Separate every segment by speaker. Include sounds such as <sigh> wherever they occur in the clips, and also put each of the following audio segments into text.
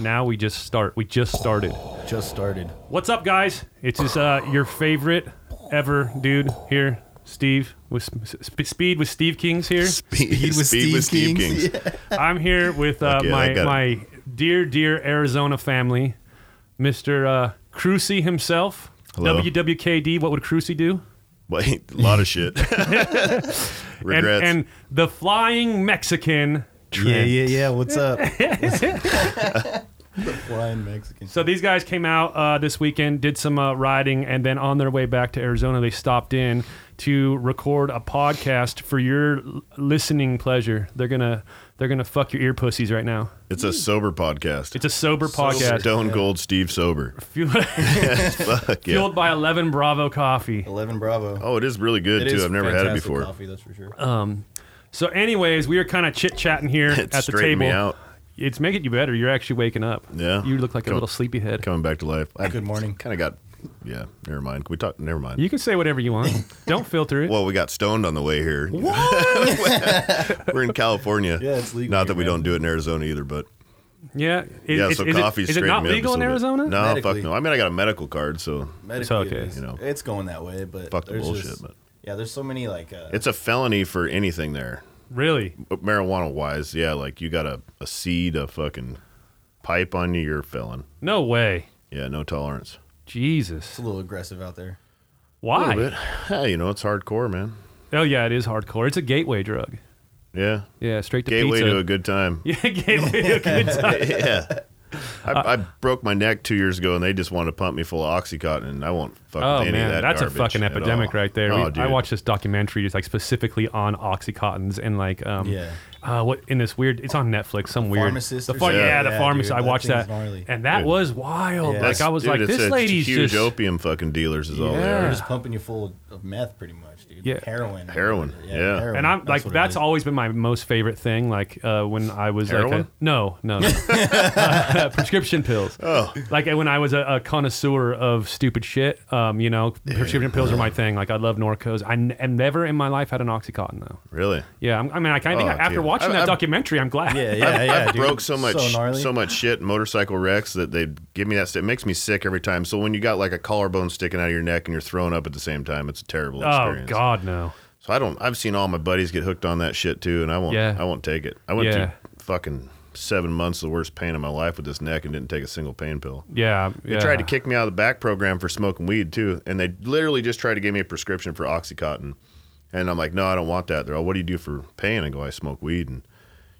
Speaker 1: Now we just start. We just started.
Speaker 2: Just started.
Speaker 1: What's up, guys? It's just, uh, your favorite ever dude here, Steve with sp- Speed with Steve Kings here.
Speaker 3: Speed,
Speaker 2: with Steve Kings.
Speaker 3: <laughs>
Speaker 1: I'm here with uh,
Speaker 3: Fuck yeah,
Speaker 1: my
Speaker 3: I got
Speaker 1: my dear dear Arizona family, Mister uh, Crucy himself.
Speaker 3: Hello.
Speaker 1: WWKD. What would Crucy do?
Speaker 3: Wait, a lot of
Speaker 2: <laughs>
Speaker 3: shit. <laughs>
Speaker 1: And,
Speaker 3: Regrets.
Speaker 1: and the flying Mexican.
Speaker 2: Yeah,
Speaker 1: Trent.
Speaker 2: yeah, yeah. What's up?
Speaker 1: <laughs>
Speaker 2: Flying Mexican.
Speaker 1: So these guys came out uh, this weekend, did some uh, riding, and then on their way back to Arizona, they stopped in to record a podcast for your l- listening pleasure. They're gonna they're gonna fuck your ear pussies right now.
Speaker 3: it's a sober podcast.
Speaker 1: It's a sober podcast
Speaker 3: Stone Gold Steve Sober.
Speaker 1: <laughs>
Speaker 3: <laughs>
Speaker 1: fueled,
Speaker 3: Fuck yeah.
Speaker 1: fueled by Eleven Bravo Coffee.
Speaker 2: Eleven Bravo.
Speaker 3: Oh, it is really good
Speaker 2: It
Speaker 3: too.
Speaker 2: is
Speaker 3: I've never had
Speaker 2: fantastic
Speaker 3: it before. Uh,
Speaker 2: Coffee, that's for sure.
Speaker 1: So, anyways, we are kind of chit chatting
Speaker 3: <laughs>
Speaker 1: here
Speaker 3: <laughs> It
Speaker 1: at the table.
Speaker 3: straightened me out.
Speaker 1: It's making you better. You're actually waking up.
Speaker 3: Yeah.
Speaker 1: You look like a
Speaker 3: Come-
Speaker 1: little sleepyhead.
Speaker 3: Coming back to life. I
Speaker 2: Good morning.
Speaker 3: Kind of got. Yeah. Never mind. We talked. Never mind.
Speaker 1: You can say whatever you
Speaker 3: <laughs>
Speaker 1: want. Don't filter it.
Speaker 3: well, we got stoned on the way here. <laughs>
Speaker 2: <laughs>
Speaker 3: We're in California.
Speaker 2: Yeah, it's legal
Speaker 3: Not
Speaker 2: here,
Speaker 3: that we
Speaker 2: man.
Speaker 3: don't do it in Arizona either, but
Speaker 1: yeah. It-
Speaker 3: yeah.
Speaker 1: it's-
Speaker 3: so
Speaker 1: is it-
Speaker 3: coffee
Speaker 1: is it not legal in Arizona?
Speaker 3: No,
Speaker 2: Medically.
Speaker 3: fuck no. I mean, I got a medical card, so
Speaker 2: Medically,
Speaker 1: okay,
Speaker 2: is.
Speaker 3: you know.
Speaker 2: it's going that way, but
Speaker 3: Fuck the
Speaker 2: there's
Speaker 3: bullshit,
Speaker 2: just-
Speaker 3: but-
Speaker 2: yeah, there's so many like uh,
Speaker 3: it's a felony for anything there.
Speaker 1: Really?
Speaker 3: But marijuana wise, yeah, like you got a, a seed, a fucking pipe on you, you're a felon.
Speaker 1: No way.
Speaker 3: Yeah, no tolerance.
Speaker 1: Jesus.
Speaker 2: it's a little aggressive out there.
Speaker 3: A
Speaker 1: Why?
Speaker 3: little bit. Yeah, you know, it's hardcore, man.
Speaker 1: Oh yeah, it is hardcore. It's a gateway drug.
Speaker 3: Yeah.
Speaker 1: Yeah, straight to
Speaker 3: Gateway
Speaker 1: pizza.
Speaker 3: to a good time.
Speaker 1: <laughs> yeah,
Speaker 3: <laughs>
Speaker 1: gateway to a good time.
Speaker 3: yeah. I, I broke my neck two years ago, and they just wanted to pump me full of oxycontin, and I won't fuck
Speaker 1: Oh
Speaker 3: with any of
Speaker 1: man,
Speaker 3: that.
Speaker 1: that's a
Speaker 3: garbage
Speaker 1: fucking
Speaker 3: at
Speaker 1: epidemic
Speaker 3: all.
Speaker 1: right there. We-
Speaker 3: Oh, dude.
Speaker 1: I watched this documentary just like specifically on oxycontins and like um
Speaker 2: Yeah.
Speaker 1: uh, what in this weird? It's on Netflix. Some weird
Speaker 2: pharmacist
Speaker 1: The
Speaker 2: or
Speaker 1: phar-
Speaker 2: something?
Speaker 1: yeah,
Speaker 3: Yeah,
Speaker 1: the
Speaker 2: dude,
Speaker 1: pharmacist. I
Speaker 2: that
Speaker 1: watched
Speaker 2: thing's
Speaker 1: that,
Speaker 2: gnarly.
Speaker 1: and that
Speaker 3: Dude.
Speaker 1: was wild.
Speaker 2: Yeah.
Speaker 1: Like I was
Speaker 3: dude,
Speaker 1: like,
Speaker 3: it's
Speaker 1: this
Speaker 3: a
Speaker 1: lady's
Speaker 3: huge
Speaker 1: just
Speaker 3: opium fucking dealers is
Speaker 1: Yeah.
Speaker 3: all Oh, they
Speaker 2: They're
Speaker 3: are.
Speaker 2: just pumping you full of meth, pretty much, dude.
Speaker 1: Yeah.
Speaker 2: heroin.
Speaker 3: Heroin, yeah.
Speaker 1: And I'm like,
Speaker 2: what it
Speaker 1: that's
Speaker 2: is.
Speaker 1: always been my most favorite thing. Like uh, when I was like,
Speaker 3: Heroin?
Speaker 1: a, no,
Speaker 3: <laughs>
Speaker 1: no, <laughs> no. Uh, prescription pills. Oh, like when I was a, a connoisseur of stupid shit. Um, you know, prescription pills are my thing. Like I love Norco's. I n- and never in my life had an OxyContin though.
Speaker 3: Really?
Speaker 1: Yeah, I'm, I mean, I kind of
Speaker 3: Oh,
Speaker 1: think after
Speaker 3: dude.
Speaker 1: watching
Speaker 3: I-
Speaker 1: that
Speaker 3: I-
Speaker 1: documentary, I'm glad.
Speaker 2: Yeah, yeah, yeah.
Speaker 3: I
Speaker 2: dude.
Speaker 3: broke so much so,
Speaker 2: gnarly.
Speaker 3: much shit motorcycle wrecks that they give me that stuff. It makes me sick every time. So when you got like a collarbone sticking out of your neck and you're throwing up at the same time, it's a
Speaker 1: <laughs>
Speaker 3: terrible
Speaker 1: Oh
Speaker 3: experience.
Speaker 1: God, no.
Speaker 3: So I don't I've seen all my buddies get hooked on that shit too and I won't
Speaker 1: Yeah.
Speaker 3: I won't take it. I went
Speaker 1: Yeah.
Speaker 3: through fucking 7 months of the worst pain of my life with this neck and didn't take a single pain pill.
Speaker 1: Yeah,
Speaker 3: They tried to kick me out of the back program for smoking weed too, and they literally just tried to give me a prescription for OxyContin, and I'm like, no, I don't want that. They're all, what do you do for pain? I go, I smoke weed, and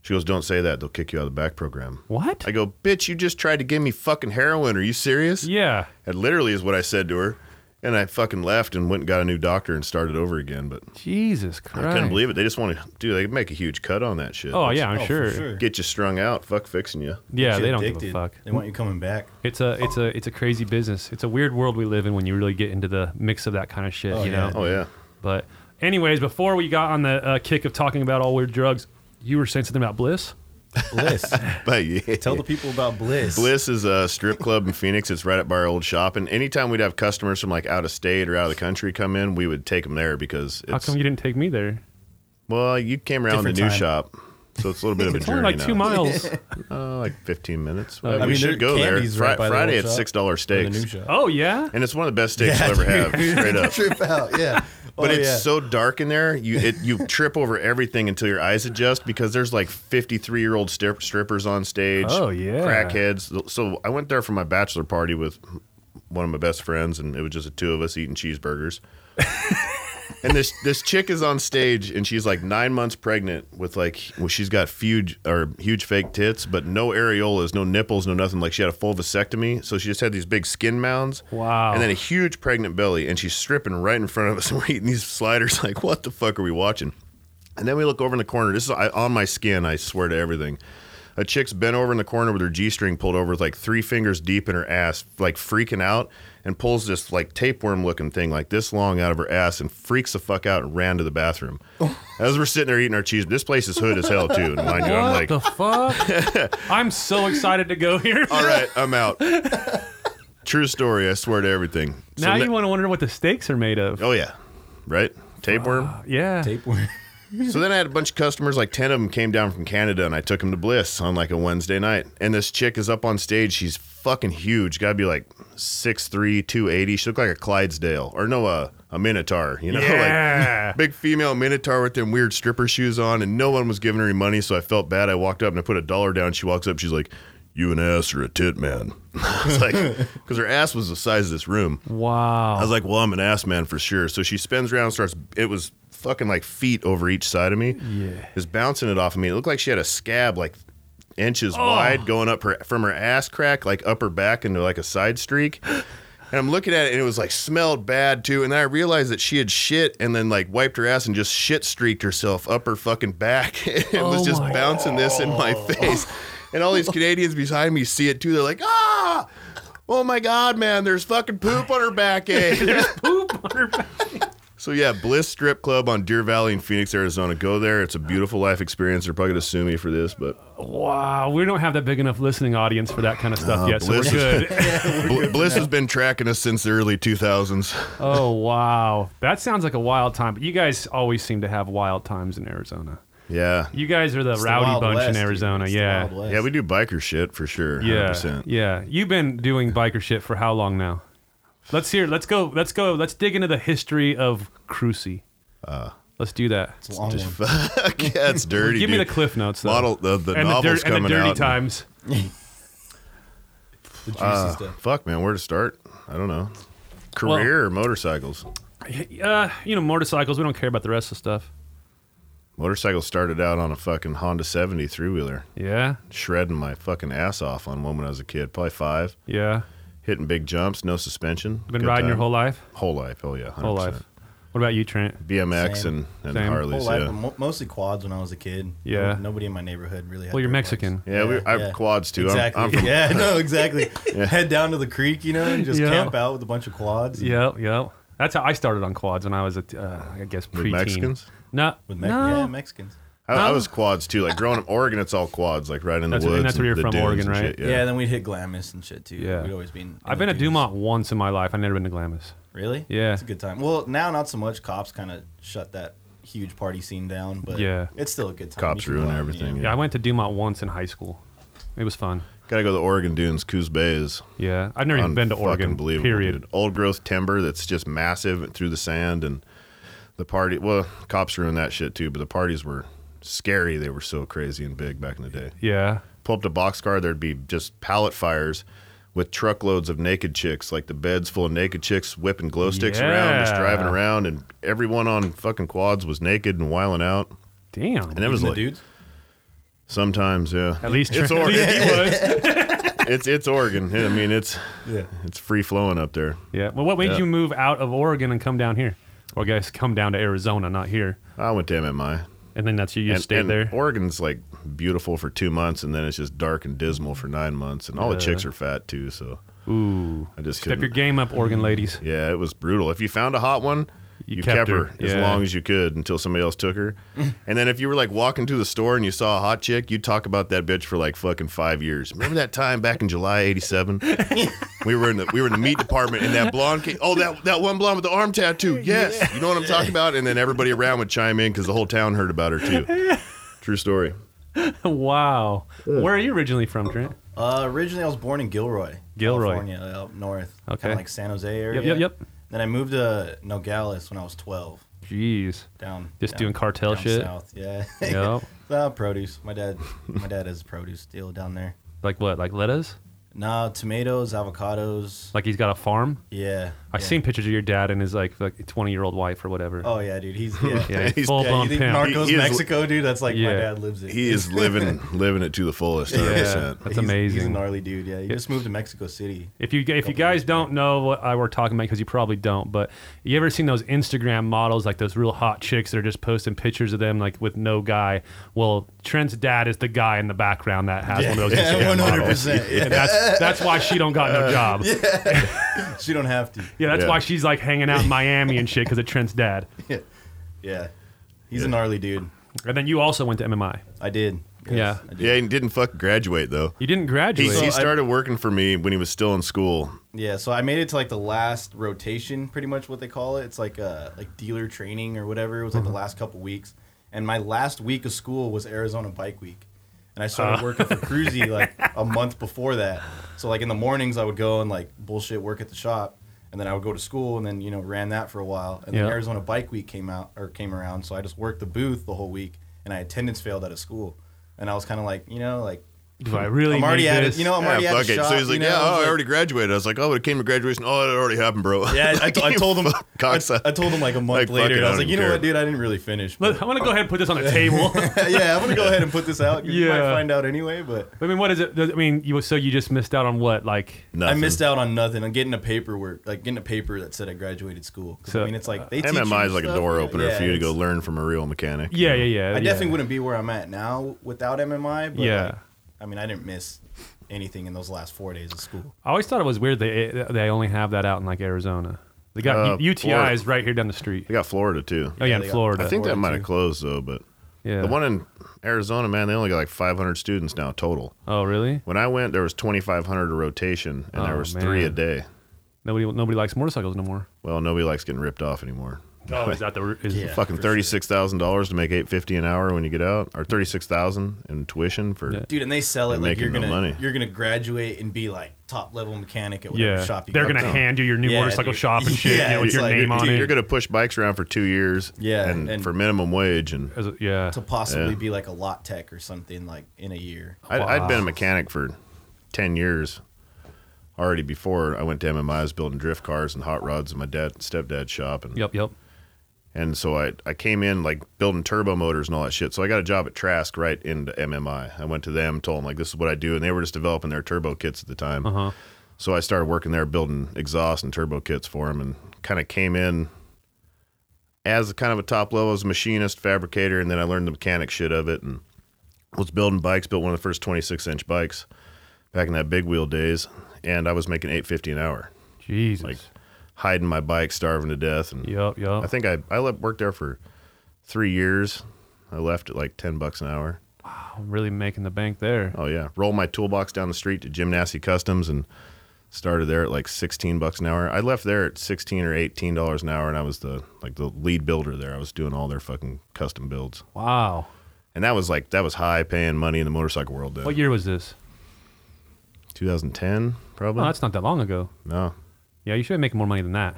Speaker 3: she goes, don't say that. They'll kick you out of the back program.
Speaker 1: What?
Speaker 3: I go, bitch, you just tried to give me fucking heroin. Are you serious?
Speaker 1: yeah.
Speaker 3: That literally is what I said to her, and I fucking left and went and got a new doctor and started over again. But
Speaker 1: Jesus Christ.
Speaker 3: I couldn't believe it. They just want to, dude. They make a huge cut on that shit.
Speaker 1: Oh
Speaker 3: That's-
Speaker 1: yeah, I'm
Speaker 2: Oh, for
Speaker 1: sure.
Speaker 2: sure.
Speaker 3: Get you strung out. Fuck fixing you.
Speaker 1: Yeah,
Speaker 2: Get you
Speaker 1: they don't give
Speaker 2: addicted.
Speaker 1: a fuck.
Speaker 2: They want you coming back.
Speaker 1: It's a it's a it's a crazy business. It's a weird world we live in when you really get into the mix of that kind of shit,
Speaker 2: Oh,
Speaker 1: you
Speaker 2: yeah.
Speaker 1: know.
Speaker 3: Oh yeah.
Speaker 1: But anyways, before we got on the uh, kick of talking about all weird drugs, you were saying something about bliss.
Speaker 3: <laughs>
Speaker 2: Bliss.
Speaker 3: But yeah.
Speaker 2: Tell the people about Bliss.
Speaker 3: Bliss is a strip club in Phoenix. It's right up by our old shop. And anytime we'd have customers from like out of state or out of the country come in, we would take them there because it's
Speaker 1: How come you didn't take me there?
Speaker 3: well, you came around the
Speaker 2: Different
Speaker 3: new
Speaker 2: time.
Speaker 3: shop, so it's a little bit of
Speaker 1: <laughs>
Speaker 3: a
Speaker 1: It's
Speaker 3: journey
Speaker 1: only like
Speaker 3: now.
Speaker 1: two
Speaker 2: <laughs>
Speaker 1: miles.
Speaker 3: Uh, like fifteen minutes.
Speaker 1: I
Speaker 3: we
Speaker 2: Uh, mean, there-
Speaker 3: should go there.
Speaker 2: Candy's
Speaker 3: Fri-
Speaker 2: right by the
Speaker 3: Friday
Speaker 2: old
Speaker 3: it's
Speaker 2: shop.
Speaker 3: six dollar
Speaker 2: In the
Speaker 3: steaks,
Speaker 2: new shop.
Speaker 1: oh yeah.
Speaker 3: and it's one of the best steaks <laughs> you'll
Speaker 2: <laughs>
Speaker 3: ever have. Straight up.
Speaker 2: Trip out, yeah.
Speaker 3: <laughs> But
Speaker 2: Oh,
Speaker 3: it's
Speaker 2: yeah.
Speaker 3: so dark in there, you it, you trip over everything until your eyes adjust because there's like 53 year old strip, strippers on stage.
Speaker 1: Oh, yeah.
Speaker 3: crackheads. So I went there for my bachelor party with one of my best friends, and it was just the two of us eating cheeseburgers. and this this chick is on stage, and she's like nine months pregnant with like well, she's got huge or huge fake tits, but no areolas, no nipples, no nothing. Like she had a full vasectomy, so she just had these big skin mounds.
Speaker 1: Wow.
Speaker 3: And then a huge pregnant belly, and she's stripping right in front of us, <laughs> and we're eating these sliders. <laughs> Like, what the fuck are we watching? And then we look over in the corner. This is I, on my skin. I swear to everything. A chick's bent over in the corner with her g-string pulled over, with like three fingers deep in her ass, like freaking out, and pulls this like tapeworm-looking thing, like this long, out of her ass, and freaks the fuck out and ran to
Speaker 1: <laughs>
Speaker 3: the bathroom. As we're sitting there eating our cheese, this place is hood as hell too. And mind you, I'm like,
Speaker 1: the fuck?
Speaker 3: <laughs>
Speaker 1: I'm so excited to go here.
Speaker 3: all right, I'm out. True story. I swear to everything. So
Speaker 1: now
Speaker 3: ne-
Speaker 1: you want to wonder what the steaks are made of.
Speaker 3: Oh yeah, right? Tapeworm.
Speaker 1: Yeah.
Speaker 2: tapeworm.
Speaker 3: <laughs> So then I had a bunch of customers, like 10 of them came down from Canada, and I took them to Bliss on like a Wednesday night. And this chick is up on stage. She's fucking huge. Got to be like 6'3, 280. She looked like a Clydesdale or no, a, a Minotaur, you know? <laughs>
Speaker 1: Yeah.
Speaker 3: Like big female Minotaur with them weird stripper shoes on, and no one was giving her any money. So I felt bad. I walked up and I put a dollar down. She walks up. She's like, You an ass or a tit man? <laughs> I was like, Because her ass was the size of this room. I
Speaker 1: Wow.
Speaker 3: was like, well, I'm an ass man for sure. So she spins around, starts. It was fucking like feet over each side of me.
Speaker 1: Yeah.
Speaker 3: is bouncing it off of me. It looked like she had a scab like inches
Speaker 1: Oh.
Speaker 3: wide going up her from her ass crack, like up her back into like a
Speaker 1: <gasps>
Speaker 3: side streak. And I'm looking at it, and it was like smelled bad too. And then I realized that she had shit, and then like wiped her ass and just shit streaked herself up her fucking back, <laughs> and was just
Speaker 1: my
Speaker 3: bouncing this in my face. And all
Speaker 1: <laughs>
Speaker 3: these Canadians behind me see it too. They're like, ah, oh my god, man, there's fucking poop on her
Speaker 1: <laughs>
Speaker 3: back. Eh? <laughs>
Speaker 1: Poop on her back.
Speaker 3: so yeah, Bliss Strip Club on Deer Valley in Phoenix, Arizona. Go there. It's a beautiful life experience. They're probably gonna sue me for this, but
Speaker 1: Wow, we don't have that big enough listening audience for that kind of stuff yet, so we're
Speaker 3: Bliss is- <laughs>
Speaker 1: good. <laughs>
Speaker 3: Bl- Bliss has been tracking us since the early 2000s.
Speaker 1: oh wow, that sounds like a wild time. But you guys always seem to have wild times in Arizona.
Speaker 3: Yeah.
Speaker 1: You guys are the
Speaker 2: It's the
Speaker 1: rowdy
Speaker 2: Wild
Speaker 1: bunch in
Speaker 2: West, dude.
Speaker 1: Arizona.
Speaker 2: It's the
Speaker 1: yeah,
Speaker 2: Wild West.
Speaker 3: Yeah, we do biker shit for sure.
Speaker 1: yeah,
Speaker 3: 100%.
Speaker 1: yeah. You've been doing biker shit for how long now? Let's hear. Let's go. Let's go. Let's dig into the history of Crucy.
Speaker 3: Uh,
Speaker 1: let's do that.
Speaker 2: It's a long one.
Speaker 3: <laughs> Fuck, yeah,
Speaker 1: <laughs>
Speaker 3: it's dirty.
Speaker 1: Give me the
Speaker 3: dude.
Speaker 1: cliff notes. Though.
Speaker 3: Model, the, the
Speaker 1: and the,
Speaker 3: novel's
Speaker 1: dirt, and
Speaker 3: coming
Speaker 1: the dirty
Speaker 3: out.
Speaker 1: times.
Speaker 2: The juicy
Speaker 3: Uh,
Speaker 2: stuff.
Speaker 3: fuck, man, where to start? I don't know. Career
Speaker 1: Well-
Speaker 3: or motorcycles?
Speaker 1: Uh, you know, motorcycles. We don't care about the rest of the stuff.
Speaker 3: Motorcycles started out on a fucking Honda 70 three wheeler,
Speaker 1: Yeah,
Speaker 3: shredding my fucking ass off on one when I was a kid, probably five,
Speaker 1: yeah.
Speaker 3: hitting big jumps, no suspension.
Speaker 1: Been
Speaker 3: Good
Speaker 1: riding your
Speaker 3: time.
Speaker 1: whole life.
Speaker 3: whole life. Oh yeah, 100%.
Speaker 1: Whole life. What about you, Trent?
Speaker 3: BMX
Speaker 2: Same.
Speaker 3: and and
Speaker 1: Same.
Speaker 3: Harleys.
Speaker 2: Whole life,
Speaker 3: yeah.
Speaker 2: but mo- mostly quads when I was a kid.
Speaker 1: Yeah.
Speaker 2: No- Nobody in my neighborhood really had.
Speaker 1: Well, you're
Speaker 2: dirt bikes.
Speaker 1: Mexican.
Speaker 3: Yeah, we, I have
Speaker 2: yeah.
Speaker 3: quads too. I'm-
Speaker 2: Exactly.
Speaker 3: I'm, from
Speaker 2: yeah, no,
Speaker 3: <laughs>
Speaker 2: exactly. Head down to the creek, you know, and just
Speaker 1: Yeah.
Speaker 2: camp out with a bunch of quads.
Speaker 1: Yeah, yeah. That's how I started on quads when I was, a t- uh, I guess, preteen.
Speaker 3: With Mexicans?
Speaker 1: No,
Speaker 2: With Me-
Speaker 1: no.
Speaker 2: yeah, Mexicans.
Speaker 3: I, I was quads too. Like growing up Oregon, it's all quads. Like right in the
Speaker 1: That's- and
Speaker 3: woods.
Speaker 1: that's where you're
Speaker 3: the
Speaker 1: from,
Speaker 3: dunes
Speaker 1: Oregon,
Speaker 3: and
Speaker 1: right?
Speaker 3: shit,
Speaker 2: Yeah.
Speaker 3: Yeah.
Speaker 2: then we'd hit Glamis and shit too.
Speaker 1: Yeah.
Speaker 2: We'd always been. in
Speaker 1: I've
Speaker 2: the
Speaker 1: been at
Speaker 2: dunes.
Speaker 1: Dumont once in my life. I've never been to Glamis.
Speaker 2: Really?
Speaker 1: Yeah.
Speaker 2: It's a good time. Well, now not so much. Cops kind of shut that huge party scene down, but
Speaker 1: Yeah.
Speaker 2: it's still a good time.
Speaker 3: Cops
Speaker 2: You can
Speaker 3: ruin
Speaker 2: go out and,
Speaker 3: everything.
Speaker 2: you know,
Speaker 1: Yeah, I went to Dumont once in high school. It was fun.
Speaker 3: Gotta go to the Oregon dunes. Coos Bay is
Speaker 1: Yeah, I've never even been to Oregon.
Speaker 3: unfucking-believable,
Speaker 1: Period.
Speaker 3: dude. Old growth timber that's just massive through the sand and the party. Well, cops ruined that shit too. But the parties were scary. They were so crazy and big back in the day.
Speaker 1: Yeah.
Speaker 3: Pull up to boxcar, there'd be just pallet fires with truckloads of naked chicks, like the beds full of naked chicks whipping glow sticks around, just
Speaker 1: Yeah.
Speaker 3: driving around, and everyone on fucking quads was naked and wiling out.
Speaker 1: Damn.
Speaker 3: And it was
Speaker 2: even the
Speaker 3: like
Speaker 2: dudes.
Speaker 3: sometimes, yeah.
Speaker 1: at <laughs> least
Speaker 3: it's
Speaker 1: Trent-
Speaker 3: Oregon.
Speaker 1: at least
Speaker 3: <laughs>
Speaker 1: he was.
Speaker 3: it's it's Oregon. I mean, it's
Speaker 2: Yeah.
Speaker 3: it's free flowing up there.
Speaker 1: Yeah. Well, what made
Speaker 3: Yeah.
Speaker 1: you move out of Oregon and come down here? Or I guess come down to Arizona, not here.
Speaker 3: I went to MMI.
Speaker 1: And then that's you. You
Speaker 3: and,
Speaker 1: stayed
Speaker 3: and
Speaker 1: there.
Speaker 3: Oregon's like beautiful for two months, and then it's just dark and dismal for nine months, and all
Speaker 1: Yeah.
Speaker 3: the chicks are fat too. So
Speaker 1: Ooh.
Speaker 3: I just
Speaker 1: Step your
Speaker 3: couldn't.
Speaker 1: game up, Oregon ladies.
Speaker 3: yeah, it was brutal. If you found a hot one,
Speaker 1: You
Speaker 3: you,
Speaker 1: kept
Speaker 3: kept,
Speaker 1: her,
Speaker 3: her, as
Speaker 1: yeah.
Speaker 3: long as you could until somebody else took
Speaker 1: <laughs>
Speaker 3: her. and then if you were like walking to the store and you saw a hot chick, you'd talk about that bitch for like fucking five years. Remember that time back in
Speaker 1: <laughs>
Speaker 3: July '87? we were in the we were in the meat department, and that blonde came. Oh, that that one blonde with the arm tattoo. Yes, you know what I'm talking about. And then everybody around would chime in because the whole town heard about
Speaker 1: <laughs>
Speaker 3: her too. True story.
Speaker 1: wow. Where are you originally from, Trent?
Speaker 2: Uh, originally, I was born in Gilroy,
Speaker 1: Gilroy.
Speaker 2: California, uh, up north.
Speaker 1: Okay.
Speaker 2: Kind of like San Jose area.
Speaker 1: Yep, yep, yep.
Speaker 2: Then I moved to Nogales when I was 12.
Speaker 1: Jeez.
Speaker 2: Down.
Speaker 1: Just
Speaker 2: down-
Speaker 1: doing cartel
Speaker 2: down
Speaker 1: shit? <laughs>
Speaker 2: South. Yeah. <laughs>
Speaker 1: Yep.
Speaker 2: Uh, produce. My dad, my dad has a produce deal down there.
Speaker 1: Like what? Like lettuce?
Speaker 2: Nah, tomatoes, avocados.
Speaker 1: Like he's got a farm?
Speaker 2: Yeah.
Speaker 1: I've
Speaker 2: yeah.
Speaker 1: seen pictures of your dad and his like like twenty year old wife or whatever.
Speaker 2: Oh yeah, dude. He's yeah.
Speaker 1: <laughs> yeah,
Speaker 3: <laughs> he's-
Speaker 1: full
Speaker 2: Yeah,
Speaker 1: blown
Speaker 2: you think
Speaker 1: pimp.
Speaker 2: Narcos
Speaker 3: He- he is-
Speaker 2: Mexico, dude? That's like my
Speaker 1: Yeah.
Speaker 2: dad lives in.
Speaker 3: He is
Speaker 1: <laughs>
Speaker 3: living living it to the fullest. 100%.
Speaker 1: That's
Speaker 2: He's- He's a
Speaker 1: amazing.
Speaker 2: gnarly dude. Yeah, he just moved to Mexico City.
Speaker 1: if you if you guys don't know what I were talking about because you probably don't, but you ever seen those Instagram models like those real hot chicks that are just posting pictures of them like with no guy? Well, Trent's dad is the guy in the background that has one of those Instagram models. And that's that's why she don't got
Speaker 3: <laughs>
Speaker 1: no job. Yeah,
Speaker 2: She don't have to.
Speaker 1: that's
Speaker 3: Yeah.
Speaker 1: why she's like hanging
Speaker 3: <laughs>
Speaker 1: out in Miami and shit because of Trent's dad.
Speaker 2: Yeah, he's a gnarly dude.
Speaker 1: And then you also went to MMI.
Speaker 2: I did.
Speaker 1: Yeah.
Speaker 2: I did.
Speaker 3: Yeah, he didn't fuck graduate though.
Speaker 1: You didn't
Speaker 3: He,
Speaker 1: graduate.
Speaker 3: he
Speaker 2: I-
Speaker 3: started working for me when he was still in school.
Speaker 2: Yeah, so I made it to like the last
Speaker 3: Mm-hmm.
Speaker 2: rotation, pretty much what they call it. It's like uh like dealer training or whatever. It was like the last couple weeks, And my last week of school was Arizona Bike Week. And I
Speaker 3: Oh.
Speaker 2: started working for
Speaker 3: <laughs>
Speaker 2: Cruzy like a month before that. So like in the mornings I would go and like bullshit work at the shop and then I would go to school and then you know ran that for a while. And
Speaker 1: Yeah.
Speaker 2: then Arizona Bike Week came out or came around, so I just worked the booth the whole week and I attendance failed out of school. And I was kind of like, you know, like
Speaker 1: Do I really?
Speaker 2: I'm already
Speaker 1: need
Speaker 2: at
Speaker 1: this?
Speaker 2: it. You know, I'm already
Speaker 3: yeah,
Speaker 2: at
Speaker 3: fuck
Speaker 2: the
Speaker 3: it.
Speaker 2: shop.
Speaker 3: so he's like,
Speaker 2: you know,
Speaker 3: yeah,
Speaker 2: I
Speaker 3: oh,
Speaker 2: was
Speaker 3: I
Speaker 2: like-
Speaker 3: already graduated. I was like, oh, it came to graduation. Oh, it already happened, bro.
Speaker 2: Yeah,
Speaker 3: <laughs>
Speaker 2: I,
Speaker 3: Like,
Speaker 2: I
Speaker 3: you
Speaker 2: told him.
Speaker 3: fuck
Speaker 2: I,
Speaker 3: cocksucker.
Speaker 2: I told him like a month
Speaker 3: Like, fuck
Speaker 2: later.
Speaker 3: it,
Speaker 2: and I
Speaker 3: I
Speaker 2: was like,
Speaker 3: don't
Speaker 2: you know
Speaker 3: care.
Speaker 2: what, dude? I didn't really finish.
Speaker 1: Let- I want to go ahead and put this on the
Speaker 3: <laughs>
Speaker 1: table.
Speaker 2: <laughs> yeah, I'm gonna go ahead and put this out. 'cause You
Speaker 1: Yeah.
Speaker 2: might find out anyway, but
Speaker 1: I mean, what is it? does- I mean, you so you just missed out on what? Like,
Speaker 3: Nothing.
Speaker 2: I missed out on nothing. I'm getting a paperwork, like getting a paper that said I graduated school. 'Cause,
Speaker 1: So,
Speaker 2: I mean, it's like they teach you
Speaker 3: MMI is like a
Speaker 2: stuff,
Speaker 3: door
Speaker 2: yeah,
Speaker 3: opener
Speaker 2: yeah,
Speaker 3: for you to go
Speaker 2: it's-
Speaker 3: learn from a real mechanic.
Speaker 1: yeah, yeah, yeah.
Speaker 2: I
Speaker 1: yeah.
Speaker 2: definitely wouldn't be where I'm at now without MMI. But
Speaker 1: Yeah.
Speaker 2: like, I mean, I didn't miss anything in those last four days of school.
Speaker 1: I always thought it was weird they they only have that out in like Arizona. They got
Speaker 3: Uh,
Speaker 1: U- UTI
Speaker 3: Florida.
Speaker 1: is right here down the street.
Speaker 3: They got Florida too.
Speaker 1: Oh yeah,
Speaker 2: they
Speaker 1: in
Speaker 2: got-
Speaker 1: Florida.
Speaker 3: I think that
Speaker 2: Florida,
Speaker 3: might have
Speaker 2: too.
Speaker 3: closed though, but
Speaker 1: yeah.
Speaker 3: the one in Arizona, man, they only got like 500 students now total.
Speaker 1: Oh really?
Speaker 3: When I went, there was 2,500 a rotation, and there
Speaker 1: Oh,
Speaker 3: was three a
Speaker 1: man.
Speaker 3: day.
Speaker 1: Nobody nobody likes motorcycles no more.
Speaker 3: Well, nobody likes getting ripped off anymore.
Speaker 1: <laughs>
Speaker 3: <laughs>
Speaker 1: Oh, is that the is,
Speaker 2: Yeah.
Speaker 3: Fucking
Speaker 2: for sure.
Speaker 3: thirty-six thousand dollars to make eight fifty an hour when you get out, or thirty-six thousand in tuition for.
Speaker 1: Yeah.
Speaker 2: Dude, and they sell it
Speaker 3: They're
Speaker 2: like you're
Speaker 3: making
Speaker 2: gonna
Speaker 3: no money.
Speaker 2: you're gonna graduate and be like top level mechanic at whatever
Speaker 1: yeah.
Speaker 2: shop you
Speaker 1: They're
Speaker 2: go
Speaker 1: gonna
Speaker 2: to.
Speaker 1: hand you your new
Speaker 2: Yeah,
Speaker 1: motorcycle
Speaker 2: dude.
Speaker 1: shop and shit
Speaker 2: Yeah,
Speaker 1: you know, with
Speaker 2: it's
Speaker 1: your
Speaker 2: like-
Speaker 1: name on
Speaker 3: Dude,
Speaker 1: it.
Speaker 3: You're gonna push bikes around for two years,
Speaker 2: Yeah,
Speaker 3: and,
Speaker 2: and-
Speaker 3: for minimum wage. And
Speaker 1: As a- yeah.
Speaker 2: to possibly
Speaker 3: Yeah.
Speaker 2: be like a lot tech or something like in a year.
Speaker 3: I'd, I'd been a
Speaker 1: Wow.
Speaker 3: mechanic for ten years already before I went to MMI. I was building drift cars and hot rods in my dad stepdad's shop, and
Speaker 1: Yep, yep.
Speaker 3: and so I I came in like building turbo motors and all that shit. So I got a job at Trask right into MMI. I went to them, told them like this is what I do, and they were just developing their turbo kits at the time.
Speaker 1: Uh-huh.
Speaker 3: So I started working there, building exhaust and turbo kits for them, and kind of came in as kind of a top level as a machinist, fabricator, and then I learned the mechanic shit of it and was building bikes. Built one of the first 26 inch bikes back in that big wheel days, and I was making 850 an hour,
Speaker 1: Jesus.
Speaker 3: hiding my bike, starving to death, and
Speaker 1: yep, yep.
Speaker 3: I think I I left, worked there for three years. I left at like ten bucks an hour.
Speaker 1: I'm really making the bank there.
Speaker 3: Oh yeah, roll my toolbox down the street to Gymnasty Customs and started there at like sixteen bucks an hour. I left there at sixteen or eighteen dollars an hour, and I was the like the lead builder there. I was doing all their fucking custom builds,
Speaker 1: Wow.
Speaker 3: and that was like that was high paying money in the motorcycle world then.
Speaker 1: What year was this?
Speaker 3: 2010 probably.
Speaker 1: Oh, that's not that long ago.
Speaker 3: no,
Speaker 1: Yeah, you should be making more money than that.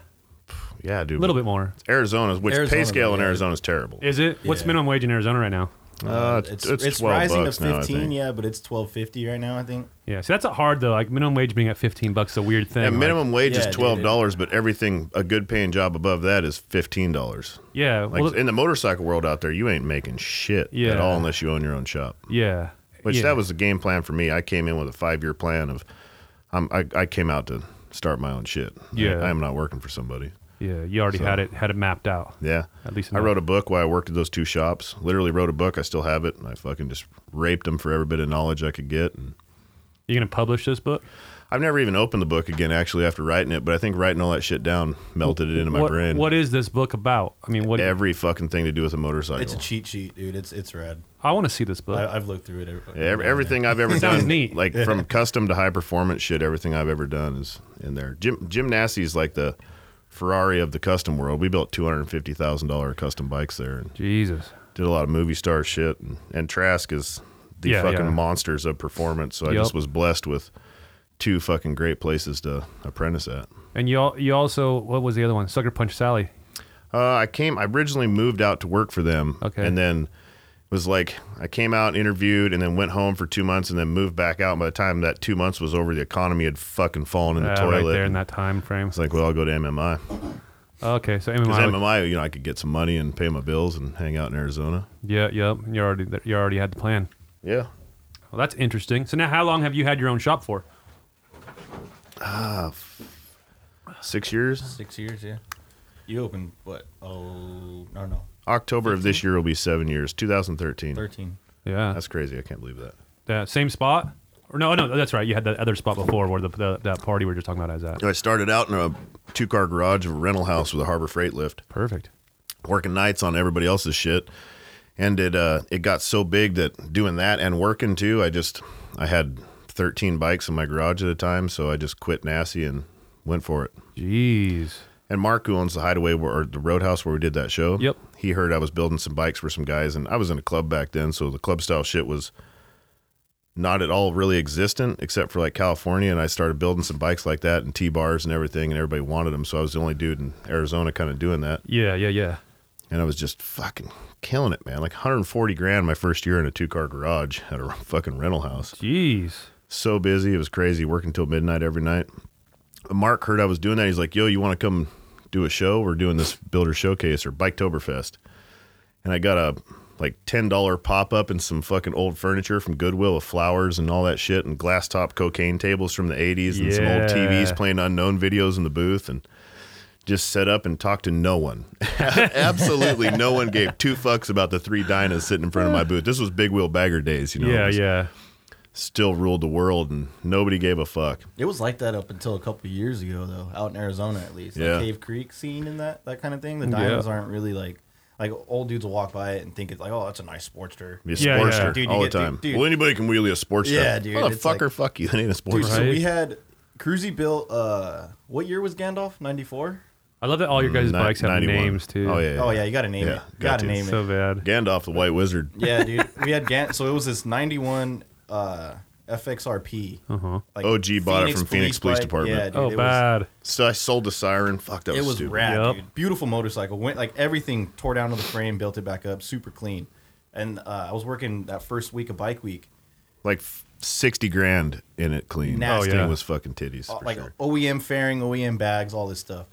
Speaker 3: yeah, dude.
Speaker 1: A little bit more.
Speaker 3: Arizona's which pay
Speaker 2: Arizona,
Speaker 3: scale in
Speaker 2: yeah.
Speaker 3: Arizona is terrible.
Speaker 1: Is it? What's
Speaker 2: Yeah.
Speaker 1: minimum wage in Arizona right now?
Speaker 3: Uh, it's, it's, twelve
Speaker 2: Um, rising
Speaker 3: bucks
Speaker 2: to 15,
Speaker 3: now. I think.
Speaker 2: yeah, but it's 12.50 right now, I think.
Speaker 1: Yeah, so that's a hard though. Like minimum wage being at fifteen bucks is a weird thing.
Speaker 3: Yeah,
Speaker 1: like-
Speaker 3: minimum wage
Speaker 2: Yeah,
Speaker 3: is
Speaker 2: dude,
Speaker 3: twelve dollars, but everything a good paying job above that is fifteen dollars.
Speaker 1: yeah,
Speaker 3: Like
Speaker 1: well,
Speaker 3: in the motorcycle world out there, you ain't making shit
Speaker 1: Yeah.
Speaker 3: at all unless you own your own shop.
Speaker 1: yeah.
Speaker 3: Which
Speaker 1: yeah.
Speaker 3: that was the game plan for me. I came in with a five year plan of, I'm, I I came out to start my own shit.
Speaker 1: Yeah.
Speaker 3: I, am not working for somebody.
Speaker 1: Yeah, you already
Speaker 3: So-
Speaker 1: had it had it mapped out.
Speaker 3: Yeah,
Speaker 1: At least
Speaker 3: I
Speaker 1: enough.
Speaker 3: wrote a book while I worked at those two shops. Literally wrote a book. I still have it. And I fucking just raped them for every bit of knowledge I could get. And
Speaker 1: You're gonna publish this book?
Speaker 3: I've never even opened the book again actually after writing it. But I think writing all that shit down melted it into my
Speaker 1: what,
Speaker 3: brain.
Speaker 1: What is this book about? I mean, what?
Speaker 3: every fucking thing to do with a motorcycle.
Speaker 2: It's a cheat sheet, dude. It's it's rad.
Speaker 1: I want to see this book.
Speaker 2: I, I've looked through it. every-
Speaker 3: Yeah, ev- everything I've ever
Speaker 1: Sounds
Speaker 3: done,
Speaker 1: neat.
Speaker 3: like from custom to high performance shit, everything I've ever done is in there. Jim Jim Nassie's like the Ferrari of the custom world. We built two hundred fifty thousand dollar custom bikes there, and
Speaker 1: Jesus.
Speaker 3: did a lot of movie star shit. And, and Trask is the
Speaker 1: Yeah,
Speaker 3: fucking
Speaker 1: yeah.
Speaker 3: monsters of performance. So I
Speaker 1: Yup.
Speaker 3: just was blessed with two fucking great places to apprentice at.
Speaker 1: And you al- you also what was the other one? Sucker Punch Sally.
Speaker 3: Uh, I came. I originally moved out to work for them.
Speaker 1: Okay.
Speaker 3: And then was like, I came out, interviewed, and then went home for two months, and then moved back out. And by the time that two months was over, the economy had fucking fallen in the
Speaker 1: Uh,
Speaker 3: toilet.
Speaker 1: right there in that time frame.
Speaker 3: it's like, well, I'll go to MMI
Speaker 1: Okay, so
Speaker 3: because
Speaker 1: MMI.
Speaker 3: MMI, you know, I could get some money and pay my bills and hang out in Arizona.
Speaker 1: yeah, yep. You already you already had the plan.
Speaker 3: Yeah.
Speaker 1: Well, that's interesting. So now, how long have you had your own shop for?
Speaker 3: Six years.
Speaker 2: Six years, yeah. You opened, what? Oh, no, no.
Speaker 3: October of this year will be seven years. 2013.
Speaker 2: 13.
Speaker 1: Yeah,
Speaker 3: That's crazy. I can't believe that.
Speaker 1: that same spot. Or no, no, that's right. You had that other spot before where the, the that party we were just talking about is at.
Speaker 3: I started out in a two-car garage of a rental house with a Harbor Freight lift.
Speaker 1: Perfect.
Speaker 3: working nights on everybody else's shit. And it uh, it got so big that doing that and working too, I just I had 13 bikes in my garage at a time, so I just quit Nasty and went for it.
Speaker 1: Jeez.
Speaker 3: And Mark, who owns the Hideaway where, or the Roadhouse where we did that show,
Speaker 1: Yep.
Speaker 3: he heard I was building some bikes for some guys, and I was in a club back then, so the club style shit was not at all really existent except for like California. And I started building some bikes like that and T bars and everything, and everybody wanted them. So I was the only dude in Arizona kind of doing that,
Speaker 1: Yeah, yeah, yeah.
Speaker 3: and I was just fucking killing it, man. Like 140 grand my first year in a two car garage at a fucking rental house
Speaker 1: Jeez.
Speaker 3: so busy. It was crazy working till midnight every night. Mark heard I was doing that. He's like, yo, you want to come do a show? We're doing this builder showcase or Biketoberfest. And I got a like $10 pop up and some fucking old furniture from Goodwill with flowers and all that shit and glass top cocaine tables from the 80s and some old
Speaker 1: Yeah.
Speaker 3: TVs playing unknown videos in the booth and just set up and talked to no one. <laughs> Absolutely no one gave two fucks about the three dinas sitting in front of my booth. This was big wheel bagger days, you know. It
Speaker 1: Yeah,
Speaker 3: was-
Speaker 1: yeah.
Speaker 3: still ruled the world and nobody gave a fuck.
Speaker 2: It was like that up until a couple of years ago, though, out in Arizona at least.
Speaker 3: Yeah.
Speaker 2: The Cave Creek scene and that that kind of thing. The diamonds aren't really like like old dudes will walk by it and think it's like, oh, that's a nice Sportster.
Speaker 3: Be a
Speaker 1: Yeah, yeah.
Speaker 3: sportster
Speaker 2: Dude, you
Speaker 3: all the
Speaker 2: get- dude,
Speaker 3: time.
Speaker 2: dude.
Speaker 3: Well, anybody can wheelie a sportster.
Speaker 2: Yeah, dude, it's
Speaker 3: Motherfucker,
Speaker 2: like-
Speaker 3: fuck you. <laughs> It ain't a
Speaker 2: Dude,
Speaker 3: sportster.
Speaker 2: so
Speaker 1: Right.
Speaker 2: we had Cruzy built. Uh, what year was Gandalf? Ninety four.
Speaker 1: I love that all your guys'
Speaker 3: Mm, Ni-
Speaker 1: bikes have
Speaker 3: 91.
Speaker 1: names too.
Speaker 3: Oh yeah.
Speaker 2: Oh yeah, you got to name
Speaker 3: Yeah,
Speaker 2: it.
Speaker 3: got
Speaker 2: Got to
Speaker 3: to.
Speaker 2: name it.
Speaker 1: So bad.
Speaker 3: Gandalf the White Wizard.
Speaker 2: Yeah, dude. We had Gan- so it was this ninety one uh, FXRP. Uh-huh. Like
Speaker 3: OG bought it from Phoenix Police
Speaker 2: bike.
Speaker 3: Department.
Speaker 2: Yeah, dude,
Speaker 1: oh
Speaker 2: it Was,
Speaker 1: bad.
Speaker 3: So I sold the siren. Fuck that
Speaker 2: it
Speaker 3: was,
Speaker 2: was
Speaker 3: stupid.
Speaker 2: rad,
Speaker 1: Yep.
Speaker 2: dude. Beautiful motorcycle. Went like everything tore down to the frame, built it back up, super clean. And uh, I was working that first week of Bike Week,
Speaker 3: Like f- sixty grand in it clean.
Speaker 2: Nasty.
Speaker 3: This thing
Speaker 1: Oh, yeah.
Speaker 3: was fucking titties.
Speaker 2: uh,
Speaker 3: for
Speaker 2: like
Speaker 3: sure.
Speaker 2: OEM fairing, OEM bags, all this stuff.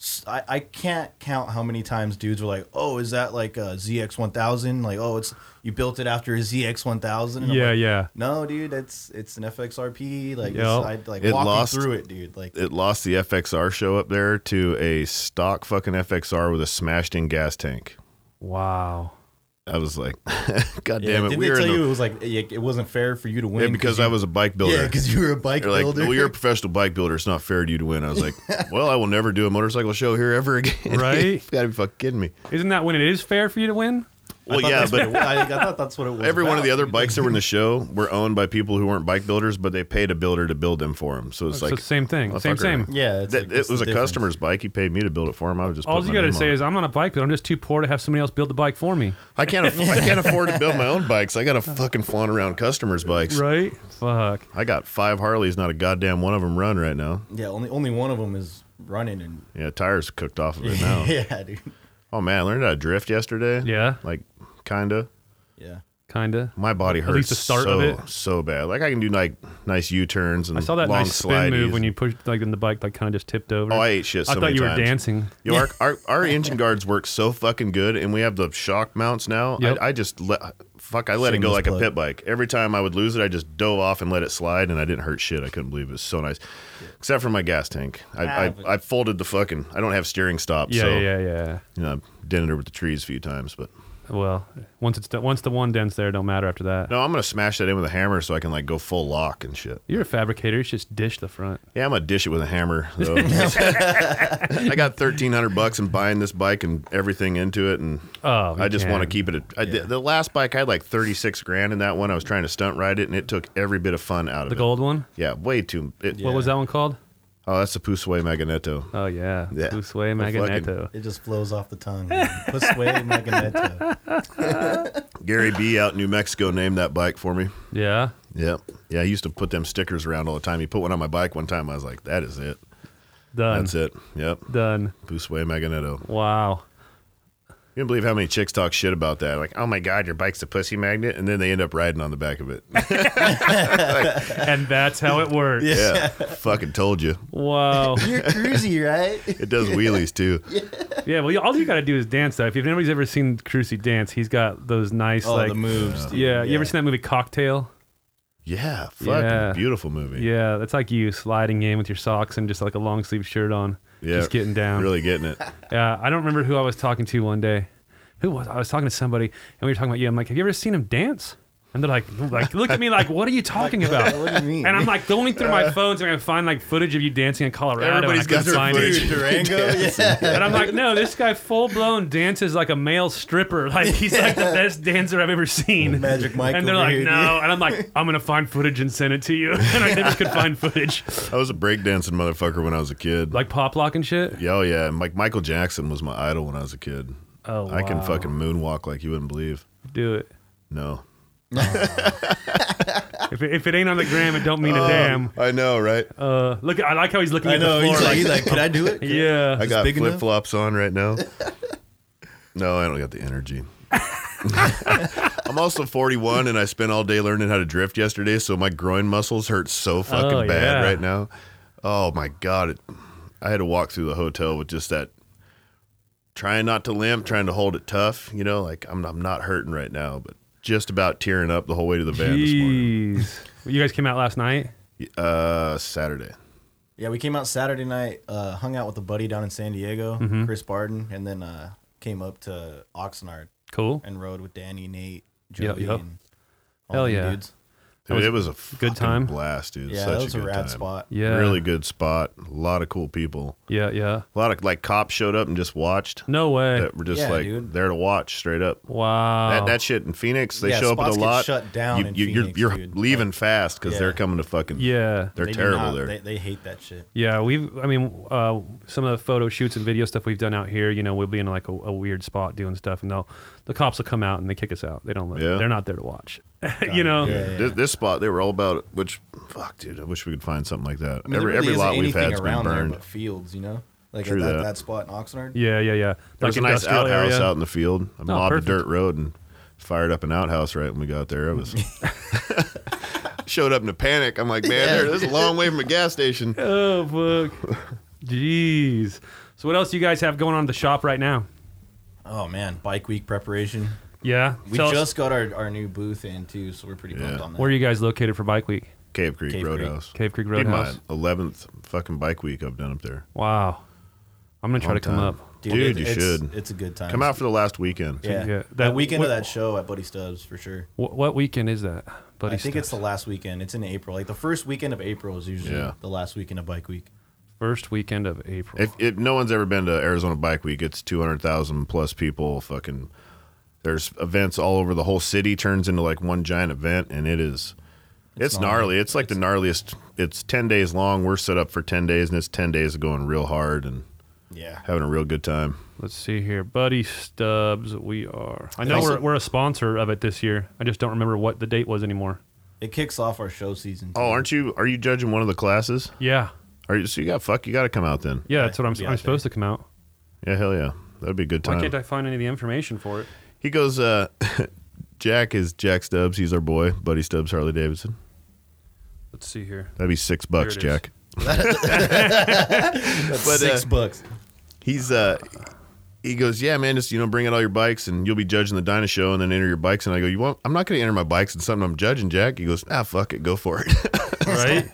Speaker 2: S- I, I can't count how many times dudes were like, "Oh, is that like a ZX1000? Like, oh, it's you built it after a ZX1000?" And I'm
Speaker 1: Yeah,
Speaker 2: like,
Speaker 1: yeah.
Speaker 2: No, dude, it's it's an FXRP. Like,
Speaker 1: Yep.
Speaker 2: it's- I'd like
Speaker 3: It
Speaker 2: walk
Speaker 3: lost-
Speaker 2: you through it, dude. Like,
Speaker 3: it lost the FXR show up there to a stock fucking FXR with a smashed in gas tank.
Speaker 1: Wow.
Speaker 3: I was like, <laughs> God
Speaker 2: yeah,
Speaker 3: damn it.
Speaker 2: didn't
Speaker 3: We
Speaker 2: they
Speaker 3: were
Speaker 2: tell
Speaker 3: in the,
Speaker 2: you it was like it, it wasn't fair for you to win?
Speaker 3: yeah, because
Speaker 2: you,
Speaker 3: I was a bike
Speaker 2: <laughs>
Speaker 3: builder.
Speaker 2: yeah, because you were a bike
Speaker 3: They're like,
Speaker 2: builder.
Speaker 3: well,
Speaker 2: <laughs>
Speaker 3: you're a professional bike builder. It's not fair to you to win. I was like, well, I will never do a motorcycle show here ever again. <laughs>
Speaker 1: Right?
Speaker 3: you gotta be fucking kidding me.
Speaker 1: Isn't that when it is fair for you to win?
Speaker 3: Well,
Speaker 2: I thought
Speaker 3: yeah,
Speaker 2: that's
Speaker 3: but
Speaker 2: what it- I, I thought that's what it was.
Speaker 3: every one of the
Speaker 2: about,
Speaker 3: other
Speaker 2: dude.
Speaker 3: bikes
Speaker 2: <laughs>
Speaker 3: that were in the show were owned by people who weren't bike builders, but they paid a builder to build them for them. So it's
Speaker 1: Oh, So
Speaker 3: like,
Speaker 1: it's the same thing. Same,
Speaker 3: motherfucker.
Speaker 1: same.
Speaker 2: Yeah, it's
Speaker 3: that,
Speaker 2: like,
Speaker 3: it
Speaker 2: what's
Speaker 3: was
Speaker 2: the
Speaker 3: a
Speaker 2: difference?
Speaker 3: customer's bike. He paid me to build it for him. I was just.
Speaker 1: All
Speaker 3: putting
Speaker 1: you
Speaker 3: my
Speaker 1: gotta
Speaker 3: name
Speaker 1: say
Speaker 3: on it.
Speaker 1: is, I'm on a bike, but I'm just too poor to have somebody else build the bike for
Speaker 3: <laughs>
Speaker 1: me. <laughs>
Speaker 3: I can't. Aff- I can't afford to build my own
Speaker 2: <laughs>
Speaker 3: bikes. I gotta fucking flaunt around customers' bikes.
Speaker 1: Right? Fuck.
Speaker 3: I got five Harleys. Not a goddamn one of them run right now.
Speaker 2: Yeah, only only one of them is running and.
Speaker 3: <laughs> Yeah, tires cooked off of it now.
Speaker 2: <laughs> yeah, dude.
Speaker 3: Oh man, I learned how to drift yesterday.
Speaker 1: Yeah.
Speaker 3: like kinda.
Speaker 2: Yeah.
Speaker 1: Kinda.
Speaker 3: My body hurts
Speaker 1: least the start of
Speaker 3: so,
Speaker 1: it.
Speaker 3: so bad. Like I can do like nice U turns and
Speaker 1: I saw that
Speaker 3: long
Speaker 1: nice spin
Speaker 3: slideys.
Speaker 1: move when you pushed like in the bike, like kind of just tipped over.
Speaker 3: Oh, I ate shit. So
Speaker 1: I thought
Speaker 3: many
Speaker 1: you were
Speaker 3: times.
Speaker 1: dancing.
Speaker 3: Yo,
Speaker 1: <laughs>
Speaker 3: our, our our engine guards work so fucking good, and we have the shock mounts now.
Speaker 1: Yep.
Speaker 3: I, I just let fuck. I let it go
Speaker 2: Shameless
Speaker 3: like
Speaker 2: plug.
Speaker 3: a pit bike. Every time I would lose it, I just dove off and let it slide, and I didn't hurt shit. I couldn't believe it. it was so nice, except for my gas tank. I
Speaker 2: Ah,
Speaker 3: I,
Speaker 2: but-
Speaker 3: I folded the fucking. I don't have steering stop,
Speaker 1: Yeah,
Speaker 3: so
Speaker 1: yeah, yeah.
Speaker 3: you know I dented her with the trees a few times, but.
Speaker 1: Well, once it's done, once the one dent's there, it don't matter after that.
Speaker 3: No, I'm gonna smash that in with a hammer so I can like go full lock and shit.
Speaker 1: You're a fabricator. It's just dish the front.
Speaker 3: Yeah, I'm gonna dish it with a hammer.
Speaker 1: <laughs>
Speaker 3: Though. I <laughs> got thirteen hundred bucks and buying this bike and everything into it, and
Speaker 1: Oh, you
Speaker 3: I just
Speaker 1: can.
Speaker 3: want to keep it. At, I, did- the, last bike I had like thirty six grand in that one. I was trying to stunt ride it, and it took every bit of fun out of
Speaker 1: The
Speaker 3: it.
Speaker 1: gold one.
Speaker 3: Yeah, way too. It,
Speaker 1: What was that one called?
Speaker 3: Oh, that's the Pusue Magneto.
Speaker 1: Oh yeah,
Speaker 3: Yeah.
Speaker 1: Busway
Speaker 3: The fucking-
Speaker 1: Magneto.
Speaker 2: It just flows off the
Speaker 1: <laughs>
Speaker 2: tongue. Pusway Magneto.
Speaker 3: Gary B out in New Mexico named that bike for me.
Speaker 1: Yeah,
Speaker 3: Yep. Yeah, he used to put them stickers around all the time. He put one on my bike one time. I was like, that is it.
Speaker 1: done.
Speaker 3: That's it. Yep.
Speaker 1: Done.
Speaker 3: Pusue Magneto.
Speaker 1: Wow.
Speaker 3: You don't believe how many chicks talk shit about that. Like, oh my god, your bike's a pussy magnet, and then they end up riding on the back of it.
Speaker 1: and that's how it works.
Speaker 3: yeah, fucking told you.
Speaker 1: Wow.
Speaker 2: You're cruisy, right?
Speaker 3: It does wheelies too.
Speaker 1: Yeah. Well, all you got to do is dance. Though, if you've- anybody's ever seen Crucy dance, he's got those nice
Speaker 2: Oh,
Speaker 1: like.
Speaker 2: the moves. dude.
Speaker 1: Yeah, You ever seen that movie Cocktail?
Speaker 3: Yeah, fucking
Speaker 1: Yeah.
Speaker 3: beautiful movie.
Speaker 1: Yeah, that's like you sliding in with your socks and just like a long sleeve shirt on.
Speaker 3: Yeah,
Speaker 1: Just getting down.
Speaker 3: Really getting it.
Speaker 1: Yeah, I don't remember who I was talking to one day. Who was I was talking to somebody and we were talking about you. I'm like, have you ever seen him dance? And they're like, like, look at me, like, what are you
Speaker 3: <laughs>
Speaker 1: talking about?
Speaker 2: what do you mean? <laughs>
Speaker 1: And I'm like going through my phones and I find like footage of you dancing in Colorado.
Speaker 3: Uh. Everybody's
Speaker 1: and I
Speaker 3: got
Speaker 1: couldn't
Speaker 3: their
Speaker 1: find it.
Speaker 3: footage.
Speaker 1: <laughs>
Speaker 2: Dude, Durango, yeah.
Speaker 1: And I'm like, no, this guy full blown dances like a male stripper. <laughs> Like he's like the best dancer I've ever seen.
Speaker 2: Magic Mike
Speaker 1: And they're
Speaker 2: over
Speaker 1: like,
Speaker 2: here,
Speaker 1: no. And I'm like, I'm gonna find footage and send it to you. <laughs> And I never could find footage,
Speaker 3: I was a breakdancing motherfucker when I was a kid.
Speaker 1: like pop lock and shit.
Speaker 3: Yeah, oh yeah. And, Like Michael Jackson was my idol when I was a kid.
Speaker 1: Oh,
Speaker 3: I can
Speaker 1: wow.
Speaker 3: fucking moonwalk like you wouldn't believe.
Speaker 1: Do it.
Speaker 3: No.
Speaker 1: If it, if it ain't on the gram, it don't mean
Speaker 3: Um,
Speaker 1: a damn.
Speaker 3: I know, right?
Speaker 1: Uh, look, I like how he's looking
Speaker 2: I
Speaker 1: at
Speaker 2: know.
Speaker 1: the
Speaker 2: He's
Speaker 1: floor.
Speaker 2: like,
Speaker 1: like,
Speaker 2: he's like, can I do
Speaker 1: <laughs>
Speaker 2: it?
Speaker 1: yeah.
Speaker 3: I got
Speaker 2: big enough?
Speaker 3: flip flops on
Speaker 2: <laughs>
Speaker 3: right now. no, I don't got the energy. <laughs> I'm also 41 and I spent all day learning how to drift yesterday, so my groin muscles hurt so fucking
Speaker 1: Oh,
Speaker 3: bad
Speaker 1: yeah.
Speaker 3: right now. Oh my god, it, I had to walk through the hotel with just that trying not to limp, trying to hold it tough, you know, like I'm I'm not hurting right now, but just about tearing up the whole way to the van this morning.
Speaker 1: Jeez. You guys came out last night.
Speaker 3: Uh Saturday.
Speaker 2: Yeah, we came out Saturday night, uh, hung out with a buddy down in San Diego,
Speaker 1: Mm-hmm.
Speaker 2: Chris Barton, and then uh, came up to Oxnard
Speaker 1: Cool.
Speaker 2: and rode with Danny, Nate,
Speaker 1: Yep,
Speaker 2: Joey,
Speaker 1: yep.
Speaker 2: and all
Speaker 1: Hell
Speaker 2: them
Speaker 1: yeah.
Speaker 2: dudes.
Speaker 3: Dude, it was a fucking
Speaker 1: time.
Speaker 3: blast, dude.
Speaker 2: Yeah,
Speaker 3: Such
Speaker 2: that was
Speaker 3: a
Speaker 2: a,
Speaker 3: good
Speaker 2: rad
Speaker 3: time.
Speaker 2: spot.
Speaker 1: Yeah.
Speaker 3: Really good spot. A lot of cool people.
Speaker 1: Yeah. Yeah.
Speaker 3: A lot of like cops showed up and just watched.
Speaker 1: No way.
Speaker 3: That were just
Speaker 2: Yeah,
Speaker 3: like
Speaker 2: dude.
Speaker 3: there to watch straight up.
Speaker 1: wow.
Speaker 3: That, that shit in Phoenix, they
Speaker 2: Yeah,
Speaker 3: show up at
Speaker 2: spots
Speaker 3: a
Speaker 2: get
Speaker 3: lot.
Speaker 2: shut down
Speaker 3: you,
Speaker 2: in
Speaker 3: you,
Speaker 2: Phoenix,
Speaker 3: you're you're
Speaker 2: dude.
Speaker 3: leaving fast because
Speaker 2: yeah.
Speaker 3: they're coming to fucking.
Speaker 1: yeah.
Speaker 3: they're
Speaker 2: They do
Speaker 3: terrible
Speaker 2: not-
Speaker 3: there.
Speaker 2: They, they hate that shit.
Speaker 1: Yeah, we've. I mean, uh, some of the photo shoots and video stuff we've done out here. You know, we'll be in like a, a weird spot doing stuff, and they'll the cops will come out and they kick us out. They don't. Let,
Speaker 3: Yeah.
Speaker 1: They're not there to watch. <laughs> you know.
Speaker 2: yeah.
Speaker 3: This, this spot, they were all about it. Which fuck, dude, I wish we could find something like that.
Speaker 2: I mean,
Speaker 3: every
Speaker 2: there really
Speaker 3: every
Speaker 2: isn't
Speaker 3: lot we've
Speaker 2: anything
Speaker 3: had's been
Speaker 2: around
Speaker 3: burned.
Speaker 2: There but fields, you know, like
Speaker 3: True
Speaker 2: at that,
Speaker 3: that.
Speaker 2: that. spot in Oxnard.
Speaker 1: Yeah, yeah, yeah.
Speaker 3: there was a nice
Speaker 1: industrial
Speaker 3: outhouse
Speaker 1: area.
Speaker 3: out in the field. I mobbed
Speaker 1: perfect.
Speaker 3: a dirt road and fired up an outhouse right when we got there. I was
Speaker 1: <laughs>
Speaker 3: <laughs> showed up in a panic. I'm like, man, there, this is a long way from a
Speaker 1: <laughs>
Speaker 3: gas station.
Speaker 1: Oh
Speaker 3: <laughs>
Speaker 1: fuck. Jeez. So what else do you guys have going on at the shop right now?
Speaker 2: Oh man, bike week preparation.
Speaker 1: Yeah.
Speaker 2: We
Speaker 1: Tell us-
Speaker 2: just got our, our new booth in too, so we're pretty pumped
Speaker 3: Yeah.
Speaker 2: on that.
Speaker 1: where are you guys located for Bike Week?
Speaker 3: Cave Creek
Speaker 2: Cave Creek.
Speaker 3: Roadhouse.
Speaker 1: Cave Creek
Speaker 3: Dude, my
Speaker 1: Roadhouse.
Speaker 3: 11th fucking bike week I've done up there.
Speaker 1: Wow. I'm gonna try
Speaker 3: Long
Speaker 1: to come
Speaker 3: time.
Speaker 1: up.
Speaker 2: it-
Speaker 3: Dude, you
Speaker 2: it's,
Speaker 3: should.
Speaker 2: It's a good time.
Speaker 3: Come out for the last weekend.
Speaker 2: Yeah,
Speaker 1: Yeah,
Speaker 2: that,
Speaker 1: that-
Speaker 2: weekend
Speaker 1: what-
Speaker 2: of that show at Buddy Stubbs for sure.
Speaker 1: What, what weekend is that? Buddy
Speaker 2: I think it's the last weekend. It's in April. Like the first weekend of April is usually
Speaker 3: Yeah.
Speaker 2: the last weekend of Bike Week.
Speaker 1: first weekend of April.
Speaker 3: If, if no one's ever been to Arizona Bike Week, it's 200,000 plus people. Fucking, there's events all over the whole city, turns into like one giant event, and it is. It's, gnarly. It's like the gnarliest. It's 10 days long. We're set up for 10 days, and it's 10 days of going real hard and
Speaker 2: Yeah,
Speaker 3: having a real good time.
Speaker 1: Let's see here, Buddy Stubbs. We are. I know
Speaker 2: also-
Speaker 1: we're, we're a sponsor of it this year. I just don't remember what the date was anymore.
Speaker 2: it kicks off our show season.
Speaker 3: Oh, aren't you? Are you judging one of the classes?
Speaker 1: Yeah,
Speaker 3: Are you? So you got fuck. You got to come out then.
Speaker 1: yeah, that's what I'm.
Speaker 2: Yeah,
Speaker 1: I'm
Speaker 2: I
Speaker 1: supposed to come out.
Speaker 3: Yeah, hell yeah. That'd be a good time.
Speaker 1: Why can't I find any of the information for it?
Speaker 3: He goes, uh, <laughs> Jack is Jack Stubbs. He's our boy, Buddy Stubbs, Harley Davidson.
Speaker 1: Let's see here.
Speaker 3: That'd be six bucks,
Speaker 1: it is.
Speaker 3: Jack.
Speaker 2: That's
Speaker 3: but,
Speaker 2: six
Speaker 3: uh,
Speaker 2: bucks.
Speaker 3: He's uh, he goes, yeah, man, just you know, bring out all your bikes, and you'll be judging the Dyna Show, and then enter your bikes. And I go, you want? I'm not going to enter my bikes and something I'm judging, Jack. He goes, ah, fuck it, go for it. <laughs>
Speaker 1: Right.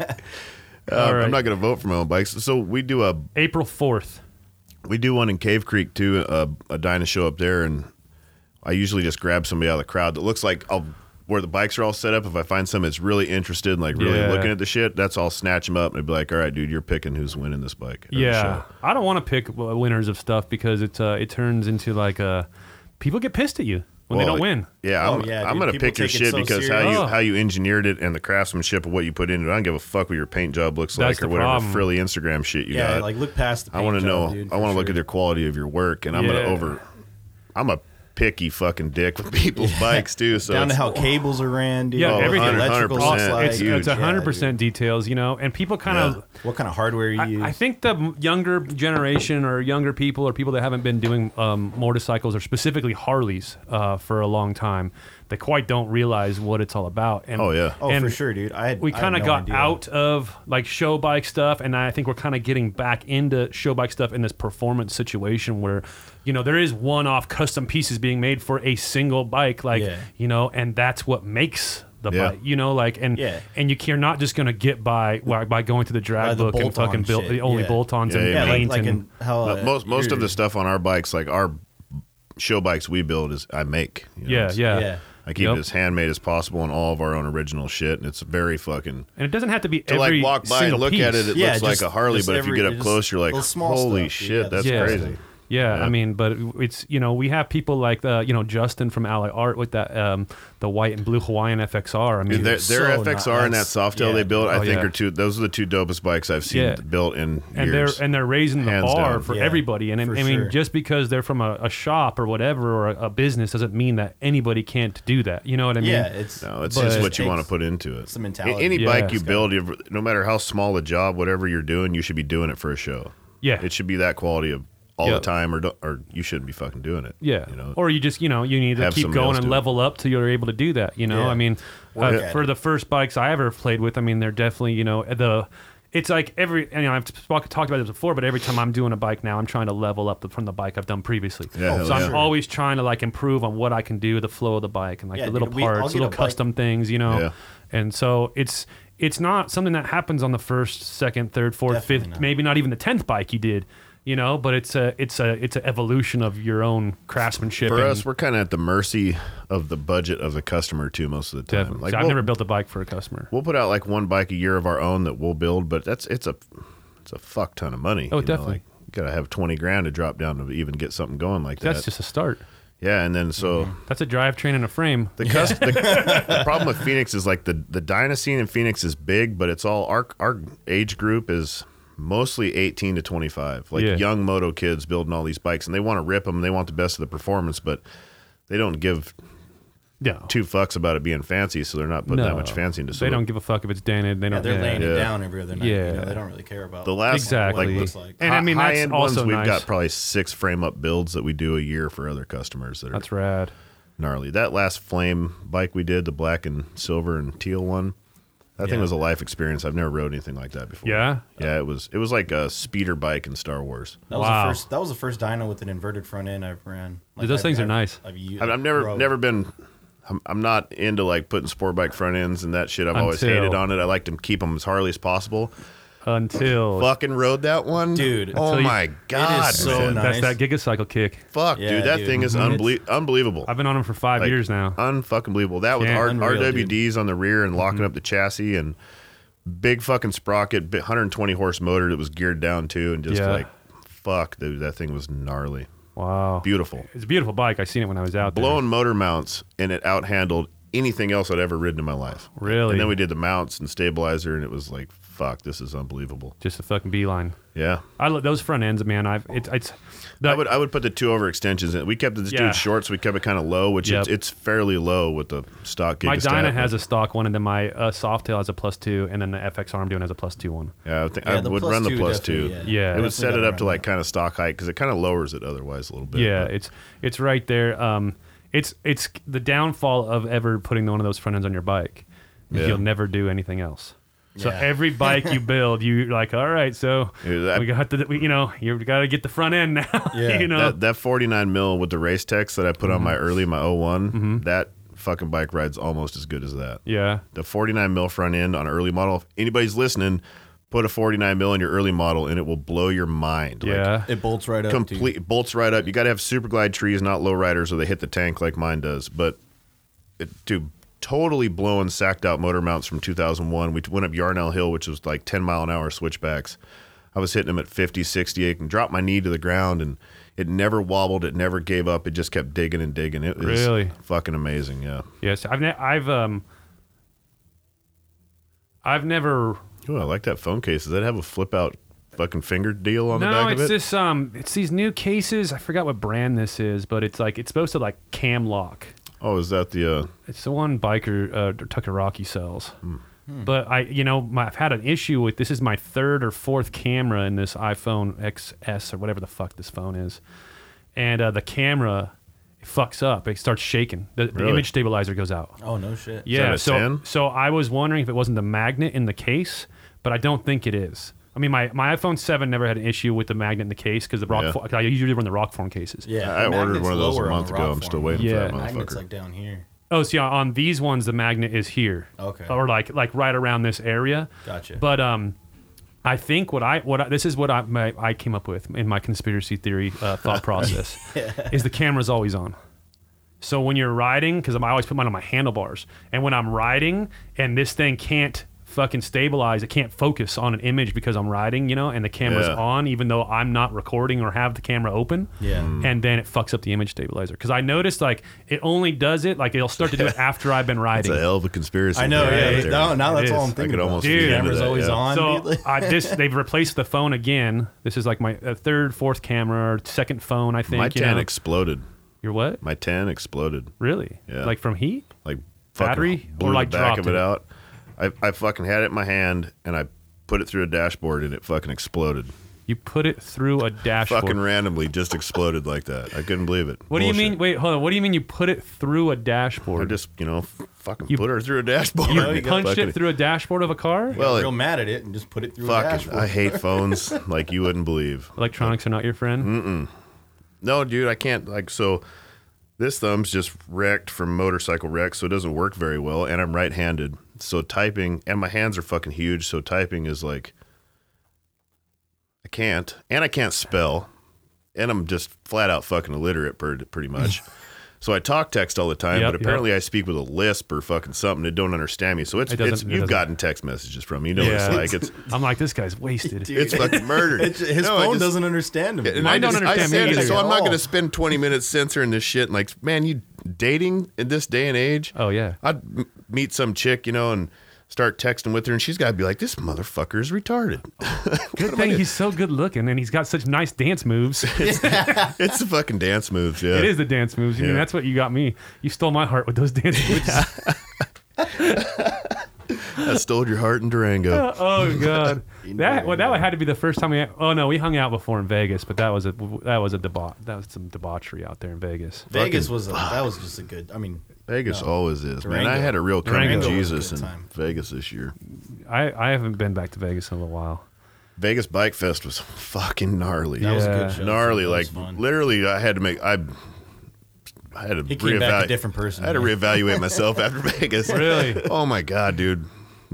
Speaker 3: Uh,
Speaker 1: All right.
Speaker 3: I'm not going to vote for my own bikes. So we do a
Speaker 1: <laughs> April fourth.
Speaker 3: we do one in Cave Creek too, a, a Dyna show up there, and I usually just grab somebody out of the crowd that looks like I'll, where the bikes are all set up. If I find somebody that's really interested, and like really
Speaker 1: Yeah.
Speaker 3: looking at the shit, that's I'll snatch them up and be like, "All right, dude, you're picking who's winning this bike." or the
Speaker 1: Yeah,
Speaker 3: show."
Speaker 1: I don't want to pick uh, winners of stuff because it's uh, it turns into like uh, people get pissed at you when they
Speaker 3: Well,
Speaker 1: don't win.
Speaker 3: Yeah,
Speaker 2: Oh,
Speaker 3: I'm,
Speaker 2: yeah,
Speaker 3: I'm
Speaker 2: dude,
Speaker 3: gonna
Speaker 2: people
Speaker 3: pick your
Speaker 2: take it
Speaker 3: shit
Speaker 2: so
Speaker 3: because how
Speaker 1: serious.
Speaker 3: you
Speaker 1: Oh.
Speaker 3: how you engineered it and the craftsmanship of what you put into it. I don't give a fuck what your paint job looks
Speaker 1: That's
Speaker 3: like or
Speaker 1: the
Speaker 3: whatever
Speaker 1: problem.
Speaker 3: frilly Instagram shit you
Speaker 2: Yeah,
Speaker 3: got.
Speaker 2: like look past the.
Speaker 3: I want to
Speaker 2: paint
Speaker 3: know.
Speaker 2: job, dude,
Speaker 3: I
Speaker 2: for
Speaker 3: want to look
Speaker 2: sure.
Speaker 3: at the quality of your work, and I'm
Speaker 1: Yeah.
Speaker 3: gonna over. I'm a picky fucking dick with <laughs> people's bikes too. So
Speaker 2: down to
Speaker 3: it's-
Speaker 2: how cables are ran, dude.
Speaker 1: Yeah,
Speaker 2: what
Speaker 1: everything.
Speaker 2: the
Speaker 3: 100%,
Speaker 2: Electrical
Speaker 3: it's-
Speaker 2: looks
Speaker 1: it's
Speaker 2: like.
Speaker 1: it's
Speaker 3: huge, yeah,
Speaker 1: hundred percent details, you know, and people kind of.
Speaker 3: Yeah.
Speaker 2: What kind of hardware you use?
Speaker 1: I, I think the younger generation or younger people or people that haven't been doing um, motorcycles or specifically Harleys uh, for a long time, they quite don't realize what it's all about. And,
Speaker 3: Oh, yeah.
Speaker 2: oh,
Speaker 1: and
Speaker 2: for sure, dude. I had,
Speaker 1: We
Speaker 2: I had
Speaker 1: kind of
Speaker 2: no
Speaker 1: got
Speaker 2: idea.
Speaker 1: out of like show bike stuff, and I think we're kind of getting back into show bike stuff in this performance situation where, you know, there is one-off custom pieces being made for a single bike, like
Speaker 2: Yeah.
Speaker 1: you know, and that's what makes. The
Speaker 3: Yeah.
Speaker 1: bike, you know, like and
Speaker 2: Yeah.
Speaker 1: and you, c- you're not just gonna get by by by going to the drag
Speaker 2: By the
Speaker 1: book and
Speaker 2: bolt-on
Speaker 1: fucking build
Speaker 2: shit,
Speaker 1: the only
Speaker 2: yeah.
Speaker 1: bolt-ons and
Speaker 3: Yeah,
Speaker 2: Yeah, like,
Speaker 1: paint
Speaker 2: like
Speaker 1: and
Speaker 2: in how
Speaker 3: But
Speaker 2: uh,
Speaker 3: most most of
Speaker 2: your-
Speaker 3: the stuff on our bikes, like our show bikes we build, is I make. you know,
Speaker 1: yeah,
Speaker 3: it's-
Speaker 1: yeah,
Speaker 2: Yeah.
Speaker 3: I I keep
Speaker 1: Yep.
Speaker 3: it as handmade as possible on all of our own original shit, and it's very fucking.
Speaker 1: And it doesn't have to be
Speaker 3: To
Speaker 1: every
Speaker 3: like walk by and
Speaker 1: single
Speaker 3: look
Speaker 1: piece.
Speaker 3: at it, it
Speaker 2: Yeah,
Speaker 3: looks
Speaker 2: just-
Speaker 3: like a Harley,
Speaker 2: just
Speaker 3: but if you
Speaker 2: every-
Speaker 3: get up
Speaker 2: just
Speaker 3: close, you're like,
Speaker 2: little small
Speaker 3: holy
Speaker 2: stuff,
Speaker 3: shit,
Speaker 2: yeah,
Speaker 3: that's
Speaker 1: yeah.
Speaker 3: crazy.
Speaker 1: Yeah,
Speaker 3: Yeah.
Speaker 1: I mean, but it's you know we have people like the you know Justin from Ally Art with that um the white and blue Hawaiian FXR. I mean,
Speaker 3: Dude, their, their
Speaker 2: so
Speaker 3: FXR
Speaker 2: not-
Speaker 3: and that
Speaker 2: that's-
Speaker 3: Softail
Speaker 2: yeah.
Speaker 3: they built, I
Speaker 1: Oh,
Speaker 3: think,
Speaker 1: yeah.
Speaker 3: are two. Those are the two dopest bikes I've seen
Speaker 1: Yeah.
Speaker 3: built in
Speaker 1: and
Speaker 3: years.
Speaker 1: they're and they're raising the
Speaker 3: Hands
Speaker 1: bar
Speaker 3: down.
Speaker 1: for
Speaker 2: Yeah,
Speaker 1: everybody. And I-
Speaker 2: for
Speaker 1: I mean,
Speaker 2: sure.
Speaker 1: just because they're from a, a shop or whatever or a, a business doesn't mean that anybody can't do that. You know what I mean?
Speaker 2: yeah, it's
Speaker 3: no, Oh, it's
Speaker 1: but-
Speaker 3: just what you want to
Speaker 2: takes-
Speaker 3: put into it.
Speaker 2: it's the mentality.
Speaker 3: Any
Speaker 1: Yeah.
Speaker 3: bike you
Speaker 1: It's
Speaker 3: build, you no matter how small the job, whatever you're doing, you should be doing it for a show.
Speaker 1: Yeah.
Speaker 3: it should be that quality of all
Speaker 1: Yeah.
Speaker 3: the time, or don't- or you shouldn't be fucking doing it.
Speaker 1: Yeah.
Speaker 3: you know.
Speaker 1: or you just, you know, you need to
Speaker 3: Have
Speaker 1: keep
Speaker 3: somebody else
Speaker 1: going and
Speaker 3: do it.
Speaker 1: level up till you're able to do that. You know,
Speaker 2: Yeah.
Speaker 1: I mean,
Speaker 2: Work
Speaker 1: uh,
Speaker 2: at
Speaker 1: for
Speaker 2: it.
Speaker 1: the first bikes I ever played with, I mean, they're definitely, you know, the. It's like every, and, you know, I've spoke, talked about this before, but every time I'm doing a bike now, I'm trying to level up the, from the bike I've done previously.
Speaker 3: Yeah, hell
Speaker 1: so I'm
Speaker 3: yeah.
Speaker 1: always trying to like improve on what I can do, the flow of the bike, and like
Speaker 2: Yeah,
Speaker 1: the little
Speaker 2: dude, we- I'll
Speaker 1: parts,
Speaker 2: get a
Speaker 1: little
Speaker 2: bike-
Speaker 1: custom things, you know.
Speaker 3: Yeah.
Speaker 1: And so it's it's not something that happens on the first, second, third, fourth,
Speaker 2: Definitely
Speaker 1: fifth,
Speaker 2: not.
Speaker 1: maybe not even the tenth bike you did, you know. But it's a it's a it's an evolution of your own craftsmanship.
Speaker 3: for
Speaker 1: and-
Speaker 3: us, we're kind of at the mercy of the budget of the customer too, most of the time.
Speaker 1: Definitely.
Speaker 3: Like
Speaker 1: So I've
Speaker 3: we'll,
Speaker 1: never built a bike for a customer.
Speaker 3: we'll put out like one bike a year of our own that we'll build, but that's it's a it's a fuck ton of money.
Speaker 1: Oh,
Speaker 3: you know,
Speaker 1: definitely.
Speaker 3: like, you gotta have twenty grand to drop down to even get something going like
Speaker 1: That's
Speaker 3: that.
Speaker 1: just Mm-hmm. a start.
Speaker 3: yeah, and then so.
Speaker 1: That's a drivetrain and a frame.
Speaker 3: The, cus- the, the
Speaker 1: <laughs>
Speaker 3: problem with Phoenix is like the the dyna scene in Phoenix is big, but it's all our our age group is mostly 18 to 25, like
Speaker 1: Yeah.
Speaker 3: young moto kids building all these bikes, and they want to rip them. They want the best of the performance, but they don't give
Speaker 1: No.
Speaker 3: two fucks about it being fancy, so they're not putting
Speaker 1: no.
Speaker 3: that much fancy into. So
Speaker 1: They don't give a fuck if it's dented. They
Speaker 2: yeah,
Speaker 1: don't.
Speaker 2: they're laying
Speaker 3: Yeah.
Speaker 2: it down every other night.
Speaker 1: Yeah.
Speaker 2: you know, they don't really care about
Speaker 3: the last
Speaker 1: Exactly.
Speaker 3: like,
Speaker 2: what it
Speaker 3: the
Speaker 2: looks like.
Speaker 1: And I mean,
Speaker 3: high
Speaker 1: that's
Speaker 3: end
Speaker 1: also
Speaker 3: ones we've
Speaker 1: nice.
Speaker 3: got probably six frame up builds that we do a year for other customers that are
Speaker 1: That's rad.
Speaker 3: gnarly. That last flame bike we did, the black and silver and teal one, that thing
Speaker 1: Yeah.
Speaker 3: was a life experience. I've never rode anything like that before.
Speaker 1: Yeah?
Speaker 3: yeah, it was. It was like a speeder bike in Star Wars.
Speaker 2: That was
Speaker 1: Wow.
Speaker 2: the first. That was the first dyno with an inverted front end I've ran. Like,
Speaker 1: Dude, those
Speaker 2: I've-
Speaker 1: things are
Speaker 2: I've-
Speaker 1: nice.
Speaker 2: I've, used,
Speaker 3: I've, I've never,
Speaker 2: rode.
Speaker 3: never been. I'm, I'm not into like putting sport bike front ends and that shit. I've always
Speaker 1: Until-
Speaker 3: hated on it. I like to keep them as Harley as possible.
Speaker 1: Until
Speaker 3: Fucking rode that one,
Speaker 2: Dude,
Speaker 3: Oh
Speaker 1: until you-
Speaker 3: my
Speaker 1: It
Speaker 3: god,
Speaker 2: so
Speaker 3: man.
Speaker 2: nice.
Speaker 1: that's that gigacycle kick.
Speaker 3: Fuck,
Speaker 2: Yeah,
Speaker 3: dude, that
Speaker 2: dude.
Speaker 3: thing is
Speaker 2: Mhm.
Speaker 3: unbelie- unbelievable.
Speaker 1: I've been on them for five years now.
Speaker 3: Unfucking believable. That with
Speaker 1: Yeah, Mm-hmm.
Speaker 3: R-
Speaker 2: unreal,
Speaker 3: RWDs on the rear and locking up the chassis and big fucking sprocket, bi- 120 horse motor that was geared down too, and just
Speaker 1: Yeah.
Speaker 3: like fuck, dude, that thing was gnarly,
Speaker 1: Wow.
Speaker 3: beautiful,
Speaker 1: It's a beautiful bike. I seen it when I was out there.
Speaker 3: blown motor mounts, and it outhandled anything else I'd ever ridden in my life.
Speaker 1: Really?
Speaker 3: And then we did the mounts and stabilizer, and it was like fuck, this is unbelievable.
Speaker 1: Just a fucking beeline.
Speaker 3: Yeah.
Speaker 1: I love those front ends, man. I've it's it's.
Speaker 3: I would I would put the two over extensions in. We kept this
Speaker 1: Yeah.
Speaker 3: dude short, so we kept it kind of low, which
Speaker 1: Yep.
Speaker 3: it's, it's fairly low with the stock.
Speaker 1: my
Speaker 3: Gigastat,
Speaker 1: Dyna
Speaker 3: but-
Speaker 1: has a stock one, and then my uh, Softail has a plus two, and then the FX arm doing has a plus two one.
Speaker 3: Yeah, I, think
Speaker 2: Yeah,
Speaker 3: I
Speaker 2: the
Speaker 3: would
Speaker 2: plus
Speaker 3: run the
Speaker 2: two
Speaker 3: plus two.
Speaker 2: definitely,
Speaker 1: Yeah.
Speaker 3: it would set it
Speaker 2: Definitely
Speaker 3: up to
Speaker 2: gotta
Speaker 3: like kind of stock height because it kind of lowers it otherwise a little bit.
Speaker 1: Yeah,
Speaker 3: but- uh,
Speaker 1: it's it's right there. Um, it's it's the downfall of ever putting one of those front ends on your bike. is
Speaker 3: Yeah.
Speaker 1: You'll never do anything else. So
Speaker 2: Yeah. <laughs>
Speaker 1: every bike you build, you're like, all right, so
Speaker 3: Dude, that-
Speaker 1: we got to, we, you know, you've got to get the front end now. <laughs>
Speaker 2: Yeah.
Speaker 1: you know, Mm-hmm.
Speaker 3: that that 49 mil with the race text that I put on my early my oh one that fucking bike rides almost as good as that.
Speaker 1: yeah,
Speaker 3: The 49 mil front end on an early model. If anybody's listening, put a 49 mil in your early model and it will blow your mind. Like,
Speaker 1: yeah.
Speaker 2: It bolts right up. dude.
Speaker 3: complete bolts right up. You got to have super glide trees, not low riders, or they hit the tank like mine does. But it, dude, totally blowing sacked out motor mounts from 2001. We went up Yarnell Hill, which was like 10 mile an hour switchbacks. I was hitting them at 50, 60, and dropped my knee to the ground, and it never wobbled. It never gave up. It just kept digging and digging. It was
Speaker 1: Really?
Speaker 3: fucking amazing. Yeah.
Speaker 1: yes. I've ne- I've um, I've never.
Speaker 3: Ooh, I like that phone case. Does that have a flip out fucking finger deal on the
Speaker 1: No,
Speaker 3: back
Speaker 1: it's
Speaker 3: of it?
Speaker 1: this um, it's these new cases. I forgot what brand this is, but it's like it's supposed to like cam lock.
Speaker 3: oh, is that the. Uh,
Speaker 1: It's the one biker uh, Tucker Rocky sells.
Speaker 3: Hmm.
Speaker 1: But I, you know, my, I've had an issue with this. Is my third or fourth camera in this iPhone XS or whatever the fuck this phone is, and uh, the camera fucks up. It starts shaking. The, the
Speaker 3: Really?
Speaker 1: image stabilizer goes out.
Speaker 2: Oh no shit.
Speaker 1: Yeah.
Speaker 3: that a
Speaker 1: So
Speaker 3: 10?
Speaker 1: so I was wondering if it wasn't the magnet in the case, but I don't think it is. I mean, my, my iPhone seven never had an issue with the magnet in the case because the rock.
Speaker 3: Yeah.
Speaker 1: fo- I usually run the rock form cases.
Speaker 2: Yeah.
Speaker 3: I
Speaker 2: the
Speaker 3: ordered
Speaker 2: magnet's
Speaker 3: one of those a
Speaker 2: lower on
Speaker 3: month
Speaker 2: the
Speaker 3: ago.
Speaker 2: rock
Speaker 3: I'm still
Speaker 2: form.
Speaker 3: waiting
Speaker 1: Yeah.
Speaker 3: for that motherfucker.
Speaker 2: Magnet's like down here.
Speaker 1: Oh, see, on- on these ones, the magnet is here.
Speaker 2: Okay.
Speaker 1: Or like like right around this area.
Speaker 2: Gotcha.
Speaker 1: But um, I think what I what I, this is what I my, I
Speaker 3: <laughs>
Speaker 1: came up with in my conspiracy theory uh, thought process is the camera's always on. So when you're riding, because I always put mine on my handlebars, and when I'm riding and this thing can't fucking stabilize, it can't focus on an image because I'm riding, you know, and the camera's
Speaker 3: Yeah.
Speaker 1: on, even though I'm not recording or have the camera open.
Speaker 2: Yeah. Mm.
Speaker 1: And then it fucks up the image stabilizer. Because I noticed like it only does it, like it'll start to
Speaker 3: <laughs>
Speaker 1: do it after I've been
Speaker 3: It's
Speaker 1: riding.
Speaker 3: a hell of a conspiracy.
Speaker 2: I know.
Speaker 3: theory
Speaker 2: Yeah.
Speaker 3: out
Speaker 2: yeah.
Speaker 3: there.
Speaker 2: Now, now
Speaker 1: It
Speaker 2: that's all
Speaker 1: is.
Speaker 2: I'm
Speaker 1: I
Speaker 2: thinking
Speaker 3: could
Speaker 2: about.
Speaker 3: almost
Speaker 1: get into
Speaker 2: camera's
Speaker 3: that,
Speaker 2: always
Speaker 3: yeah.
Speaker 2: on.
Speaker 1: So
Speaker 2: dude. <laughs>
Speaker 1: I just they've replaced the phone again. This is like my uh, third, fourth camera, or second phone. I think
Speaker 3: My
Speaker 1: you
Speaker 3: ten
Speaker 1: know.
Speaker 3: exploded.
Speaker 1: Your what?
Speaker 3: My ten exploded.
Speaker 1: Really?
Speaker 3: Yeah.
Speaker 1: Like from heat?
Speaker 3: Like fucking
Speaker 1: Battery?
Speaker 3: blew
Speaker 1: Or, like,
Speaker 3: the back
Speaker 1: dropped
Speaker 3: of it,
Speaker 1: it?
Speaker 3: out. I, I fucking had it in my hand and I put it through a dashboard and it fucking exploded.
Speaker 1: You put it through a dashboard.
Speaker 3: Fucking randomly just exploded like that. I couldn't believe it.
Speaker 1: what do you
Speaker 3: Bullshit.
Speaker 1: mean? Wait, hold on. What do you mean you put it through a
Speaker 3: I
Speaker 1: dashboard?
Speaker 3: just you know f- fucking
Speaker 1: You-
Speaker 3: put her through a dashboard. <laughs>
Speaker 1: you
Speaker 2: you got
Speaker 1: punched
Speaker 3: Fucking-
Speaker 1: it through a dashboard of a car?
Speaker 3: Well,
Speaker 2: real
Speaker 3: it,
Speaker 2: mad at it and just put it through a
Speaker 3: fucking,
Speaker 2: dashboard.
Speaker 3: I hate phones like you wouldn't believe.
Speaker 1: Electronics are not your friend.
Speaker 3: No, dude, I can't. Like, so this thumb's just wrecked from motorcycle wreck, so it doesn't work very well. And I'm right handed. So typing, and my hands are fucking huge. So typing is like, I can't. And I can't spell. And I'm just flat out fucking illiterate, per-
Speaker 1: <laughs>
Speaker 3: pretty much. so I talk text all the time,
Speaker 1: Yep, yep.
Speaker 3: but apparently I speak with a lisp or fucking something. It don't understand me. So it's,
Speaker 1: It doesn't-
Speaker 3: it's
Speaker 1: it
Speaker 3: you've
Speaker 1: doesn't.
Speaker 3: gotten text messages from me. You know what
Speaker 1: Yeah.
Speaker 3: it's
Speaker 1: <laughs>
Speaker 3: like. It's,
Speaker 1: I'm like, this guy's wasted.
Speaker 2: Dude,
Speaker 3: it's fucking murdered.
Speaker 2: It's- his
Speaker 3: No, I
Speaker 2: phone
Speaker 3: just-
Speaker 2: doesn't understand him.
Speaker 3: and
Speaker 1: Mine
Speaker 3: I
Speaker 1: don't
Speaker 3: just,
Speaker 1: understand
Speaker 3: I
Speaker 1: me
Speaker 3: said it,
Speaker 1: either.
Speaker 3: so I'm
Speaker 2: At
Speaker 3: not
Speaker 2: all.
Speaker 3: going to spend 20 minutes censoring this shit. And like, man, you dating in this day and age?
Speaker 1: Oh, yeah.
Speaker 3: I'd m- meet some chick, you know, and start texting with her, and she's got to be like, this motherfucker is retarded. <laughs>
Speaker 1: Good thing he's so good looking and he's got such nice dance
Speaker 3: <laughs>
Speaker 1: moves. it
Speaker 3: it's the fucking dance moves. Yeah,
Speaker 1: is the dance moves. I mean,
Speaker 3: Yeah.
Speaker 1: that's what you got me. You stole my heart with those
Speaker 3: <laughs>
Speaker 1: dance moves.
Speaker 3: I stole your heart in Durango.
Speaker 1: <laughs> oh
Speaker 3: <laughs>
Speaker 1: god,
Speaker 2: You
Speaker 1: that
Speaker 2: know,
Speaker 1: well,
Speaker 2: yeah.
Speaker 1: that had to be the first time we. oh no, we hung out before in Vegas, but that was a that was a debauch. That was some debauchery out there in Vegas.
Speaker 2: Vegas was a, that was just a good. I mean,
Speaker 3: Vegas
Speaker 2: no.
Speaker 3: always is, man. I
Speaker 2: Durango.
Speaker 3: had a real coming
Speaker 1: Durango
Speaker 3: to
Speaker 1: was a
Speaker 3: Jesus
Speaker 2: good
Speaker 3: in
Speaker 2: time.
Speaker 3: Vegas this year.
Speaker 1: I I haven't been back to Vegas in a little while.
Speaker 3: Vegas Bike Fest was fucking gnarly.
Speaker 2: that was a
Speaker 1: Yeah.
Speaker 2: good show.
Speaker 3: gnarly.
Speaker 2: That
Speaker 3: Like
Speaker 2: was fun.
Speaker 3: literally, I had to make I. I had to
Speaker 2: He came back a
Speaker 3: reevaluate-
Speaker 2: different person,
Speaker 3: I had to
Speaker 2: yeah.
Speaker 3: reevaluate myself after <laughs> Vegas.
Speaker 1: Really?
Speaker 3: Oh my god, dude!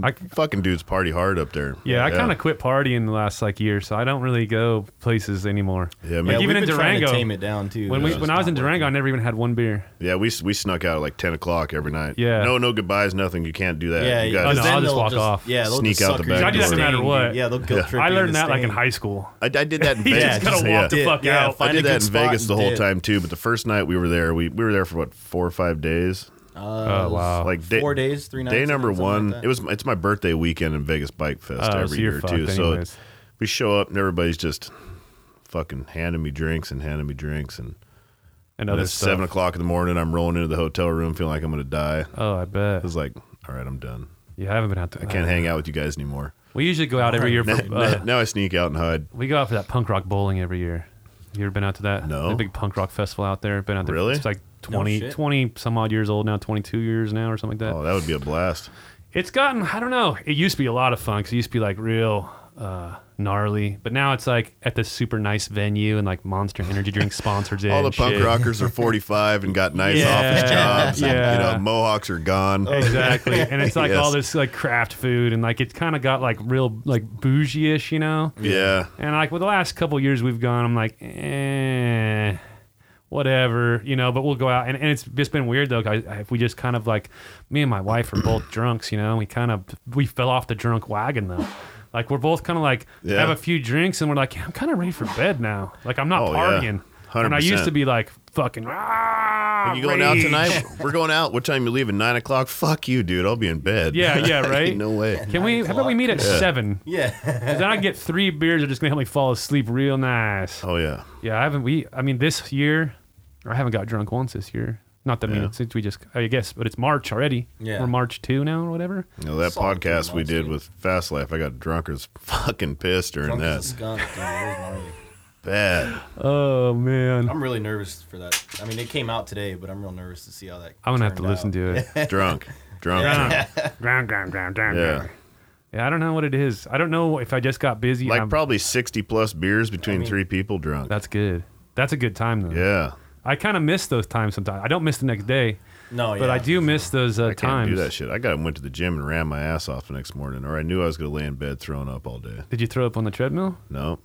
Speaker 1: I-
Speaker 3: Fucking dudes party hard up there.
Speaker 1: Yeah, I kind of quit partying the last like year, so I don't really go places anymore.
Speaker 3: Yeah,
Speaker 1: like
Speaker 3: man.
Speaker 2: yeah,
Speaker 1: even
Speaker 2: we've
Speaker 1: in
Speaker 2: been trying
Speaker 1: Durango,
Speaker 2: to tame it down too.
Speaker 1: when
Speaker 2: It
Speaker 1: we
Speaker 2: just
Speaker 1: when I was in
Speaker 2: not
Speaker 1: Durango, I
Speaker 2: working.
Speaker 1: never even had one beer.
Speaker 3: Yeah, we we snuck out at like ten o'clock every night.
Speaker 1: Yeah.
Speaker 3: No, no goodbyes, nothing. You can't do that.
Speaker 2: yeah,
Speaker 3: You
Speaker 1: Oh,
Speaker 2: yeah.
Speaker 3: gotta-
Speaker 1: no, I'll
Speaker 2: then
Speaker 1: just
Speaker 2: they'll
Speaker 1: walk off.
Speaker 2: Yeah, they'll
Speaker 3: Sneak
Speaker 2: just
Speaker 3: out
Speaker 2: suck
Speaker 3: the
Speaker 2: her
Speaker 3: back
Speaker 2: into
Speaker 3: door. I do that no
Speaker 1: matter
Speaker 2: stain,
Speaker 1: what.
Speaker 2: dude. Yeah, they'll guilt trip.
Speaker 1: I
Speaker 2: you
Speaker 1: learned
Speaker 2: into
Speaker 1: that like in
Speaker 2: staying.
Speaker 1: high school.
Speaker 3: <laughs> I, I did that
Speaker 1: <laughs>
Speaker 3: in
Speaker 1: You
Speaker 3: Vegas.
Speaker 1: just gotta walk the
Speaker 2: Yeah.
Speaker 1: fuck
Speaker 2: Yeah,
Speaker 1: out.
Speaker 3: I
Speaker 2: Find a
Speaker 3: did that
Speaker 2: good
Speaker 3: in Vegas
Speaker 2: spot
Speaker 3: the
Speaker 2: and
Speaker 3: whole
Speaker 2: dip.
Speaker 3: time too. But the first night we were there, we, we were there for what four or five days.
Speaker 1: Oh wow,
Speaker 3: like day,
Speaker 2: Four days, three nights,
Speaker 3: Day
Speaker 2: I
Speaker 3: number
Speaker 2: think, something like
Speaker 3: one.
Speaker 2: that.
Speaker 3: it was it's my birthday weekend in Vegas Bike Fest
Speaker 1: Oh,
Speaker 3: every
Speaker 1: so you're
Speaker 3: year
Speaker 1: fucked
Speaker 3: too. So
Speaker 1: anyways.
Speaker 3: we show up and everybody's just fucking handing me drinks and handing me drinks and
Speaker 1: and
Speaker 3: and
Speaker 1: other
Speaker 3: it's
Speaker 1: stuff.
Speaker 3: seven o'clock in the morning. I'm rolling into the hotel room feeling like I'm gonna die. I
Speaker 1: Oh, I bet.
Speaker 3: was like, all right, I'm done.
Speaker 1: Yeah, I haven't been out there.
Speaker 3: I can't hang out with you guys anymore.
Speaker 1: We usually go out every year for.
Speaker 3: now,
Speaker 1: Uh,
Speaker 3: now I sneak out and hide.
Speaker 1: we go out for that punk rock bowling every year. You ever been out to that?
Speaker 3: No.
Speaker 1: The big punk rock festival out there. Been out there.
Speaker 3: Really?
Speaker 1: It's like 20,
Speaker 2: shit.
Speaker 1: 20 some odd years old now. Twenty two years now or something like that.
Speaker 3: Oh, that would be a blast.
Speaker 1: it's gotten i don't know it used to be a lot of fun 'cause it used to be like real uh, gnarly but now it's like at this super nice venue and like monster energy
Speaker 3: <laughs>
Speaker 1: drink sponsors it
Speaker 3: All the
Speaker 1: and
Speaker 3: punk
Speaker 1: shit.
Speaker 3: rockers are 45 and got nice
Speaker 1: Yeah.
Speaker 3: office jobs. And,
Speaker 1: Yeah.
Speaker 3: you know, mohawks are gone.
Speaker 1: exactly and it's like
Speaker 3: <laughs> Yes.
Speaker 1: all this like craft food and like it's kind of got like real like bougie-ish you know
Speaker 3: Yeah.
Speaker 1: and like with the last couple years we've gone i'm like eh whatever you know but we'll go out and, and it's just been weird though 'cause I- if we just kind of like me and my wife are both drunks you know we kind of we fell off the drunk wagon though like we're both kind of like
Speaker 3: Yeah.
Speaker 1: have a few drinks and we're like i'm kind of ready for bed now like i'm not
Speaker 3: Oh, yeah.
Speaker 1: partying and i used
Speaker 3: 100%.
Speaker 1: to be like fucking ah,
Speaker 3: you going out
Speaker 1: rage."
Speaker 3: tonight? We're going out. What time you leaving? Nine o'clock? Fuck you, dude. I'll be in bed.
Speaker 1: Yeah,
Speaker 3: <laughs>
Speaker 1: yeah,
Speaker 3: Ain't
Speaker 1: right?
Speaker 3: no way.
Speaker 1: can we how about we meet at seven
Speaker 2: Yeah,
Speaker 1: 'Cause then i get three beers that are just gonna help me fall asleep real nice
Speaker 3: Oh yeah.
Speaker 1: Yeah, I haven't. We, I mean, this year, I haven't got drunk once this year. Not that I mean,
Speaker 3: Yeah.
Speaker 1: it's- since we just, I guess, but it's March already.
Speaker 2: Yeah.
Speaker 1: We're March 2 now or whatever.
Speaker 3: You know, that
Speaker 2: Solid three
Speaker 3: podcast we
Speaker 2: months,
Speaker 3: did
Speaker 2: dude.
Speaker 3: with Fast Life, I got drunk as fucking pissed during
Speaker 2: Drunk
Speaker 3: that.
Speaker 2: as a skunk, dude. It was gnarly.
Speaker 3: Bad.
Speaker 1: Oh, man. I'm,
Speaker 2: I'm really nervous for that. I mean, it came out today, but I'm real nervous to see how that.
Speaker 1: going to have to listen to it. <laughs>
Speaker 3: Drunk. Drunk.
Speaker 1: Ground, ground, ground, ground, ground.
Speaker 3: Yeah.
Speaker 1: Yeah, I don't know what it is. I don't know if I just got busy.
Speaker 3: Like
Speaker 1: I'm-
Speaker 3: probably 60 plus beers between three people drunk.
Speaker 1: That's good. That's a good time, though.
Speaker 3: yeah.
Speaker 1: I kind of miss those times sometimes. I don't miss the next day,
Speaker 2: No, yeah.
Speaker 1: but I do miss those uh,
Speaker 3: I can't
Speaker 1: times.
Speaker 3: do that shit. I got went to the gym and ran my ass off the next morning, or I knew I was gonna lay in bed throwing up all day.
Speaker 1: Did you throw up on the treadmill?
Speaker 3: No,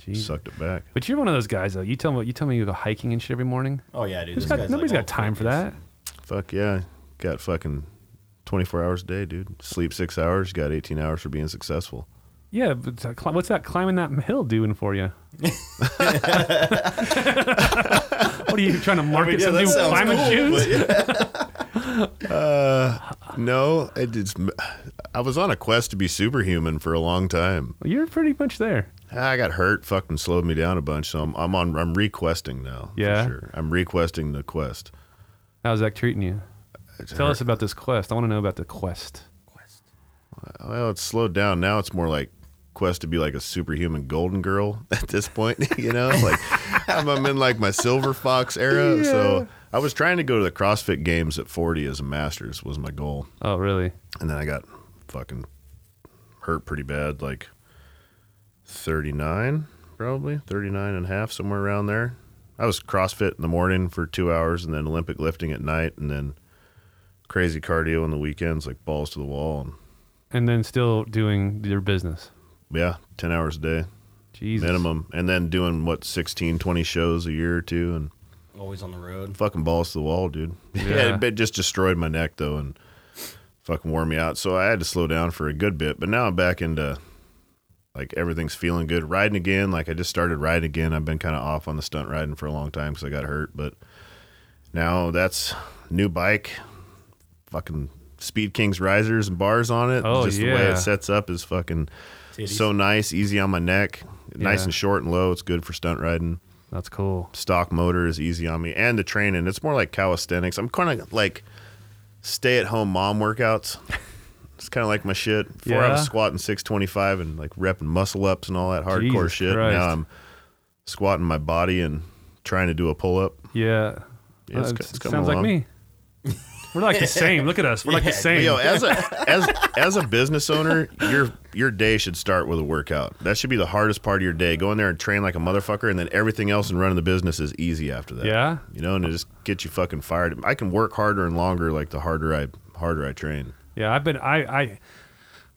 Speaker 1: Jeez.
Speaker 3: Sucked it back.
Speaker 1: But you're one of those guys though. You tell me you tell me you go hiking and shit every morning.
Speaker 2: Oh yeah, dude.
Speaker 1: Who's
Speaker 2: This
Speaker 1: got,
Speaker 2: guy's
Speaker 1: nobody's
Speaker 2: like,
Speaker 1: got time for that.
Speaker 3: Fuck yeah. Got fucking 24 hours a day, dude. Sleep six hours. Got 18 hours for being successful.
Speaker 1: Yeah, but it's like, cli- what's that climbing that hill doing for
Speaker 3: <laughs>
Speaker 1: you? what are you trying to market
Speaker 2: yeah,
Speaker 1: some
Speaker 2: that
Speaker 1: new
Speaker 2: sounds
Speaker 1: climbing
Speaker 2: cool,
Speaker 1: shoes?
Speaker 2: but yeah.
Speaker 3: No, I did. I was on a quest to be superhuman for a long time.
Speaker 1: Well, You're pretty much there.
Speaker 3: I got hurt, fucking slowed me down a bunch. So I'm, I'm on. I'm requesting now. for
Speaker 1: Yeah?
Speaker 3: sure. I'm requesting the quest.
Speaker 1: How's that treating you?
Speaker 3: It's
Speaker 1: Tell
Speaker 3: hurt.
Speaker 1: us about this quest. I want to know about the quest.
Speaker 3: Well, it's slowed down now. It's more like quest to be like a superhuman golden girl <laughs> at this point. you know, like I'm, I'm in like my silver fox era. So I was trying to go to the CrossFit Games at 40 as a masters was my goal,
Speaker 1: Oh, really?
Speaker 3: and then I got fucking hurt pretty bad, like 39 probably 39 and a half somewhere around there. I was CrossFit in the morning for two hours, and then Olympic lifting at night, and then crazy cardio on the weekends, like balls to the wall, and
Speaker 1: And then still doing your business.
Speaker 3: yeah, 10 hours a day.
Speaker 1: Jesus.
Speaker 3: minimum and then doing what 16 20 shows a year or two and
Speaker 2: Always on the road.
Speaker 3: fucking balls to the wall dude <laughs> yeah,
Speaker 1: Yeah.
Speaker 3: it, it just destroyed my neck though and fucking wore me out so i had to slow down for a good bit but now i'm back into like everything's feeling good riding again like i just started riding again i've been kind of off on the stunt riding for a long time because i got hurt but now that's new bike fucking speed kings risers and bars on it
Speaker 1: Oh,
Speaker 3: just the way
Speaker 1: yeah.
Speaker 3: it sets up is fucking
Speaker 2: Titties.
Speaker 3: so nice, easy on my neck, nice
Speaker 1: Yeah.
Speaker 3: and short and low. It's good for stunt riding.
Speaker 1: That's cool.
Speaker 3: Stock motor is easy on me, and the training. It's more like calisthenics. I'm kind of like stay-at-home mom workouts. <laughs> It's kind of like my shit. Before I
Speaker 1: Yeah.
Speaker 3: was squatting 625 and like repping muscle ups and all that hardcore
Speaker 1: Jesus
Speaker 3: shit.
Speaker 1: Christ.
Speaker 3: Now I'm squatting my body and trying to do a pull-up.
Speaker 1: Yeah.
Speaker 3: Yeah, it's
Speaker 1: Uh,
Speaker 3: co- it's coming
Speaker 1: sounds like
Speaker 3: along.
Speaker 1: me. We're like the same. Look at us. We're like
Speaker 3: <laughs>
Speaker 1: the
Speaker 2: Yeah,
Speaker 1: same.
Speaker 3: Yo, as a
Speaker 1: <laughs>
Speaker 3: as as a business owner, your your day should start with a workout. That should be the hardest part of your day. Go in there and train like a motherfucker, and then everything else in running the business is easy after that.
Speaker 1: Yeah?
Speaker 3: you know, and it just gets you fucking fired. I can work harder and longer, like the harder I harder I train.
Speaker 1: yeah, I've been I I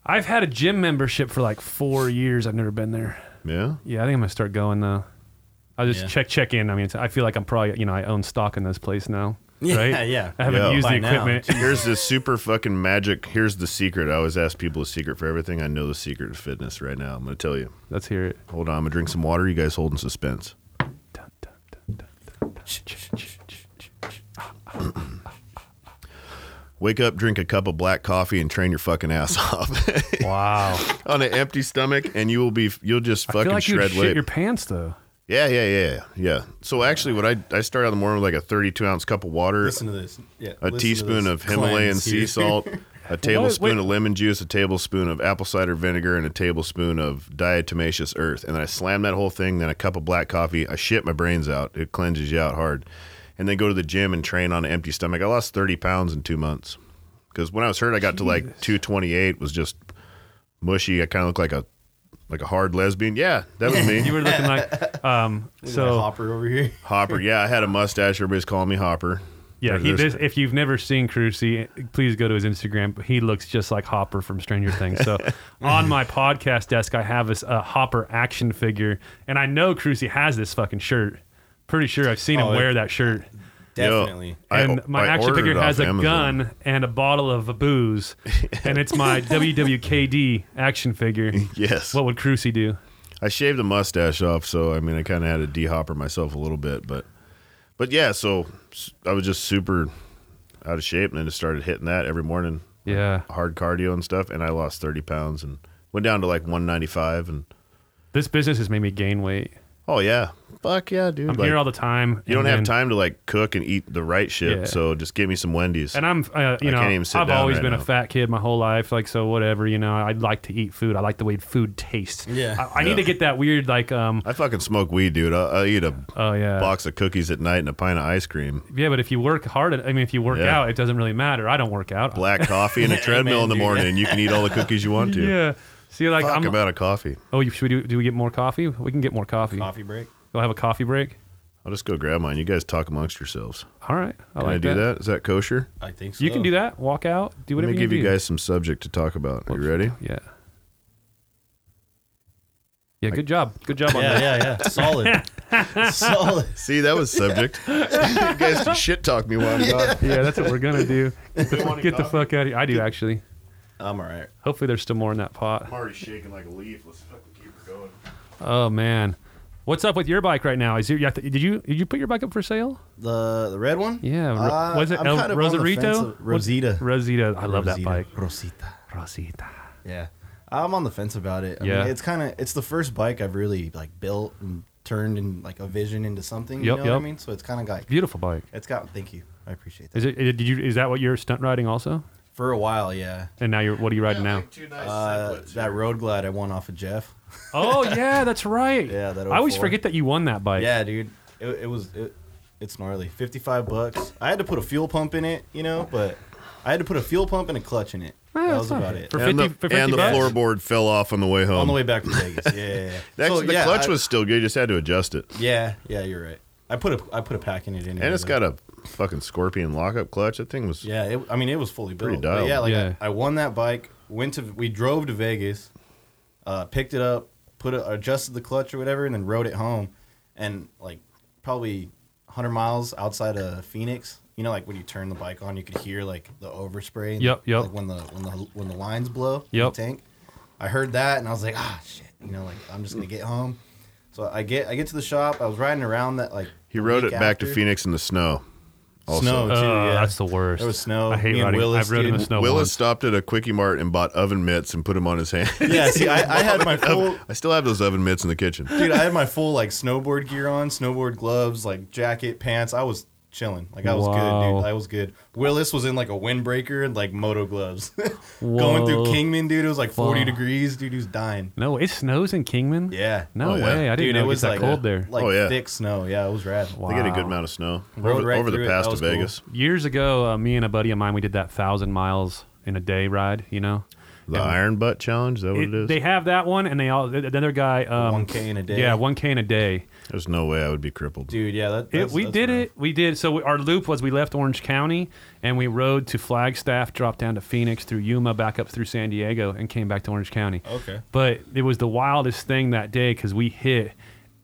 Speaker 1: I've had a gym membership for like 4 years. I've never been there.
Speaker 3: Yeah,
Speaker 1: Yeah, I think I'm gonna start going though. I'll just
Speaker 2: Yeah.
Speaker 1: check check in. I mean, it's, I feel like I'm probably you know I own stock in this place now.
Speaker 2: <laughs> Yeah,
Speaker 1: right?
Speaker 2: yeah.
Speaker 1: I haven't
Speaker 3: Yeah.
Speaker 1: used
Speaker 2: By
Speaker 1: the
Speaker 2: now.
Speaker 1: equipment.
Speaker 3: here's the super fucking magic. Here's the secret. I always ask people a secret for everything. I know the secret of fitness right now. I'm gonna tell you.
Speaker 1: Let's hear it.
Speaker 3: Hold on, I'm gonna drink some water. You guys hold in suspense.
Speaker 1: Dun, dun, dun, dun, dun, dun.
Speaker 3: Wake up, drink a cup of black coffee, and train your fucking ass <laughs> off.
Speaker 1: Wow.
Speaker 3: on an empty stomach, and you will be you'll just
Speaker 1: I
Speaker 3: fucking
Speaker 1: feel like you
Speaker 3: shred
Speaker 1: shit
Speaker 3: weight.
Speaker 1: your pants though.
Speaker 3: yeah, yeah, yeah, yeah. So actually, what I I start out in the morning with like a 32 ounce cup of water,
Speaker 2: Listen to this. Yeah.
Speaker 3: a
Speaker 2: listen to
Speaker 3: teaspoon
Speaker 2: this
Speaker 3: of Himalayan
Speaker 2: cleanse
Speaker 3: sea
Speaker 2: here.
Speaker 3: salt,
Speaker 2: <laughs>
Speaker 3: a tablespoon
Speaker 1: wait.
Speaker 3: of lemon juice, a tablespoon of apple cider vinegar, and a tablespoon of diatomaceous earth, and then I slam that whole thing. Then a cup of black coffee. I shit my brains out. It cleanses you out hard, and then go to the gym and train on an empty stomach. I lost 30 pounds in two months because when I was hurt, I got to like 228. Was just mushy. I kind of looked like a like a hard lesbian. Yeah, that was me.
Speaker 1: You
Speaker 2: <laughs>
Speaker 1: were looking like um.
Speaker 2: Look at that
Speaker 1: So
Speaker 2: Hopper over here.
Speaker 3: Hopper. Yeah, I had a mustache. Everybody's calling me Hopper.
Speaker 1: yeah,
Speaker 3: There-
Speaker 1: he,
Speaker 3: there's-
Speaker 1: this, if you've never seen Crucy, please go to his Instagram. He looks just like Hopper from Stranger Things.
Speaker 3: <laughs>
Speaker 1: So on my podcast desk, I have this uh, Hopper action figure, and I know Crucy has this fucking shirt. Pretty sure I've seen him
Speaker 2: Oh, it-
Speaker 1: wear that shirt.
Speaker 3: Yo,
Speaker 2: <laughs> Definitely.
Speaker 1: and
Speaker 3: I-
Speaker 1: my
Speaker 3: I
Speaker 1: action
Speaker 3: ordered
Speaker 1: figure
Speaker 3: it
Speaker 1: has a
Speaker 3: off Amazon.
Speaker 1: gun and a bottle of booze, and it's
Speaker 3: <laughs>
Speaker 1: my WWKD action figure.
Speaker 3: Yes.
Speaker 1: What would Crucy do?
Speaker 3: I shaved the mustache off, so I mean, I kind of had to de-hopper myself a little bit, but but yeah, so s- I was just super out of shape, and then just started hitting that every morning,
Speaker 1: Yeah,
Speaker 3: hard cardio and stuff, and I lost thirty pounds and went down to like one ninety five, and
Speaker 1: this business has made me gain weight.
Speaker 3: oh yeah, fuck yeah, dude,
Speaker 1: I'm
Speaker 3: like,
Speaker 1: here all the time.
Speaker 3: you don't
Speaker 1: and
Speaker 3: have
Speaker 1: then-
Speaker 3: time to like cook and eat the right shit,
Speaker 1: Yeah.
Speaker 3: so just give me some Wendy's.
Speaker 1: And I'm, uh, you
Speaker 3: I
Speaker 1: know,
Speaker 3: can't even sit
Speaker 1: I've
Speaker 3: down
Speaker 1: always
Speaker 3: right
Speaker 1: been a
Speaker 3: now.
Speaker 1: fat kid my whole life. Like, so whatever, you know, I like to eat food. I like the way food tastes.
Speaker 2: Yeah.
Speaker 1: I, I
Speaker 3: Yeah.
Speaker 1: need to get that weird, like, um,
Speaker 3: I fucking smoke weed, dude. I, I eat a
Speaker 1: oh yeah,
Speaker 3: box of cookies at night and a pint of ice cream.
Speaker 1: yeah. But if you work hard, at- I mean, if you work
Speaker 3: Yeah.
Speaker 1: out, it doesn't really matter. I don't work out.
Speaker 3: Black coffee
Speaker 1: <laughs>
Speaker 3: and a treadmill in the
Speaker 2: dude.
Speaker 3: morning, and you can eat all the cookies you want to.
Speaker 1: yeah. See, like,
Speaker 3: Talk
Speaker 1: I'm.
Speaker 3: about a coffee.
Speaker 1: oh, you- should we do? Do we get more coffee? We can get more coffee.
Speaker 2: Coffee break.
Speaker 1: We'll have a coffee break.
Speaker 3: I'll just go grab mine. You guys talk amongst yourselves.
Speaker 1: All right. I
Speaker 3: Can
Speaker 1: like
Speaker 3: I do that? Is that kosher?
Speaker 2: I think so.
Speaker 1: You can do that. Walk out. Do
Speaker 3: Let
Speaker 1: whatever
Speaker 3: me give
Speaker 1: you
Speaker 3: you
Speaker 1: do.
Speaker 3: guys some subject to talk about. Are you ready?
Speaker 1: Yeah. Yeah, good job. Good job on
Speaker 2: Yeah,
Speaker 1: that.
Speaker 2: yeah,
Speaker 1: <laughs>
Speaker 2: yeah. Solid. Solid.
Speaker 3: See, that was subject. <laughs> you guys can shit talk me while I'm gone. <laughs>
Speaker 1: Yeah, that's what we're gonna do. Get the, get the fuck out of here. I do actually.
Speaker 2: I'm all right.
Speaker 1: Hopefully, there's still more in that pot.
Speaker 3: already shaking like a leaf. Let's fucking keep her going.
Speaker 1: Oh man, what's up with your bike right now? Is it, you have to- did you did you put your bike up for sale?
Speaker 2: The the red one?
Speaker 1: Yeah, Ro-
Speaker 2: Uh,
Speaker 1: was it
Speaker 2: I'm
Speaker 1: El
Speaker 2: kind of on the
Speaker 1: Rosarito?
Speaker 2: fence of-
Speaker 1: What-
Speaker 2: Rosita.
Speaker 1: Rosita, I love that
Speaker 2: Rosita.
Speaker 1: bike.
Speaker 2: Rosita.
Speaker 1: Rosita.
Speaker 2: Yeah. I'm on the fence about it. I
Speaker 1: Yeah.
Speaker 2: mean, it's kind of it's the first bike I've really like built and turned in like a vision into something. You
Speaker 1: Yep,
Speaker 2: know
Speaker 1: yep.
Speaker 2: what I mean? So it's kind of like
Speaker 1: Beautiful bike.
Speaker 2: it's got. Thank you. I appreciate that.
Speaker 1: Is it? Did you? Is that what you're stunt riding also?
Speaker 2: For a while, yeah.
Speaker 1: And now you're. What are you riding now?
Speaker 2: Uh, that road glide I won off of Jeff.
Speaker 1: Oh yeah, that's right.
Speaker 2: Yeah, that
Speaker 1: I always
Speaker 2: 04.
Speaker 1: forget that you won that bike.
Speaker 2: Yeah, dude. It, it was it, it's gnarly. Fifty five bucks. I had to put a fuel pump in it, you know, but I had to put a fuel pump and a clutch in it.
Speaker 1: Eh,
Speaker 2: that
Speaker 1: it's
Speaker 2: was
Speaker 1: not
Speaker 2: about
Speaker 1: bad.
Speaker 2: it.
Speaker 1: For
Speaker 3: And,
Speaker 1: 50
Speaker 3: the,
Speaker 1: for 50
Speaker 3: and the
Speaker 1: bucks?
Speaker 3: floorboard fell off on the way home.
Speaker 2: On the way back from Vegas. Yeah,
Speaker 3: <laughs>
Speaker 2: yeah. yeah.
Speaker 3: That's-
Speaker 2: So,
Speaker 3: the
Speaker 2: yeah,
Speaker 3: clutch
Speaker 2: I-
Speaker 3: was still good. You just had to adjust it.
Speaker 2: Yeah, yeah. You're right. I put a I put a pack in it anyway.
Speaker 3: And it's
Speaker 2: though.
Speaker 3: got a fucking scorpion lockup clutch. That thing was.
Speaker 2: Yeah, it, I mean, it was fully built.
Speaker 3: Pretty
Speaker 2: But
Speaker 3: dialed.
Speaker 2: yeah, like
Speaker 1: Yeah.
Speaker 2: I, I won that bike. Went to we drove to Vegas, uh, picked it up, put it adjusted the clutch or whatever, and then rode it home, and like probably 100 miles outside of Phoenix. You know, like when you turn the bike on, you could hear like the overspray. and,
Speaker 1: Yep, yep.
Speaker 2: Like when the when the when the lines blow. in
Speaker 1: Yep.
Speaker 2: The tank. I heard that and I was like, ah, shit. You know, like I'm just gonna get home. So I get I get to the shop. I was riding around that like
Speaker 3: He rode it
Speaker 2: week
Speaker 3: back to
Speaker 2: after.
Speaker 3: Phoenix in the snow. Also.
Speaker 2: Snow too.
Speaker 1: Uh,
Speaker 2: yeah.
Speaker 1: That's the worst.
Speaker 2: There was snow.
Speaker 1: I hate
Speaker 2: Me and
Speaker 1: riding.
Speaker 2: Willis,
Speaker 1: I've ridden in
Speaker 2: dude.
Speaker 1: the snow.
Speaker 3: Willis
Speaker 1: once.
Speaker 3: stopped at a quickie mart and bought oven mitts and put them on his hand. <laughs>
Speaker 2: Yeah, see, I, I had my full
Speaker 3: I still have those oven mitts in the kitchen.
Speaker 2: dude. I had my full like snowboard gear on, snowboard gloves, like jacket, pants. I was chilling. Like I was good,
Speaker 1: Wow.
Speaker 2: dude. I was good. Willis was in like a windbreaker and like moto gloves, <laughs> going through
Speaker 1: Whoa.
Speaker 2: Kingman, dude. It was like forty
Speaker 1: Wow.
Speaker 2: degrees, dude. He was dying.
Speaker 1: No, it snows in Kingman.
Speaker 2: Yeah.
Speaker 1: No
Speaker 3: Oh, yeah.
Speaker 1: way. I didn't
Speaker 2: dude,
Speaker 1: know
Speaker 2: it was
Speaker 1: that
Speaker 2: like
Speaker 1: cold there.
Speaker 2: Like
Speaker 3: Oh, yeah.
Speaker 2: thick snow. Yeah, it was rad.
Speaker 3: They get a good
Speaker 1: Wow.
Speaker 3: amount of snow
Speaker 2: Rode
Speaker 3: over,
Speaker 2: right
Speaker 3: over the
Speaker 2: through it.
Speaker 3: pass
Speaker 2: That was
Speaker 3: to
Speaker 2: cool.
Speaker 3: Vegas.
Speaker 1: Years ago, uh, me and a buddy of mine, we did that thousand miles in a day ride. You know,
Speaker 3: The Iron Butt Challenge, is that what
Speaker 1: It-
Speaker 3: it is?
Speaker 1: they have that one, and they all the the other guy. Um,
Speaker 2: Oh, One k in a day.
Speaker 1: Yeah, one k in a day.
Speaker 3: There's no way I would be crippled.
Speaker 2: dude. Yeah, that.
Speaker 1: It,
Speaker 2: that's-
Speaker 1: we
Speaker 2: that's
Speaker 1: did
Speaker 2: rad.
Speaker 1: it. We did. So we, our loop was we left Orange County and we rode to Flagstaff, dropped down to Phoenix through Yuma, back up through San Diego, and came back to Orange County.
Speaker 2: Okay.
Speaker 1: But it was the wildest thing that day because we hit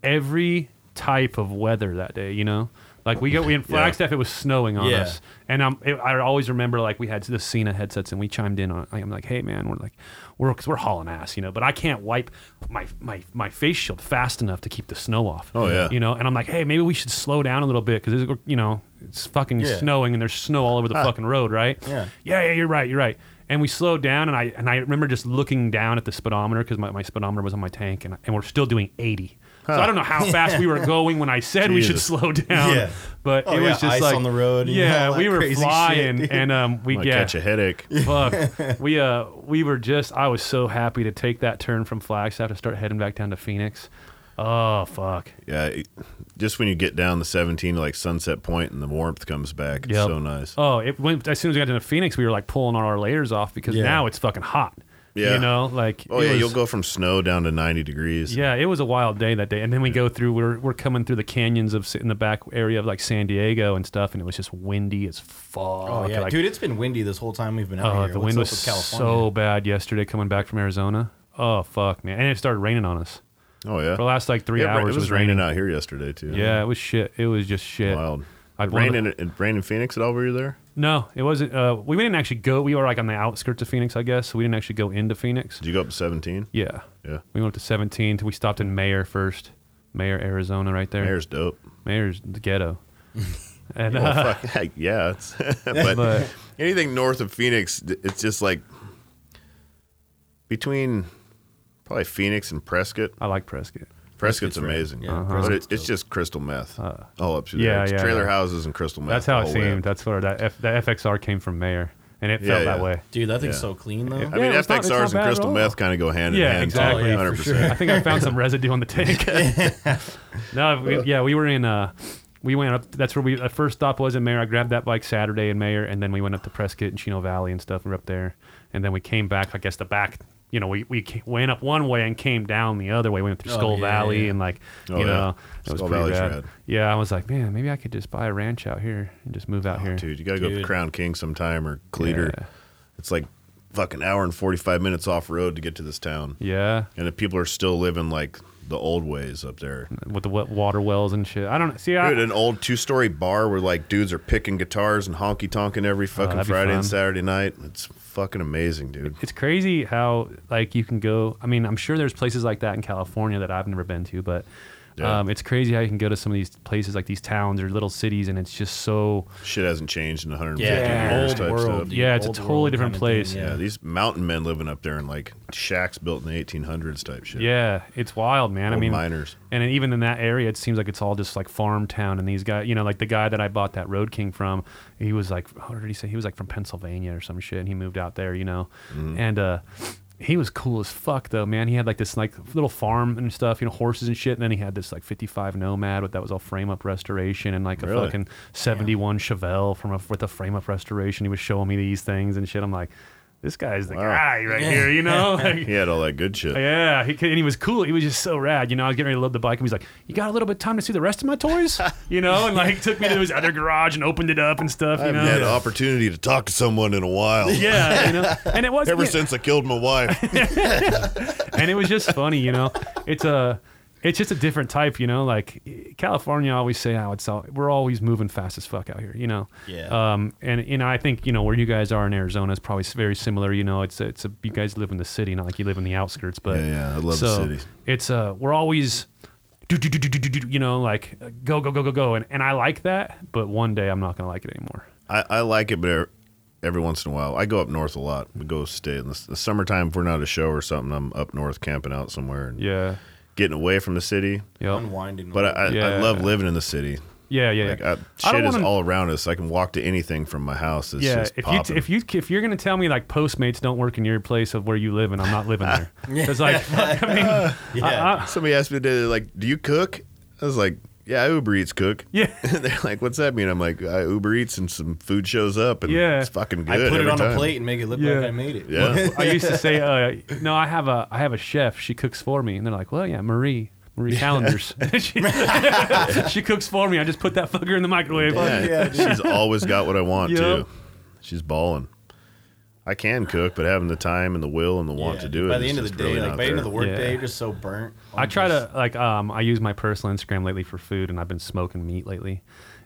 Speaker 1: every type of weather that day. You know, like we got
Speaker 2: <laughs>
Speaker 1: we in Flagstaff, it was snowing on
Speaker 2: Yeah.
Speaker 1: us, and um, it, I always remember like we had the Cena headsets and we chimed in on. Like, I'm like, hey man, we're like, we're because we're hauling ass, you know. But I can't wipe my my my face shield fast enough to keep the snow off.
Speaker 3: Oh, yeah.
Speaker 1: you know. And I'm like, hey, maybe we should slow down a little bit because you know it's fucking
Speaker 2: Yeah. Ah.
Speaker 1: snowing and there's snow all over the fucking road, right?
Speaker 2: Yeah.
Speaker 1: yeah, yeah, you're right, you're right. And we slowed down, and I and I remember just looking down at the speedometer because my, my speedometer was on my tank, and, and we're still doing 80. So I don't know how fast we
Speaker 2: <laughs>
Speaker 1: were going when I said we should
Speaker 3: Jesus.
Speaker 1: slow down,
Speaker 2: Yeah.
Speaker 1: but
Speaker 2: Oh,
Speaker 1: it
Speaker 2: yeah,
Speaker 1: was just
Speaker 2: ice
Speaker 1: like
Speaker 2: on the road and
Speaker 1: Yeah,
Speaker 2: all
Speaker 1: we
Speaker 2: that
Speaker 1: were
Speaker 2: crazy shit,
Speaker 1: flying,
Speaker 2: dude.
Speaker 1: and um, we
Speaker 3: I might
Speaker 1: yeah,
Speaker 3: catch
Speaker 1: <laughs>
Speaker 3: a headache.
Speaker 2: <laughs>
Speaker 1: fuck, we uh, we were just I was so happy to take that turn from Flagstaff to start heading back down to Phoenix. Oh fuck,
Speaker 3: Yeah, it- just when you get down the 17 to like Sunset Point and the warmth comes back, it's
Speaker 1: Yep.
Speaker 3: so nice.
Speaker 1: Oh, it went as soon as we got into Phoenix, we were like pulling all our layers off because
Speaker 2: Yeah.
Speaker 1: now it's fucking hot.
Speaker 3: Yeah.
Speaker 1: You know, like
Speaker 3: Oh
Speaker 1: it
Speaker 3: yeah,
Speaker 1: was-
Speaker 3: you'll go from snow down to 90 degrees.
Speaker 1: Yeah, it was a wild day that day, and then we go through. We're we're coming through the canyons of in the back area of like San Diego and stuff, and it was just windy as fuck.
Speaker 2: Oh yeah,
Speaker 1: Like,
Speaker 2: dude. It's been windy this whole time we've been out
Speaker 1: oh,
Speaker 2: here.
Speaker 1: the
Speaker 2: What's
Speaker 1: wind
Speaker 2: up
Speaker 1: was
Speaker 2: with California?
Speaker 1: so bad yesterday coming back from Arizona. Oh fuck, man, and it started raining on us
Speaker 3: Oh yeah.
Speaker 1: for the last like three
Speaker 3: Yeah, it ra-
Speaker 1: hours.
Speaker 3: it was, raining, out here yesterday too.
Speaker 1: Yeah, it was shit. It was just shit.
Speaker 3: wild.
Speaker 1: I
Speaker 3: It rained in it rained in Phoenix at all? Were you there?
Speaker 1: No, it wasn't. Uh, we didn't actually go. We were like on the outskirts of Phoenix, I guess. So we didn't actually go into Phoenix.
Speaker 3: Did you go up to 17?
Speaker 1: Yeah.
Speaker 3: Yeah.
Speaker 1: We went up to 17th. We stopped in Mayor first. Mayor, Arizona, right there.
Speaker 3: Mayor's dope.
Speaker 1: <laughs> Mayor's the ghetto.
Speaker 3: <laughs>
Speaker 1: and
Speaker 3: Well,
Speaker 1: uh,
Speaker 3: fuck, <laughs> heck, yeah, it's, <laughs>
Speaker 1: <laughs>
Speaker 3: but,
Speaker 1: But-
Speaker 3: anything north of Phoenix, th- it's just like between probably Phoenix and Prescott.
Speaker 1: I like Prescott.
Speaker 3: Prescott's
Speaker 2: Prescott's rad.
Speaker 3: amazing,
Speaker 2: Yeah,
Speaker 3: but
Speaker 2: Prescott's
Speaker 3: it, it's just crystal meth all up through
Speaker 1: Uh, yeah,
Speaker 3: there. It's
Speaker 1: yeah,
Speaker 3: trailer
Speaker 1: yeah.
Speaker 3: houses and crystal meth.
Speaker 1: That's how
Speaker 3: the
Speaker 1: it
Speaker 3: whole way
Speaker 1: seemed.
Speaker 3: up.
Speaker 1: That's where that, F, that FXR came from Mayor. And it
Speaker 3: Yeah,
Speaker 1: felt that
Speaker 3: yeah.
Speaker 1: way.
Speaker 2: Dude, that thing's
Speaker 3: Yeah.
Speaker 2: so clean though.
Speaker 3: I
Speaker 1: Yeah,
Speaker 3: mean,
Speaker 1: it's not- it's not bad
Speaker 3: FXRs and
Speaker 1: at
Speaker 3: crystal
Speaker 1: all.
Speaker 3: meth kind of go hand in
Speaker 1: Yeah,
Speaker 3: hand.
Speaker 1: exactly.
Speaker 2: Oh, yeah, for <laughs>
Speaker 3: 100%.
Speaker 2: sure.
Speaker 1: I think I found some residue on the
Speaker 2: <laughs>
Speaker 1: tank. <laughs> no, we, yeah, we were in. Uh, we went up. That's where we. The first stop was in Mayor. I grabbed that bike Saturday in Mayor, and then we went up to Prescott and Chino Valley and stuff. We were up there, and then we came back. I guess the back. You know, we, we ca- went up one way and came down the other way. We went through
Speaker 2: Oh,
Speaker 1: Skull
Speaker 2: yeah,
Speaker 1: Valley
Speaker 2: yeah.
Speaker 1: and like you
Speaker 3: Oh, yeah.
Speaker 1: know, it was
Speaker 3: Skull
Speaker 1: pretty
Speaker 3: Valley's
Speaker 1: bad.
Speaker 3: rad.
Speaker 1: Yeah, I was like, man, maybe I could just buy a ranch out here and just move out here.
Speaker 3: Oh, Dude, you got to go to
Speaker 2: Dude.
Speaker 3: Crown King sometime or Cleater.
Speaker 1: Yeah.
Speaker 3: It's like fucking hour and 45 minutes off road to get to this town.
Speaker 1: Yeah,
Speaker 3: And the people are still living like the old ways up there.
Speaker 1: with the wet water wells and shit. I don't know. see. I, <laughs>
Speaker 3: Dude, an old two story bar where like dudes are picking guitars and honky tonking every fucking
Speaker 1: Oh, that'd be
Speaker 3: Friday
Speaker 1: fun.
Speaker 3: and Saturday night. It's fucking amazing, dude.
Speaker 1: it's crazy how like you can go. I mean, I'm sure there's places like that in California that I've never been to, but
Speaker 3: Yeah.
Speaker 1: um, it's crazy how you can go to some of these places like these towns or little cities, and it's just so
Speaker 3: Shit hasn't changed in 150
Speaker 1: Yeah.
Speaker 3: years
Speaker 1: Old
Speaker 3: type stuff.
Speaker 1: dude. Yeah, it's a
Speaker 2: Old
Speaker 1: totally
Speaker 2: world
Speaker 1: different
Speaker 2: kinda
Speaker 1: place.
Speaker 3: Yeah, these mountain men living up there in like shacks built in the 1800s type shit.
Speaker 1: yeah, it's wild, man. I
Speaker 3: Old
Speaker 1: mean,
Speaker 3: miners.
Speaker 1: and then even in that area, it seems like it's all just like farm town. And these guys, you know, like the guy that I bought that Road King from, he was like, what did he say? He was like from Pennsylvania or some shit, and he moved out there, you know.
Speaker 3: Mm-hmm.
Speaker 1: And uh, he was cool as fuck though, man. He had like this like little farm and stuff, you know, horses and shit. And then he had this like '55 Nomad with that was all frame up restoration and like a
Speaker 3: Really?
Speaker 1: fucking '71 Chevelle from a, with a frame up restoration. He was showing me these things and shit. I'm like. This guy's the
Speaker 3: Wow.
Speaker 1: guy right here, you know. Like,
Speaker 3: He had all that good shit.
Speaker 1: yeah, he, could- and he was cool. He was just so rad. You know, I was getting ready to load the bike, and he's like, "You got a little bit of time to see the rest of my
Speaker 3: <laughs>
Speaker 1: toys?" You know, and like took me to his other garage and opened it up and stuff.
Speaker 3: I
Speaker 1: You
Speaker 3: haven't had an
Speaker 1: know,
Speaker 3: opportunity to talk to someone in
Speaker 1: <laughs>
Speaker 3: a while.
Speaker 1: yeah, you know, and it was
Speaker 3: Ever
Speaker 1: yeah,
Speaker 3: since I killed my wife.
Speaker 1: <laughs> and it was just funny. You know, it's a. It's just a different type, you know. Like California, I always say, "Oh, it's all, we're always moving fast as fuck out here," you know.
Speaker 2: Yeah.
Speaker 1: Um, and you know, I think you know where you guys are in Arizona is probably very similar. You know, it's it's a, you guys live in the city, not like you live in the outskirts. But
Speaker 3: Yeah, yeah, I love the
Speaker 1: so
Speaker 3: city.
Speaker 1: It's uh, we're always do do do do do do do, you know, like uh, go go go go go, and and I like that. But one day I'm not gonna like it anymore.
Speaker 3: I, I like it, but er- every once in a while, I go up north a lot. We go stay in the, s- the summertime if we're not at a show or something. I'm up north camping out somewhere and
Speaker 1: Yeah.
Speaker 3: getting away from the city.
Speaker 1: Yep.
Speaker 2: Unwinding.
Speaker 3: But I, I, I
Speaker 1: Yeah.
Speaker 3: love living in the city.
Speaker 1: Yeah, yeah, yeah.
Speaker 3: Like I,
Speaker 1: I don't
Speaker 3: shit is
Speaker 1: wanna-
Speaker 3: all around us. I can walk to anything from my house. It's
Speaker 1: yeah,
Speaker 3: just
Speaker 1: if you
Speaker 3: popping.
Speaker 1: if you if you're gonna tell me like Postmates don't work in your place of where you live and I'm not living there, it's like I mean, I-
Speaker 2: Yeah.
Speaker 1: I-
Speaker 3: Somebody asked me today, they're like, "Do you cook?" I was like, "Yeah, I Uber Eats cook."
Speaker 1: yeah,
Speaker 3: <laughs> they're like, "What's that mean?" I'm like, "I Uber Eats and some food shows up, and
Speaker 1: Yeah.
Speaker 3: it's fucking
Speaker 2: I
Speaker 3: good."
Speaker 2: put it
Speaker 3: every
Speaker 2: on
Speaker 3: time.
Speaker 2: a plate and make it look
Speaker 1: Yeah.
Speaker 2: like I made <laughs> it.
Speaker 3: Yeah,
Speaker 1: I used to say, uh, no, I have a I have a chef. She cooks for me, and they're like, well, yeah, Marie. Marie Callender's. <laughs> she, she cooks for me. I just put that fucker in the microwave.
Speaker 3: yeah.
Speaker 2: yeah,
Speaker 3: she's always got what
Speaker 2: <laughs>
Speaker 3: I want
Speaker 1: Yup.
Speaker 3: too. She's balling. I can cook, but having the time and the will and the want
Speaker 2: Yeah,
Speaker 3: to do it
Speaker 2: By the
Speaker 3: is
Speaker 2: end of the
Speaker 3: just
Speaker 2: day,
Speaker 3: really
Speaker 2: like
Speaker 3: not
Speaker 2: by the end of the
Speaker 3: there.
Speaker 2: work day,
Speaker 1: Yeah.
Speaker 2: you're just so burnt.
Speaker 1: I
Speaker 2: I'm
Speaker 1: try
Speaker 2: just-
Speaker 1: to like um I use my personal Instagram lately for food and I've been smoking meat lately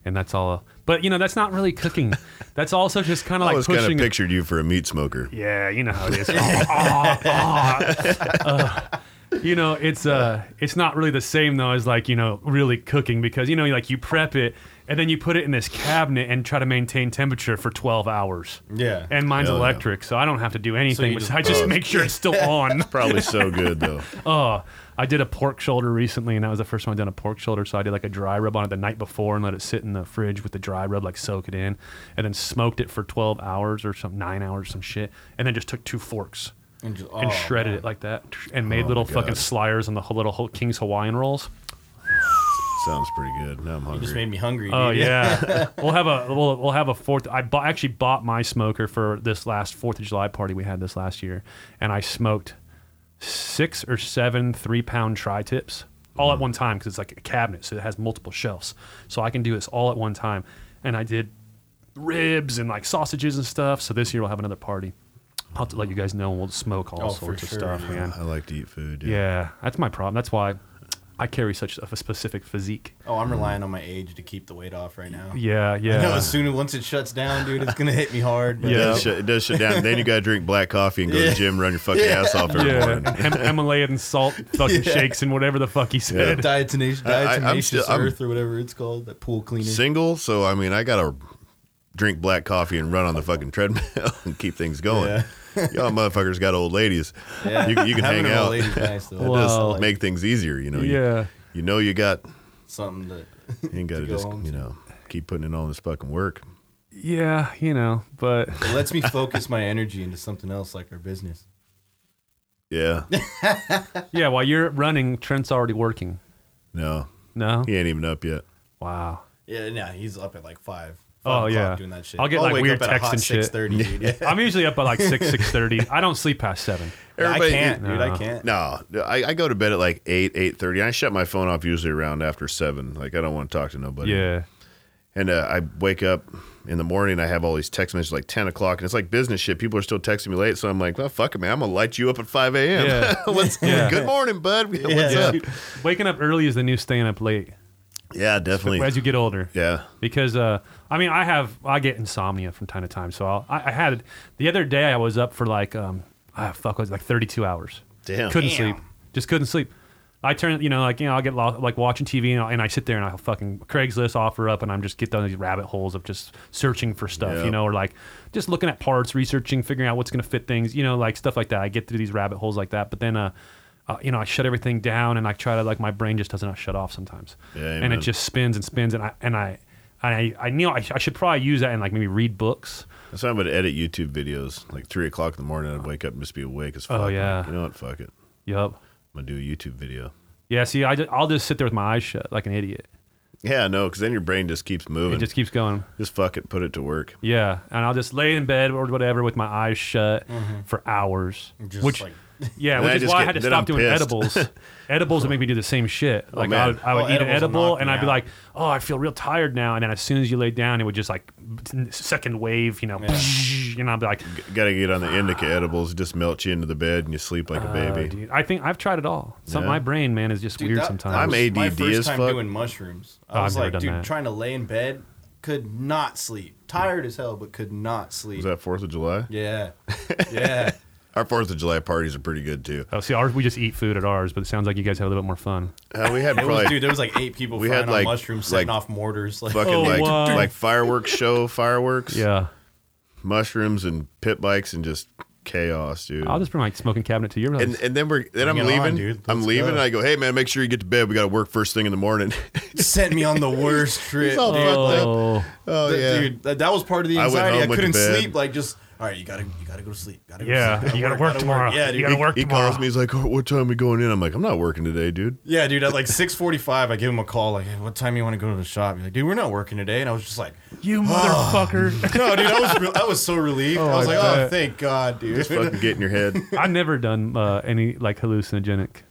Speaker 1: and that's all but you know that's not really cooking. that's also just kind of
Speaker 3: I
Speaker 1: like
Speaker 3: was kind
Speaker 1: pushing
Speaker 3: of pictured you for a meat smoker.
Speaker 1: Yeah, you know how it is. Ah, ah, ah. Uh, you know, it's uh it's not really the same though as like, you know, really cooking because you know like you prep it and then you put it in this cabinet and try to maintain temperature for 12 hours.
Speaker 2: Yeah.
Speaker 1: And mine's
Speaker 3: Hell yeah.
Speaker 1: electric, so I don't have to do anything.
Speaker 2: just
Speaker 1: but I just
Speaker 2: buzz.
Speaker 1: make sure it's still on.
Speaker 2: <laughs>
Speaker 3: Probably so good though.
Speaker 1: Oh, I did a pork shoulder recently, and that was the first time I'd done a pork shoulder. So I did like a dry rub on it the night before and let it sit in the fridge with the dry rub, like soak it in, and then smoked it for 12 hours or some nine hours, some shit, and then just took two forks
Speaker 2: and, just,
Speaker 1: and
Speaker 2: oh,
Speaker 1: shredded
Speaker 2: man.
Speaker 1: it like that and made
Speaker 3: Oh
Speaker 1: little
Speaker 3: my
Speaker 1: fucking
Speaker 3: God.
Speaker 1: sliders on the whole little whole King's Hawaiian rolls.
Speaker 3: Sounds pretty good. Now I'm
Speaker 2: You just
Speaker 3: hungry.
Speaker 2: made me hungry.
Speaker 1: Oh
Speaker 2: dude.
Speaker 1: yeah, we'll have a we'll, we'll have a fourth. I bought, actually bought my smoker for this last Fourth of July party we had this last year, and I smoked six or seven three pound tri tips all at one time because it's like a cabinet, so it has multiple shelves. So I can do this all at one time, and I did ribs and like sausages and stuff. So this year we'll have another party. I'll have to let you guys know. and We'll smoke all
Speaker 2: Oh, for
Speaker 1: sorts of
Speaker 2: sure,
Speaker 1: stuff,
Speaker 2: yeah.
Speaker 1: man.
Speaker 3: I like to eat food. dude.
Speaker 1: Yeah, that's my problem. That's why I carry such a specific physique.
Speaker 2: Oh, I'm relying on my age to keep the weight off right now.
Speaker 1: Yeah, yeah.
Speaker 2: I know as soon as once it shuts down, dude, it's gonna hit me hard. but-
Speaker 3: It
Speaker 1: <laughs> Yeah.
Speaker 3: does, shut, it does shut down. then you gotta drink black coffee and go to the
Speaker 2: Yeah.
Speaker 3: gym, run your fucking ass off every
Speaker 1: Yeah,
Speaker 3: morning.
Speaker 1: Hem- Himalayan salt fucking shakes and whatever the fuck he said.
Speaker 2: Diatomaceous,
Speaker 3: I- I'm
Speaker 2: diatomaceous
Speaker 3: still- I'm-
Speaker 2: earth or whatever it's called, that pool cleaning.
Speaker 3: Single, so I mean, I gotta drink black coffee and run on the fucking treadmill <laughs> and keep things going.
Speaker 2: Yeah.
Speaker 3: Y'all motherfuckers got old ladies.
Speaker 2: Yeah.
Speaker 3: You, you can
Speaker 2: Having an
Speaker 3: hang
Speaker 2: old
Speaker 3: out. It
Speaker 2: lady's nice,
Speaker 3: <laughs>
Speaker 2: though.
Speaker 1: Well-
Speaker 3: does
Speaker 1: Wow.
Speaker 3: make things easier, you know. You-
Speaker 1: Yeah.
Speaker 3: You, know you got
Speaker 2: Something that <laughs>
Speaker 3: you ain't gotta
Speaker 2: To go
Speaker 3: just
Speaker 2: home
Speaker 3: you
Speaker 2: to.
Speaker 3: know keep putting in all this fucking work.
Speaker 1: Yeah, you know, but
Speaker 2: It lets me focus my energy into something else like our business. <laughs>
Speaker 3: Yeah.
Speaker 1: yeah, while you're running, Trent's already working.
Speaker 3: No.
Speaker 1: No?
Speaker 3: He ain't even up yet.
Speaker 1: Wow.
Speaker 2: Yeah, no, he's up at like five.
Speaker 1: Oh,
Speaker 2: five o'clock
Speaker 1: yeah.
Speaker 2: doing that shit.
Speaker 1: I'll get,
Speaker 2: I'll
Speaker 1: like,
Speaker 2: wake
Speaker 1: weird
Speaker 2: up at a
Speaker 1: texts
Speaker 2: hot
Speaker 1: and shit.
Speaker 2: 6:30,
Speaker 1: <laughs>
Speaker 2: dude. Yeah.
Speaker 1: I'm usually up by like six, six thirty. I don't sleep past seven.
Speaker 2: I
Speaker 3: Everybody-
Speaker 2: can't, dude.
Speaker 1: No.
Speaker 2: I can't.
Speaker 3: No, I, I go to bed at like eight, eight thirty. I shut my phone off usually around after seven. Like I don't want to talk to nobody.
Speaker 1: Yeah.
Speaker 3: And uh, I wake up in the morning. I have all these text messages like ten o'clock, and it's like business shit. People are still texting me late, so I'm like, "Well, fuck it, man. I'm gonna light you up at five a.m.
Speaker 1: Yeah.
Speaker 3: <laughs> What's-
Speaker 1: Yeah.
Speaker 3: Good morning, bud. <laughs> What's up?
Speaker 1: Waking up early is the new staying up late
Speaker 3: Yeah, definitely.
Speaker 1: as you get older.
Speaker 3: Yeah,
Speaker 1: because uh, I mean, I have I get insomnia from time to time. So I'll, I, I had the other day I was up for like um ah, fuck was it, like thirty two hours.
Speaker 3: Damn.
Speaker 1: couldn't
Speaker 2: Damn.
Speaker 1: sleep, just couldn't sleep. I turn you know like you know I'll get lost, like watching TV and, I- and I sit there and I fucking Craigslist offer up and I'm just get down these rabbit holes of just searching for stuff
Speaker 3: Yep.
Speaker 1: you know or like just looking at parts, researching, figuring out what's gonna fit things you know like stuff like that. I get through these rabbit holes like that, but then uh. Uh, you know, I shut everything down, and I try to like my brain just does not shut off sometimes,
Speaker 3: Yeah,
Speaker 1: and
Speaker 3: amen.
Speaker 1: it just spins and spins, and I and I and I I knew I, sh- I should probably use that and like maybe read books.
Speaker 3: that's how I'm gonna edit YouTube videos. Like three o'clock in the morning, I'd wake up and just be awake as
Speaker 1: Oh,
Speaker 3: fuck. I'm like,
Speaker 1: yeah.
Speaker 3: you know what? Fuck it.
Speaker 1: Yup.
Speaker 3: I'm gonna do a YouTube video.
Speaker 1: Yeah. See, I just, I'll just sit there with my eyes shut like an idiot.
Speaker 3: Yeah, no, because then your brain just keeps
Speaker 1: It
Speaker 3: moving.
Speaker 1: just
Speaker 3: Just,
Speaker 1: keeps going.
Speaker 3: fuck it, put it to work.
Speaker 1: Yeah, and I'll just lay in bed or whatever with my eyes shut for hours.
Speaker 2: Mm-hmm. Just
Speaker 1: which,
Speaker 2: like-
Speaker 1: yeah,
Speaker 3: <laughs> And
Speaker 1: which
Speaker 3: I
Speaker 1: is
Speaker 3: just
Speaker 1: why I
Speaker 3: get-
Speaker 1: had to
Speaker 3: then
Speaker 1: stop
Speaker 3: I'm
Speaker 1: doing
Speaker 3: pissed. <laughs>
Speaker 1: edibles. edibles would make me do the same shit. Like I
Speaker 3: man.
Speaker 1: would, I would
Speaker 2: Oh,
Speaker 1: eat an
Speaker 2: edibles will
Speaker 1: edible
Speaker 2: knock
Speaker 1: and
Speaker 2: me
Speaker 1: I'd be
Speaker 2: out.
Speaker 1: like, oh, I feel real tired now. And then as soon as you lay down, it would just like second wave, you know, <laughs> and I'd be like,
Speaker 3: Gotta get on the indica edibles, just melt you into the bed and you sleep like a
Speaker 1: Uh,
Speaker 3: baby.
Speaker 1: dude, I think I've tried it all. Some,
Speaker 3: Yeah.
Speaker 1: My brain, man, is just weird
Speaker 2: that-
Speaker 1: sometimes.
Speaker 2: that
Speaker 3: I'm
Speaker 2: was My
Speaker 3: ADD
Speaker 2: first
Speaker 3: as
Speaker 2: time
Speaker 3: fuck.
Speaker 2: doing mushrooms. I
Speaker 1: Oh, I've
Speaker 2: was
Speaker 1: never
Speaker 2: like,
Speaker 1: done
Speaker 2: dude,
Speaker 1: that.
Speaker 2: trying to lay in bed, could not sleep. Tired as hell, but could not sleep.
Speaker 3: Was that Fourth of July? <laughs>
Speaker 2: yeah, yeah.
Speaker 3: Our Fourth of July parties are pretty good too.
Speaker 1: oh, see, ours we just eat food at ours, but it sounds like you guys have a little bit more fun.
Speaker 3: Uh, we had
Speaker 2: It was,
Speaker 3: probably
Speaker 2: dude, there was like eight people
Speaker 3: We
Speaker 2: we
Speaker 3: had,
Speaker 2: frying
Speaker 3: like-
Speaker 2: on mushrooms, setting
Speaker 3: like,
Speaker 2: off mortars. Like,
Speaker 3: fucking
Speaker 1: Oh,
Speaker 3: like
Speaker 1: wow.
Speaker 3: like fireworks show fireworks,
Speaker 1: Yeah,
Speaker 3: mushrooms and pit bikes and just chaos, dude.
Speaker 1: I'll just bring my smoking cabinet to your house.
Speaker 3: and, and then we're then I'm
Speaker 2: Bring it
Speaker 3: leaving.
Speaker 2: on, dude.
Speaker 3: I'm
Speaker 2: Let's
Speaker 3: leaving
Speaker 2: go.
Speaker 3: and I go, hey man, make sure you get to bed. We got to work first thing in the morning.
Speaker 2: <laughs>
Speaker 3: <laughs>
Speaker 2: sent me on the worst trip.
Speaker 3: all
Speaker 2: dude.
Speaker 3: fucked up.
Speaker 2: Like,
Speaker 3: <laughs>
Speaker 1: oh,
Speaker 3: oh
Speaker 2: th-
Speaker 3: yeah,
Speaker 2: dude, that, that was part of the
Speaker 3: I went
Speaker 2: anxiety. I,
Speaker 3: home, went to
Speaker 2: couldn't
Speaker 3: bed.
Speaker 2: sleep. Like, just all right, you gotta, you gotta go to sleep. Gotta go
Speaker 1: Yeah,
Speaker 2: to sleep.
Speaker 1: you gotta work tomorrow.
Speaker 2: Yeah, dude.
Speaker 1: You gotta
Speaker 2: He-
Speaker 1: work
Speaker 3: He
Speaker 1: tomorrow.
Speaker 3: calls me. He's like, oh, what time are we going in? I'm like, I'm not working
Speaker 1: <laughs>
Speaker 3: today, dude.
Speaker 2: Yeah, dude. At like <laughs> six forty-five, I give him a call. Like, hey, what time you want to go to the shop? He's like, dude, we're not working today. And I was just like,
Speaker 1: you
Speaker 3: Ah.
Speaker 1: motherfucker!
Speaker 2: <laughs>
Speaker 3: <laughs>
Speaker 2: no, dude. I was, re- I was so relieved. I was
Speaker 1: I
Speaker 2: like, oh,
Speaker 1: bet.
Speaker 2: thank God, dude.
Speaker 3: Just fucking get in your head.
Speaker 1: I've never done uh, any like hallucinogenic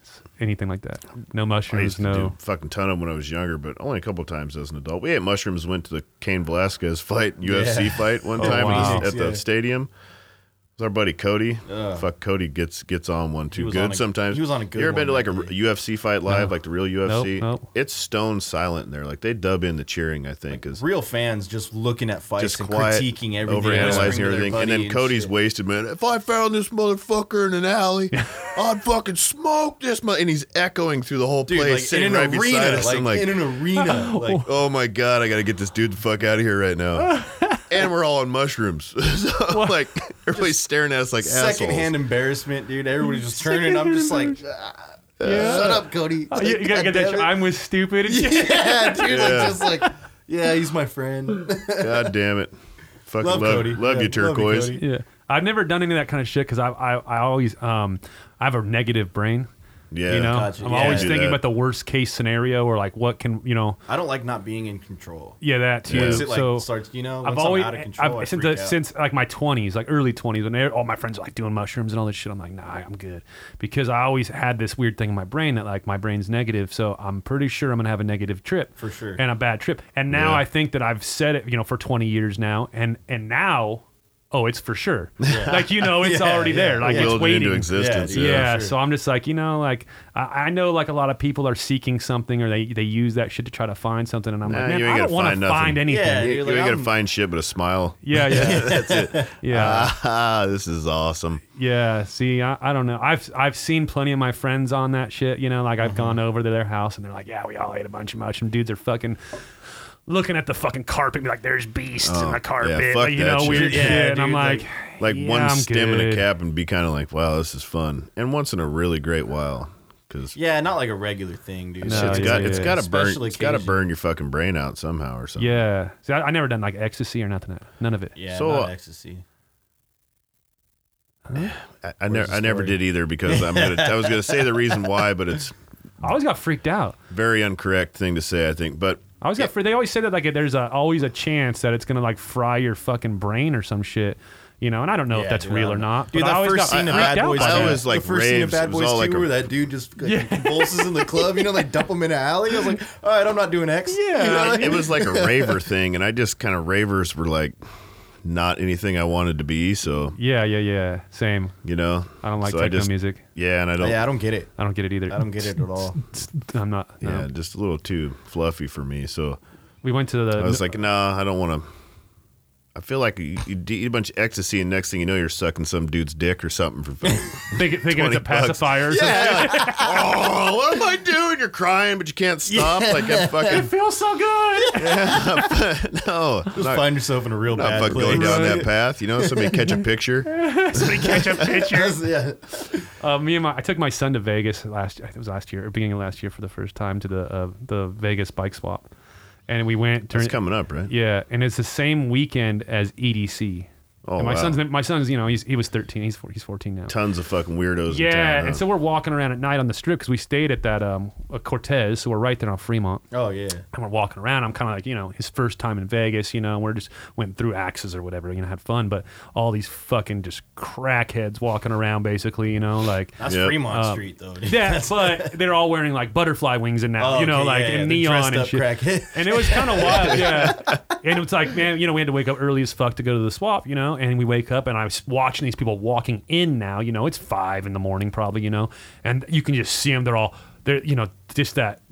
Speaker 1: anything like that. No
Speaker 3: I
Speaker 1: mushrooms,
Speaker 3: used to do
Speaker 1: no.
Speaker 3: a fucking ton of them when I was younger, but only a couple times as an adult. We ate mushrooms, went to the Kane Velasquez fight, UFC fight one time at the-
Speaker 1: wow.
Speaker 3: at the,
Speaker 2: Oh, Yeah.
Speaker 3: stadium. It was our buddy Cody. Fuck, Cody gets gets on one too
Speaker 2: was
Speaker 3: good
Speaker 2: on a-
Speaker 3: sometimes.
Speaker 2: he was on a good
Speaker 3: You ever been to
Speaker 2: one
Speaker 3: like a r- UFC fight live, like the real UFC?
Speaker 1: Nope, nope.
Speaker 3: It's stone silent in there. Like they dub in the cheering, I think, is
Speaker 2: <laughs> Real fans just looking at fights
Speaker 3: just
Speaker 2: and
Speaker 3: quiet,
Speaker 2: critiquing everything, whispering
Speaker 3: overanalyzing
Speaker 2: to their
Speaker 3: everything, and
Speaker 2: buddy
Speaker 3: then Cody's
Speaker 2: shit.
Speaker 3: wasted, man. If I found this motherfucker in
Speaker 2: <laughs>
Speaker 3: an alley, I'd fucking smoke this. Mo-. And he's echoing through the whole
Speaker 2: dude,
Speaker 3: place,
Speaker 2: like, in
Speaker 3: sitting
Speaker 2: an
Speaker 3: right beside
Speaker 2: arena,
Speaker 3: us.
Speaker 2: like,
Speaker 3: I'm like,
Speaker 2: in an
Speaker 1: <laughs>
Speaker 2: arena, like
Speaker 3: oh my god, I gotta get this dude the fuck out of here
Speaker 2: <laughs>
Speaker 3: right now. and we're all on mushrooms, <laughs> so I'm like everybody's staring at us like
Speaker 2: secondhand
Speaker 3: assholes.
Speaker 2: embarrassment, dude. Everybody's just turning. I'm just like, shut up, Cody.
Speaker 1: Oh, you, you gotta get
Speaker 2: God
Speaker 1: that.
Speaker 2: damn
Speaker 1: sh-
Speaker 2: it.
Speaker 1: I'm with stupid.
Speaker 2: <laughs> yeah, dude.
Speaker 3: Yeah.
Speaker 2: I'm just like, yeah, he's my friend.
Speaker 3: <laughs>
Speaker 2: <laughs>
Speaker 3: God damn it. Fucking love,
Speaker 2: Love Cody.
Speaker 3: love
Speaker 2: Yeah,
Speaker 3: you,
Speaker 2: love you,
Speaker 3: turquoise.
Speaker 2: Cody.
Speaker 1: yeah, I've never done any of that kind of shit because I, I I always um I have a negative brain.
Speaker 3: yeah,
Speaker 1: you know,
Speaker 2: gotcha.
Speaker 1: I'm
Speaker 2: Yeah.
Speaker 1: always
Speaker 3: Do
Speaker 1: thinking
Speaker 3: that.
Speaker 1: about the worst case scenario or like what can you know.
Speaker 2: I don't like not being in control.
Speaker 1: Yeah, that too.
Speaker 3: Yeah.
Speaker 2: Once it like
Speaker 1: so
Speaker 2: starts, you know,
Speaker 1: I've
Speaker 2: once I'm
Speaker 1: always
Speaker 2: out of control,
Speaker 1: I've-
Speaker 2: I
Speaker 1: since
Speaker 2: freak
Speaker 1: the-
Speaker 2: out.
Speaker 1: since like my twenties, like early twenties, when they- all my friends are like doing mushrooms and all this shit. I'm like, nah, I'm good because I always had this weird thing in my brain that like my brain's negative, so I'm pretty sure I'm gonna have a negative trip
Speaker 2: For sure.
Speaker 1: and a bad trip. And now
Speaker 3: Yeah.
Speaker 1: I think that I've said it, you know, for 20 years now, and and now, oh, it's for sure. Like you know, it's
Speaker 2: <laughs> Yeah,
Speaker 1: already
Speaker 2: yeah.
Speaker 1: there. Like
Speaker 3: Willed
Speaker 1: it's
Speaker 3: it
Speaker 1: waiting
Speaker 3: into existence.
Speaker 2: Yeah,
Speaker 1: yeah,
Speaker 2: sure.
Speaker 1: so i'm just like you know like I, I know like a lot of people are seeking something or they they use that shit to try to find something and i'm
Speaker 3: Nah,
Speaker 1: like
Speaker 3: you
Speaker 1: man
Speaker 3: ain't
Speaker 1: i don't
Speaker 3: gonna
Speaker 1: want
Speaker 3: find
Speaker 1: to
Speaker 3: nothing.
Speaker 1: find anything
Speaker 2: Yeah,
Speaker 1: yeah
Speaker 2: dude.
Speaker 3: You,
Speaker 2: You're
Speaker 3: you
Speaker 2: like,
Speaker 3: ain't gonna
Speaker 2: I'm-
Speaker 3: find shit but a smile. <laughs>
Speaker 1: yeah yeah, <laughs> yeah
Speaker 3: Ah, <laughs> this is awesome.
Speaker 1: yeah see I, I don't know i've i've seen plenty of my friends on that shit you know like
Speaker 3: Mm-hmm.
Speaker 1: i've gone over to their house and they're like yeah we all ate a bunch of mushrooms dudes are fucking looking at the fucking carpet and be like there's beasts
Speaker 3: Oh,
Speaker 1: in
Speaker 3: yeah,
Speaker 1: the carpet
Speaker 3: fuck
Speaker 1: like, you
Speaker 3: that
Speaker 1: know
Speaker 3: shit.
Speaker 1: weird
Speaker 2: Yeah,
Speaker 1: shit and i'm
Speaker 2: dude,
Speaker 1: like
Speaker 2: like-
Speaker 3: like
Speaker 1: yeah,
Speaker 3: one
Speaker 1: I'm
Speaker 3: stem and
Speaker 1: good.
Speaker 3: a cap and be kind of like, wow, this is fun. And once in a really great while, because
Speaker 2: yeah, not like a regular thing, dude.
Speaker 1: No,
Speaker 3: shit's
Speaker 1: yeah,
Speaker 3: got
Speaker 1: yeah,
Speaker 3: it's
Speaker 1: yeah.
Speaker 3: got to burn.
Speaker 2: Special
Speaker 3: It's got to
Speaker 2: occasion.
Speaker 3: burn your fucking brain out somehow or something.
Speaker 1: yeah see I, I never done like ecstasy or nothing none of it
Speaker 2: Yeah,
Speaker 3: So,
Speaker 2: not
Speaker 3: uh,
Speaker 2: ecstasy.
Speaker 3: I, I, never
Speaker 2: the
Speaker 3: I never
Speaker 2: story?
Speaker 3: did either because I'm gonna I was gonna say the reason why, but it's
Speaker 1: i always got freaked out
Speaker 3: very incorrect thing to say. I
Speaker 1: <laughs>
Speaker 3: think, but
Speaker 1: I always got free. They always say that like there's a, always a chance that it's gonna like fry your fucking brain or some shit. You know, and I don't know if
Speaker 2: Yeah,
Speaker 1: that's
Speaker 2: dude, I
Speaker 1: real or
Speaker 2: don't know.
Speaker 1: not.
Speaker 2: Dude,
Speaker 1: but I
Speaker 2: that
Speaker 1: always
Speaker 2: first
Speaker 1: got
Speaker 2: scene of
Speaker 1: freaked
Speaker 2: Bad
Speaker 1: out
Speaker 2: Boys
Speaker 1: by
Speaker 3: I
Speaker 1: that.
Speaker 2: Two-
Speaker 3: always, like,
Speaker 2: the first scene of
Speaker 3: raves, it
Speaker 2: Bad
Speaker 3: was
Speaker 2: Boys
Speaker 3: all,
Speaker 2: Two,
Speaker 3: like, a-
Speaker 2: where that dude just like, convulses in the club. You know, they dump him in an alley. I was like, all right, I'm not doing X.
Speaker 1: Yeah.
Speaker 2: You know, like- <laughs>
Speaker 3: it was like a raver thing, and I just kind of ravers were like not anything I wanted to be. So
Speaker 1: Yeah, yeah, yeah. Same.
Speaker 3: you know,
Speaker 1: I don't like
Speaker 3: so
Speaker 1: techno
Speaker 3: just-
Speaker 1: music.
Speaker 3: Yeah, and I don't.
Speaker 2: yeah, I don't get it.
Speaker 1: I don't get it either.
Speaker 2: I don't get it at all.
Speaker 1: I'm not. No.
Speaker 3: yeah, just a little too fluffy for me. So
Speaker 1: We went to the.
Speaker 3: I was like, nah, I don't want to. I feel like you, you d- eat a bunch of ecstasy, and next thing you know, you're sucking some dude's dick or something for fun.
Speaker 1: thinking, thinking it's
Speaker 3: 20
Speaker 1: a
Speaker 3: bucks.
Speaker 1: pacifier. or something.
Speaker 3: yeah, like, <laughs> oh, what am I doing? You're crying, but you can't stop. Like I'm
Speaker 1: It
Speaker 3: <laughs> fucking
Speaker 1: feels so <laughs> good.
Speaker 3: no.
Speaker 2: Just
Speaker 3: not-
Speaker 2: find yourself in a real
Speaker 3: not
Speaker 2: bad
Speaker 3: fucking
Speaker 2: place. <laughs>
Speaker 3: going down
Speaker 1: Right.
Speaker 3: that path, you know. Somebody catch a picture.
Speaker 1: Somebody catch a picture.
Speaker 2: That's- yeah.
Speaker 1: Uh, me and my, I took my son to Vegas last. I think it was last year, or beginning of last year, for the first time to the uh, the Vegas bike swap, and we went.
Speaker 3: It's
Speaker 1: During,
Speaker 3: coming up, right?
Speaker 1: Yeah, and it's the same weekend as EDC.
Speaker 3: Oh,
Speaker 1: and my
Speaker 3: wow.
Speaker 1: son's been- my son's you know he's he was thirteen. He's four, he's fourteen now.
Speaker 3: Tons of fucking weirdos.
Speaker 1: yeah,
Speaker 3: in town, huh?
Speaker 1: and so we're walking around at night on the strip because we stayed at that um a Cortez, so we're right there on Fremont.
Speaker 2: Oh yeah.
Speaker 1: and we're walking around. I'm kind of like, you know, his first time in Vegas, you know, we're just went through axes or whatever, you know, had fun, but all these fucking just crackheads walking around basically, you know, like.
Speaker 2: That's
Speaker 3: Yep.
Speaker 2: Fremont Street though. dude. <laughs>
Speaker 1: Yeah, but they're all wearing like butterfly wings and now,
Speaker 2: Oh,
Speaker 1: you know,
Speaker 2: okay,
Speaker 1: like
Speaker 2: yeah, yeah,
Speaker 1: and
Speaker 2: they're
Speaker 1: neon and
Speaker 2: dressed
Speaker 1: shit.
Speaker 2: up crackhead. <laughs>
Speaker 1: <laughs> And it was kind of
Speaker 3: <laughs>
Speaker 1: wild, yeah. And it was like, man, you know, we had to wake up early as fuck to go to the swap, you know. And we wake up, and I was watching these people walking in now. You know, it's five in the morning probably, you know, and you can just see them. They're all they're you know just that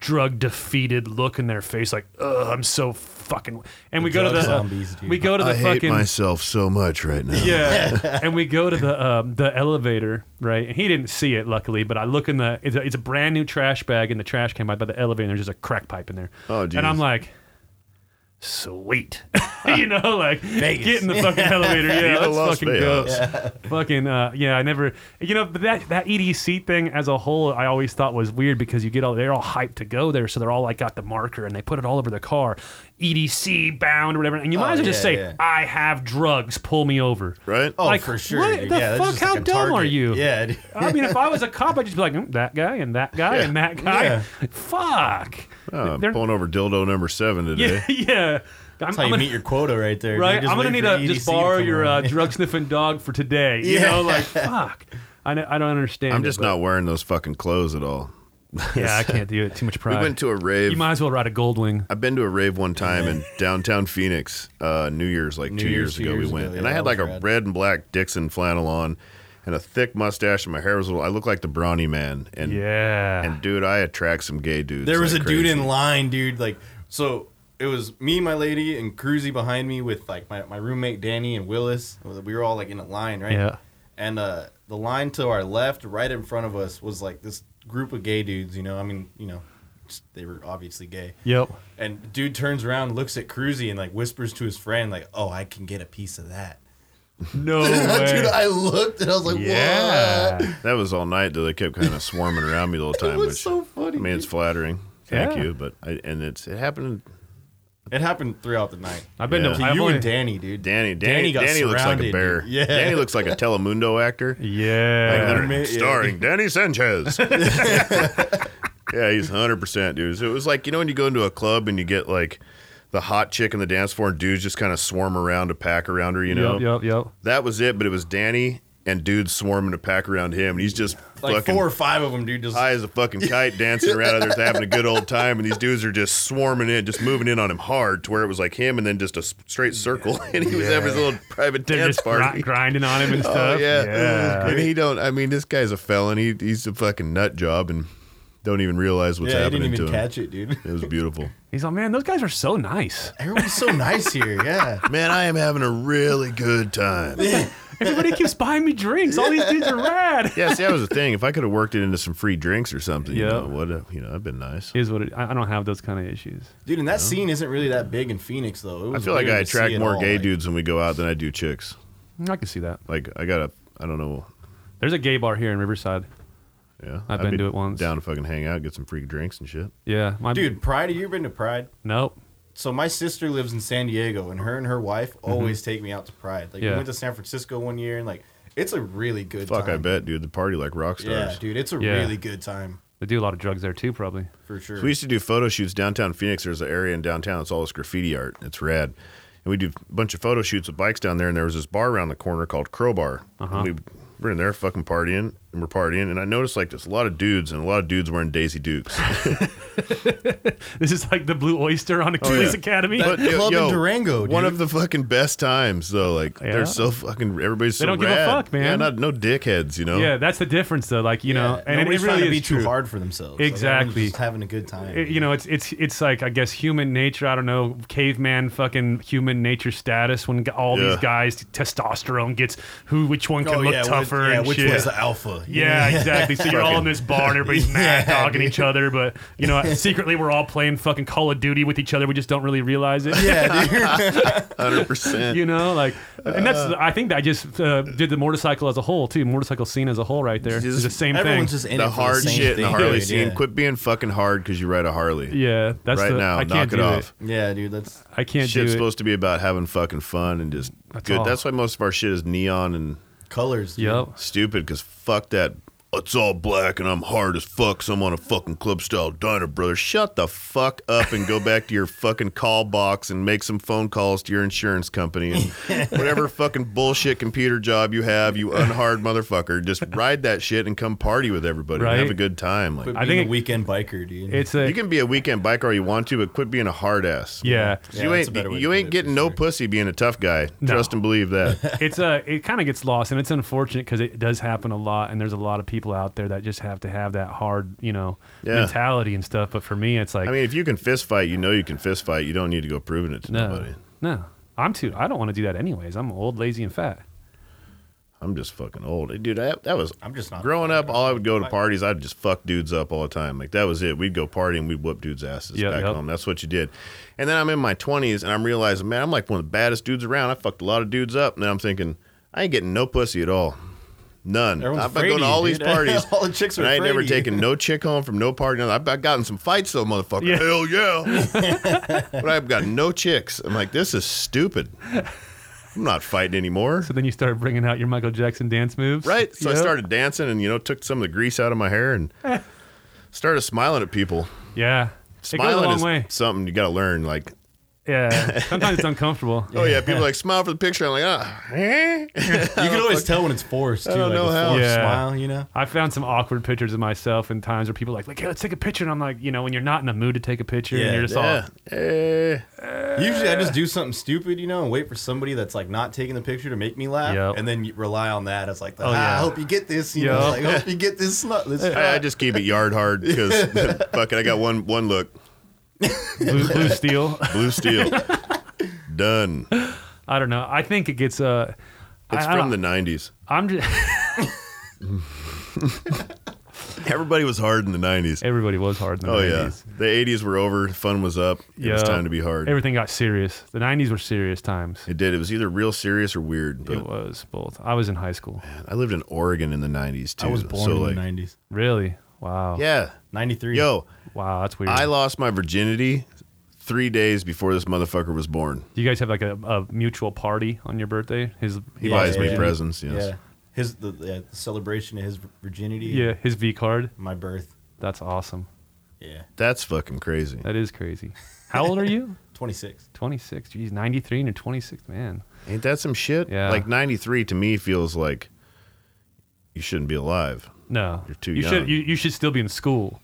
Speaker 1: drug defeated look in their face, like, ugh, I'm so fucking. And we go to
Speaker 2: drug
Speaker 1: the
Speaker 2: zombies, dude.
Speaker 1: we go to the
Speaker 3: I hate
Speaker 1: fucking
Speaker 3: myself so much right now.
Speaker 1: yeah, <laughs> and we go to the um, the elevator, right? And he didn't see it, luckily. But I look in the it's a, it's a brand new trash bag in the trash can by, by the elevator. and There's just a crack pipe in there.
Speaker 3: Oh,
Speaker 1: And I'm
Speaker 3: geez.
Speaker 1: like, sweet, <laughs> you know, like
Speaker 2: Vegas.
Speaker 1: get in the
Speaker 2: <laughs>
Speaker 1: fucking elevator. Yeah,
Speaker 3: Viva
Speaker 1: let's
Speaker 3: Las
Speaker 1: fucking go.
Speaker 3: Vegas.
Speaker 1: Fucking uh, yeah, I never, you know, but that that EDC thing as a whole, I always thought was weird because you get all they're all hyped to go there, so they're all like got the marker and they put it all over their car, EDC bound or whatever, and you might
Speaker 2: Oh,
Speaker 1: as well just
Speaker 2: yeah,
Speaker 1: say,
Speaker 2: yeah.
Speaker 1: I have drugs, pull me over,
Speaker 3: <laughs> Right?
Speaker 2: Oh,
Speaker 1: Like,
Speaker 2: for sure.
Speaker 1: what
Speaker 2: dude.
Speaker 1: the
Speaker 2: yeah, that's
Speaker 1: fuck?
Speaker 2: just like
Speaker 1: How
Speaker 2: a
Speaker 1: dumb are
Speaker 2: target.
Speaker 1: you?
Speaker 2: Yeah. dude.
Speaker 1: I mean, if I was a cop, I'd just be like, "Mm, that guy and that guy and that guy.
Speaker 2: Yeah.
Speaker 1: Fuck.
Speaker 3: Oh, I'm
Speaker 1: They're-
Speaker 3: pulling over dildo number seven today.
Speaker 1: yeah, <laughs> yeah. I'm,
Speaker 2: That's how
Speaker 1: I'm
Speaker 2: you
Speaker 1: gonna,
Speaker 2: meet your quota right there. dude.
Speaker 1: right?
Speaker 2: Just
Speaker 1: I'm gonna
Speaker 2: wait
Speaker 1: need
Speaker 2: for
Speaker 3: E
Speaker 1: to just
Speaker 2: EDC to
Speaker 1: borrow
Speaker 2: come
Speaker 1: your uh,
Speaker 3: <laughs>
Speaker 2: around.
Speaker 1: drug sniffing dog for today. You
Speaker 2: Yeah.
Speaker 1: know, like fuck. I, don't- I don't understand.
Speaker 3: I'm
Speaker 1: it,
Speaker 3: just
Speaker 1: but-
Speaker 3: not wearing those fucking clothes at all.
Speaker 1: Yeah, I can't do it. Too much
Speaker 3: <laughs> We
Speaker 1: pride.
Speaker 3: went to a rave.
Speaker 1: you might as well ride a Goldwing.
Speaker 3: <laughs> I've been to a rave one time
Speaker 2: <laughs>
Speaker 3: in downtown Phoenix, uh, New Year's, like two
Speaker 2: Year's,
Speaker 3: years
Speaker 2: two
Speaker 3: ago.
Speaker 2: years
Speaker 3: we
Speaker 2: ago,
Speaker 3: went,
Speaker 2: yeah,
Speaker 3: and I
Speaker 2: that
Speaker 3: had like
Speaker 2: was
Speaker 3: a
Speaker 2: rad.
Speaker 3: red and black Dixon flannel on, and a thick mustache, and my hair was a little. I looked like the brawny man, and
Speaker 1: Yeah.
Speaker 3: and dude, I attract some gay dudes.
Speaker 2: There was
Speaker 3: like
Speaker 2: a dude
Speaker 3: crazy.
Speaker 2: in line, dude. Like, so it was me, my lady, and Cruzy behind me with like my, my roommate Danny and Willis. We were all like in a line, right?
Speaker 1: Yeah.
Speaker 2: And uh, the line to our left, right in front of us, was like this group of gay dudes. You know, I mean, you know, they were obviously gay.
Speaker 1: yep.
Speaker 2: And dude turns around, looks at Cruzy, and like whispers to his friend, like, "Oh, I can get a piece of that."
Speaker 3: <laughs>
Speaker 1: No way.
Speaker 2: dude, I looked and I was like, "What?"
Speaker 1: yeah.
Speaker 3: That was all night though. They kept kind of swarming
Speaker 2: <laughs>
Speaker 3: around me the whole time.
Speaker 2: was
Speaker 3: which,
Speaker 2: so funny,
Speaker 3: I mean, it's flattering. Thank
Speaker 1: Yeah.
Speaker 3: you, but I, and it's it happened.
Speaker 2: It happened throughout the night.
Speaker 1: I've been
Speaker 3: Yeah.
Speaker 1: to
Speaker 2: To
Speaker 1: I've
Speaker 2: you
Speaker 1: only-
Speaker 2: and Danny, dude.
Speaker 3: Danny,
Speaker 2: Danny
Speaker 3: Danny, Danny,
Speaker 2: got
Speaker 3: looks like a
Speaker 2: surrounded,
Speaker 3: bear.
Speaker 2: dude. Yeah.
Speaker 3: Danny
Speaker 2: <laughs>
Speaker 3: looks like a Telemundo actor. Like,
Speaker 1: Yeah.
Speaker 3: literally,
Speaker 2: Yeah.
Speaker 3: starring
Speaker 1: <laughs>
Speaker 3: Danny Sanchez. yeah, he's hundred percent, dude. So it was like you know when you go into a club and you get like the hot chick in the dance floor, and dudes just kind of swarm around to pack around her. You know,
Speaker 1: Yep. Yep. Yep.
Speaker 3: that was it. But it was Danny and dudes swarming to pack around him, and he's just
Speaker 2: Like
Speaker 3: fucking
Speaker 2: four or five of them, dude. Just
Speaker 3: high as a fucking
Speaker 2: <laughs>
Speaker 3: kite, dancing around out there, having a good old time. And these dudes are just swarming in, just moving in on him hard, to where it was like him and then just a s- straight circle, <laughs> and he was having his little private
Speaker 1: They're
Speaker 3: dance
Speaker 1: just gri-
Speaker 3: party.
Speaker 1: grinding on him and stuff.
Speaker 3: <laughs> Oh yeah,
Speaker 1: Yeah.
Speaker 3: And he don't. I mean, this guy's a felon. He he's a fucking nut job and don't even realize what's
Speaker 2: yeah, he
Speaker 3: happening
Speaker 2: didn't even
Speaker 3: to him.
Speaker 2: catch it, dude. <laughs>
Speaker 3: It was beautiful.
Speaker 1: He's like, man, those guys are so nice.
Speaker 2: Everyone's so nice here. Yeah.
Speaker 3: Man, I am having a really
Speaker 2: <laughs>
Speaker 3: good time.
Speaker 1: Everybody keeps buying me drinks. All these dudes are rad.
Speaker 3: Yeah, see, that was the thing. If I could have worked it into some free drinks or something, you
Speaker 1: Yeah.
Speaker 3: know, would have, you know, I've been nice.
Speaker 1: Is what it, I I don't have those kind of issues.
Speaker 2: Dude, and that scene isn't really that big in Phoenix, though. It
Speaker 3: I
Speaker 2: was
Speaker 3: feel like
Speaker 2: weird
Speaker 3: I
Speaker 2: to see
Speaker 3: attract
Speaker 2: it
Speaker 3: more
Speaker 2: all,
Speaker 3: gay
Speaker 2: like-
Speaker 3: dudes when we go out than I do chicks.
Speaker 1: I can see that.
Speaker 3: Like, I gotta, I don't know.
Speaker 1: There's a gay bar here in Riverside.
Speaker 3: Yeah,
Speaker 1: I've
Speaker 3: I'd
Speaker 1: been
Speaker 3: be
Speaker 1: to it once.
Speaker 3: Down to fucking hang out, get some free drinks and shit.
Speaker 1: Yeah, my
Speaker 2: Dude, Pride, have you ever been to Pride?
Speaker 1: Nope.
Speaker 2: So my sister lives in San Diego, and her and her wife
Speaker 3: Mm-hmm.
Speaker 2: always take me out to Pride. Like,
Speaker 1: Yeah.
Speaker 2: we went to San Francisco one year, and like, it's a really good
Speaker 3: Fuck,
Speaker 2: time.
Speaker 3: I bet, dude. The party like rock
Speaker 2: Yeah,
Speaker 3: stars.
Speaker 2: dude, it's a
Speaker 1: Yeah.
Speaker 2: really good time,
Speaker 1: They do a lot of drugs there too, probably. <laughs>
Speaker 2: for sure.
Speaker 3: So we used to do photo shoots downtown Phoenix. There's an area in downtown. It's all this graffiti art. It's rad. And And we do a bunch of photo shoots with bikes down there. And there was this bar around the corner called Crowbar.
Speaker 1: Uh-huh.
Speaker 3: And we were in there fucking partying and we're partying. And I noticed like there's a lot of dudes and a lot of dudes wearing
Speaker 1: <laughs>
Speaker 3: Daisy Dukes.
Speaker 1: This is like the Blue Oyster on the Police Academy.
Speaker 3: But
Speaker 2: Oh, That
Speaker 3: yo-
Speaker 2: club in
Speaker 3: yo,
Speaker 2: Durango,
Speaker 3: <laughs> One
Speaker 2: dude.
Speaker 3: of the fucking best times though. Like
Speaker 1: Oh, Yeah.
Speaker 3: they're so fucking everybody's so
Speaker 1: don't give a
Speaker 3: rad.
Speaker 1: fuck, man.
Speaker 3: Yeah, not no dickheads, you know. <laughs>
Speaker 1: yeah, that's the difference, though. Like you know, and it- it,
Speaker 2: Nobody's
Speaker 1: really
Speaker 2: trying to
Speaker 1: is
Speaker 2: be
Speaker 1: true.
Speaker 2: too hard for themselves. Like, everyone's
Speaker 1: Exactly.
Speaker 2: just having a good time.
Speaker 1: It- you know, it's it's it's like I guess human nature. I don't know, caveman fucking human nature status. When g- all these
Speaker 3: Yeah.
Speaker 1: guys, testosterone gets who, which one can
Speaker 2: Oh,
Speaker 1: look
Speaker 2: yeah,
Speaker 1: tougher
Speaker 2: Which, yeah,
Speaker 1: and
Speaker 2: which
Speaker 1: shit.
Speaker 2: was the alpha? you
Speaker 1: yeah, <laughs>
Speaker 2: know?
Speaker 1: exactly. So you're all in this bar and everybody's mad,
Speaker 2: <laughs> Yeah,
Speaker 1: dogging each other, but you
Speaker 2: <laughs>
Speaker 1: know, secretly we're all playing fucking Call of Duty with each other. We just don't really realize it.
Speaker 2: yeah, dude.
Speaker 3: hundred percent.
Speaker 1: <laughs> You know, like, and that's I think I just uh, did the motorcycle as a whole too. Motorcycle scene as a whole, right there. It's the same thing.
Speaker 2: <laughs> Everyone's just in it
Speaker 3: The
Speaker 2: for
Speaker 3: hard
Speaker 2: the same
Speaker 3: shit in
Speaker 2: thing,
Speaker 3: the Harley
Speaker 2: dude,
Speaker 3: scene.
Speaker 2: Yeah.
Speaker 3: Quit being fucking hard because you ride a Harley.
Speaker 1: yeah, that's
Speaker 3: right
Speaker 1: the,
Speaker 3: now,
Speaker 1: I can't
Speaker 3: knock it
Speaker 1: do
Speaker 3: off.
Speaker 2: Yeah, dude. That's
Speaker 1: I can't
Speaker 3: Shit's
Speaker 1: do it.
Speaker 3: supposed to be about having fucking fun and just
Speaker 1: That's
Speaker 3: good.
Speaker 1: all.
Speaker 3: That's why most of our shit is neon and
Speaker 2: colors. dude.
Speaker 1: Yep.
Speaker 3: stupid because fuck that. It's all black and I'm hard as fuck. So I'm on a fucking club style diner, brother. Shut the fuck up and go back to your fucking call box and make some phone calls to your insurance company and whatever fucking bullshit computer job you have, you unhard motherfucker. Just ride that shit and come party with everybody.
Speaker 1: Right.
Speaker 3: And have a good time. Like
Speaker 2: Quit
Speaker 1: I
Speaker 2: being
Speaker 1: think
Speaker 2: a
Speaker 1: it-
Speaker 2: weekend biker, dude.
Speaker 1: It's a
Speaker 3: you can be a weekend biker all you want to, but quit being a hard ass.
Speaker 1: yeah.
Speaker 3: 'Cause
Speaker 2: Yeah,
Speaker 3: you
Speaker 2: that's a
Speaker 3: ain't
Speaker 2: better way to
Speaker 3: you
Speaker 2: put
Speaker 3: ain't
Speaker 2: it,
Speaker 3: getting
Speaker 2: for
Speaker 3: no
Speaker 2: sure.
Speaker 3: pussy being a tough guy.
Speaker 1: No.
Speaker 3: Trust and believe that.
Speaker 2: <laughs>
Speaker 1: it's a it kind of gets lost and it's unfortunate because it does happen a lot and there's a lot of people out there that just have to have that hard you know
Speaker 3: Yeah.
Speaker 1: mentality and stuff but for me it's like
Speaker 3: I mean, if you can fist fight, you know you can fist fight. You don't need to go proving it to
Speaker 1: no
Speaker 3: nobody.
Speaker 1: no i'm too i don't want to do that anyways i'm old lazy and fat
Speaker 3: I'm just fucking old, Hey, dude. I, that was
Speaker 2: I'm just not-
Speaker 3: growing up. All I would go to parties, I'd just fuck dudes up all the time. Like that was it. We'd go party and we'd whoop dudes' asses
Speaker 1: Yep,
Speaker 3: back
Speaker 1: yep.
Speaker 3: home. That's what you did. And then I'm in my 20s and I'm realizing, man, I'm like one of the baddest dudes around. I fucked a lot of dudes up. And then I'm thinking, I ain't getting no pussy at all. None.
Speaker 2: Everyone's
Speaker 3: I've
Speaker 2: afraid
Speaker 3: been going to
Speaker 2: of you,
Speaker 3: all these
Speaker 2: dude. <laughs>
Speaker 3: parties.
Speaker 2: All the chicks are
Speaker 3: and I ain't
Speaker 2: afraid
Speaker 3: never
Speaker 2: of you.
Speaker 3: taken no chick home from no party. I've I've gotten some fights though, motherfucker.
Speaker 1: Yeah.
Speaker 3: Hell yeah.
Speaker 1: <laughs>
Speaker 3: but I've got no chicks. I'm like, this is stupid. I'm not fighting anymore.
Speaker 1: so then you start bringing out your michael jackson dance moves
Speaker 3: Right. So I
Speaker 1: Yep.
Speaker 3: started dancing and, you know, took some of the grease out of my hair
Speaker 1: <laughs>
Speaker 3: and started smiling at people.
Speaker 1: yeah it goes a
Speaker 3: Smiling
Speaker 1: long
Speaker 3: is
Speaker 1: way
Speaker 3: something you got to learn. Like, <laughs>
Speaker 1: yeah sometimes it's uncomfortable
Speaker 3: oh,
Speaker 1: <laughs>
Speaker 3: yeah, people like smile for the picture. I'm like, ah, <laughs>
Speaker 2: <laughs>
Speaker 3: eh?
Speaker 2: you can always tell when it's forced. Too,
Speaker 3: I don't
Speaker 2: like
Speaker 3: know
Speaker 2: a
Speaker 3: how.
Speaker 2: forced
Speaker 1: Yeah.
Speaker 2: Smile, you know.
Speaker 1: I found some awkward pictures of myself in times where people are like, like, hey, let's take a picture. And I'm like, you know, when you're not in the mood to take a picture and
Speaker 2: Yeah,
Speaker 1: you're just
Speaker 3: yeah. Eh.
Speaker 2: Usually, I just do something stupid, you know, and wait for somebody that's like not taking the picture to make me laugh,
Speaker 1: Yep.
Speaker 2: and then you rely on that as like, the,
Speaker 1: Oh,
Speaker 2: ah,
Speaker 1: yeah.
Speaker 2: I hope you get this, you know,
Speaker 1: Yep.
Speaker 2: like, I hope you get this. Slut. this
Speaker 3: I, I just keep it yard hard because <laughs> fuck it, I got one one look,
Speaker 1: all
Speaker 3: <laughs>
Speaker 1: blue, blue steel. <laughs>
Speaker 3: blue steel, done. It's
Speaker 1: I don't know. I think it gets uh I- I
Speaker 3: from
Speaker 1: don't-
Speaker 3: the '90s.
Speaker 1: I'm just <laughs>
Speaker 3: Everybody was hard in the '90s.
Speaker 1: everybody was hard in the
Speaker 3: oh
Speaker 1: 90s.
Speaker 3: yeah, the '80s were over. Fun was up. It was
Speaker 1: Yeah.
Speaker 3: time to be hard.
Speaker 1: Everything got serious. The 90s were serious times.
Speaker 3: it did. It was either real serious or weird. But
Speaker 1: It was both. I was in high school.
Speaker 3: I lived in Oregon in the '90s too.
Speaker 2: I was born
Speaker 3: so
Speaker 2: in
Speaker 3: like,
Speaker 2: the '90s,
Speaker 1: Really? Wow.
Speaker 3: Yeah.
Speaker 2: '93.
Speaker 3: Yo,
Speaker 1: Wow, that's weird.
Speaker 3: I lost my virginity three days before this motherfucker was born.
Speaker 1: Do you guys have like a, a mutual party on your birthday? His
Speaker 3: He
Speaker 2: Yeah,
Speaker 3: buys me
Speaker 2: yeah.
Speaker 3: presents. Yes.
Speaker 2: yeah, his the, yeah, the celebration of his virginity,
Speaker 1: yeah, his V card.
Speaker 2: my birth,
Speaker 1: That's awesome.
Speaker 2: yeah,
Speaker 3: That's fucking crazy.
Speaker 1: That is crazy. How old are you? <laughs>
Speaker 2: 26.
Speaker 1: 26. Geez, 93 and you're 26, man.
Speaker 3: Ain't that some shit?
Speaker 1: Yeah.
Speaker 3: Like 93 to me feels like you shouldn't be alive.
Speaker 1: No,
Speaker 3: You're too
Speaker 1: you
Speaker 3: young.
Speaker 1: Should, you, you should still be in
Speaker 3: <laughs>
Speaker 1: school.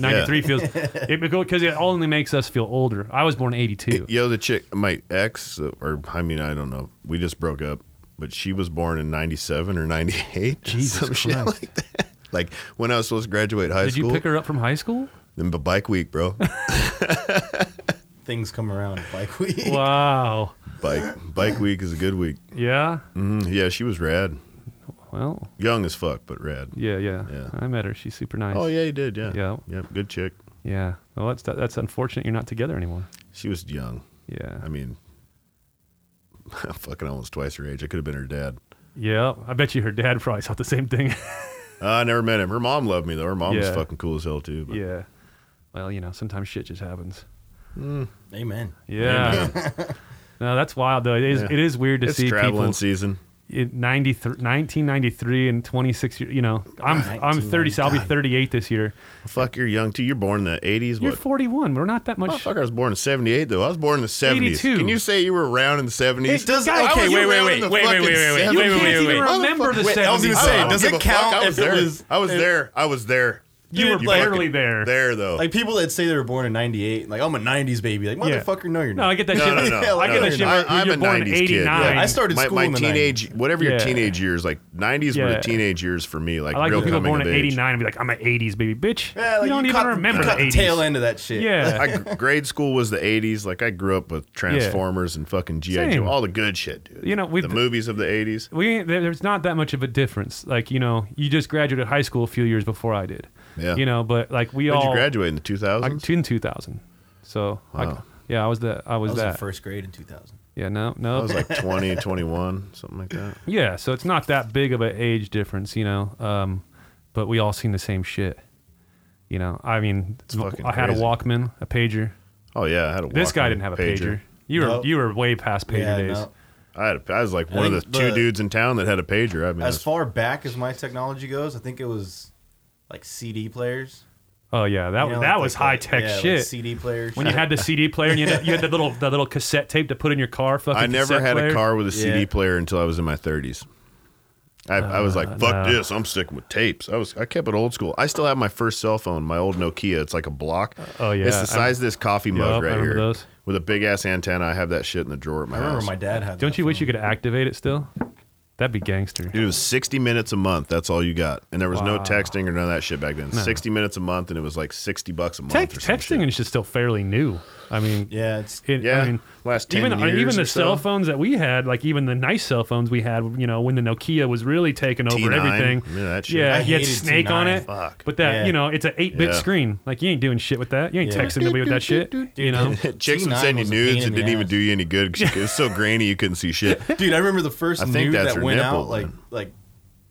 Speaker 1: 93 feels it because it only makes us feel older. I was born in 82.
Speaker 3: Yo, the chick, my ex, or I mean, I don't know. We just broke up, but she was born in 97 or 98. <laughs>
Speaker 1: Jesus
Speaker 3: some shit
Speaker 1: Christ.
Speaker 3: like that. Like when I was supposed to graduate high
Speaker 1: Did
Speaker 3: school.
Speaker 1: you pick her up from high
Speaker 3: <laughs>
Speaker 1: school?
Speaker 3: Then b- bike week,
Speaker 1: <laughs>
Speaker 3: bro.
Speaker 2: Things come around <laughs> like we.
Speaker 1: Wow.
Speaker 3: bike bike week is a good week.
Speaker 1: Yeah.
Speaker 3: Mm,
Speaker 1: Mm-hmm.
Speaker 3: yeah, she was rad.
Speaker 1: Well,
Speaker 3: Young as fuck, but rad.
Speaker 1: yeah, yeah.
Speaker 3: Yeah.
Speaker 1: I met her. She's super nice.
Speaker 3: Oh yeah, you did. Yeah.
Speaker 1: Yeah.
Speaker 3: Yep. Good chick.
Speaker 1: Yeah. Well, that's that, that's unfortunate. You're not together anymore.
Speaker 3: She was young.
Speaker 1: Yeah.
Speaker 3: I mean, <laughs> fucking almost twice her age. I could have been her dad.
Speaker 1: yeah. I bet you her dad probably thought the same thing. <laughs>
Speaker 3: Uh, I never met him. Her mom loved me though. Her mom was
Speaker 1: Yeah.
Speaker 3: fucking cool as hell too. But
Speaker 1: yeah. Well, you know, sometimes shit just happens.
Speaker 2: Amen. <laughs>
Speaker 1: Yeah. no, that's wild though. It is
Speaker 3: Yeah.
Speaker 1: it is weird to
Speaker 3: it's
Speaker 1: see
Speaker 3: traveling
Speaker 1: people.
Speaker 3: season.
Speaker 1: it, 90, 1993 and 26 years, you know, I'm I'm 30, so I'll be 38 this year.
Speaker 3: Fuck, you're young too. You're born in the 80s.
Speaker 1: You're
Speaker 3: What?
Speaker 1: 41. We're not that
Speaker 3: Oh,
Speaker 1: much.
Speaker 3: fuck, I was born in 78, though. I was born in the 70s.
Speaker 1: 82.
Speaker 3: Can you say you were around in the 70s?
Speaker 2: It does.
Speaker 1: Guys,
Speaker 2: okay,
Speaker 1: I was
Speaker 2: wait, wait,
Speaker 3: around
Speaker 2: wait,
Speaker 3: in
Speaker 2: wait,
Speaker 3: the
Speaker 2: wait, wait, wait,
Speaker 3: fucking
Speaker 2: wait,
Speaker 1: You
Speaker 2: wait,
Speaker 1: can't
Speaker 2: wait,
Speaker 1: even
Speaker 2: wait, wait.
Speaker 1: remember the
Speaker 2: Wait,
Speaker 1: 70s.
Speaker 2: I was gonna say,
Speaker 3: I don't
Speaker 2: does
Speaker 3: give
Speaker 2: it
Speaker 3: a fuck.
Speaker 2: count
Speaker 3: I
Speaker 2: if
Speaker 3: was
Speaker 2: it
Speaker 3: there.
Speaker 2: was-
Speaker 3: I was
Speaker 2: if-
Speaker 3: there. I was there.
Speaker 1: You were
Speaker 3: fucking-
Speaker 1: barely there.
Speaker 3: There, though.
Speaker 2: Like people that say they were born in '98, like I'm a '90s baby. Like
Speaker 1: Yeah.
Speaker 2: motherfucker, no, you're
Speaker 1: No, I
Speaker 2: not.
Speaker 1: get that
Speaker 3: No,
Speaker 1: shit.
Speaker 2: <laughs>
Speaker 3: no, no,
Speaker 1: I get
Speaker 2: no.
Speaker 1: that shit.
Speaker 3: I,
Speaker 1: where
Speaker 3: I'm
Speaker 1: you're
Speaker 3: a
Speaker 1: born in
Speaker 3: 90s kid.
Speaker 1: 89.
Speaker 3: Yeah,
Speaker 2: I started
Speaker 3: my,
Speaker 2: school
Speaker 3: my
Speaker 2: in the
Speaker 3: teenage, whatever your
Speaker 1: Yeah.
Speaker 3: teenage years, like 90s were
Speaker 1: Yeah.
Speaker 3: the teenage years for me. Like,
Speaker 1: I like
Speaker 3: real
Speaker 1: when people
Speaker 3: coming
Speaker 1: born
Speaker 3: of
Speaker 1: in
Speaker 3: age.
Speaker 1: '89 and be like, "I'm an '80s baby, bitch."
Speaker 2: Yeah, like,
Speaker 1: you don't even
Speaker 2: caught,
Speaker 1: remember
Speaker 2: you
Speaker 1: the
Speaker 2: caught the
Speaker 1: '80s.
Speaker 2: tail end of that
Speaker 1: <laughs>
Speaker 2: shit.
Speaker 1: Yeah,
Speaker 3: I, grade school was the 80s. Like, I grew up with Transformers and fucking G.I.
Speaker 1: Same.
Speaker 3: Joe, all the good shit, dude.
Speaker 1: You know, we've-
Speaker 3: the movies of the 80s.
Speaker 1: we ain't, there- there's not that much of a difference. Like you know, you just graduated high school a few years before I did.
Speaker 3: Yeah.
Speaker 1: You know, but like we
Speaker 3: When did
Speaker 1: all
Speaker 3: you graduate in the 2000s?
Speaker 1: I, in 2000. So I,
Speaker 3: Wow.
Speaker 1: yeah, I was the I was,
Speaker 2: I was in
Speaker 1: that.
Speaker 2: first grade in 2000.
Speaker 1: Yeah, no, no.
Speaker 3: I
Speaker 1: <laughs>
Speaker 3: was like 20, 21, something like that.
Speaker 1: yeah, so it's not that big of an age difference, you know. Um, but we all seen the same shit. You know, I mean,
Speaker 3: fucking
Speaker 1: I had
Speaker 3: crazy.
Speaker 1: a Walkman, a pager.
Speaker 3: Oh yeah, I had a.
Speaker 1: This guy
Speaker 3: Walkman
Speaker 1: didn't have a pager. You were
Speaker 2: Nope.
Speaker 1: you were way past pager
Speaker 2: Yeah,
Speaker 1: days.
Speaker 2: no.
Speaker 3: I had. A, I was like one of the
Speaker 2: think
Speaker 3: two
Speaker 2: the-
Speaker 3: dudes in town that had a pager. I mean,
Speaker 2: As
Speaker 3: that's-
Speaker 2: far back as my technology goes, I think it was like CD players.
Speaker 1: Oh yeah, that
Speaker 2: You know,
Speaker 1: that
Speaker 2: like
Speaker 1: was
Speaker 2: the-
Speaker 1: high tech
Speaker 2: yeah, like
Speaker 1: shit.
Speaker 2: CD players.
Speaker 1: when you had the CD player and you had, that- you had the little the little cassette tape to put in your car. Fucking
Speaker 3: I never
Speaker 1: cassette
Speaker 3: had
Speaker 1: player.
Speaker 3: a car with a CD
Speaker 2: Yeah.
Speaker 3: player until I was in my 30s. I, I was like, fuck
Speaker 1: Uh, no.
Speaker 3: this. I'm sticking with tapes. I was I kept it old school. I still have my first cell phone, my old Nokia. It's like a block.
Speaker 1: oh, yeah.
Speaker 3: It's the size of this coffee mug
Speaker 1: Yup, I
Speaker 3: right
Speaker 1: remember
Speaker 3: here
Speaker 1: those.
Speaker 3: with a big ass antenna. I have that shit in the drawer at my
Speaker 2: I remember
Speaker 3: house.
Speaker 2: my dad had.
Speaker 1: Don't you wish you could activate it still? That'd be gangster.
Speaker 3: Dude, it was 60 minutes a month. That's all you got, and there was no
Speaker 1: Wow.
Speaker 3: texting or none of that shit back then. 60 minutes a month, and it was like 60 bucks a month.
Speaker 1: Tech,
Speaker 3: or some shit.
Speaker 1: texting is just still fairly new. I mean,
Speaker 2: Yeah, it's
Speaker 1: it,
Speaker 3: Yeah,
Speaker 1: I mean,
Speaker 3: last 10
Speaker 1: even
Speaker 3: years
Speaker 1: even
Speaker 3: or
Speaker 1: the
Speaker 3: so.
Speaker 1: cell phones that we had, like even the nice cell phones we had, you know, when the Nokia was really taking over
Speaker 3: T9.
Speaker 1: everything.
Speaker 3: Yeah, that shit.
Speaker 1: yeah,
Speaker 2: I
Speaker 1: you had
Speaker 2: hated
Speaker 1: Snake on
Speaker 2: T9.
Speaker 1: it.
Speaker 3: Fuck.
Speaker 1: But that,
Speaker 2: Yeah.
Speaker 1: you know, it's an eight bit
Speaker 3: Yeah.
Speaker 1: screen. Like you ain't doing shit with that. You ain't
Speaker 2: Yeah.
Speaker 1: texting nobody with that shit. You know,
Speaker 3: Chicks would
Speaker 2: T9
Speaker 3: send you
Speaker 2: was a pain
Speaker 3: nudes. It
Speaker 2: in the
Speaker 3: didn't even
Speaker 2: ass.
Speaker 3: do you any good because it was so grainy you couldn't
Speaker 1: <laughs>
Speaker 3: see shit.
Speaker 2: <laughs> dude. I remember the first
Speaker 3: I think
Speaker 2: nude
Speaker 3: that's
Speaker 2: that
Speaker 3: her
Speaker 2: went
Speaker 3: nipple,
Speaker 2: out, like
Speaker 3: man.
Speaker 2: like.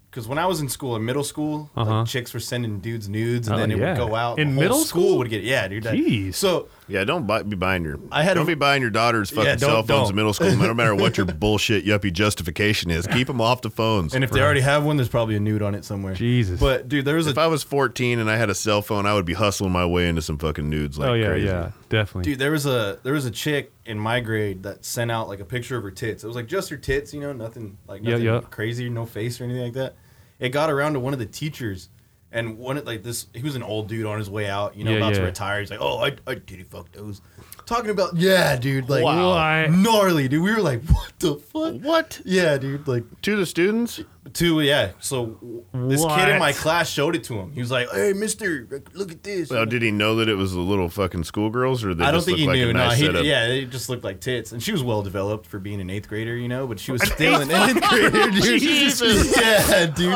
Speaker 2: Because when I was in school, in middle school,
Speaker 1: Uh-huh.
Speaker 2: like, chicks were sending dudes nudes, and
Speaker 1: Oh,
Speaker 2: then it
Speaker 1: yeah.
Speaker 2: would go out.
Speaker 1: In
Speaker 2: the whole
Speaker 1: middle school?
Speaker 2: would get yeah, dude. that-
Speaker 1: Jeez.
Speaker 2: So
Speaker 3: Yeah, don't buy, be buying your.
Speaker 2: I had a-
Speaker 3: don't be buying your daughter's fucking
Speaker 2: Yeah, don't-
Speaker 3: cell phones in
Speaker 2: don't.
Speaker 3: middle school.
Speaker 2: <laughs>
Speaker 3: No matter what your bullshit yuppie justification is, keep them off the phones.
Speaker 2: and if they already have one, there's probably a nude on it somewhere.
Speaker 1: Jesus.
Speaker 2: But dude, there was a
Speaker 3: if I was 14 and I had a cell phone, I would be hustling my way into some fucking nudes like
Speaker 1: oh yeah,
Speaker 3: crazy.
Speaker 1: yeah, definitely.
Speaker 2: Dude, there was a there was a chick in my grade that sent out like a picture of her tits. It was like just her tits, you know, nothing like
Speaker 1: Yeah,
Speaker 2: nothing
Speaker 1: yeah.
Speaker 2: crazy, no face or anything like that. It got around to one of the teachers, and one of like this, he was an old dude on his way out, you know,
Speaker 1: Yeah,
Speaker 2: about to
Speaker 1: yeah.
Speaker 2: retire. He's like, oh, I, I titty fucked those. Talking about yeah, dude, like
Speaker 1: Wow. Why?
Speaker 2: gnarly, dude. We were like, what the fuck?
Speaker 3: What
Speaker 2: Yeah, dude, like
Speaker 3: to the students?
Speaker 2: two, yeah. So this kid in my
Speaker 1: What?
Speaker 2: class showed it to him. He was like, hey, Mister, look at this.
Speaker 3: Well, did he know that it was the little fucking schoolgirls, or they
Speaker 2: I don't
Speaker 3: just
Speaker 2: think he
Speaker 3: looked like
Speaker 2: knew.
Speaker 3: a nice
Speaker 2: no,
Speaker 3: setup?
Speaker 2: he, yeah, it just looked like tits, and she was well developed for being an eighth grader, you know. But she was still an eighth grader,
Speaker 1: <laughs>
Speaker 2: dude.
Speaker 3: Jesus.
Speaker 2: <laughs> yeah, dude.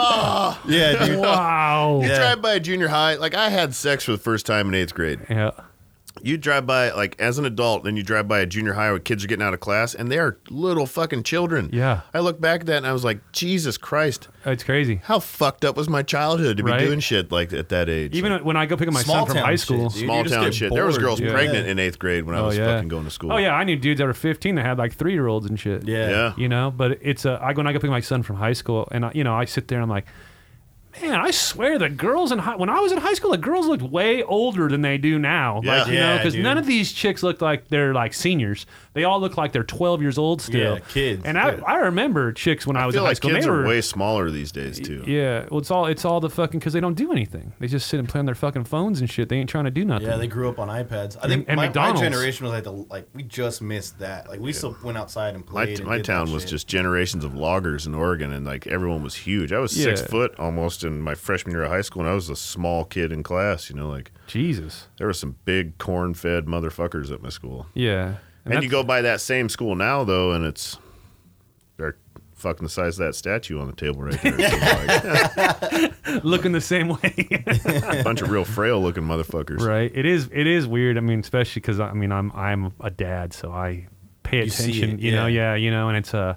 Speaker 2: Yeah, dude.
Speaker 1: Ah.
Speaker 2: <laughs>
Speaker 1: Wow.
Speaker 3: You
Speaker 2: Yeah.
Speaker 3: drive by a junior high, like I had sex for the first time in eighth grade.
Speaker 1: Yeah.
Speaker 3: you drive by like as an adult, then you drive by a junior high where kids are getting out of class, and they are little fucking children.
Speaker 1: Yeah.
Speaker 3: I look back at that and I was like, Jesus Christ,
Speaker 1: It's crazy.
Speaker 3: how fucked up was my childhood to be
Speaker 1: Right?
Speaker 3: doing shit like at that age?
Speaker 1: Even when I go pick up my
Speaker 2: Small
Speaker 1: son from
Speaker 2: town
Speaker 1: high
Speaker 2: shit,
Speaker 1: school,
Speaker 2: dude.
Speaker 3: small
Speaker 2: you just
Speaker 3: town
Speaker 2: get
Speaker 3: shit. there was
Speaker 2: bored,
Speaker 3: girls
Speaker 2: dude.
Speaker 3: pregnant
Speaker 2: Yeah.
Speaker 3: in eighth grade when I
Speaker 1: Oh
Speaker 3: was
Speaker 1: yeah.
Speaker 3: fucking going to school.
Speaker 1: Oh yeah, I knew dudes that were 15 that had like three year olds and shit.
Speaker 2: Yeah.
Speaker 3: Yeah.
Speaker 1: You know, but it's a I when I go pick my son from high school and I, you know I sit there and I'm like, man, I swear the girls in high when I was in high school the girls looked way older than they do now. Like
Speaker 3: Yeah.
Speaker 1: you know
Speaker 2: Yeah,
Speaker 1: because
Speaker 2: dude.
Speaker 1: none of these chicks look like they're like seniors. They all look like they're 12 years old still.
Speaker 2: Yeah, kids,
Speaker 1: And I,
Speaker 2: yeah.
Speaker 1: I remember chicks when I,
Speaker 3: I
Speaker 1: was
Speaker 3: feel
Speaker 1: in high
Speaker 3: like
Speaker 1: school
Speaker 3: kids
Speaker 1: they
Speaker 3: are
Speaker 1: were
Speaker 3: way smaller these days too.
Speaker 1: yeah, well, it's all it's all the fucking because they don't do anything. They just sit and play on their fucking phones and shit. They ain't trying to do nothing.
Speaker 2: Yeah, they grew up on iPads. I think
Speaker 1: And
Speaker 2: my, my
Speaker 1: McDonald's.
Speaker 2: generation was like the like we just missed that. Like we still went outside and
Speaker 3: My,
Speaker 2: played. and
Speaker 3: my
Speaker 2: did
Speaker 3: town
Speaker 2: that
Speaker 3: was
Speaker 2: shit.
Speaker 3: just generations of loggers in Oregon, and like everyone was huge. I was six
Speaker 1: Yeah.
Speaker 3: foot almost in my freshman year of high school, and I was a small kid in class. You know, like
Speaker 1: Jesus.
Speaker 3: there were some big corn-fed motherfuckers at my school.
Speaker 1: Yeah.
Speaker 3: And, you
Speaker 1: that's-
Speaker 3: go by that same school now, though, and it's they're fucking the size of that statue on the table
Speaker 1: <laughs>
Speaker 3: right there. It's
Speaker 1: looking the same
Speaker 3: <laughs>
Speaker 1: way.
Speaker 3: like a bunch of real frail looking motherfuckers.
Speaker 1: Right. It is. It is weird. I mean, especially because I mean, I'm I'm a dad, so I pay
Speaker 2: You see
Speaker 1: attention.
Speaker 2: it,
Speaker 1: You know.
Speaker 2: yeah.
Speaker 1: Yeah. You know. And it's uh,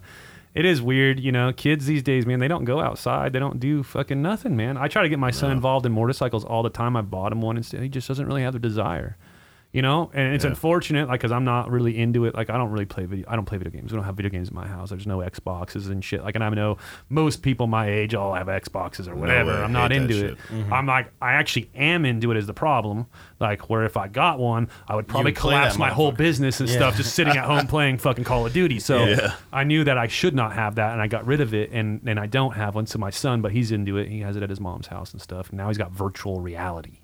Speaker 1: it is weird. You know, kids these days, man, they don't go outside. They don't do fucking nothing, man. I try to get my son involved in motorcycles all the time. I bought him one, and still- he just doesn't really have the desire. You know, and it's
Speaker 3: Yeah.
Speaker 1: unfortunate, like, cause I'm not really into it. Like, I don't really play video. I don't play video games. We don't have video games in my house. There's no Xboxes and shit. Like, and I know most people my age all have Xboxes or whatever.
Speaker 3: way. I
Speaker 1: I'm not
Speaker 3: hate that
Speaker 1: into it. Mm-hmm. I'm like, I actually am into it. Is the problem? Like, where if I got one, I would probably
Speaker 2: would play that
Speaker 1: collapse my whole
Speaker 2: motherfucker.
Speaker 1: business and stuff just sitting at home
Speaker 3: <laughs>
Speaker 1: playing fucking Call of Duty. So
Speaker 3: Yeah.
Speaker 1: I knew that I should not have that, and I got rid of it, and and I don't have one. So my son, but he's into it. He has it at his mom's house and stuff. And now he's got virtual reality.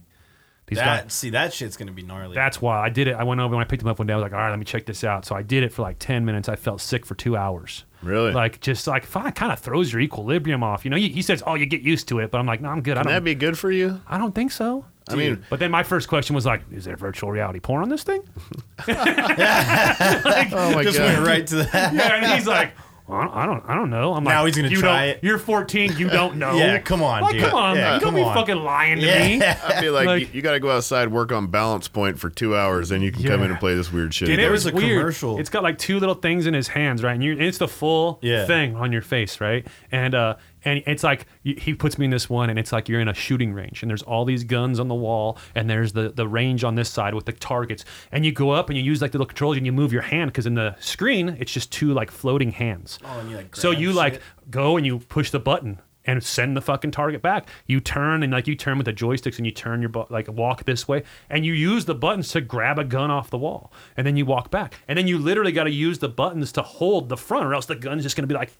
Speaker 1: He's
Speaker 2: That
Speaker 1: got.
Speaker 2: see that shit's gonna be gnarly. <laughs>
Speaker 1: That's why I did it. I went over when I picked him up one day. I was like, all right, let me check this out. So I did it for like ten minutes. I felt sick for two hours.
Speaker 3: Really?
Speaker 1: Like just like kind of throws your equilibrium off. You know, he, he says, oh, you get used to it, but I'm like, no, I'm good. I
Speaker 3: Can
Speaker 1: don't.
Speaker 3: that be good for you?
Speaker 1: I don't think so.
Speaker 3: I mean-
Speaker 1: but then my first question was like, is there virtual reality porn on this thing?
Speaker 2: <laughs>
Speaker 3: Oh my
Speaker 2: just
Speaker 3: god!
Speaker 2: went right
Speaker 1: <laughs>
Speaker 2: to that.
Speaker 1: Yeah, and he's like, "Well, I don't, I don't, I don't know. I'm
Speaker 2: Now
Speaker 1: like,
Speaker 2: he's gonna
Speaker 1: you
Speaker 2: try
Speaker 1: don't-
Speaker 2: it.
Speaker 1: You're 14. You
Speaker 2: <laughs>
Speaker 1: don't know.
Speaker 2: Yeah, come on,
Speaker 1: like,
Speaker 2: dude.
Speaker 1: come on,
Speaker 2: Yeah,
Speaker 1: man. You don't
Speaker 2: come
Speaker 1: be
Speaker 2: on.
Speaker 1: fucking lying to
Speaker 2: <laughs>
Speaker 1: me.
Speaker 2: Yeah.
Speaker 3: I'd be <laughs> like,
Speaker 1: Like-
Speaker 3: you, got to go outside, work on balance point for two hours, then you can come in
Speaker 1: Yeah.
Speaker 3: and play this weird shit.
Speaker 1: And
Speaker 2: There
Speaker 1: it
Speaker 3: again."
Speaker 1: was
Speaker 2: was a
Speaker 1: weird.
Speaker 2: commercial.
Speaker 1: It's got like two little things in his hands, right? And, you, and it's the full
Speaker 2: Yeah.
Speaker 1: thing on your face, right? And uh, and it's like y- he puts me in this one, and it's like you're in a shooting range, and there's all these guns on the wall, and there's the the range on this side with the targets, and you go up and you use like the little controls, and you move your hand because in the screen it's just two like floating hands.
Speaker 2: Oh, and you, like,
Speaker 1: so
Speaker 2: grab
Speaker 1: you like
Speaker 2: shit.
Speaker 1: go and you push the button and send the fucking target back. You turn and like you turn with the joysticks and you turn your bu- like walk this way and you use the buttons to grab a gun off the wall and then you walk back and then you literally got to use the buttons to hold the front or else the gun's just gonna be like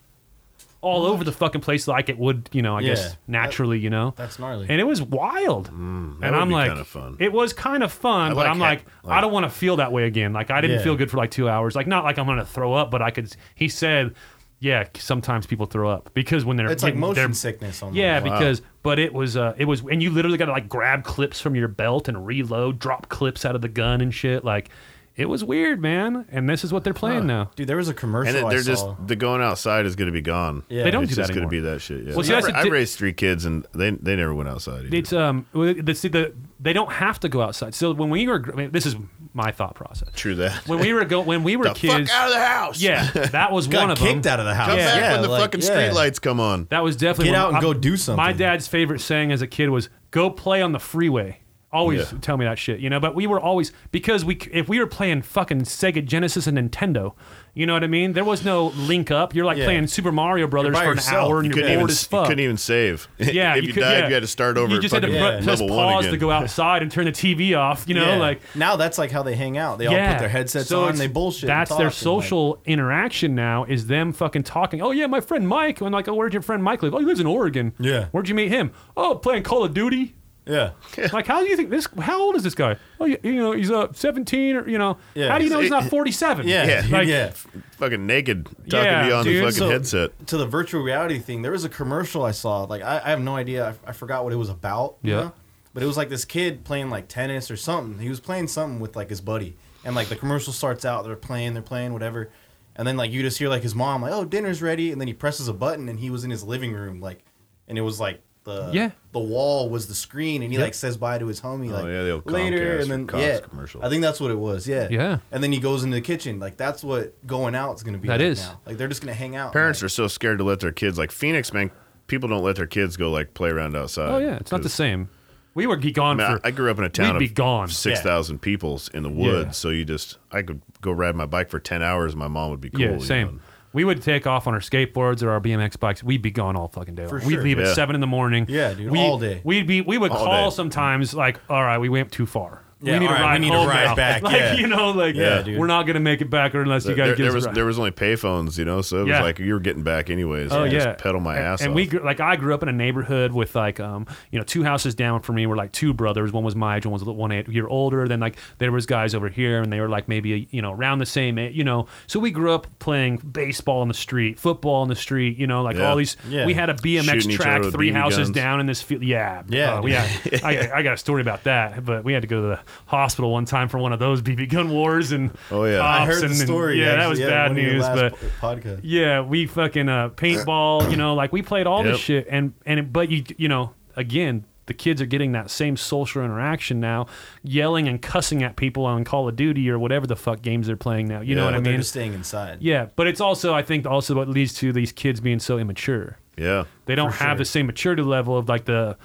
Speaker 1: all over the fucking place like it would you know I
Speaker 2: Yeah.
Speaker 1: guess naturally you know
Speaker 2: That's gnarly.
Speaker 1: and it was wild
Speaker 3: Mm, that
Speaker 1: and
Speaker 3: would
Speaker 1: I'm
Speaker 3: be
Speaker 1: like
Speaker 3: kinda fun.
Speaker 1: it was kind of fun but
Speaker 3: like
Speaker 1: I'm
Speaker 3: ha-
Speaker 1: like,
Speaker 3: like-
Speaker 1: I don't want to feel that way again like I didn't
Speaker 2: Yeah.
Speaker 1: feel good for like two hours like not like I'm gonna throw up but I could he said yeah sometimes people throw up because when they're
Speaker 2: it's like
Speaker 1: getting- they're-
Speaker 2: motion sickness on
Speaker 1: yeah,
Speaker 2: the
Speaker 1: because but it was uh it was and you literally got to like grab clips from your belt and reload, drop clips out of the gun and shit. Like it was weird, man. And this is what they're playing now.
Speaker 2: dude. There was a commercial.
Speaker 3: and it,
Speaker 2: I
Speaker 3: they're
Speaker 2: saw.
Speaker 3: just the going outside is going to be gone.
Speaker 2: Yeah. They
Speaker 1: don't
Speaker 3: it's
Speaker 1: do that
Speaker 3: just gonna
Speaker 1: anymore.
Speaker 3: be that shit. Yeah.
Speaker 1: Well, see, that's
Speaker 3: I,
Speaker 1: the
Speaker 3: I
Speaker 1: di-
Speaker 3: raised three kids, and they they never went outside. either.
Speaker 1: It's um well, the, see, the they don't have to go outside. So when we were gr- I mean, this is my thought process.
Speaker 3: True that.
Speaker 1: When we were go when we were
Speaker 3: the
Speaker 1: kids,
Speaker 3: fuck out of the house.
Speaker 1: yeah, that was
Speaker 2: got
Speaker 1: one of
Speaker 2: kicked
Speaker 1: them.
Speaker 2: out of the house.
Speaker 3: Come back
Speaker 2: yeah,
Speaker 3: when the
Speaker 2: like,
Speaker 3: fucking
Speaker 2: yeah.
Speaker 3: street lights come on.
Speaker 1: That was definitely
Speaker 2: Get
Speaker 1: one-
Speaker 2: out and
Speaker 1: I-
Speaker 2: go do something.
Speaker 1: My dad's favorite saying as a kid was "Go play on the freeway." Always
Speaker 3: Yeah.
Speaker 1: tell me that shit, you know. But we were always because we c- if we were playing fucking Sega Genesis and Nintendo, you know what I mean. There was no link up. You're like
Speaker 2: Yeah.
Speaker 1: playing Super Mario Brothers
Speaker 2: by
Speaker 1: for an
Speaker 2: yourself.
Speaker 1: hour and
Speaker 2: You
Speaker 1: you are bored
Speaker 3: couldn't even
Speaker 1: as
Speaker 3: s- you
Speaker 1: fuck.
Speaker 3: couldn't even save. <laughs>
Speaker 1: yeah,
Speaker 3: if you,
Speaker 1: could-
Speaker 3: died,
Speaker 1: yeah.
Speaker 3: you had to start over.
Speaker 1: You
Speaker 3: at
Speaker 1: just had to
Speaker 3: fucking
Speaker 1: pre- press
Speaker 3: level one
Speaker 1: pause
Speaker 3: again.
Speaker 1: to go outside and turn the TV off. You know,
Speaker 2: Yeah.
Speaker 1: like
Speaker 2: now that's like how they hang out. They all
Speaker 1: yeah.
Speaker 2: put their headsets
Speaker 1: So
Speaker 2: on.
Speaker 1: it's-
Speaker 2: They bullshit. and
Speaker 1: That's their
Speaker 2: talk and, like,
Speaker 1: social interaction now is them fucking talking. Oh yeah, my friend Mike. I'm like, oh, where'd your friend Mike live? Oh, he lives in Oregon.
Speaker 2: Yeah.
Speaker 1: Where'd you meet him? Oh, playing Call of Duty.
Speaker 2: yeah.
Speaker 1: Like, how do you think this? How old is this guy? Oh, you, you know, he's uh, 17 or you know.
Speaker 2: Yeah.
Speaker 1: How do you know he's not
Speaker 3: It-
Speaker 1: 47?
Speaker 2: Yeah,
Speaker 3: Yeah.
Speaker 2: dude,
Speaker 1: Like,
Speaker 2: yeah.
Speaker 3: fucking naked talking
Speaker 1: Yeah,
Speaker 3: to you on
Speaker 2: Dude,
Speaker 3: the fucking
Speaker 2: so
Speaker 3: headset.
Speaker 2: To the virtual reality thing, there was a commercial I saw. Like I, I have no idea. I, I forgot what it was about. you
Speaker 1: Yeah.
Speaker 2: know? But it was like this kid playing like tennis or something. He was playing something with like his buddy, and like the commercial starts out. They're playing. They're playing whatever, and then like you just hear like his mom like, "Oh, dinner's ready," and then he presses a button, and he was in his living room like, and it was like. The,
Speaker 1: Yeah.
Speaker 2: the wall was the screen, and he
Speaker 1: Yep.
Speaker 2: like says bye to his homie like
Speaker 3: Oh, yeah, the old
Speaker 2: later,
Speaker 3: Comcast
Speaker 2: and then
Speaker 3: Cox
Speaker 2: yeah,
Speaker 3: commercial.
Speaker 2: I think that's what it was. Yeah,
Speaker 1: Yeah.
Speaker 2: And then he goes into the kitchen. Like that's what going out is going to be.
Speaker 1: That
Speaker 2: That
Speaker 1: is.
Speaker 2: is now. Like they're just gonna hang out.
Speaker 3: Parents are so scared to let their kids like Phoenix, man. People don't let their kids go like play around outside.
Speaker 1: Oh yeah, it's not the same. We were gone
Speaker 3: I, mean, I-
Speaker 1: for.
Speaker 3: I grew up in a town
Speaker 1: We'd be
Speaker 3: of
Speaker 1: gone.
Speaker 3: six thousand peoples in the woods, so you just I could go ride my bike for ten hours. and My mom would be cool.
Speaker 1: yeah,
Speaker 3: you
Speaker 1: same.
Speaker 3: know.
Speaker 1: We would take off on our skateboards or our BMX bikes. We'd be gone all fucking day.
Speaker 2: For
Speaker 1: we'd
Speaker 2: sure.
Speaker 1: leave
Speaker 3: Yeah.
Speaker 1: at seven in the morning.
Speaker 2: Yeah, dude,
Speaker 1: we,
Speaker 2: all day.
Speaker 1: We'd be. We would
Speaker 3: All
Speaker 1: call
Speaker 3: day.
Speaker 1: sometimes like, all right, we went too far.
Speaker 2: Yeah,
Speaker 1: we need
Speaker 2: all
Speaker 1: to
Speaker 2: right,
Speaker 1: ride
Speaker 2: we need to
Speaker 1: home
Speaker 2: ride
Speaker 1: now. <laughs>
Speaker 2: back,
Speaker 1: Like
Speaker 2: yeah.
Speaker 1: you know, like
Speaker 2: Yeah, dude.
Speaker 1: we're not gonna make it back or unless you guys
Speaker 3: there,
Speaker 1: get
Speaker 3: there
Speaker 1: us
Speaker 3: was
Speaker 1: a ride.
Speaker 3: there was only payphones, you know, so it
Speaker 1: Yeah.
Speaker 3: was like you were getting back anyways.
Speaker 1: Oh
Speaker 3: I
Speaker 1: yeah,
Speaker 3: just pedal my
Speaker 1: and,
Speaker 3: ass.
Speaker 1: And
Speaker 3: off.
Speaker 1: we grew, like I grew up in a neighborhood with like um you know two houses down from me were like two brothers. One was my age, one was a little- one eight year older. Then like there was guys over here, and they were like maybe you know around the same age, you know. So we grew up playing baseball in the street, football in the street, you know, like
Speaker 3: Yeah.
Speaker 1: all these.
Speaker 2: Yeah.
Speaker 1: We had a BMX
Speaker 3: Shooting each other
Speaker 1: track
Speaker 3: with
Speaker 1: three
Speaker 3: BB
Speaker 1: houses
Speaker 3: guns.
Speaker 1: down in this field. Yeah,
Speaker 2: <laughs> Yeah,
Speaker 1: uh, we had, I, I got a story about that, but we had to go to the hospital one time for one of those BB gun wars, and
Speaker 3: Oh, yeah.
Speaker 1: cops
Speaker 2: I heard the
Speaker 1: and- and-
Speaker 2: story.
Speaker 1: yeah, that
Speaker 2: actually,
Speaker 1: was
Speaker 2: one
Speaker 1: bad
Speaker 2: of your
Speaker 1: news,
Speaker 2: last
Speaker 1: but.
Speaker 2: po- podcast.
Speaker 1: Yeah, we fucking uh, paintball. You know, like we played all
Speaker 3: Yep.
Speaker 1: this shit, and and it- but you you know again. The kids are getting that same social interaction now, yelling and cussing at people on Call of Duty or whatever the fuck games they're playing now. You know
Speaker 3: Yeah.
Speaker 1: what I
Speaker 2: But they're
Speaker 1: mean?
Speaker 2: just staying inside.
Speaker 1: Yeah, but it's also I think also what leads to these kids being so immature.
Speaker 3: yeah.
Speaker 1: They don't
Speaker 2: For
Speaker 1: have
Speaker 2: sure.
Speaker 1: the same maturity level of like the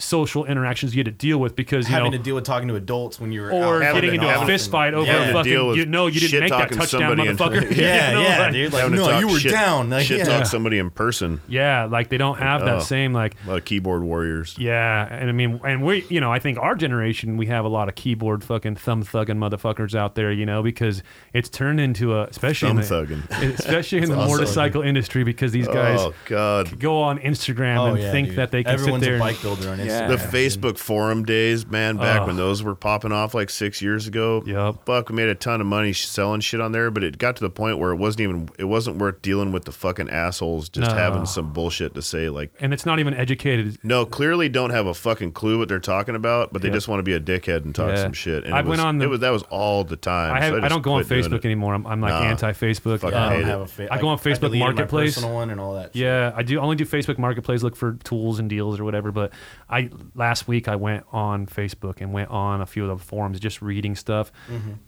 Speaker 1: social interactions you had to deal with because you
Speaker 2: having
Speaker 1: know
Speaker 2: to deal with talking to adults when you were
Speaker 1: or
Speaker 2: out
Speaker 1: getting
Speaker 2: and
Speaker 1: into a
Speaker 2: off
Speaker 1: fist
Speaker 2: and-
Speaker 1: fight over
Speaker 2: yeah.
Speaker 1: a fucking you know you didn't make that
Speaker 3: shit-talking
Speaker 1: touchdown
Speaker 3: somebody in-
Speaker 1: motherfucker <laughs>
Speaker 2: Yeah,
Speaker 1: You know,
Speaker 2: yeah,
Speaker 1: like-
Speaker 2: dude. Like,
Speaker 3: Having to
Speaker 2: no,
Speaker 3: talk
Speaker 2: you were
Speaker 3: shit-
Speaker 2: down. Like,
Speaker 3: shit
Speaker 2: yeah.
Speaker 3: talk somebody in person.
Speaker 1: yeah like they don't have
Speaker 3: Oh.
Speaker 1: that same like
Speaker 3: A lot of keyboard warriors.
Speaker 1: yeah and i mean and we you know i think our generation we have a lot of keyboard fucking thumb thugging motherfuckers out there you know because it's turned into a especially in
Speaker 3: Thumb
Speaker 1: the, <laughs> especially in the
Speaker 3: awesome.
Speaker 1: motorcycle industry because these guys
Speaker 3: oh God.
Speaker 1: go on instagram
Speaker 2: Oh,
Speaker 1: and
Speaker 2: yeah,
Speaker 1: think
Speaker 2: dude.
Speaker 1: that they can
Speaker 2: Everyone's
Speaker 1: sit there
Speaker 2: a
Speaker 1: and-
Speaker 2: bike builder on Instagram.
Speaker 1: Yeah.
Speaker 3: The Facebook forum days, man, back when those were popping off like six years ago.
Speaker 1: Yup.
Speaker 3: Fuck, we made a ton of money sh- selling shit on there, but it got to the point where it wasn't even it wasn't worth dealing with the fucking assholes just
Speaker 1: No.
Speaker 3: having some bullshit to say. Like,
Speaker 1: and it's not even educated
Speaker 3: no, clearly don't have a fucking clue what they're talking about, but they
Speaker 1: Yeah.
Speaker 3: just want to be a dickhead and talk
Speaker 1: Yeah.
Speaker 3: some shit. And
Speaker 1: I
Speaker 3: it was,
Speaker 1: went on the-
Speaker 3: it was that was all the time.
Speaker 1: I,
Speaker 3: so
Speaker 1: have, I
Speaker 3: just
Speaker 1: don't go on
Speaker 3: quit doing
Speaker 1: Facebook
Speaker 3: it.
Speaker 1: anymore. I'm, I'm like
Speaker 3: Nah.
Speaker 1: anti Facebook.
Speaker 3: Fucking
Speaker 2: I
Speaker 3: hate
Speaker 2: don't
Speaker 3: it.
Speaker 2: have a fa-
Speaker 1: I go on Facebook
Speaker 2: deleted my
Speaker 1: Marketplace.
Speaker 2: personal one and all that. shit.
Speaker 1: Yeah, I do only do Facebook Marketplace. Look for tools and deals or whatever. But I last week I went on Facebook and went on a few of the forums, just reading stuff,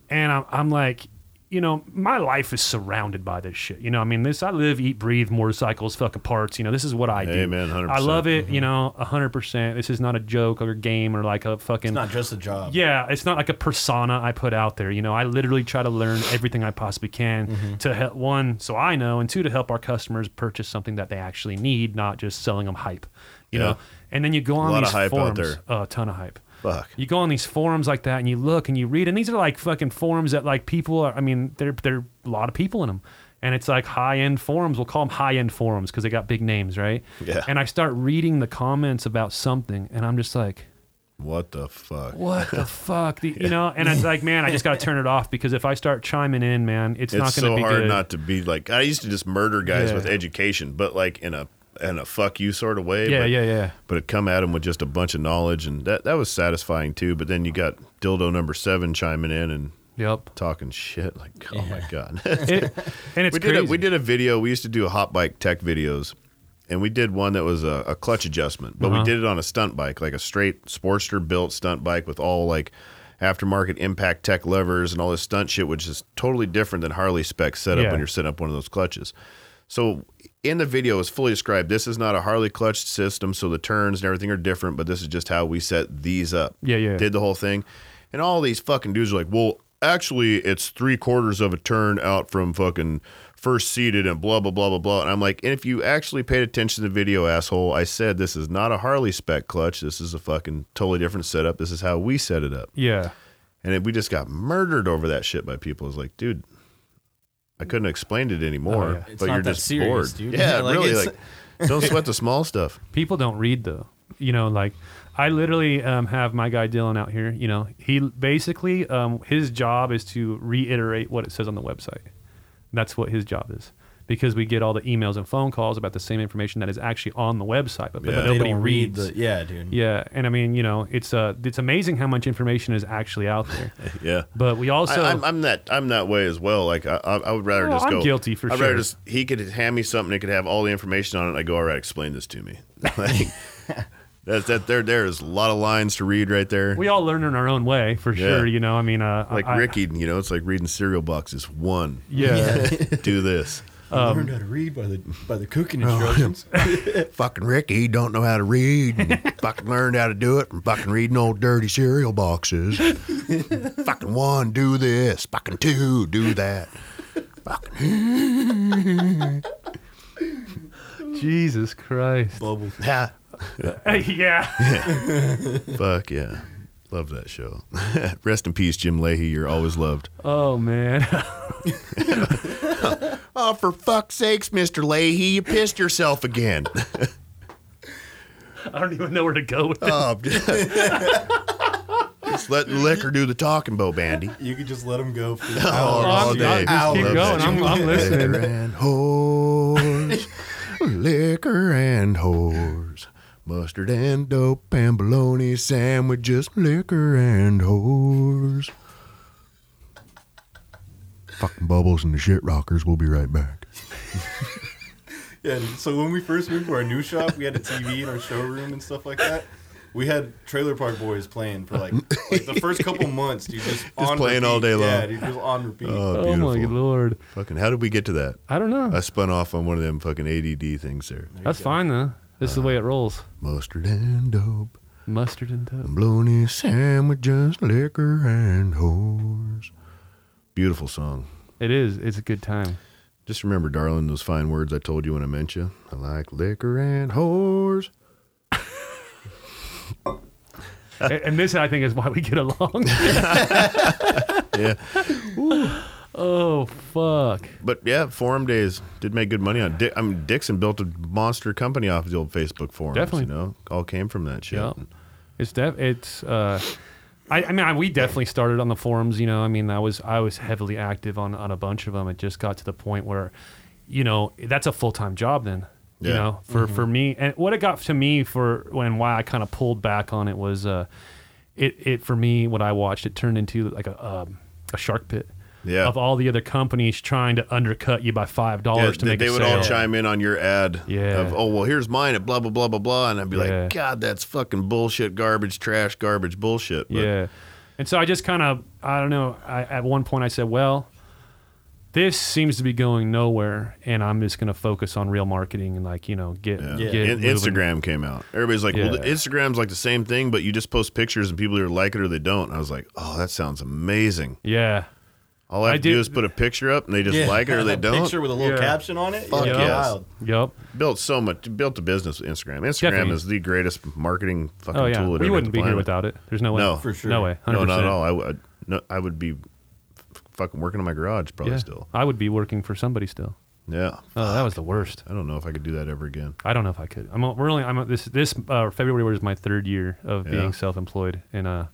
Speaker 1: and I'm, I'm like, you know, my life is surrounded by this shit. You know, I mean, this I live, eat, breathe motorcycles, fucking parts. You know, this is what I do.
Speaker 3: Amen, 100%.
Speaker 1: I love it. You know, hundred percent. This is not a joke or a game or like a fucking
Speaker 2: It's not just a job.
Speaker 1: yeah, it's not like a persona I put out there. You know, I literally try to learn everything I possibly can
Speaker 3: Mm-hmm.
Speaker 1: to help one, so I know, and two, to help our customers purchase something that they actually need, not just selling them hype. You
Speaker 3: Yeah.
Speaker 1: know, and then you go on
Speaker 3: lot of
Speaker 1: these
Speaker 3: hype out
Speaker 1: forums,
Speaker 3: there.
Speaker 1: Oh, a ton of hype.
Speaker 3: Fuck.
Speaker 1: You go on these forums like that, and you look and you read, and these are like fucking forums that like people are. I mean, there there are a lot of people in them, and it's like high end forums. We'll call them high end forums because they got big names, right?
Speaker 3: Yeah.
Speaker 1: And I start reading the comments about something, and I'm just like
Speaker 3: What the fuck?
Speaker 1: what
Speaker 3: <laughs>
Speaker 1: the fuck? The- You know, and it's like, man, I just got to turn it off because if I start chiming in, man, it's,
Speaker 3: It's
Speaker 1: not going to
Speaker 3: so
Speaker 1: be
Speaker 3: hard
Speaker 1: good.
Speaker 3: not to be like I used to just murder guys
Speaker 1: Yeah.
Speaker 3: with education, but like in a in a fuck you sort of way.
Speaker 1: yeah,
Speaker 3: but,
Speaker 1: yeah, yeah.
Speaker 3: But it come at him with just a bunch of knowledge, and that that was satisfying too. But then you got dildo number seven chiming in and
Speaker 1: Yep.
Speaker 3: talking shit like, oh my god. <laughs>
Speaker 1: It, and it's
Speaker 3: we
Speaker 1: crazy.
Speaker 3: did a, we did a video. We used to do hot bike tech videos, and we did one that was a, a clutch adjustment, but we
Speaker 1: Uh-huh.
Speaker 3: did it on a stunt bike, like a straight Sportster built stunt bike with all like aftermarket impact tech levers and all this stunt shit, which is totally different than Harley spec setup
Speaker 1: Yeah.
Speaker 3: when you're setting up one of those clutches. So in the video, it's fully described. This is not a Harley clutch system, so the turns and everything are different. But this is just how we set these up.
Speaker 1: Yeah, yeah.
Speaker 3: Did the whole thing, and all these fucking dudes are like, "Well, actually, it's three quarters of a turn out from fucking first seated and blah blah blah blah blah." And I'm like, "And if you actually paid attention to the video, asshole, I said this is not a Harley spec clutch. This is a fucking totally different setup. This is how we set it up."
Speaker 1: yeah.
Speaker 3: And it, we just got murdered over that shit by people. It's like, dude, I couldn't explain it anymore.
Speaker 1: Oh, yeah.
Speaker 2: It's
Speaker 3: But
Speaker 2: not
Speaker 3: you're
Speaker 2: that
Speaker 3: just
Speaker 2: serious,
Speaker 3: bored.
Speaker 2: dude.
Speaker 3: Yeah,
Speaker 2: <laughs> Like,
Speaker 3: really.
Speaker 2: it's-
Speaker 3: Like, don't sweat the small stuff.
Speaker 2: <laughs>
Speaker 1: People don't read though. You know, like I literally um, have my guy Dylan out here. You know, he basically um, his job is to reiterate what it says on the website. That's what his job is. Because we get all the emails and phone calls about the same information that is actually on the website, but, but
Speaker 3: Yeah.
Speaker 2: They
Speaker 1: nobody
Speaker 2: don't read
Speaker 1: reads.
Speaker 2: the. Yeah, dude.
Speaker 1: yeah, and I mean, you know, it's uh, it's amazing how much information is actually out <laughs> there.
Speaker 3: Yeah.
Speaker 1: But we also
Speaker 3: I, I'm, I'm that I'm that way as well. Like I, I, I would rather
Speaker 1: Well,
Speaker 3: just
Speaker 1: I'm
Speaker 3: go
Speaker 1: guilty for
Speaker 3: I'd rather
Speaker 1: sure.
Speaker 3: just he could hand me something. It could have all the information on it. and I go, all right, explain this
Speaker 1: <laughs>
Speaker 3: to me. <laughs> Like, that's that. There, there is a lot of lines to read right there.
Speaker 1: we all learn in our own way for
Speaker 3: Yeah.
Speaker 1: sure. You know, I mean, uh,
Speaker 3: like
Speaker 1: I- <laughs>
Speaker 3: Ricky, you know, it's like reading cereal boxes. One, <laughs>
Speaker 1: yeah,
Speaker 3: do this.
Speaker 1: um,
Speaker 2: I learned how to read by the by the
Speaker 1: Oh,
Speaker 2: cooking instructions.
Speaker 1: <laughs>
Speaker 3: fucking Ricky, he don't know how to read, and fucking learned how to do it from fucking reading old dirty
Speaker 1: <laughs>
Speaker 3: cereal boxes. fucking one, do this. Fucking two, do that.
Speaker 1: Jesus Christ.
Speaker 2: Bubbles.
Speaker 3: Ha.
Speaker 1: <laughs> yeah,
Speaker 3: Fuck yeah. Love that show. <laughs> Rest in peace, Jim Leahy. You're always loved.
Speaker 1: oh man, <laughs>
Speaker 3: Oh, for fuck's sakes, Mr. Leahy, you pissed yourself <laughs> again.
Speaker 1: I don't even know where to go with it.
Speaker 3: oh, <laughs> just letting liquor do the talking, Bo Bandy.
Speaker 2: You could just let them go. For
Speaker 3: Oh,
Speaker 2: hours.
Speaker 3: all day.
Speaker 1: just keep
Speaker 2: Hours.
Speaker 1: going. I'm,
Speaker 2: <laughs>
Speaker 1: I'm listening.
Speaker 3: Liquor and whores. liquor and whores. Mustard and dope and bologna sandwiches. Liquor and whores. Fucking bubbles and the shit rockers. We'll be right back.
Speaker 2: Yeah, dude. so when we first moved to our new shop, we had a TV in our showroom and stuff like that. We had Trailer Park Boys playing for like, like the first couple months, dude. Just, on
Speaker 3: playing all
Speaker 2: repeat.
Speaker 3: day long.
Speaker 2: Yeah, dude, just on repeat.
Speaker 1: Oh my lord,
Speaker 3: Fucking, how did we get to that?
Speaker 1: I don't know.
Speaker 3: I spun off on one of them fucking ADD things there.
Speaker 1: That's fine though. This is the way it rolls.
Speaker 3: Mustard and dope.
Speaker 1: Uh-huh. Mustard and dough.
Speaker 3: Bologna sandwiches, liquor, and whores. Beautiful song.
Speaker 1: It is. It's a good <laughs> time.
Speaker 3: Just remember, darling, those fine words I told you when I met you. I like liquor and whores.
Speaker 1: A- and this, I think, is why we get <laughs> along. <laughs>
Speaker 3: Yeah.
Speaker 1: oh fuck!
Speaker 3: But yeah, forum days did make good money on. Di- I mean, Dixon built a monster company off of the old Facebook forums.
Speaker 1: Definitely.
Speaker 3: you know, all came from that shit.
Speaker 1: Yeah, it's def. It's. Uh, I, I mean, I, we definitely started on the forums. You know, I mean, I was I was heavily active on on a bunch of them. It just got to the point where, you know, that's a full time job then. You
Speaker 3: Yeah.
Speaker 1: know, for for me, and what it got to me for when why I kind of pulled back on it was, uh, it it for me what I watched it turned into like a um, a shark pit.
Speaker 3: Yeah.
Speaker 1: Of all the other companies trying to undercut you by five
Speaker 3: Yeah,
Speaker 1: dollars to
Speaker 3: they,
Speaker 1: make
Speaker 3: they
Speaker 1: a
Speaker 3: would
Speaker 1: sale.
Speaker 3: all chime in on your ad
Speaker 1: Yeah.
Speaker 3: of, oh, well, here's mine at blah, blah, blah, blah, blah. And I'd be
Speaker 1: Yeah.
Speaker 3: like, God, that's fucking bullshit, garbage, trash, garbage, bullshit. But
Speaker 1: yeah. And so I just kind of, I don't know. I, at one point, I said, well, this seems to be going nowhere, and I'm just going to focus on real marketing and like you know get,
Speaker 3: Yeah.
Speaker 1: get
Speaker 3: In-
Speaker 1: moving.
Speaker 3: Instagram came out. Everybody's like, well,
Speaker 1: Yeah.
Speaker 3: Instagram's like the same thing, but you just post pictures and people either like it or they don't. I was like, oh, that sounds amazing.
Speaker 1: Yeah,
Speaker 3: All I have
Speaker 1: I
Speaker 3: to
Speaker 1: did-
Speaker 3: do is put a picture up and they just like it
Speaker 1: <laughs>
Speaker 3: or they
Speaker 2: A
Speaker 3: don't.
Speaker 2: Picture with a little
Speaker 1: Yeah.
Speaker 2: caption on it.
Speaker 3: Fuck
Speaker 2: yeah,
Speaker 1: yes.
Speaker 2: wild.
Speaker 1: yep.
Speaker 3: built so much, built a business with Instagram. Instagram
Speaker 1: Definitely.
Speaker 3: is the greatest marketing fucking
Speaker 1: Oh yeah,
Speaker 3: tool. it
Speaker 1: we
Speaker 3: ever
Speaker 1: wouldn't be here
Speaker 3: planet.
Speaker 1: without it. There's no way.
Speaker 3: No. For
Speaker 2: sure.
Speaker 1: No way. 100%.
Speaker 3: No, not at all. I would, no, I would be f- fucking working in my garage probably
Speaker 1: Yeah.
Speaker 3: still.
Speaker 1: I would be working for somebody still.
Speaker 3: Yeah.
Speaker 1: Oh, that was the worst.
Speaker 3: I don't know if I could do that ever again.
Speaker 1: I don't know if I could. I'm we're only I'm this this uh, February was my third year of
Speaker 3: Yeah.
Speaker 1: being self-employed, and uh,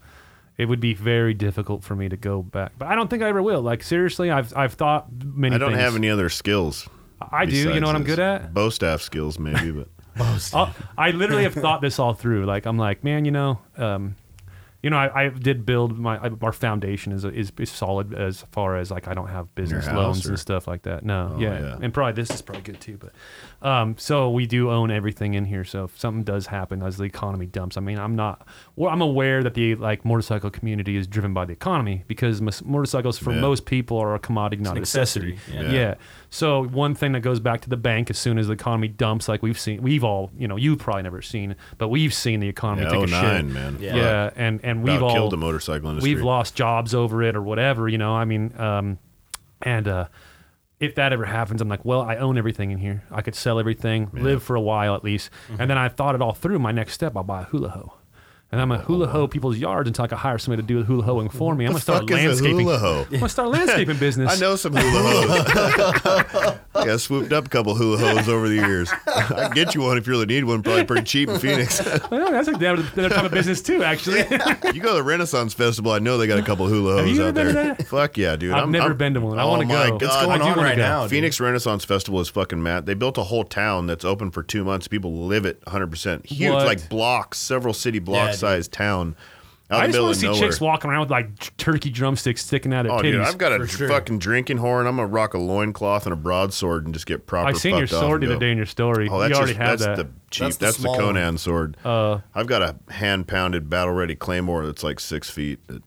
Speaker 1: it would be very difficult for me to go back. But I don't think I ever will. Like seriously, I've I've thought many.
Speaker 3: I don't
Speaker 1: things.
Speaker 3: have any other skills.
Speaker 1: I do. You know what I'm good at?
Speaker 3: Bow staff skills, maybe,
Speaker 1: <laughs>
Speaker 3: but
Speaker 1: I'll- I literally have thought this all through. Like I'm like, man, you know, um, you know, I, I did build my I, our foundation is, is is solid as far as like I don't have business
Speaker 3: house
Speaker 1: loans
Speaker 3: or-
Speaker 1: and stuff like that. No,
Speaker 3: Oh,
Speaker 1: yeah.
Speaker 3: yeah.
Speaker 1: and probably this is probably good too. But um, so we do own everything in here. So if something does happen as the economy dumps, I mean, I'm not. Well, I'm aware that the like motorcycle community is driven by the economy because mos- motorcycles for
Speaker 3: Yeah.
Speaker 1: most people are a commodity, not
Speaker 2: an
Speaker 1: an accessory.
Speaker 2: accessory,
Speaker 1: Yeah.
Speaker 2: yeah.
Speaker 1: So one thing that goes back to the bank as soon as the economy dumps, like we've seen, we've all, you know, you've probably never seen, but we've seen the economy
Speaker 3: yeah,
Speaker 1: take a
Speaker 3: 09,
Speaker 1: shit.
Speaker 3: man.
Speaker 1: Yeah.
Speaker 2: Yeah.
Speaker 1: and and
Speaker 3: We've
Speaker 1: we've all
Speaker 3: killed the motorcycle industry.
Speaker 1: we've lost jobs over it or whatever, you know. I mean, um, and uh, if that ever happens, I'm like, well, I own everything in here. I could sell everything, live for a while at least. And then I thought it all through. My next step, I'll buy a hula ho. And I'm a
Speaker 3: Oh,
Speaker 1: hula ho people's yards until I can hire somebody to do the hula hoing for me. I'm gonna start
Speaker 3: fuck is a
Speaker 1: landscaping.
Speaker 3: hula ho?
Speaker 1: I'm gonna start a landscaping business.
Speaker 3: <laughs> I know some hula hoes.
Speaker 1: <laughs>
Speaker 3: yeah, I swooped up a couple hula hoes over the years. <laughs> I can get you one if you really need one, probably pretty cheap in Phoenix. <laughs>
Speaker 1: Well, that's like that that type of business too, actually.
Speaker 3: you go to the Renaissance Festival, I know they got a couple hula
Speaker 1: Have
Speaker 3: hoes
Speaker 1: you
Speaker 3: out
Speaker 1: ever
Speaker 3: there.
Speaker 1: been to that?
Speaker 3: Fuck yeah, dude.
Speaker 1: I've
Speaker 3: I'm-
Speaker 1: never
Speaker 3: I'm-
Speaker 1: been to one. I
Speaker 3: oh
Speaker 1: want to go.
Speaker 3: my
Speaker 1: It's
Speaker 3: God.
Speaker 2: going
Speaker 1: I do
Speaker 2: on
Speaker 1: wanna
Speaker 2: right
Speaker 1: go.
Speaker 2: now. dude.
Speaker 3: Phoenix Renaissance Festival is fucking mad. They built a whole town that's open for two months. People live it 100%. Huge,
Speaker 1: What?
Speaker 3: like blocks, several city block
Speaker 2: Yeah, dude.
Speaker 3: sized town. Out
Speaker 1: I
Speaker 3: in
Speaker 1: just
Speaker 3: the
Speaker 1: want
Speaker 3: middle of
Speaker 1: to see
Speaker 3: nowhere.
Speaker 1: chicks walking around with like t- turkey drumsticks sticking out of
Speaker 3: Oh,
Speaker 1: titties.
Speaker 3: dude, I've got a
Speaker 2: For sure.
Speaker 3: fucking drinking horn. I'm gonna rock a loincloth and a broadsword and just get proper.
Speaker 1: I seen your
Speaker 3: fucked off
Speaker 1: sword
Speaker 3: and
Speaker 1: the
Speaker 3: go,
Speaker 1: other day in your story.
Speaker 3: Oh, that's
Speaker 1: you already
Speaker 3: just,
Speaker 1: had
Speaker 3: that's
Speaker 1: that.
Speaker 3: the cheap. That's
Speaker 2: That's
Speaker 3: the,
Speaker 2: the small one.
Speaker 3: Conan sword. Uh, I've got a hand pounded battle ready claymore that's like six feet. It-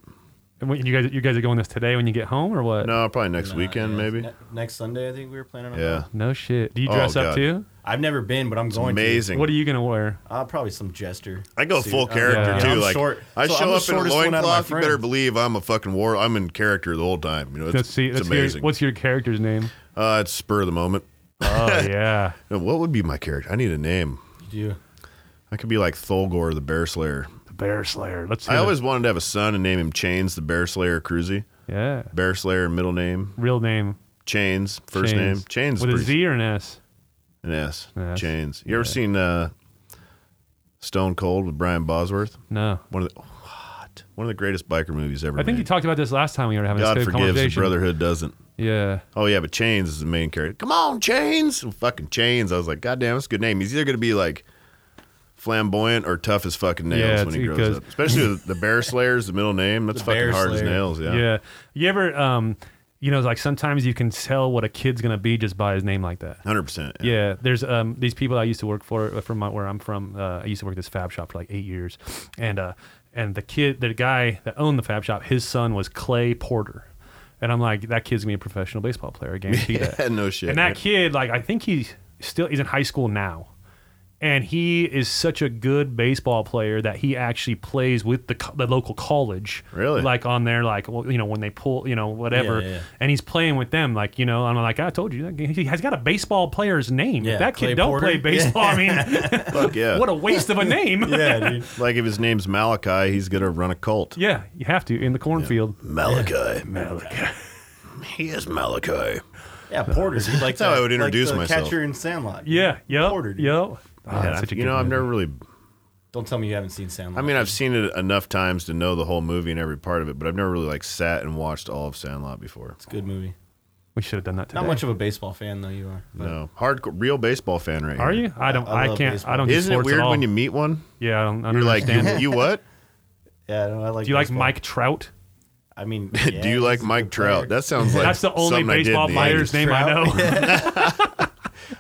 Speaker 1: And what- you guys, you guys are going this today when you get home or what?
Speaker 3: no, probably next
Speaker 2: Nah,
Speaker 3: weekend
Speaker 2: yeah.
Speaker 3: maybe.
Speaker 2: Ne- next Sunday, I think we were planning on.
Speaker 3: Yeah,
Speaker 2: that.
Speaker 1: No shit. Do you
Speaker 3: Oh,
Speaker 1: dress
Speaker 3: God.
Speaker 1: up too?
Speaker 2: I've never been, but I'm going.
Speaker 3: amazing.
Speaker 1: What are you gonna wear?
Speaker 2: To. Uh, probably some jester.
Speaker 3: I go
Speaker 2: suit.
Speaker 3: full
Speaker 2: Uh,
Speaker 3: character
Speaker 1: yeah.
Speaker 3: too.
Speaker 2: Yeah, I'm
Speaker 3: like
Speaker 2: short.
Speaker 3: I
Speaker 2: So I'm
Speaker 3: show
Speaker 2: the
Speaker 3: up in a
Speaker 2: shortest one out of my
Speaker 3: loincloth. You better
Speaker 2: friends.
Speaker 3: believe I'm a fucking war. I'm in character the whole time. You know, it's,
Speaker 1: Let's see.
Speaker 3: it's
Speaker 1: Let's hear,
Speaker 3: amazing.
Speaker 1: what's your character's
Speaker 3: <laughs>
Speaker 1: name?
Speaker 3: uh, it's spur of the moment.
Speaker 1: Oh yeah.
Speaker 3: Now, what would be my character? I need a name.
Speaker 2: You
Speaker 3: I could be like Tholgor the Bear Slayer.
Speaker 1: The Bear Slayer. Let's hear
Speaker 3: I
Speaker 1: it.
Speaker 3: always wanted to have a son and name him Chains the Bear Slayer Cruzy.
Speaker 1: Yeah.
Speaker 3: Bear Slayer middle name.
Speaker 1: Real name.
Speaker 3: Chains first
Speaker 1: Chains.
Speaker 3: name. Chains
Speaker 1: With a
Speaker 3: pretty-
Speaker 1: Z or an S?
Speaker 3: An S.
Speaker 1: An S.
Speaker 3: Chains. You ever seen uh, Stone Cold with Brian Bosworth?
Speaker 1: No.
Speaker 3: One of the what? One of the greatest biker movies ever.
Speaker 1: I think you
Speaker 3: made.
Speaker 1: talked about this last time we were having
Speaker 3: God
Speaker 1: this good
Speaker 3: forgives and
Speaker 1: conversation.
Speaker 3: brotherhood doesn't.
Speaker 1: Yeah.
Speaker 3: Oh yeah, but Chains is the main character. Come on, Chains! Fucking Chains. I was like, God damn, that's a good name. He's either gonna be like flamboyant or tough as fucking nails
Speaker 1: Yeah,
Speaker 3: when
Speaker 1: it's
Speaker 3: he grows
Speaker 1: because-
Speaker 3: up. Especially with the Bear Slayer's the middle name. That's
Speaker 2: The
Speaker 3: fucking
Speaker 2: Bear
Speaker 3: hard as
Speaker 2: Slayer.
Speaker 3: nails. Yeah.
Speaker 1: yeah. You ever um you know like sometimes you can tell what a kid's gonna be just by his name like that.
Speaker 3: Hundred percent.
Speaker 1: Yeah, there's um these people I used to work for uh, from my, where I'm from. Uh, I used to work at this fab shop for like eight years, and uh and the kid, the guy that owned the fab shop, his son was Clay Porter, and I'm like that kid's gonna be a professional
Speaker 3: <laughs>
Speaker 1: baseball player. I guarantee that.
Speaker 3: no shit.
Speaker 1: And that kid, like I think he's still he's in high school now, and he is such a good baseball player that he actually plays with the, co- the local college.
Speaker 3: Really?
Speaker 1: Like on there, like well, you know when they pull, you know whatever,
Speaker 2: Yeah, yeah, yeah.
Speaker 1: and he's playing with them. Like you know, I'm like I told you, he has got a baseball player's name.
Speaker 2: Yeah,
Speaker 1: if that kid
Speaker 2: Clay
Speaker 1: don't
Speaker 2: Porter.
Speaker 1: play baseball,
Speaker 2: <laughs>
Speaker 1: I mean,
Speaker 3: Fuck yeah.
Speaker 1: <laughs> what a waste of a name.
Speaker 2: yeah, dude.
Speaker 3: like if his name's Malachi, he's gonna run a
Speaker 1: <laughs>
Speaker 3: cult.
Speaker 1: Yeah, you have to in the cornfield.
Speaker 3: Malachi, Malachi. He is Malachi.
Speaker 2: Yeah, Porter. Dude, like
Speaker 3: <laughs> That's how
Speaker 2: the-
Speaker 3: I would introduce
Speaker 2: like the
Speaker 3: myself.
Speaker 2: Catcher in Sandlot. dude.
Speaker 1: Yeah, yep,
Speaker 2: Porter, dude.
Speaker 1: yep. Oh, that's such a
Speaker 3: you
Speaker 1: good
Speaker 3: know, I've
Speaker 1: movie.
Speaker 3: never really.
Speaker 2: Don't tell me you haven't seen Sandlot.
Speaker 3: I mean, I've seen it enough times to know the whole movie and every part of it, but I've never really like sat and watched all of Sandlot before.
Speaker 2: it's a good movie.
Speaker 1: We should have done that today.
Speaker 2: Not much of a baseball fan though. You are. but-
Speaker 3: No, hardcore, real baseball fan right
Speaker 1: Are
Speaker 3: here.
Speaker 1: you? I don't.
Speaker 2: I
Speaker 1: I,
Speaker 2: love
Speaker 1: can't.
Speaker 2: baseball.
Speaker 1: I don't. do
Speaker 3: Isn't it
Speaker 1: sports at
Speaker 3: weird
Speaker 1: all.
Speaker 3: when you meet one?
Speaker 1: Yeah, I don't, I don't
Speaker 3: You're like,
Speaker 1: understand.
Speaker 3: you, you
Speaker 1: <laughs>
Speaker 3: what?
Speaker 2: Yeah, no, I like.
Speaker 1: do you like
Speaker 2: baseball.
Speaker 1: Mike Trout?
Speaker 2: I mean,
Speaker 3: Do you like Mike Trout? That sounds
Speaker 1: <laughs>
Speaker 3: like
Speaker 1: That's the only
Speaker 3: something I did
Speaker 1: baseball
Speaker 3: in the
Speaker 1: player's
Speaker 3: 80s.
Speaker 1: name I
Speaker 3: <laughs>
Speaker 1: know.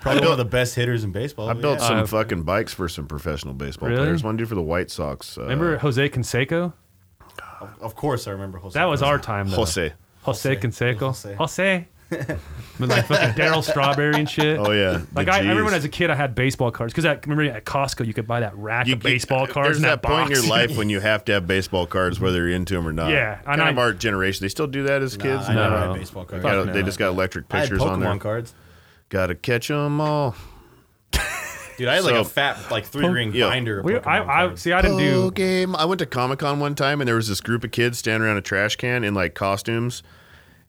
Speaker 2: probably one of the best hitters in baseball.
Speaker 3: I
Speaker 2: but
Speaker 3: built
Speaker 2: yeah.
Speaker 3: some fucking bikes for some professional baseball
Speaker 1: Really?
Speaker 3: players. One dude for the White Sox. Uh,
Speaker 1: Remember Jose Canseco?
Speaker 2: Of- Of course, I remember Jose.
Speaker 1: That was our
Speaker 2: Canseco.
Speaker 1: time. Though.
Speaker 3: Jose.
Speaker 1: Jose Canseco. Jose.
Speaker 2: Jose.
Speaker 1: With like fucking Daryl Strawberry and shit.
Speaker 3: Oh yeah.
Speaker 1: <laughs> Like
Speaker 3: The
Speaker 1: I, I remember
Speaker 3: G's.
Speaker 1: when I was a kid, I had baseball cards because I remember at Costco you could buy that rack
Speaker 3: You-
Speaker 1: of baseball
Speaker 3: you-
Speaker 1: cards.
Speaker 3: There's
Speaker 1: and
Speaker 3: that, point in
Speaker 1: box. <laughs>
Speaker 3: your life when you have to have baseball cards, whether you're into them or not.
Speaker 1: Yeah,
Speaker 3: kind
Speaker 1: and
Speaker 3: of
Speaker 1: I-
Speaker 3: our generation. They still do that as kids.
Speaker 2: I never
Speaker 1: No.
Speaker 2: had baseball cards.
Speaker 3: Got- they just got electric
Speaker 2: I had
Speaker 3: pictures on there.
Speaker 2: Pokemon cards.
Speaker 3: Got to catch them all.
Speaker 2: Dude, I had like
Speaker 3: So-
Speaker 2: a fat, like three ring
Speaker 3: Yeah.
Speaker 2: binder. Of
Speaker 1: We,
Speaker 2: Pokemon
Speaker 1: I, I
Speaker 2: cards.
Speaker 1: see. I didn't do.
Speaker 3: game. I went to Comic Con one time, and there was this group of kids standing around a trash can in like costumes,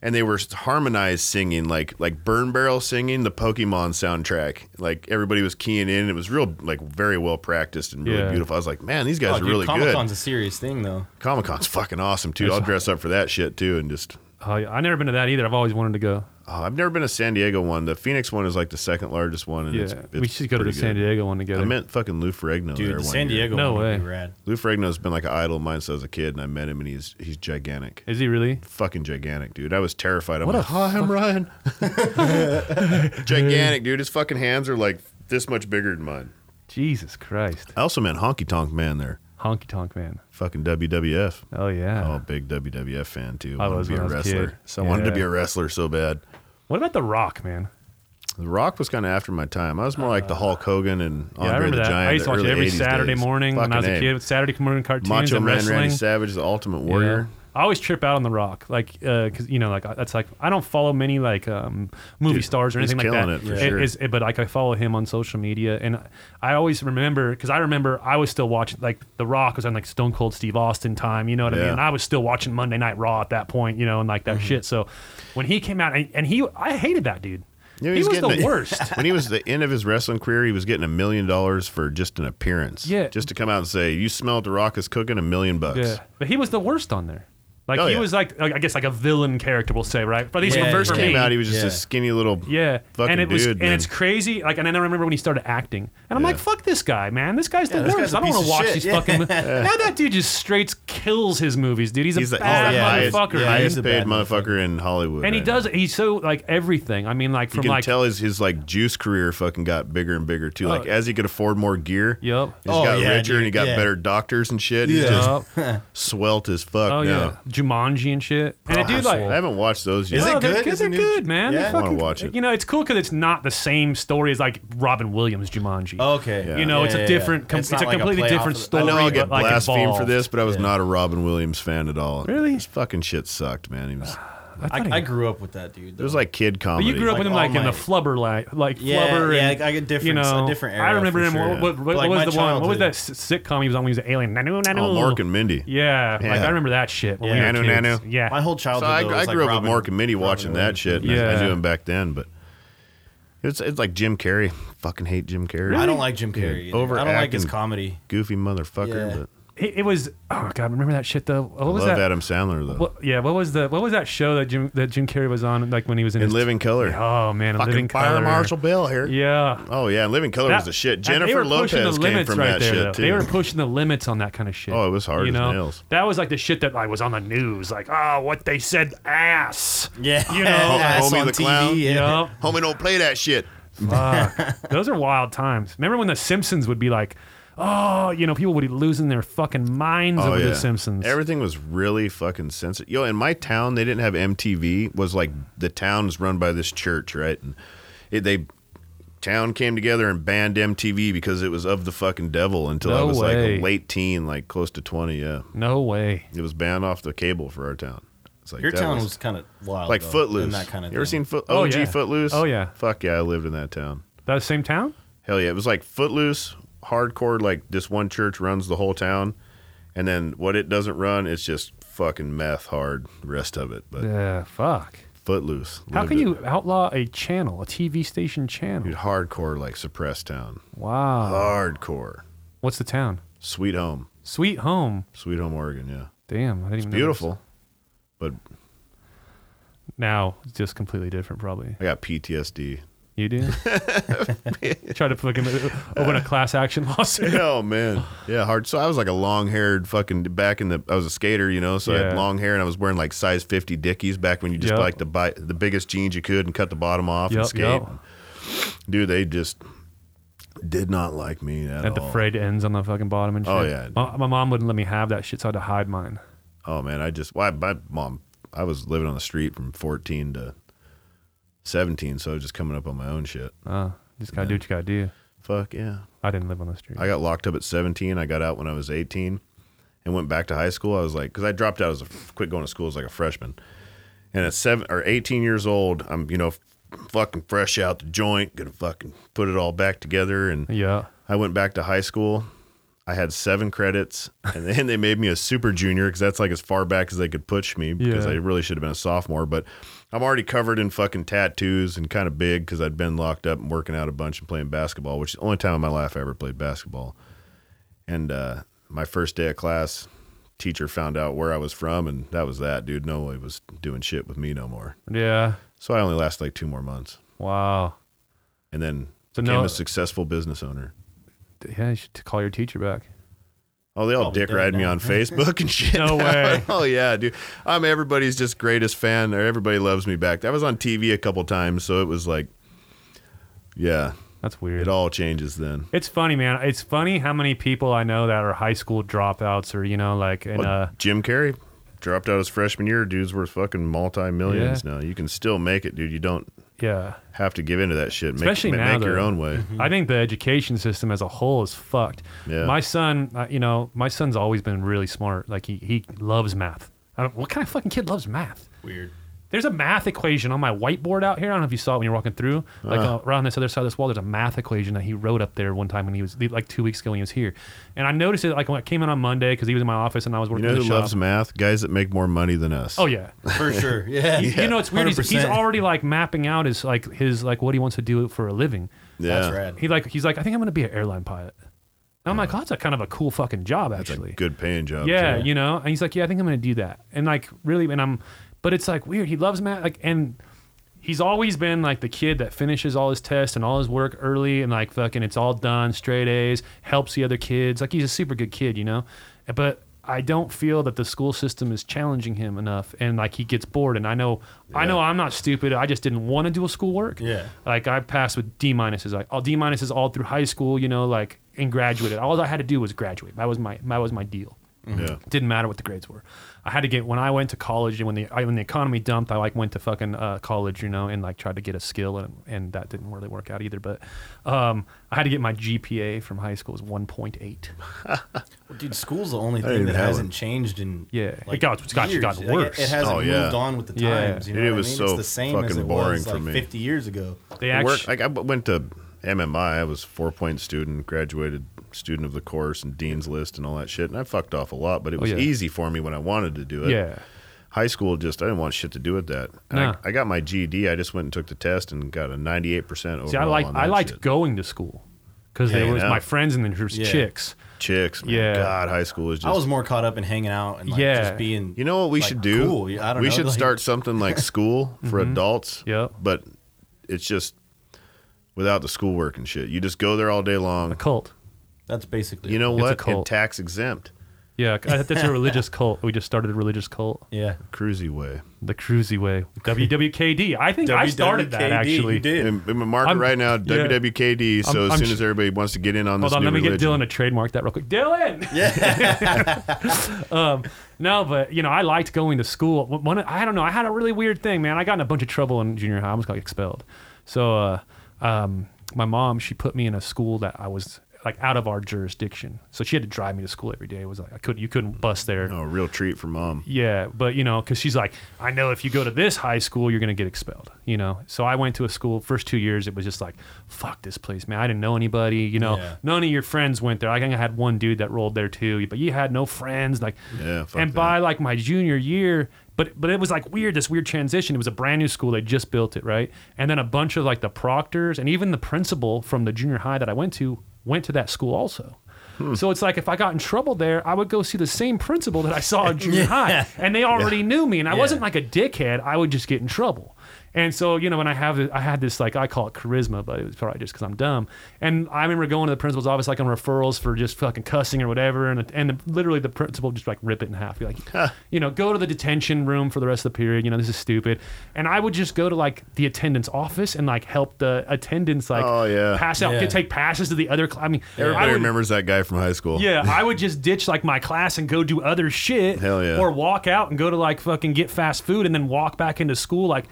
Speaker 3: and they were harmonized singing, like like Burn Barrel singing the Pokemon soundtrack. Like everybody was keying in. It was real, like very well practiced and really
Speaker 1: Yeah.
Speaker 3: beautiful. I was like, man, these guys
Speaker 2: Oh,
Speaker 3: are
Speaker 2: dude,
Speaker 3: really
Speaker 2: Comic-Con's
Speaker 3: good.
Speaker 2: a serious thing though.
Speaker 3: Comic Con's fucking awesome too. I'll dress up for that shit too, and just.
Speaker 1: Oh, yeah, I never been to that either. I've always wanted to go.
Speaker 3: Oh, I've never been to San Diego one. The Phoenix one is like the second largest one, and
Speaker 1: Yeah,
Speaker 3: it's, it's
Speaker 1: we should go to the
Speaker 3: pretty
Speaker 1: San
Speaker 3: good.
Speaker 1: Diego one together.
Speaker 3: I meant fucking Lou Ferrigno there
Speaker 2: Dude, the
Speaker 3: one
Speaker 2: San
Speaker 3: year.
Speaker 2: Diego.
Speaker 1: No
Speaker 2: one would be
Speaker 1: way.
Speaker 2: Rad.
Speaker 3: Lou Ferrigno's been like an idol of mine since I was a kid, and I met him, and he's he's gigantic,
Speaker 1: Is he really?
Speaker 3: fucking gigantic, dude. I was terrified. I'm what like, hi,
Speaker 1: <laughs>
Speaker 3: I'm Ryan. gigantic, dude. His fucking hands are like this much bigger than mine.
Speaker 1: Jesus Christ,
Speaker 3: I also met Honky Tonk Man there,
Speaker 1: honky tonk man.
Speaker 3: fucking WWF.
Speaker 1: Oh yeah.
Speaker 3: Oh, big WWF fan too.
Speaker 1: I
Speaker 3: Wanted
Speaker 1: was
Speaker 3: to be
Speaker 1: when
Speaker 3: a
Speaker 1: I was a
Speaker 3: wrestler.
Speaker 1: kid.
Speaker 3: So I wanted to
Speaker 1: Yeah.
Speaker 3: be a wrestler so bad.
Speaker 1: What about The Rock, man?
Speaker 3: The Rock was kind of after my time. I was more like the Hulk Hogan and
Speaker 1: Uh, Yeah,
Speaker 3: Andre
Speaker 1: I remember
Speaker 3: the
Speaker 1: that.
Speaker 3: Giant.
Speaker 1: I used to
Speaker 3: the
Speaker 1: watch it
Speaker 3: early
Speaker 1: every
Speaker 3: 80s
Speaker 1: Saturday
Speaker 3: days.
Speaker 1: morning when I was
Speaker 3: Fucking
Speaker 1: a
Speaker 3: A.
Speaker 1: kid. with Saturday morning cartoons
Speaker 3: Macho
Speaker 1: and
Speaker 3: Man Randy
Speaker 1: wrestling.
Speaker 3: Savage, the Ultimate
Speaker 1: Yeah.
Speaker 3: Warrior.
Speaker 1: I always trip out on The Rock, like because you know, like I- that's like I don't follow many like um, movie
Speaker 3: Dude,
Speaker 1: stars or
Speaker 3: he's
Speaker 1: anything like that.
Speaker 3: killing it for sure.
Speaker 1: is- but like I follow him on social media, and I always remember because I remember I was still watching like The Rock was on like Stone Cold Steve Austin time, you know what I mean?
Speaker 3: Yeah. Mm-hmm.
Speaker 1: And I was still watching Monday Night Raw at that point, you know, and like that shit. So when he came out, and, and he, I hated that dude.
Speaker 3: Yeah,
Speaker 1: he was the
Speaker 3: getting a-
Speaker 1: worst.
Speaker 3: <laughs> when he was at the end of his wrestling career, he was getting a million dollars for just an appearance.
Speaker 1: Yeah.
Speaker 3: Just to come out and say, You smelled the rock is cooking a million bucks.
Speaker 1: Yeah, but he was the worst on there. Like
Speaker 3: Oh,
Speaker 1: he
Speaker 3: yeah.
Speaker 1: was like, like, I guess like a villain character, we'll say, right? But at least
Speaker 2: Yeah,
Speaker 1: for-
Speaker 3: First
Speaker 1: for
Speaker 3: came
Speaker 1: me,
Speaker 3: out, he was just
Speaker 2: Yeah.
Speaker 3: a skinny little
Speaker 1: Yeah,
Speaker 3: fucking
Speaker 1: and it was,
Speaker 3: dude.
Speaker 1: and
Speaker 3: man.
Speaker 1: it's crazy. Like, and then I remember when he started acting, and I'm
Speaker 3: Yeah.
Speaker 1: like, "Fuck this guy, man! This guy's the
Speaker 2: this
Speaker 1: worst.
Speaker 2: guy's a
Speaker 1: I don't want
Speaker 2: piece
Speaker 1: to
Speaker 2: of
Speaker 1: watch
Speaker 2: shit."
Speaker 1: these
Speaker 2: <laughs> Yeah.
Speaker 1: fucking." mo- now that dude just straight kills his movies, dude. He's,
Speaker 3: He's
Speaker 1: a
Speaker 3: the
Speaker 1: bad
Speaker 2: oh, yeah, he's-
Speaker 1: motherfucker,
Speaker 2: yeah,
Speaker 1: dude.
Speaker 3: highest
Speaker 2: he's a
Speaker 3: paid
Speaker 2: bad
Speaker 3: motherfucker in Hollywood.
Speaker 1: and he
Speaker 3: right
Speaker 1: does.
Speaker 3: now.
Speaker 1: He's so like everything. I mean, like
Speaker 3: You
Speaker 1: from
Speaker 3: can
Speaker 1: like <laughs>
Speaker 3: tell his, his like juice career fucking got bigger and bigger too. Like as he could afford more gear,
Speaker 1: Uh, Yup.
Speaker 3: he's
Speaker 2: Oh,
Speaker 3: got
Speaker 2: yeah,
Speaker 3: richer
Speaker 2: dude,
Speaker 3: and he got
Speaker 2: yeah.
Speaker 3: better doctors and shit. He's
Speaker 2: Yeah.
Speaker 3: just
Speaker 1: Yup.
Speaker 3: swelt as fuck.
Speaker 1: oh
Speaker 3: now.
Speaker 1: yeah, Jumanji and shit. And a dude like.
Speaker 3: I haven't watched those yet.
Speaker 2: Is
Speaker 1: no,
Speaker 2: it
Speaker 1: they're
Speaker 2: good?
Speaker 1: They're,
Speaker 2: Is it new?
Speaker 1: good, man. They're
Speaker 2: Yeah? I wanna
Speaker 1: fucking-
Speaker 3: watch it.
Speaker 1: You know, it's cool because it's not the same story as like Robin Williams'
Speaker 2: Oh,
Speaker 1: Jumanji.
Speaker 2: Okay.
Speaker 1: You know,
Speaker 2: Yeah,
Speaker 1: it's
Speaker 2: yeah,
Speaker 1: a
Speaker 2: yeah.
Speaker 1: different, com- it's,
Speaker 2: not
Speaker 1: a
Speaker 2: like
Speaker 1: completely
Speaker 2: playoff
Speaker 1: different
Speaker 2: of-
Speaker 1: story.
Speaker 3: I know I'll get
Speaker 1: but, like,
Speaker 3: blasphemed
Speaker 1: involved.
Speaker 3: for this, but I was not a Robin Williams fan at all.
Speaker 1: Really?
Speaker 3: His fucking shit sucked, man. He was
Speaker 1: thought he-
Speaker 2: I, I grew up with that dude.
Speaker 3: it was
Speaker 2: though.
Speaker 3: like kid
Speaker 1: But
Speaker 3: comedy.
Speaker 1: you grew up with him
Speaker 2: all
Speaker 1: like in the
Speaker 2: my-
Speaker 1: flubber like like
Speaker 2: Yeah,
Speaker 1: flubber
Speaker 2: yeah,
Speaker 1: and
Speaker 2: like, I get different-
Speaker 1: you know,
Speaker 2: a different
Speaker 1: I
Speaker 2: era
Speaker 1: remember
Speaker 2: for
Speaker 1: him.
Speaker 2: sure.
Speaker 1: What, what, what
Speaker 2: Like
Speaker 1: was
Speaker 2: my
Speaker 1: the one? What was
Speaker 2: childhood.
Speaker 1: that s- sitcom he was on when he was an alien? Nanu nanu.
Speaker 3: oh, Mork and Mindy.
Speaker 1: Yeah, like
Speaker 3: Yeah.
Speaker 1: I remember that shit. When
Speaker 2: Yeah.
Speaker 1: we were
Speaker 3: Nanu,
Speaker 1: kids.
Speaker 3: nanu.
Speaker 1: Yeah,
Speaker 2: my whole
Speaker 3: So
Speaker 2: childhood.
Speaker 3: I,
Speaker 2: though,
Speaker 3: I
Speaker 2: was, like,
Speaker 3: grew up
Speaker 2: Robin-
Speaker 3: with Mork and Mindy
Speaker 2: Robin
Speaker 3: watching that
Speaker 2: Williams.
Speaker 3: shit. and I, I
Speaker 1: Yeah.
Speaker 3: knew him back then, but it's it's like Jim Carrey. Fucking hate Jim Carrey.
Speaker 2: I don't like Jim Carrey.
Speaker 3: Yeah,
Speaker 2: either. I don't like his
Speaker 3: overacting.
Speaker 2: comedy.
Speaker 3: goofy motherfucker.
Speaker 2: Yeah.
Speaker 3: But
Speaker 1: it, it was. Oh god, remember that shit though. What was
Speaker 3: love
Speaker 1: that?
Speaker 3: Adam Sandler though.
Speaker 1: What, yeah, what was the what was that show that Jim that Jim Carrey was on like when he was in
Speaker 3: in
Speaker 1: his,
Speaker 3: Living Color.
Speaker 1: Oh man, in
Speaker 3: fucking
Speaker 1: Living
Speaker 3: Fire
Speaker 1: Color.
Speaker 3: Marshal Bill here.
Speaker 1: Yeah.
Speaker 3: Oh yeah, and Living Color
Speaker 1: That-
Speaker 3: was the shit.
Speaker 1: and they were
Speaker 3: Jennifer
Speaker 1: pushing the
Speaker 3: Lopez came
Speaker 1: limits
Speaker 3: from
Speaker 1: right
Speaker 3: that
Speaker 1: there,
Speaker 3: shit
Speaker 1: though.
Speaker 3: too. <laughs>
Speaker 1: They were pushing the limits on that kind of shit.
Speaker 3: Oh, it was hard
Speaker 1: You
Speaker 3: as
Speaker 1: know,
Speaker 3: nails.
Speaker 1: that was like the shit that like was on the news, like oh, what they said, ass.
Speaker 2: Yeah.
Speaker 1: you know,
Speaker 3: Homie
Speaker 2: Ass on
Speaker 3: the
Speaker 2: TV,
Speaker 3: Clown.
Speaker 2: yeah.
Speaker 1: you know.
Speaker 3: Homie, don't play that shit.
Speaker 1: Fuck. <laughs> Those are wild times. Remember when the Simpsons would be like, oh, you know, people would be losing their fucking minds
Speaker 3: Oh,
Speaker 1: over the Simpsons.
Speaker 3: Everything was really fucking sensitive. Yo, in my town, they didn't have MTV. Was like the town was run by this church, right? And it, they town came together and banned MTV because it was of the fucking devil until I
Speaker 1: No
Speaker 3: was
Speaker 1: way.
Speaker 3: like a late teen, like close to 20. Yeah.
Speaker 1: No way.
Speaker 3: It was banned off the cable for our town. It's like
Speaker 2: Your
Speaker 3: that
Speaker 2: town was, kind of wild,
Speaker 3: like
Speaker 2: though,
Speaker 3: Footloose.
Speaker 2: and that kind of.
Speaker 3: you ever
Speaker 2: thing.
Speaker 3: seen Foot? OG
Speaker 1: Oh, yeah.
Speaker 3: Footloose?
Speaker 1: Oh, yeah.
Speaker 3: Fuck yeah, I lived in that town.
Speaker 1: That the same town?
Speaker 3: Hell yeah, it was like Footloose, hardcore. Like this one church runs the whole town, and then what it doesn't run, it's just fucking meth hard. The rest of it, but
Speaker 1: Yeah, fuck.
Speaker 3: Footloose.
Speaker 1: How
Speaker 3: lived
Speaker 1: can
Speaker 3: it.
Speaker 1: you outlaw a channel, a TV station channel?
Speaker 3: Dude, hardcore like suppressed town.
Speaker 1: Wow.
Speaker 3: Oh. Hardcore.
Speaker 1: What's the town?
Speaker 3: Sweet home,
Speaker 1: Sweet Home.
Speaker 3: Sweet Home, Oregon. Yeah,
Speaker 1: Damn, I didn't even know
Speaker 3: beautiful. But
Speaker 1: this. Now, it's just completely different, probably.
Speaker 3: I got PTSD.
Speaker 1: You do?
Speaker 3: <laughs>
Speaker 1: Try to fucking open a class action
Speaker 3: <laughs>
Speaker 1: lawsuit.
Speaker 3: Oh man, yeah, hard. So I was like a long-haired fucking back in the. I was a skater, you know, so I
Speaker 1: Yeah.
Speaker 3: had long hair and I was wearing like size fifty Dickies back when you just
Speaker 1: Yep.
Speaker 3: like to buy the biggest jeans you could and cut the bottom off
Speaker 1: Yup,
Speaker 3: and skate.
Speaker 1: yup.
Speaker 3: Dude, they just did not like me at
Speaker 1: And the
Speaker 3: all.
Speaker 1: frayed ends on the fucking bottom and shit.
Speaker 3: Oh, yeah.
Speaker 1: My, my mom wouldn't let me have that shit, so I had to hide mine.
Speaker 3: oh man, I just why my mom. I was living on the street from fourteen to seventeen, so I was just coming up on my own shit.
Speaker 1: Uh, just gotta do what you gotta do.
Speaker 3: Fuck yeah.
Speaker 1: I didn't live on the street.
Speaker 3: I got locked up at 17. I got out when I was 18 and went back to high school. I was like, because I dropped out as a quit going to school as like a freshman. And at seven or 18 years old, I'm, you know, fucking fresh out the joint, gonna fucking put it all back together. And
Speaker 1: yeah.
Speaker 3: I went back to high school. I had seven credits, and then they made me a super junior because that's like as far back as they could push me because
Speaker 1: Yeah.
Speaker 3: I really should have been a sophomore. But I'm already covered in fucking tattoos and kind of big because I'd been locked up and working out a bunch and playing basketball, which is the only time in my life I ever played basketball. And uh, my first day of class, teacher found out where I was from, and that was that, dude. No one was doing shit with me no more.
Speaker 1: Yeah.
Speaker 3: So I only lasted like two more months,
Speaker 1: Wow.
Speaker 3: and then
Speaker 1: So
Speaker 3: became
Speaker 1: no-
Speaker 3: a successful business owner.
Speaker 1: Yeah, you should call your teacher back.
Speaker 3: Oh, they all
Speaker 2: Probably
Speaker 3: dick
Speaker 2: dead
Speaker 3: ride me
Speaker 2: now.
Speaker 3: on Facebook and shit.
Speaker 1: No way.
Speaker 3: <laughs> oh yeah, dude. I'm everybody's just greatest fan. Or everybody loves me back. That was on TV a couple times, so it was like, yeah,
Speaker 1: That's weird.
Speaker 3: it all changes then.
Speaker 1: It's funny, man. It's funny how many people I know that are high school dropouts or, you know, like, and,
Speaker 3: Well,
Speaker 1: uh,
Speaker 3: Jim Carrey dropped out his freshman year. Dude's worth fucking multi millions
Speaker 1: Yeah.
Speaker 3: now. You can still make it, dude. You don't
Speaker 1: yeah.
Speaker 3: have to give into that shit. Make,
Speaker 1: Especially
Speaker 3: ma-
Speaker 1: now,
Speaker 3: make your
Speaker 1: though. Mm-hmm.
Speaker 3: own way.
Speaker 1: I think the education system as a whole is fucked.
Speaker 3: Hmm. Yeah.
Speaker 1: My son, uh, you know, my son's always been really smart. Like, he, he loves math. I don't, what kind of fucking kid loves math?
Speaker 3: <laughs>
Speaker 2: Weird.
Speaker 1: There's a math equation on my whiteboard out here. I don't know if you saw it when you were walking through. Like
Speaker 3: Uh-huh.
Speaker 1: uh, around this other side of this wall, there's a math equation that he wrote up there one time when he was like two weeks ago when he was here. And I noticed it like when I came in on Monday because he was in my office and I was
Speaker 3: You
Speaker 1: working
Speaker 3: know
Speaker 1: in
Speaker 3: who
Speaker 1: the shop.
Speaker 3: loves math? Guys that make more money than us.
Speaker 1: Oh
Speaker 3: <laughs>
Speaker 1: yeah,
Speaker 2: For sure. Yeah.
Speaker 1: you know it's weird. He's, he's
Speaker 2: 100%.
Speaker 1: already like mapping out his like his like what he wants to do for a living.
Speaker 3: yeah.
Speaker 2: That's rad.
Speaker 1: He like he's like I think I'm gonna be an airline pilot. And I'm like, oh, that's a kind of a cool fucking job
Speaker 3: It's
Speaker 1: actually.
Speaker 3: a good paying job.
Speaker 1: yeah,
Speaker 3: too.
Speaker 1: you know. And he's like, yeah, I think I'm gonna do that. And like really, and I'm, but it's like weird. He loves math. Like and he's always been like the kid that finishes all his tests and all his work early and like fucking it's all done straight A's. Helps the other kids. Like he's a super good kid, you know. But I don't feel that the school system is challenging him enough, and like he gets bored. And I know, I know, I'm not stupid. I just didn't want to do a school work.
Speaker 2: Yeah.
Speaker 1: Like I passed with D minuses, like all D minuses all through high school, you know, like and graduated. All I had to do was graduate. That was my that was my deal.
Speaker 3: Yeah.
Speaker 1: Didn't matter what the grades were. I had to get when I went to college and when the I, when the economy dumped, I like went to fucking uh, college, you know, and like tried to get a skill and and that didn't really work out either. But um, I had to get my GPA from high school was 1.8.
Speaker 2: Well, dude, school's the only
Speaker 3: didn't
Speaker 2: thing that
Speaker 3: have
Speaker 2: hasn't changed in
Speaker 1: Yeah. It got- it's got- it's
Speaker 2: years.
Speaker 1: gotten
Speaker 2: Like,
Speaker 1: worse.
Speaker 2: it, it hasn't
Speaker 3: Oh, yeah.
Speaker 2: moved on with the
Speaker 1: Yeah.
Speaker 2: times. You know
Speaker 3: It
Speaker 2: what I
Speaker 3: was
Speaker 2: mean?
Speaker 3: so
Speaker 2: it's the same as
Speaker 3: fucking
Speaker 2: it
Speaker 3: boring
Speaker 2: was
Speaker 3: for
Speaker 2: like
Speaker 3: me.
Speaker 2: 50 years ago.
Speaker 1: They
Speaker 3: It worked.
Speaker 1: actually
Speaker 3: Like I b- went to MMI. I was four point student, graduated student of the course and dean's list and all that shit. And I fucked off a lot, but it was
Speaker 1: Oh, yeah.
Speaker 3: easy for me when I wanted to do it.
Speaker 1: yeah.
Speaker 3: High school just I didn't want shit to do with that. And
Speaker 1: Nah.
Speaker 3: I, I got my GED. I just went and took the test and got a ninety eight percent overall.
Speaker 1: See, I like
Speaker 3: on that
Speaker 1: I liked
Speaker 3: shit.
Speaker 1: going to school because there
Speaker 3: Hanging
Speaker 1: was
Speaker 3: out.
Speaker 1: my friends and then there was
Speaker 2: Yeah.
Speaker 1: chicks.
Speaker 3: chicks. Man.
Speaker 1: Yeah.
Speaker 3: God, high school is just.
Speaker 2: I was more caught up in hanging out and like,
Speaker 1: Yeah.
Speaker 2: just being.
Speaker 3: you know what we
Speaker 2: like,
Speaker 3: should do?
Speaker 2: Cool. I don't
Speaker 3: we
Speaker 2: know,
Speaker 3: should
Speaker 2: like-
Speaker 3: start something
Speaker 2: <laughs>
Speaker 3: like school for adults.
Speaker 1: Mm-hmm. Yep.
Speaker 3: But it's just without the schoolwork and shit. You just go there all day long.
Speaker 1: A cult.
Speaker 2: That's basically.
Speaker 3: You know
Speaker 1: It's a
Speaker 3: what? And
Speaker 1: cult.
Speaker 3: tax exempt.
Speaker 1: Yeah, I think that's a religious cult. We just started a religious cult.
Speaker 2: Yeah.
Speaker 3: Cruisy way.
Speaker 1: The Cruzy
Speaker 3: <laughs>
Speaker 1: Way. WWKD. I think I started that
Speaker 2: WWKD,
Speaker 1: actually.
Speaker 2: You did.
Speaker 3: In, in the market
Speaker 1: I'm-
Speaker 3: right now,
Speaker 1: yeah.
Speaker 3: WWKD. So
Speaker 1: I'm-
Speaker 3: as
Speaker 1: I'm
Speaker 3: soon
Speaker 1: sh-
Speaker 3: as everybody wants to get in on this
Speaker 1: Hold on,
Speaker 3: new
Speaker 1: let me
Speaker 3: religion,
Speaker 1: get Dylan to trademark that real quick. Dylan.
Speaker 2: Yeah.
Speaker 1: <laughs> Um, no, but you know, I liked going to school. One- One, I don't know. I had a really weird thing, man. I got in a bunch of trouble in junior high. I almost got expelled. So, uh, um, my mom she put me in a school that I was like out of our jurisdiction, so she had to drive me to school every day. It was like I could you couldn't bus there.
Speaker 3: Oh, real treat for mom.
Speaker 1: Yeah, but you know, because she's like, I know if you go to this high school, you're gonna get expelled. You know, so I went to a school. First two years, it was just like, fuck this place, man. I didn't know anybody. You know,
Speaker 2: Yeah.
Speaker 1: none of your friends went there. I think I had one dude that rolled there too, but you had no friends. Like,
Speaker 3: Yeah, fuck
Speaker 1: and
Speaker 3: that.
Speaker 1: by like my junior year. But, but it was like weird, this weird transition. It was a brand new school. They just built it, right? And then a bunch of like the proctors and even the principal from the junior high that I went to went to that school also.
Speaker 3: Hmm.
Speaker 1: So it's like if I got in trouble there, I would go see the same principal that I saw
Speaker 3: <laughs>
Speaker 1: at junior high, and they already knew me, and I wasn't like a dickhead. I would just get in trouble. And so you know, when I have th- I had this like I call it charisma, but it was probably just because I'm dumb. And I remember going to the principal's office like on referrals for just fucking cussing or whatever, and and the, literally the principal just like rip it in half, be like, you know, go to the detention room for the rest of the period. You know, this is stupid. And I would just go to like the attendance office and like help the attendants like
Speaker 3: Oh, yeah.
Speaker 1: pass out,
Speaker 2: Yeah.
Speaker 1: get, take passes to the other. Cl- I mean,
Speaker 3: Everybody
Speaker 1: I would-
Speaker 3: remembers that guy from high school.
Speaker 1: yeah, I would just ditch like my class and go do other shit.
Speaker 3: Hell yeah.
Speaker 1: Or walk out and go to like fucking get fast food and then walk back into school. Like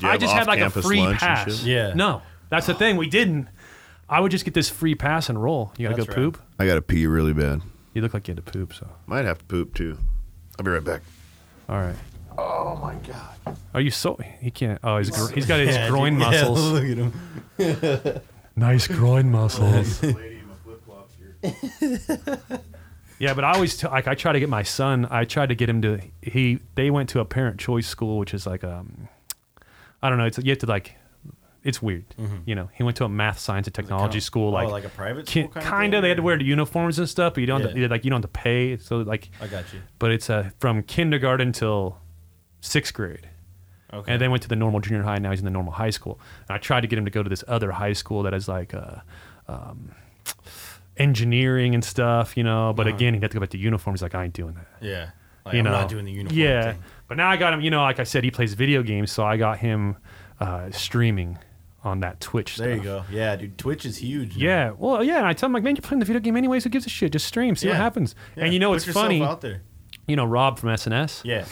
Speaker 3: you
Speaker 1: I
Speaker 3: have
Speaker 1: just had like a
Speaker 3: off-campus
Speaker 1: free
Speaker 3: lunch and
Speaker 1: pass.
Speaker 3: shit?
Speaker 2: Yeah.
Speaker 1: No, that's the thing. We didn't. I would just get this free pass and roll. You gotta
Speaker 2: That's
Speaker 1: go
Speaker 2: right.
Speaker 1: poop.
Speaker 3: I got to pee really bad.
Speaker 1: You look like you had to poop. So
Speaker 3: Might have to poop too. I'll be right back.
Speaker 1: all right.
Speaker 3: Oh my god.
Speaker 1: Are you so? He can't. Oh, he's gro- he's got his
Speaker 2: <laughs> Yeah,
Speaker 1: groin
Speaker 2: dude. Yeah,
Speaker 1: muscles.
Speaker 2: look at him.
Speaker 1: Nice groin
Speaker 2: Oh,
Speaker 1: muscles.
Speaker 3: Lady in my flip-flops here.
Speaker 1: <laughs> Yeah, but I always t- like I try to get my son. I tried to get him to he. They went to a parent choice school, which is like um, I don't know. It's you have to like, it's weird.
Speaker 2: Mm-hmm.
Speaker 1: You know, he went to a math, science, and technology school.
Speaker 2: oh,
Speaker 1: like
Speaker 2: like a private
Speaker 1: ki-
Speaker 2: school kind of
Speaker 1: kinda,
Speaker 2: thing,
Speaker 1: they had to
Speaker 2: or-
Speaker 1: wear the uniforms and stuff, but you don't have to-
Speaker 2: Yeah.
Speaker 1: like you don't have to pay. So like,
Speaker 2: I got you.
Speaker 1: but it's uh, from kindergarten till sixth grade.
Speaker 2: Okay.
Speaker 1: And then went to the normal junior high. Now he's in the normal high school. And I tried to get him to go to this other high school that is like uh, um, engineering and stuff, you know. But again, he had to go back to uniform. He's like, I ain't doing that.
Speaker 2: yeah. Uh-huh. Like,
Speaker 1: you
Speaker 2: I'm
Speaker 1: know,
Speaker 2: not doing the uniform
Speaker 1: Yeah,
Speaker 2: thing.
Speaker 1: but now I got him. You know, like I said, he plays video games, so I got him uh, streaming on that Twitch.
Speaker 2: There you
Speaker 1: stuff.
Speaker 2: go. Yeah, dude. Twitch is huge. now.
Speaker 1: Yeah, well, yeah. And I tell him like, man, you're playing the video game anyways. Who gives a shit? Just stream, see what
Speaker 2: Yeah.
Speaker 1: happens.
Speaker 2: Yeah,
Speaker 1: And you know,
Speaker 2: put
Speaker 1: it's
Speaker 2: yourself
Speaker 1: funny.
Speaker 2: out there.
Speaker 1: You know, Rob from SNS.
Speaker 2: Yeah.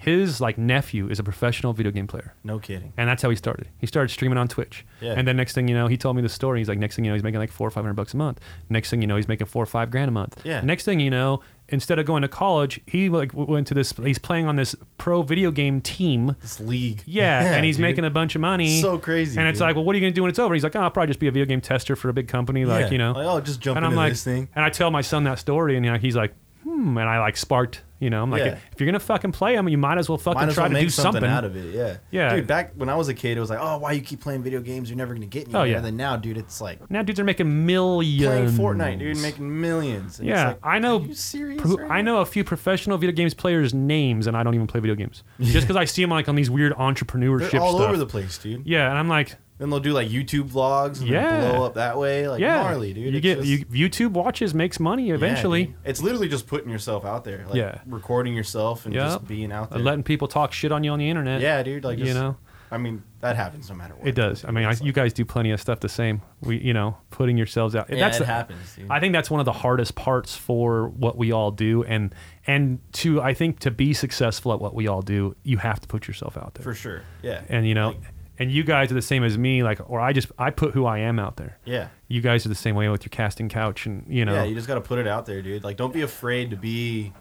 Speaker 1: His like nephew is a professional video game player.
Speaker 2: No kidding.
Speaker 1: And that's how he started. He started streaming on Twitch.
Speaker 2: Yeah.
Speaker 1: And then next thing you know, he told me the story. He's like, next thing you know, he's making like four or five hundred bucks a month. Next thing you know, he's making four or five grand a month.
Speaker 2: Yeah.
Speaker 1: Next thing you know, instead of going to college, he like w- went to this. He's playing on this pro video game team.
Speaker 2: This league.
Speaker 1: Yeah,
Speaker 2: <laughs>
Speaker 1: and he's
Speaker 2: dude.
Speaker 1: making a bunch of money.
Speaker 2: So crazy,
Speaker 1: And it's
Speaker 2: dude.
Speaker 1: like, well, what are you gonna do when it's over? He's like, oh, I'll probably just be a video game tester for a big company, like
Speaker 2: Yeah.
Speaker 1: you know.
Speaker 2: Like, oh, just jump
Speaker 1: and
Speaker 2: into
Speaker 1: I'm like,
Speaker 2: this thing.
Speaker 1: and I tell my son that story, and you know, he's like, hmm. And I like sparked, you know, I'm like,
Speaker 2: Yeah.
Speaker 1: if you're gonna fucking play him, you might as well fucking
Speaker 2: Might as
Speaker 1: try
Speaker 2: well
Speaker 1: to
Speaker 2: make
Speaker 1: do
Speaker 2: something, out of it. Yeah.
Speaker 1: Yeah.
Speaker 2: Dude, back when I was a kid, it was like, oh, why you keep playing video games? You're never gonna get
Speaker 1: Oh,
Speaker 2: anywhere.
Speaker 1: yeah.
Speaker 2: And then now, dude, it's like
Speaker 1: Now dudes are making millions.
Speaker 2: playing Fortnite, dude, making millions. And it's
Speaker 1: Yeah,
Speaker 2: like,
Speaker 1: I know.
Speaker 2: Are you serious?
Speaker 1: pro-
Speaker 2: right
Speaker 1: I
Speaker 2: now?
Speaker 1: know a few professional video games players' names, and I don't even play video
Speaker 2: <laughs>
Speaker 1: games just because I see them like on these weird entrepreneurship
Speaker 2: They're all
Speaker 1: stuff.
Speaker 2: over the place, dude.
Speaker 1: yeah, and I'm like,
Speaker 2: Then they'll do like YouTube vlogs and then
Speaker 1: Yeah.
Speaker 2: blow up that way. Like
Speaker 1: yeah,
Speaker 2: gnarly, dude.
Speaker 1: You
Speaker 2: It's
Speaker 1: get
Speaker 2: just-
Speaker 1: you, YouTube watches makes money
Speaker 2: Yeah,
Speaker 1: eventually.
Speaker 2: dude. it's literally just putting yourself out there. Like
Speaker 1: Yeah.
Speaker 2: recording yourself and
Speaker 1: Yeah.
Speaker 2: just being out there.
Speaker 1: And letting people talk shit on you on the internet.
Speaker 2: yeah, dude. Like
Speaker 1: you
Speaker 2: just,
Speaker 1: know?
Speaker 2: I mean, that happens no matter what.
Speaker 1: It does. I mean, I,
Speaker 2: It's like-
Speaker 1: you guys do plenty of stuff the same. We, you know, putting yourselves out.
Speaker 2: Yeah,
Speaker 1: that's
Speaker 2: it
Speaker 1: the-
Speaker 2: happens, dude.
Speaker 1: I think that's one of the hardest parts for what we all do, and and to I think to be successful at what we all do, you have to put yourself out there.
Speaker 2: for sure. Yeah.
Speaker 1: And you know,
Speaker 2: Like,
Speaker 1: and you guys are the same as me. Like, or I just I put who I am out there.
Speaker 2: yeah.
Speaker 1: You guys are the same way with your casting couch, and you know,
Speaker 2: Yeah, you just got to put it out there, dude. Like, don't be afraid to be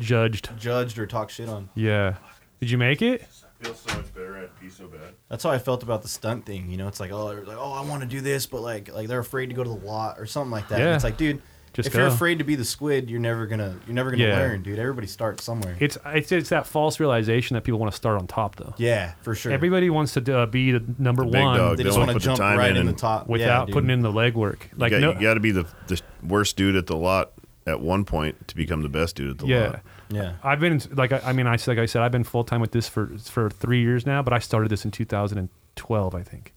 Speaker 1: judged.
Speaker 2: judged or talk shit on.
Speaker 1: Yeah. Did you make it?
Speaker 3: I feel so much better at pee so bad.
Speaker 2: That's how I felt about the stunt thing. You know, it's like, oh, they're like, oh, I want to do this, but like, like they're afraid to go to the lot or something like that.
Speaker 1: Yeah.
Speaker 2: It's like, dude,
Speaker 1: Just
Speaker 2: if you're
Speaker 1: go.
Speaker 2: afraid to be the squid, you're never gonna, you're never gonna
Speaker 1: Yeah.
Speaker 2: learn, dude. Everybody starts somewhere.
Speaker 1: It's it's it's that false realization that people want to start on top though.
Speaker 2: yeah, for sure.
Speaker 1: Everybody wants to uh, be the number
Speaker 3: big
Speaker 1: one.
Speaker 3: dog.
Speaker 2: they
Speaker 3: Don't
Speaker 2: just want to
Speaker 3: put the
Speaker 2: jump
Speaker 3: time
Speaker 2: right
Speaker 3: in
Speaker 2: in, the
Speaker 3: and-
Speaker 2: top yeah,
Speaker 1: without
Speaker 2: dude.
Speaker 1: putting in the legwork. Like
Speaker 3: you, got,
Speaker 1: no,
Speaker 3: you got to be the, the worst dude at the lot at one point to become the best dude at the
Speaker 1: yeah.
Speaker 3: lot.
Speaker 2: Yeah,
Speaker 1: I've been like I, I mean I like I said I've been full time with this for for three years now, but I started this in 2012 I think,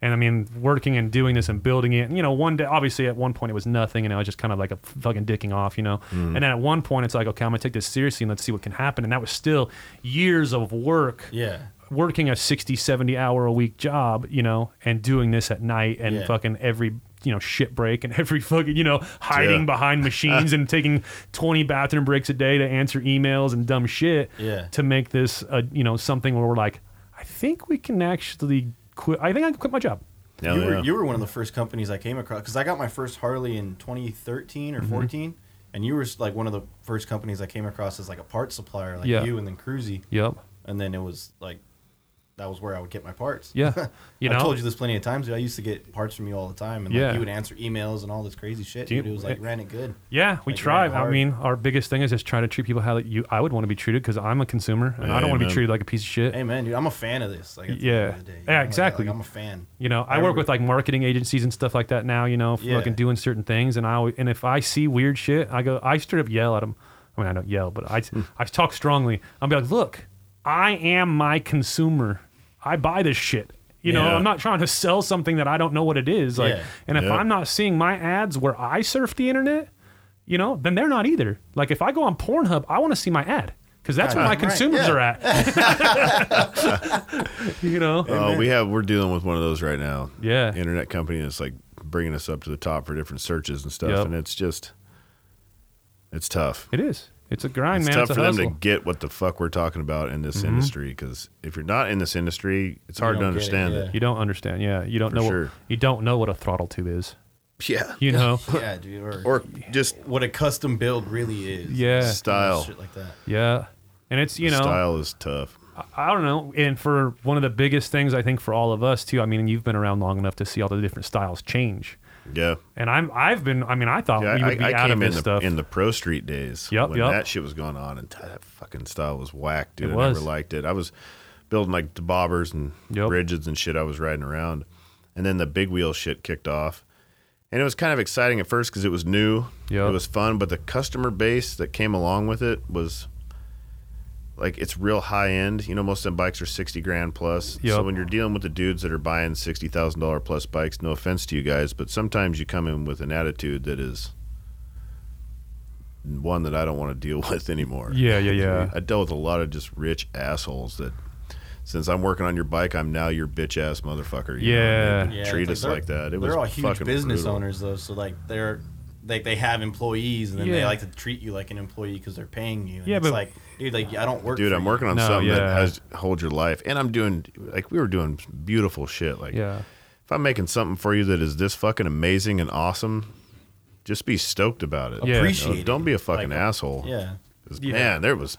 Speaker 1: and I mean working and doing this and building it. And, you know, one day obviously at one point it was nothing, and I was just kind of like a fucking dicking off, you know.
Speaker 3: Mm-hmm.
Speaker 1: And then at one point it's like okay, I'm gonna take this seriously and let's see what can happen. And that was still years of work
Speaker 2: yeah,
Speaker 1: working a 60 70 hour a week job you know and doing this at night and
Speaker 2: Yeah.
Speaker 1: fucking every you know shit break and <laughs> every fucking you know hiding
Speaker 3: Yeah.
Speaker 1: behind machines
Speaker 2: <laughs>
Speaker 1: and taking 20 bathroom breaks a day to answer emails and dumb shit
Speaker 2: Yeah.
Speaker 1: to make this uh, you know something where we're like i think we can actually quit i think i can quit my job
Speaker 3: Yeah,
Speaker 2: you, were,
Speaker 3: yeah.
Speaker 2: you were one of the first companies I came across because I got my first Harley in 2013
Speaker 1: Mm-hmm.
Speaker 2: or 14, and you were like one of the first companies I came across as like a parts supplier, like
Speaker 1: Yeah.
Speaker 2: you and then Cruzy,
Speaker 1: Yep.
Speaker 2: and then it was like that was where I would get my parts. <laughs>
Speaker 1: Yeah. You know.
Speaker 2: I told you this plenty of times. dude. I used to get parts from you all the time, and like,
Speaker 1: Yeah. eh
Speaker 2: you would answer emails and all this crazy shit.
Speaker 1: Dude,
Speaker 2: Dude, it was like ran it good.
Speaker 1: Yeah, we
Speaker 2: Like,
Speaker 1: try.
Speaker 2: ran
Speaker 1: I
Speaker 2: hard.
Speaker 1: mean, our biggest thing is just trying to treat people how that you I would want to be treated because I'm a consumer and I don't want to be
Speaker 3: Amen.
Speaker 1: treated like a piece of shit.
Speaker 2: Hey man, dude, I'm a fan of this. Like, at the
Speaker 1: Yeah.
Speaker 2: end of the day, you
Speaker 1: Yeah,
Speaker 2: know, like,
Speaker 1: exactly.
Speaker 2: like, I'm a fan.
Speaker 1: You know, I, work with like marketing agencies and stuff like that now. You know, for
Speaker 2: Yeah.
Speaker 1: fucking doing certain things, and I always, and if I see weird shit, I go, I straight up yell at them. I mean, I don't yell, but I I talk strongly. I'm like, look, I am my consumer. I buy this shit. You know,
Speaker 3: Yeah.
Speaker 1: I'm not trying to sell something that I don't know what it is. Like,
Speaker 2: Yeah.
Speaker 1: and if
Speaker 3: Yeah.
Speaker 1: I'm not seeing my ads where I surf the internet, you know, then they're not either. Like, if I go on Pornhub, I want to see my ad because that's where my
Speaker 2: Goddamn right.
Speaker 1: consumers
Speaker 2: Yeah.
Speaker 1: are at. <laughs> you know,
Speaker 3: Oh, we have we're dealing with one of those right now.
Speaker 1: Yeah.
Speaker 3: internet company that's like bringing us up to the top for different searches and stuff,
Speaker 1: Yep.
Speaker 3: and it's just it's tough.
Speaker 1: it is. It's a grind,
Speaker 3: It's
Speaker 1: man.
Speaker 3: tough
Speaker 1: it's a
Speaker 3: for them
Speaker 1: hustle. Mm-hmm.
Speaker 3: to get what the fuck we're talking about in this industry because if you're not in this industry, it's hard to
Speaker 2: don't get it,
Speaker 3: understand it.
Speaker 1: You don't understand. Yeah, you don't know. What,
Speaker 3: sure.
Speaker 1: you don't know what a throttle tube is.
Speaker 3: Yeah,
Speaker 1: You
Speaker 3: <laughs>
Speaker 1: know.
Speaker 2: Yeah,
Speaker 1: <laughs>
Speaker 2: dude. Or,
Speaker 3: or just
Speaker 2: what a custom build really is.
Speaker 1: yeah.
Speaker 3: style.
Speaker 2: Shit like that.
Speaker 1: Yeah. And it's you know
Speaker 3: style is tough.
Speaker 1: I don't know. And for one of the biggest things I think for all of us too. I mean, you've been around long enough to see all the different styles change.
Speaker 3: Yeah.
Speaker 1: And I'm I've been. I mean, I thought
Speaker 3: Yeah,
Speaker 1: we
Speaker 3: I,
Speaker 1: would be
Speaker 3: I
Speaker 1: out of
Speaker 3: came in
Speaker 1: this
Speaker 3: the,
Speaker 1: stuff.
Speaker 3: in the pro street days.
Speaker 1: Yep,
Speaker 3: when
Speaker 1: yep.
Speaker 3: that shit was going on, and that fucking style was whack, dude.
Speaker 1: It
Speaker 3: I
Speaker 1: was.
Speaker 3: never liked it. I was building like the bobbers and
Speaker 1: Yep.
Speaker 3: bridges and shit. I was riding around, and then the big wheel shit kicked off, and it was kind of exciting at first because it was new.
Speaker 1: Yep.
Speaker 3: it was fun, but the customer base that came along with it was. Like it's real high end, you know. Most of them bikes are sixty grand plus.
Speaker 1: Yep.
Speaker 3: So when you're dealing with the dudes that are buying sixty thousand dollar plus bikes, no offense to you guys, but sometimes you come in with an attitude that is one that I don't want to deal <laughs> with anymore.
Speaker 1: Yeah, yeah, yeah.
Speaker 3: I dealt with a lot of just rich assholes that, since I'm working on your bike, I'm now your bitch ass motherfucker. you know,
Speaker 1: Yeah.
Speaker 3: and they treat
Speaker 2: it's
Speaker 3: us like that. It
Speaker 2: they're
Speaker 3: was
Speaker 2: all huge
Speaker 3: fucking
Speaker 2: business
Speaker 3: brutal.
Speaker 2: owners though, so like they're like they have employees and then they
Speaker 1: Yeah.
Speaker 2: like to treat you like an employee because they're paying you. And
Speaker 1: Yeah,
Speaker 2: it's
Speaker 1: but-
Speaker 2: like dude, like I don't work.
Speaker 3: Dude,
Speaker 2: for
Speaker 3: I'm
Speaker 2: you.
Speaker 3: working on
Speaker 1: No,
Speaker 3: something
Speaker 1: yeah.
Speaker 3: that has hold your life, and I'm doing like we were doing beautiful shit. Like,
Speaker 1: yeah.
Speaker 3: if I'm making something for you that is this fucking amazing and awesome, just be stoked about it.
Speaker 1: Yeah.
Speaker 3: You know,
Speaker 2: Appreciate.
Speaker 3: don't be a fucking
Speaker 2: Like,
Speaker 3: asshole.
Speaker 2: Yeah,
Speaker 3: 'Cause,
Speaker 1: Yeah.
Speaker 3: Man, there was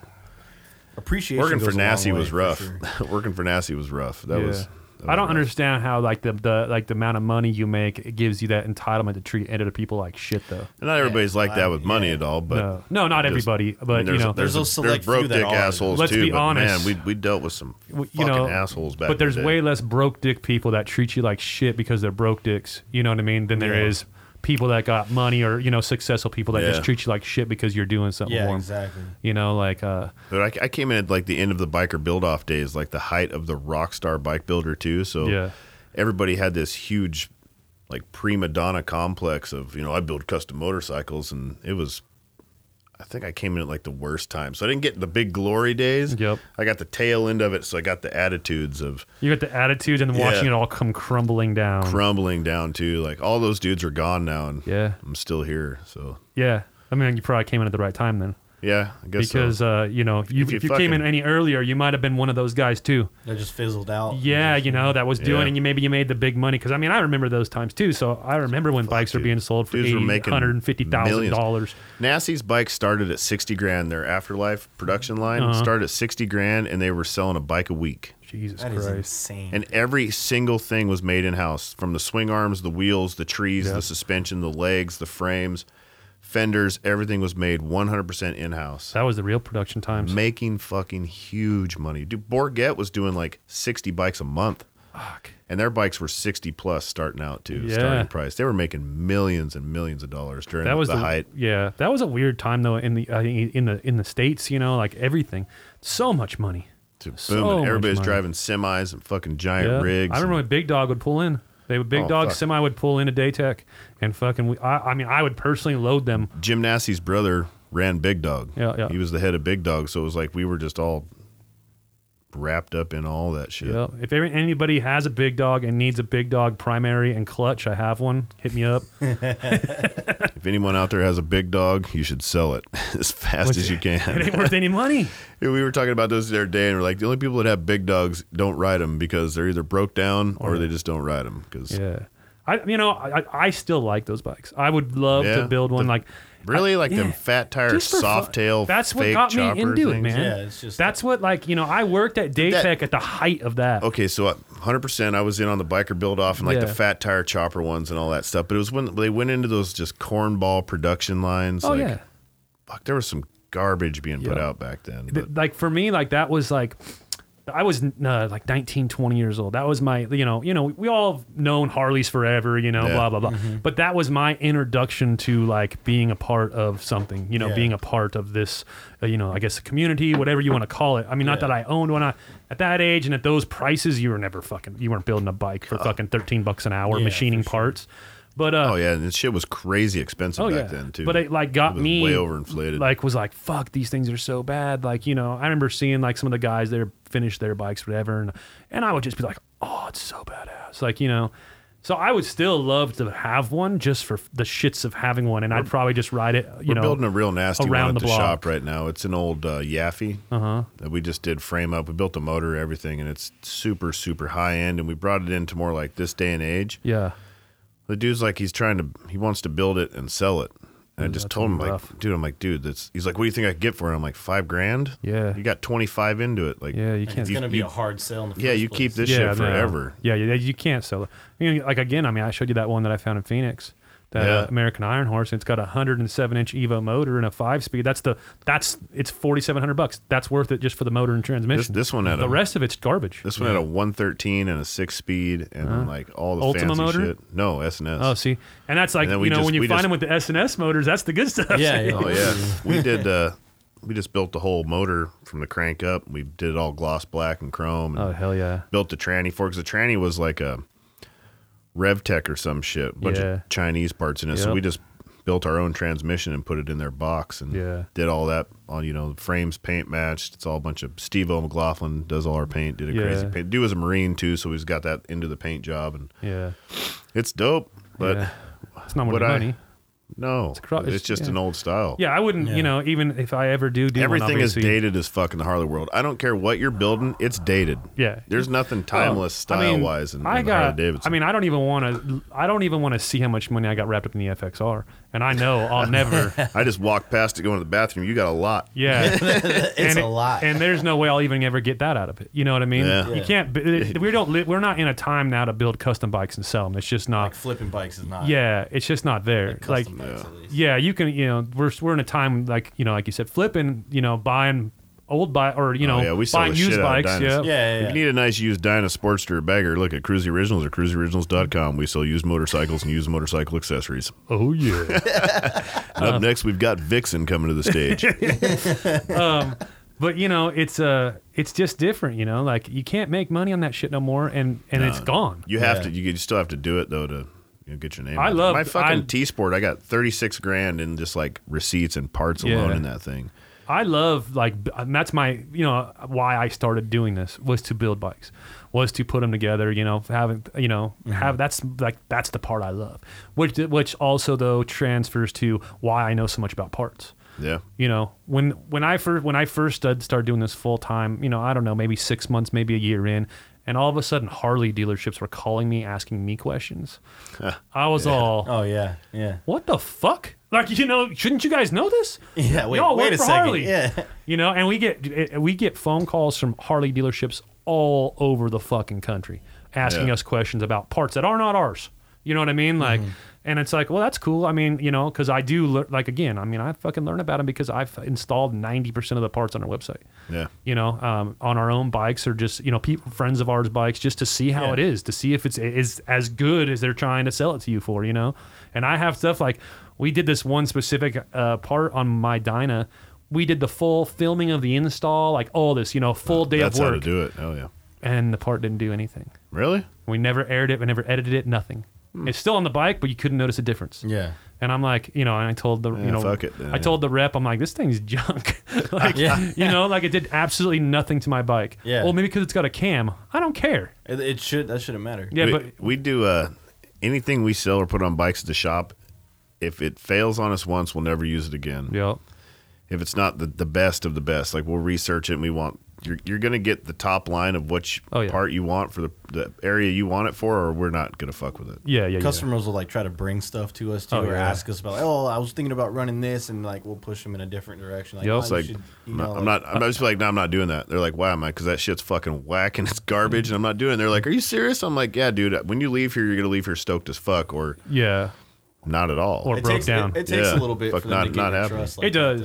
Speaker 2: appreciation.
Speaker 3: working for
Speaker 2: goes a long
Speaker 3: Nasty
Speaker 2: way,
Speaker 3: was
Speaker 2: for
Speaker 3: rough. <laughs>
Speaker 2: sure.
Speaker 3: working for Nasty was rough. That
Speaker 1: Yeah.
Speaker 3: was. that
Speaker 1: I
Speaker 3: was
Speaker 1: don't
Speaker 3: rough.
Speaker 1: understand how like the, the like the amount of money you make it gives you that entitlement to treat other people like shit though.
Speaker 3: Not everybody's like that with money at all, but
Speaker 1: no, no, not
Speaker 3: just-
Speaker 1: everybody,
Speaker 3: I
Speaker 1: but
Speaker 3: mean, there's,
Speaker 1: you know,
Speaker 2: There's
Speaker 3: there's,
Speaker 2: those
Speaker 3: a,
Speaker 2: select
Speaker 3: there's broke
Speaker 2: few that
Speaker 3: dick
Speaker 2: are.
Speaker 3: assholes
Speaker 1: Let's
Speaker 3: too.
Speaker 1: be
Speaker 3: but
Speaker 1: honest.
Speaker 3: man, we, we dealt with some
Speaker 1: w-
Speaker 3: fucking assholes back. in
Speaker 1: But
Speaker 3: the
Speaker 1: there's
Speaker 3: day.
Speaker 1: way less broke dick people that treat you like shit because they're broke dicks. You know what I mean? Than there
Speaker 2: Yeah.
Speaker 1: is people that got money or you know successful people that just
Speaker 3: Yeah.
Speaker 1: treat you like shit because you're doing something for
Speaker 2: Yeah,
Speaker 1: 'em.
Speaker 2: exactly.
Speaker 1: You know, like uh,
Speaker 3: But I, I came in at like the end of the biker build off days, like the height of the rock star bike builder too. So
Speaker 1: Yeah.
Speaker 3: everybody had this huge, like prima donna complex of you know I build custom motorcycles, and it was. I think I came in at like the worst time, so I didn't get the big glory days.
Speaker 1: Yep.
Speaker 3: I got the tail end of it, so I got the attitudes of
Speaker 1: you got the attitude and watching
Speaker 3: Yeah.
Speaker 1: it all come crumbling down.
Speaker 3: crumbling down too. Like all those dudes are gone now, and
Speaker 1: Yeah.
Speaker 3: I'm still here. So
Speaker 1: yeah, I mean, you probably came in at the right time then,
Speaker 3: yeah, I guess
Speaker 1: because
Speaker 3: so.
Speaker 1: uh, you know, you, if
Speaker 3: you
Speaker 1: you, came in
Speaker 3: fucking-
Speaker 1: any earlier, you might have been one of those guys too.
Speaker 2: They just fizzled out.
Speaker 1: Yeah, you know, that was doing,
Speaker 3: Yeah.
Speaker 1: and you maybe you made the big money because I mean, I remember those times too. So I remember when bikes were
Speaker 3: dude.
Speaker 1: being sold for
Speaker 3: Dudes were
Speaker 1: eighty,
Speaker 3: making
Speaker 1: hundred and fifty thousand
Speaker 3: millions.
Speaker 1: dollars.
Speaker 3: Nasty's bike started at sixty grand. Their afterlife production line
Speaker 1: Uh-huh.
Speaker 3: started at sixty grand, and they were selling a bike a week.
Speaker 1: Jesus
Speaker 2: that is
Speaker 1: Christ.
Speaker 2: insane.
Speaker 3: And every single thing was made in house, from the swing arms, the wheels, the trees,
Speaker 1: Yeah.
Speaker 3: the suspension, the legs, the frames, fenders. Everything was made one hundred percent in house.
Speaker 1: That was the real production times.
Speaker 3: Making fucking huge money. Dude, Borgette was doing like sixty bikes a month.
Speaker 1: Fuck.
Speaker 3: and their bikes were 60 plus starting out too
Speaker 1: Yeah.
Speaker 3: starting price they were making millions and millions of dollars during
Speaker 1: That was
Speaker 3: the, height
Speaker 1: Yeah, that was a weird time though in the I think in the in the states. You know, like everything, so much money.
Speaker 3: to boom
Speaker 1: So
Speaker 3: and
Speaker 1: much
Speaker 3: everybody's
Speaker 1: money.
Speaker 3: driving semis and fucking giant
Speaker 1: Yeah.
Speaker 3: rigs
Speaker 1: I remember
Speaker 3: and-
Speaker 1: when Big Dog would pull in. They would Big
Speaker 3: Oh,
Speaker 1: Dog
Speaker 3: fuck.
Speaker 1: semi would pull into Daytech and fucking. We, I, I mean, I would personally load them.
Speaker 3: jim nassy's brother ran big dog
Speaker 1: Yeah, yeah.
Speaker 3: he was the head of big dog so it was like we were just all wrapped up in all that shit.
Speaker 1: Yep. If every, anybody has a big dog and needs a big dog primary and clutch, I have one. Hit me up.
Speaker 3: If anyone out there has a big dog, you should sell it <laughs> as fast as you
Speaker 1: It
Speaker 3: can.
Speaker 1: ain't worth any money.
Speaker 3: <laughs> we were talking about this the other day, and we're like, the only people that have big dogs don't ride them because they're either broke down or they just don't ride them. Because
Speaker 1: Yeah. I you know I, I- I still like those bikes. I would love
Speaker 3: Yeah.
Speaker 1: to build one
Speaker 3: The-
Speaker 1: like
Speaker 3: really, like
Speaker 1: yeah.
Speaker 3: them fat tire,
Speaker 1: Just for fun.
Speaker 3: soft tail,
Speaker 1: That's what
Speaker 3: fake
Speaker 1: got me
Speaker 3: chopper
Speaker 1: into it,
Speaker 3: things.
Speaker 1: man.
Speaker 2: Yeah, it's just-
Speaker 1: that's what like you know I worked at
Speaker 3: that-
Speaker 1: Daytech at the height of that.
Speaker 3: okay, so uh, 100% I was in on the biker build off and like
Speaker 1: Yeah.
Speaker 3: the fat tire chopper ones and all that stuff. But it was when they went into those just cornball production lines.
Speaker 1: oh
Speaker 3: like,
Speaker 1: yeah.
Speaker 3: fuck, there was some garbage being put
Speaker 1: Yeah.
Speaker 3: out back then.
Speaker 1: Th-
Speaker 3: But
Speaker 1: like for me like that was like i was uh, like 19 20 years old that was my you know you know we all have known harleys forever you know
Speaker 3: Yeah.
Speaker 1: blah blah blah but that was my introduction to like being a part of something you know
Speaker 2: Yeah.
Speaker 1: being a part of this uh, you know i guess a community whatever you want to call it i mean not
Speaker 2: Yeah.
Speaker 1: that i owned one I, at that age and at those prices you were never fucking you weren't building a bike for fucking 13 bucks an hour
Speaker 2: Uh, Yeah,
Speaker 1: machining parts but uh
Speaker 3: oh, yeah, and this shit was crazy expensive
Speaker 1: oh yeah
Speaker 3: back then, too.
Speaker 1: but it like got
Speaker 3: It was
Speaker 1: me
Speaker 3: way overinflated.
Speaker 1: like was like fuck these things are so bad like you know i remember seeing like some of the guys there finish their bikes whatever and, and i would just be like oh it's so badass like you know so i would still love to have one just for the shits of having one and i'd probably just ride it you
Speaker 3: We're
Speaker 1: know
Speaker 3: building a real nasty one
Speaker 1: around
Speaker 3: at
Speaker 1: the
Speaker 3: the,
Speaker 1: block. Uh-huh.
Speaker 3: shop right now. It's an old uh, Yaffe that we just did frame up. We built the motor, everything, and it's super, super high end. And we brought it into more like this day and age.
Speaker 1: yeah
Speaker 3: The dude's like, he's trying to, he wants to build it and sell it. And I just
Speaker 1: Mm, that's
Speaker 3: told him,
Speaker 1: rough.
Speaker 3: like, dude, I'm like, dude, that's, he's like, what do you think I could get for it? I'm like, five grand?
Speaker 1: Yeah.
Speaker 3: You got 25 into it. Like,
Speaker 1: yeah you
Speaker 2: Like, it's
Speaker 1: can't
Speaker 2: gonna be a hard sell. In the
Speaker 3: yeah,
Speaker 2: first
Speaker 3: you
Speaker 2: place.
Speaker 3: keep this
Speaker 1: yeah, no.
Speaker 3: shit forever.
Speaker 1: yeah yeah you can't sell it you know, like again i mean i showed you that one that i found in phoenix that uh,
Speaker 3: Yeah.
Speaker 1: American Iron Horse, and it's got a 107 inch Evo motor and a five speed. That's the that's it's 4,700 bucks. That's worth it just for the motor and transmission.
Speaker 3: This, this one had
Speaker 1: The
Speaker 3: a,
Speaker 1: rest of it's garbage.
Speaker 3: <laughs> this one had a 113 and a six speed and then like all the
Speaker 1: Ultima
Speaker 3: fancy
Speaker 1: motor?
Speaker 3: shit. No, SNS.
Speaker 1: Oh, see, and that's like
Speaker 3: And then
Speaker 1: you
Speaker 3: we
Speaker 1: know
Speaker 3: just-
Speaker 1: when you
Speaker 3: we
Speaker 1: find
Speaker 3: just-
Speaker 1: them with the S and S motors, that's the good stuff. <laughs>
Speaker 2: Yeah, yeah.
Speaker 3: Oh yeah, we did. Uh, we just built the whole motor from the crank up. We did it all gloss black and chrome. And
Speaker 1: Oh hell yeah.
Speaker 3: Built the tranny for because the tranny was like a RevTech or some shit, bunch
Speaker 1: Yeah.
Speaker 3: of Chinese parts in it. So
Speaker 1: Yep.
Speaker 3: we just built our own transmission and put it in their box and
Speaker 1: Yeah.
Speaker 3: did all that on you know frames paint matched. It's all a bunch of Steve O McLaughlin does all our paint. Did a crazy
Speaker 1: Yeah.
Speaker 3: paint. Dude was a Marine too, so he's got that into the paint job and
Speaker 1: Yeah.
Speaker 3: it's dope. But
Speaker 1: yeah. it's not worth
Speaker 3: what
Speaker 1: the
Speaker 3: I-
Speaker 1: money.
Speaker 3: no, it's,
Speaker 1: cro- it's-
Speaker 3: just
Speaker 1: yeah.
Speaker 3: an old style.
Speaker 1: Yeah, I wouldn't. You
Speaker 2: Yeah.
Speaker 1: know, even if I ever do do one,
Speaker 3: Everything is
Speaker 1: obviously-
Speaker 3: dated as fuck in the Harley world. I don't care what you're building; it's dated.
Speaker 1: Yeah.
Speaker 3: there's nothing timeless
Speaker 1: Oh, I mean,
Speaker 3: style wise in, in
Speaker 1: I
Speaker 3: the
Speaker 1: got.
Speaker 3: Harley
Speaker 1: I
Speaker 3: Davidson.
Speaker 1: mean, I don't even want to. I don't even want to see how much money I got wrapped up in the FXR, and I know I'll
Speaker 2: <laughs>
Speaker 1: never.
Speaker 3: I just walked past it going to the bathroom. You got a lot.
Speaker 1: Yeah,
Speaker 2: <laughs> It's
Speaker 1: and
Speaker 2: a
Speaker 1: it-
Speaker 2: lot.
Speaker 1: and there's no way I'll even ever get that out of it. You know what I mean?
Speaker 3: Yeah.
Speaker 1: You
Speaker 2: Yeah.
Speaker 1: can't. b-
Speaker 3: <laughs>
Speaker 1: We don't. li- We're not in a time now to build custom bikes and sell them. It's just not.
Speaker 2: like flipping bikes is not.
Speaker 1: yeah, it's just not there.
Speaker 2: custom
Speaker 1: Like,
Speaker 2: bikes, at least.
Speaker 1: yeah, you can. You know, we're we're in a time like you know, like you said, flipping. You know, buying old bike or you know,
Speaker 3: Oh, yeah, we sell
Speaker 1: buying
Speaker 3: the
Speaker 1: used
Speaker 3: shit out of
Speaker 1: bikes.
Speaker 3: dinos.
Speaker 1: yeah.
Speaker 2: Yeah,
Speaker 3: If
Speaker 2: yeah, yeah.
Speaker 3: you need a nice used Dyna Sportster or bagger, look at Cruisy Originals or cruiseoriginals.com. We sell used motorcycles and used motorcycle accessories.
Speaker 1: Oh yeah.
Speaker 3: And
Speaker 1: Uh-huh.
Speaker 3: up next, we've got Vixen coming to
Speaker 1: <laughs>
Speaker 3: the stage.
Speaker 1: but you know, it's uh it's just different. You know, like you can't make money on that shit no more, and and it's gone.
Speaker 3: You have
Speaker 2: Yeah.
Speaker 3: to. You, you still have to do it though to you know, get your name.
Speaker 1: I
Speaker 3: out there.
Speaker 1: love-
Speaker 3: my fucking
Speaker 1: I-
Speaker 3: T Sport. I got thirty six grand in just like receipts and parts
Speaker 1: Yeah.
Speaker 3: alone in that thing.
Speaker 1: I love like b- and that's my you know why I started doing this was to build bikes, was to put them together. You know, having you know have that's like that's the part I love, which which also though transfers to why I know so much about parts.
Speaker 3: Yeah.
Speaker 1: you know when when i first when i first did start doing this full time you know i don't know maybe six months maybe a year in and all of a sudden harley dealerships were calling me asking me questions i was all
Speaker 2: Oh yeah, yeah.
Speaker 1: what the fuck like you know shouldn't you guys know this
Speaker 2: Yeah, wait-
Speaker 1: Y'all
Speaker 2: wait
Speaker 1: work
Speaker 2: a
Speaker 1: for
Speaker 2: second.
Speaker 1: Harley.
Speaker 2: Yeah.
Speaker 1: you know and we get it- we get phone calls from harley dealerships all over the fucking country asking
Speaker 3: Yeah.
Speaker 1: us questions about parts that are not ours you know what i mean like
Speaker 2: Mm-hmm.
Speaker 1: and it's like well that's cool i mean you know because i do lear- like again i mean i fucking learn about them because i've installed 90% of the parts on our website
Speaker 3: Yeah.
Speaker 1: you know, um, on our own bikes or just you know people, friends of ours bikes, just to see how
Speaker 2: Yeah.
Speaker 1: it is, to see if it's is as good as they're trying to sell it to you for, you know. And I have stuff like we did this one specific uh, part on my Dyna. We did the full filming of the install, like all this, you know, full day
Speaker 3: Uh, That's
Speaker 1: of
Speaker 3: how to
Speaker 1: work,
Speaker 3: do it. Oh yeah.
Speaker 1: and the part didn't do anything.
Speaker 3: Really?
Speaker 1: We never aired it, we never edited it, nothing.
Speaker 3: Hmm.
Speaker 1: It's still on the bike, but you couldn't notice a difference.
Speaker 2: Yeah.
Speaker 1: And I'm like, you know, and I told the, you
Speaker 3: Yeah,
Speaker 1: know,
Speaker 3: fuck it then,
Speaker 1: I told the rep, I'm like, this thing's junk. <laughs> like,
Speaker 2: Yeah.
Speaker 1: you know, like it did absolutely nothing to my bike.
Speaker 2: Yeah.
Speaker 1: Well, maybe because it's got a cam. I don't care.
Speaker 2: It, it should that shouldn't matter.
Speaker 1: Yeah,
Speaker 3: we,
Speaker 1: but
Speaker 3: we do uh, anything we sell or put on bikes at the shop. If it fails on us once, we'll never use it again.
Speaker 1: yeah,
Speaker 3: If it's not the, the best of the best, like we'll research it and we want you're you're gonna get the top line of which
Speaker 1: Oh, yeah.
Speaker 3: part you want for the, the area you want it for, or we're not gonna fuck with it.
Speaker 1: yeah, yeah.
Speaker 2: Customers will like try to bring stuff to us too,
Speaker 1: Oh,
Speaker 2: or
Speaker 1: yeah.
Speaker 2: ask us about, oh, I was thinking about running this, and like we'll push them in a different direction. Like,
Speaker 1: Yeah,
Speaker 2: oh,
Speaker 1: it's
Speaker 2: you
Speaker 3: It's like
Speaker 2: should, you
Speaker 3: I'm not,
Speaker 2: know,
Speaker 3: I'm
Speaker 2: like- uh,
Speaker 3: not. I'm just like, no, I'm not doing that. They're like, why am I? Because that shit's fucking whack and it's garbage, and I'm not doing. it. They're like, are you serious? I'm like, yeah, dude. When you leave here, you're gonna leave here stoked as fuck, or
Speaker 1: Yeah. yeah.
Speaker 3: not at all.
Speaker 1: Or
Speaker 2: It
Speaker 1: broke
Speaker 2: takes,
Speaker 1: down.
Speaker 2: It, it takes a
Speaker 3: Yeah.
Speaker 2: little bit
Speaker 3: Fuck,
Speaker 2: for them
Speaker 3: not-
Speaker 2: to
Speaker 3: not
Speaker 2: get your
Speaker 3: happening.
Speaker 2: trust. Like
Speaker 1: It
Speaker 2: that,
Speaker 1: does.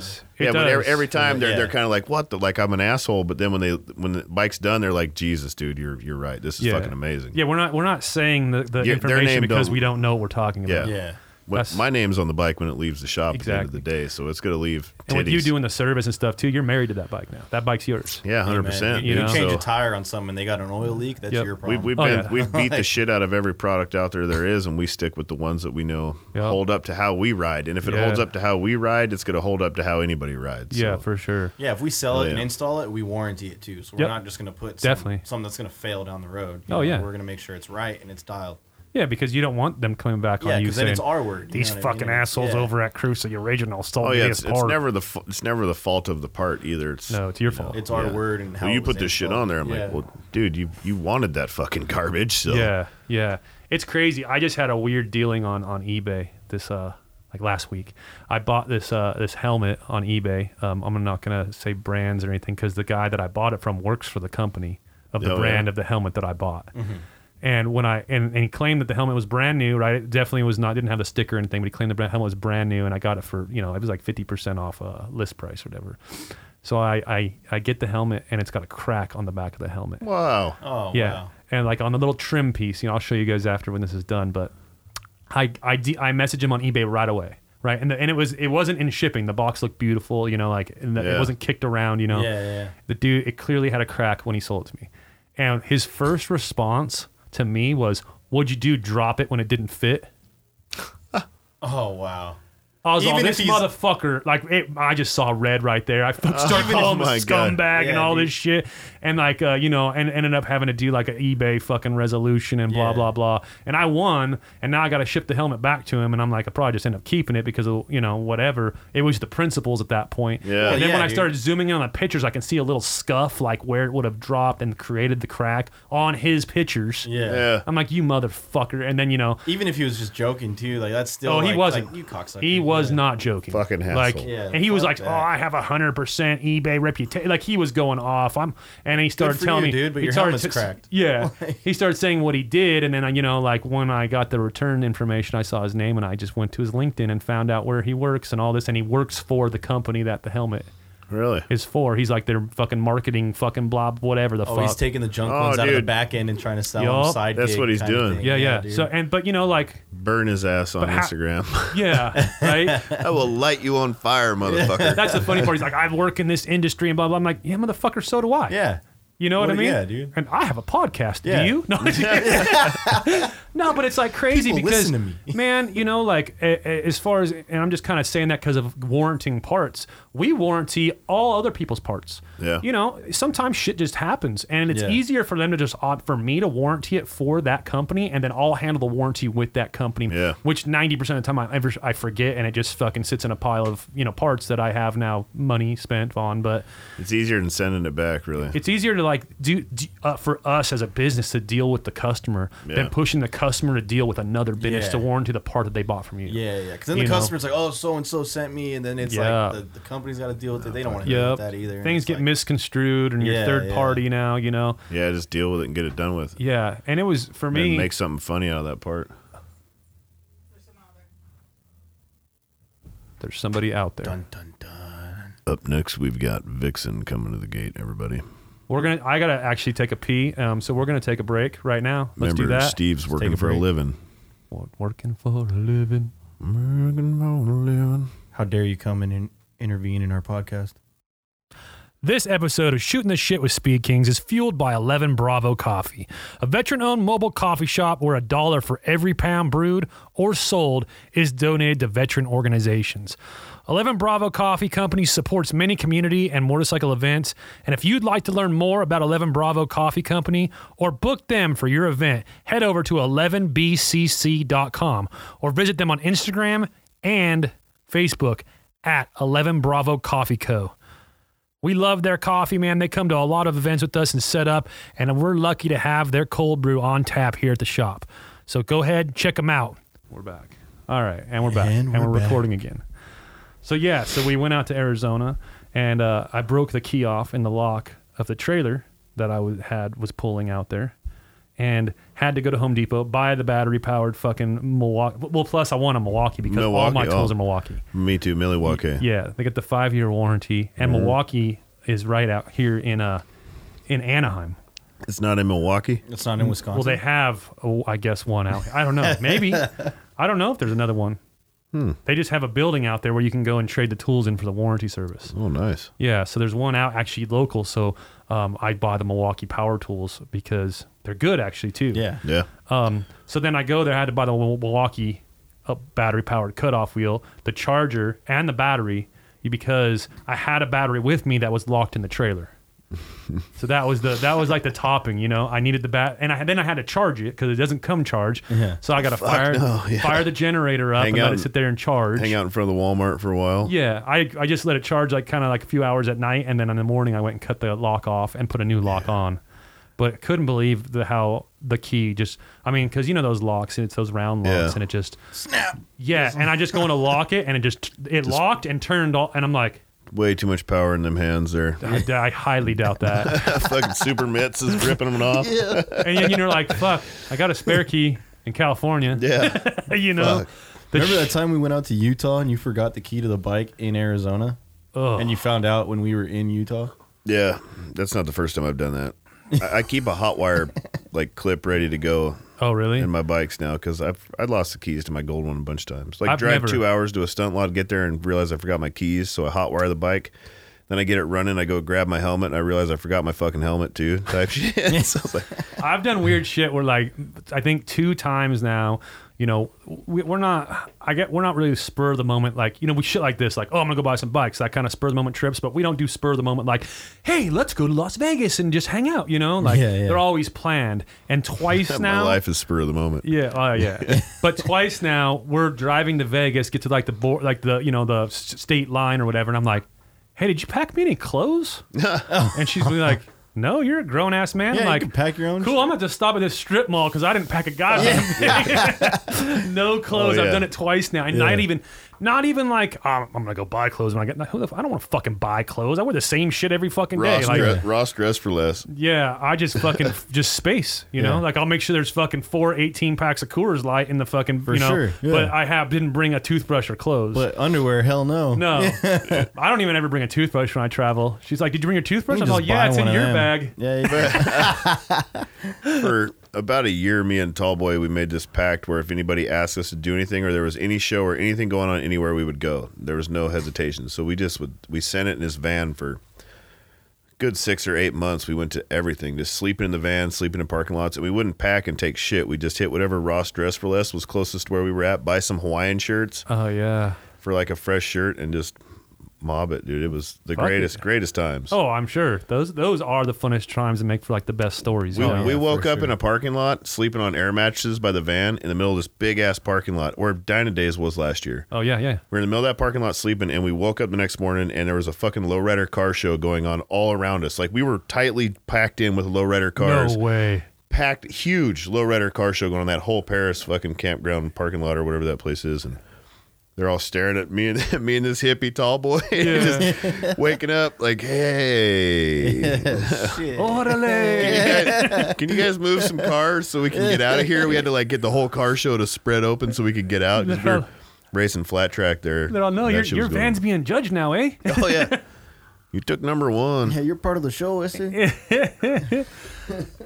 Speaker 1: It
Speaker 2: though.
Speaker 3: yeah, but
Speaker 1: does.
Speaker 3: every, every time they're
Speaker 2: Yeah.
Speaker 3: they're kind of like, what? The, like I'm an asshole. But then when they when the bike's done, they're like, Jesus, dude, you're you're right. This is
Speaker 1: Yeah.
Speaker 3: fucking amazing.
Speaker 1: Yeah, we're not we're not saying the, the
Speaker 3: Your- their
Speaker 1: information
Speaker 3: name
Speaker 1: because
Speaker 3: don't-
Speaker 1: we don't know what we're talking about.
Speaker 3: Yeah.
Speaker 2: Yeah.
Speaker 3: When-
Speaker 1: That's-
Speaker 3: my name's on the bike when it leaves the shop at the end of the day, so it's gonna leave. Titties.
Speaker 1: And with you doing the service and stuff too, you're married to that bike now. That bike's yours.
Speaker 3: Yeah, hundred percent.
Speaker 2: You,
Speaker 1: you
Speaker 2: you
Speaker 1: know?
Speaker 2: change
Speaker 3: so,
Speaker 2: a tire on something, they got an oil leak. That's
Speaker 1: Yep.
Speaker 2: your
Speaker 3: <laughs> We've,
Speaker 2: problem.
Speaker 3: we've
Speaker 1: Oh,
Speaker 3: been
Speaker 1: yeah.
Speaker 3: we've beat
Speaker 1: <laughs>
Speaker 3: the shit out of every product out there there is, and we stick with the ones that we know
Speaker 1: Yeah.
Speaker 3: hold up to how we ride. And if it
Speaker 1: Yeah.
Speaker 3: holds up to how we ride, it's going to hold up to how anybody rides.
Speaker 1: Yeah,
Speaker 3: So,
Speaker 1: for sure.
Speaker 2: yeah, if we sell it and
Speaker 3: Oh, yeah.
Speaker 2: install it, we warranty it too. So we're
Speaker 1: Yep.
Speaker 2: not just going to put some,
Speaker 1: Definitely.
Speaker 2: something that's going to fail down the road. you
Speaker 1: Oh,
Speaker 2: know,
Speaker 1: yeah.
Speaker 2: we're going to make sure it's right and it's dialed.
Speaker 1: Yeah, because you don't want them coming back
Speaker 2: Yeah,
Speaker 1: on you
Speaker 2: because then
Speaker 1: saying
Speaker 2: it's our word. you
Speaker 1: these
Speaker 2: know what I
Speaker 1: fucking
Speaker 2: mean?
Speaker 1: assholes
Speaker 2: Yeah.
Speaker 1: over at Crusoe Original stole
Speaker 3: oh yeah,
Speaker 1: me
Speaker 3: it's,
Speaker 1: this
Speaker 3: it's
Speaker 1: part.
Speaker 3: never the fa- it's never the fault of the part either. It's
Speaker 1: no, it's your fault.
Speaker 2: It's our
Speaker 3: Oh, Yeah.
Speaker 2: word and how
Speaker 3: well, you
Speaker 2: it was
Speaker 3: put this shit
Speaker 2: installed.
Speaker 3: on there. I'm
Speaker 2: Yeah.
Speaker 3: like, well, dude, you you wanted that fucking garbage. So
Speaker 1: yeah, yeah. It's crazy. I just had a weird dealing on on eBay this uh like last week. I bought this uh this helmet on eBay. Um, I'm not gonna say brands or anything because the guy that I bought it from works for the company of the
Speaker 3: Oh, yeah. Mm-hmm.
Speaker 1: brand of the helmet that I bought. And when I and, and he claimed that the helmet was brand new, right? It definitely was not didn't have the sticker or anything, but he claimed the brand, helmet was brand new, and I got it for you know it was like fifty percent off uh, list price or whatever. So I, I I get the helmet and it's got a crack on the back of the helmet.
Speaker 3: wow,
Speaker 2: Oh,
Speaker 1: Yeah.
Speaker 2: wow.
Speaker 1: And like on the little trim piece, you know, I'll show you guys after when this is done, but I I d- I message him on eBay right away. Right. And the, and it was it wasn't in shipping. The box looked beautiful, you know, like and the, it
Speaker 3: Yeah.
Speaker 1: wasn't kicked around, you know.
Speaker 2: Yeah, yeah, yeah.
Speaker 1: The dude it clearly had a crack when he sold it to me. And his first response to me was, "What'd you do? Drop it when it didn't fit?"
Speaker 2: Oh, wow.
Speaker 1: I was
Speaker 2: Even
Speaker 1: all
Speaker 2: if
Speaker 1: this
Speaker 2: he's- Uh,
Speaker 1: motherfucker. Like it, I just saw red right there. I fucking started calling him a
Speaker 3: my God.
Speaker 1: scumbag and
Speaker 2: Yeah,
Speaker 1: all
Speaker 2: dude.
Speaker 1: this shit, and like uh, you know, and ended up having to do like an eBay fucking resolution and blah
Speaker 2: Yeah.
Speaker 1: blah blah. And I won, and now I got to ship the helmet back to him, and I'm like, I probably just end up keeping it because of, you know whatever. It was the principles at that point.
Speaker 3: Yeah.
Speaker 1: And then
Speaker 2: Yeah,
Speaker 1: when I
Speaker 2: dude.
Speaker 1: started zooming in on the pictures, I can see a little scuff like where it would have dropped and created the crack on his pictures.
Speaker 2: Yeah.
Speaker 3: yeah.
Speaker 1: I'm like, you motherfucker. And then you know,
Speaker 2: Even if he was just joking too, like that's still.
Speaker 1: Oh, he
Speaker 2: like-
Speaker 1: wasn't.
Speaker 2: Like, you cocksucker.
Speaker 1: He was
Speaker 2: Yeah.
Speaker 1: not joking.
Speaker 3: Fucking hassle.
Speaker 1: Like,
Speaker 2: Yeah,
Speaker 1: and he was
Speaker 2: fuck
Speaker 1: like,
Speaker 2: that.
Speaker 1: "Oh, I have a hundred percent eBay reputation." Like he was going off. I'm, and he started
Speaker 2: for
Speaker 1: telling
Speaker 2: you,
Speaker 1: me,
Speaker 2: dude, but
Speaker 1: he
Speaker 2: your
Speaker 1: started
Speaker 2: helmet's
Speaker 1: <laughs>
Speaker 2: cracked. <laughs>
Speaker 1: Yeah, he started saying what he did, and then I, you know, like when I got the return information, I saw his name, and I just went to his LinkedIn and found out where he works and all this, and he works for the company that the helmet
Speaker 3: really.
Speaker 1: is for. He's like their fucking marketing, fucking blob, whatever the
Speaker 2: Oh,
Speaker 1: fuck.
Speaker 2: he's taking the junk
Speaker 3: Oh,
Speaker 2: ones out of the
Speaker 3: dude.
Speaker 2: back end and trying to sell
Speaker 1: Yup.
Speaker 2: them side.
Speaker 3: That's
Speaker 2: gig
Speaker 3: what he's
Speaker 2: kinda
Speaker 3: doing.
Speaker 2: thing.
Speaker 1: yeah, yeah.
Speaker 2: dude.
Speaker 1: so and but you know, like
Speaker 3: Burn his ass on
Speaker 1: how-
Speaker 3: Instagram.
Speaker 1: <laughs>
Speaker 2: <laughs>
Speaker 1: yeah, right.
Speaker 3: I will light you on fire, motherfucker.
Speaker 1: That's the funny part. He's like, I work in this industry and blah blah. I'm like, yeah, motherfucker, so do I.
Speaker 2: yeah.
Speaker 1: You know what,
Speaker 2: Well,
Speaker 1: I mean?
Speaker 2: yeah, dude.
Speaker 1: And I have a podcast.
Speaker 2: Yeah.
Speaker 1: Do you? No, I'm
Speaker 2: <laughs>
Speaker 1: just- no, but it's like crazy
Speaker 2: People
Speaker 1: because,
Speaker 2: listen to me.
Speaker 1: man, you know, like a- a- as far as, and I'm just kind of saying that because of warranting parts. We warranty all other people's parts.
Speaker 3: Yeah.
Speaker 1: You know, sometimes shit just happens, and it's
Speaker 2: Yeah.
Speaker 1: easier for them to just opt for me to warranty it for that company, and then I'll handle the warranty with that company.
Speaker 3: Yeah.
Speaker 1: Which 90% of the time I ever I forget, and it just fucking sits in a pile of you know parts that I have now money spent on, but.
Speaker 3: it's easier than sending it back, really.
Speaker 1: It's easier to like do, do uh, for us as a business to deal with the customer
Speaker 3: Yeah.
Speaker 1: than pushing the customer to deal with another business
Speaker 2: Yeah.
Speaker 1: to warranty the part that they bought from you.
Speaker 2: Yeah, yeah. Because then
Speaker 1: You
Speaker 2: the
Speaker 1: know?
Speaker 2: customer's like, "Oh, so and so sent me," and then it's
Speaker 1: Yeah.
Speaker 2: like the, the company's got to deal with it. They don't want to deal
Speaker 1: Yep.
Speaker 2: with that either. and
Speaker 1: Things
Speaker 2: it's
Speaker 1: get
Speaker 2: like,
Speaker 1: misconstrued, and you're
Speaker 2: Yeah,
Speaker 1: third
Speaker 2: yeah.
Speaker 1: party now. You know.
Speaker 3: yeah, just deal with it and get it done with.
Speaker 1: Yeah, and it was for me.
Speaker 3: and make something funny out of that part.
Speaker 1: there's somebody out there.
Speaker 2: Dun dun dun.
Speaker 3: Up next, we've got Vixen coming to the gate. Everybody,
Speaker 1: We're gonna. I gotta actually take a pee. Um, so we're gonna take a break right now. Let's
Speaker 3: remember
Speaker 1: do that.
Speaker 3: Steve's
Speaker 1: take
Speaker 3: working
Speaker 1: a
Speaker 3: for a
Speaker 1: break.
Speaker 3: living.
Speaker 1: Wor- Working for a living.
Speaker 3: Working for a living.
Speaker 2: How dare you come in and intervene in our podcast?
Speaker 4: This episode of Shooting the Shit with Speed Kings is fueled by 11 Bravo Coffee, a veteran owned mobile coffee shop where a dollar for every pound brewed or sold is donated to veteran organizations. 11 Bravo Coffee Company supports many community and motorcycle events. And if you'd like to learn more about 11 Bravo Coffee Company or book them for your event, head over to 11bcc.com or visit them on Instagram and Facebook at 11 Bravo Coffee Co. We love their coffee, man. They come to a lot of events with us and set up, and we're lucky to have their cold brew on tap here at the shop. So go ahead, check them out.
Speaker 1: We're back. All right, and we're back, and
Speaker 2: And
Speaker 1: we're,
Speaker 2: we're back.
Speaker 1: recording again. So yeah, so we went out to Arizona, and uh, I broke the key off in the lock of the trailer that I was, had was pulling out there, and had to go to Home Depot buy the battery powered fucking Milwaukee. Well, plus I want a Milwaukee because all my
Speaker 3: Milwaukee,
Speaker 1: tools
Speaker 3: oh.
Speaker 1: are Milwaukee.
Speaker 3: Me too, Milwaukee.
Speaker 1: Yeah, they get the five year warranty, and Milwaukee is right out here in uh in Anaheim.
Speaker 3: It's not in Milwaukee.
Speaker 2: It's not in Wisconsin.
Speaker 1: Mm, Well, they have, oh, I guess, one out. I don't know. Maybe. I don't know if there's another one. They just have a building out there where you can go and trade the tools in for the warranty service.
Speaker 3: Oh, nice.
Speaker 1: Yeah, so there's one out actually local. So um, I buy the Milwaukee Power Tools because they're good actually too. <laughs>
Speaker 2: yeah.
Speaker 3: Yeah.
Speaker 1: Um, so then I go there, I had to buy the Mil- Milwaukee uh, battery powered cutoff wheel, the charger, and the battery because I had a battery with me that was locked in the
Speaker 3: <laughs>
Speaker 1: trailer. so that was the that was like the topping, you know. I needed the bat, and I, then I had to charge it because it doesn't come charge.
Speaker 2: Yeah.
Speaker 1: So I got to fire
Speaker 3: no, <laughs> yeah.
Speaker 1: fire the generator up
Speaker 3: Hang
Speaker 1: and let
Speaker 3: out
Speaker 1: it
Speaker 3: and-
Speaker 1: sit there and charge.
Speaker 3: Hang out in front of the Walmart for a while.
Speaker 1: Yeah, I I just let it charge like kind of like a few hours at night, and then in the morning I went and cut the lock off and put a new lock on. But couldn't believe the how the key just I mean because you know those locks and it's those round locks
Speaker 3: Yeah.
Speaker 1: and it just
Speaker 2: Snap.
Speaker 1: yeah and I just go in to lock it and it just it locked and turned all and I'm like
Speaker 3: Way too much power in them hands
Speaker 1: <laughs>
Speaker 3: there. <laughs>
Speaker 1: I, I highly doubt that
Speaker 3: Fucking super mitts is ripping them off. Yeah.
Speaker 1: and then you're like fuck I got a spare key in California <laughs>
Speaker 3: Yeah.
Speaker 1: you know The
Speaker 2: Remember
Speaker 1: sh-
Speaker 2: that time we went out to Utah and you forgot the key to the bike in Arizona?
Speaker 1: Ugh.
Speaker 2: And you found out when we were in Utah?
Speaker 3: That's not the first time I've done that. I, I keep a hot wire like clip ready to go
Speaker 1: oh really
Speaker 3: in my bikes now because I've I lost the keys to my gold one a bunch of times. Like
Speaker 1: I've
Speaker 3: drive
Speaker 1: never-
Speaker 3: two hours to a stunt lot, get there and realize I forgot my keys, so I hot wire the bike. Then I get it running. I go grab my helmet and I realize I forgot my fucking helmet too. Type <laughs> shit. so I was like,
Speaker 1: I've done weird shit where like I think two times now. You know, we, we're not. I get we're not really spur of the moment. Like you know, we shit like this. Like oh, I'm gonna go buy some bikes. That kind of spur of the moment trips. But we don't do spur of the moment. Like hey, let's go to Las Vegas and just hang out. You know, like
Speaker 2: Yeah, yeah.
Speaker 1: they're always planned. And twice
Speaker 3: my
Speaker 1: now,
Speaker 3: life is spur of the moment.
Speaker 1: yeah, oh
Speaker 2: <laughs>
Speaker 1: yeah. but twice now, we're driving to Vegas, get to like the board, like the you know the s- state line or whatever, and I'm like, "Hey, did you pack me any
Speaker 2: <laughs>
Speaker 1: clothes?" and she's really like, "No, you're a grown ass man.
Speaker 2: Yeah, you
Speaker 1: like,
Speaker 2: can pack your own
Speaker 1: Cool.
Speaker 2: shit."
Speaker 1: I'm gonna just stop at this strip mall because I didn't pack a
Speaker 2: <laughs>
Speaker 1: goddamn thing. <laughs> no clothes.
Speaker 3: Oh,
Speaker 1: I've
Speaker 3: yeah.
Speaker 1: done it twice now, and not even, not even like "Oh, I'm gonna go buy clothes when I get. Who the f- I don't want to fucking buy clothes. I wear the same shit every fucking
Speaker 3: Ross,
Speaker 1: day. Like,
Speaker 3: dre- Ross dressed for less.
Speaker 1: yeah, I just
Speaker 2: <laughs>
Speaker 1: fucking just space, you know.
Speaker 2: Yeah.
Speaker 1: Like I'll make sure there's fucking four 18 packs of Coors Light in the fucking, you know.
Speaker 2: sure, yeah.
Speaker 1: But I have didn't bring a toothbrush or clothes.
Speaker 2: But underwear, hell no. <laughs>
Speaker 1: no, I don't even ever bring a toothbrush when I travel. She's like, "Did you bring your toothbrush?"
Speaker 2: You
Speaker 1: I'm
Speaker 2: just
Speaker 1: like, "Yeah,
Speaker 2: buy
Speaker 1: it's in
Speaker 2: one of
Speaker 1: your
Speaker 2: them.
Speaker 1: bag."
Speaker 2: Yeah, you better-
Speaker 1: <laughs>
Speaker 3: for about a year, me and Tallboy, we made this pact where if anybody asked us to do anything or there was any show or anything going on anywhere, we would go. There was no hesitation. So we just would, we sent it in his van for a good six or eight months. We went to everything, just sleeping in the van, sleeping in parking lots. And we wouldn't pack and take shit. We just hit whatever Ross Dress for Less was closest to where we were at, buy some Hawaiian shirts
Speaker 1: Oh yeah.
Speaker 3: for like a fresh shirt and just mob it, dude. It was the
Speaker 1: Fuck
Speaker 3: greatest,
Speaker 1: yeah.
Speaker 3: greatest times.
Speaker 1: Oh, I'm sure those those are the funnest times and make for like the best stories.
Speaker 3: We,
Speaker 1: you know?
Speaker 3: we
Speaker 2: Oh, yeah,
Speaker 3: woke
Speaker 2: for
Speaker 3: up in
Speaker 2: sure.
Speaker 3: a parking lot, sleeping on air mattresses by the van in the middle of this big ass parking lot where Dyna Days was last year.
Speaker 1: oh yeah, yeah.
Speaker 3: We are in the middle of that parking lot sleeping, and we woke up the next morning, and there was a fucking lowrider car show going on all around us. Like we were tightly packed in with lowrider cars,
Speaker 1: No way.
Speaker 3: packed huge lowrider car show going on that whole Paris fucking campground parking lot or whatever that place is, and they're all staring at me and <laughs> me and this hippie tall boy, <laughs> just waking up like, hey,
Speaker 2: <laughs>
Speaker 1: Orale.
Speaker 3: can you guys- can you guys move some cars so we can get out of here? We had to like get the whole car show to spread open so we could get out. 'cause we were racing flat track there.
Speaker 1: They're all, uh, no,
Speaker 3: That
Speaker 1: your
Speaker 3: shit
Speaker 1: your
Speaker 3: was going-
Speaker 1: van's being judged now, eh?
Speaker 3: Oh yeah, <laughs> you took number one.
Speaker 2: Yeah, you're part of the show, Esther.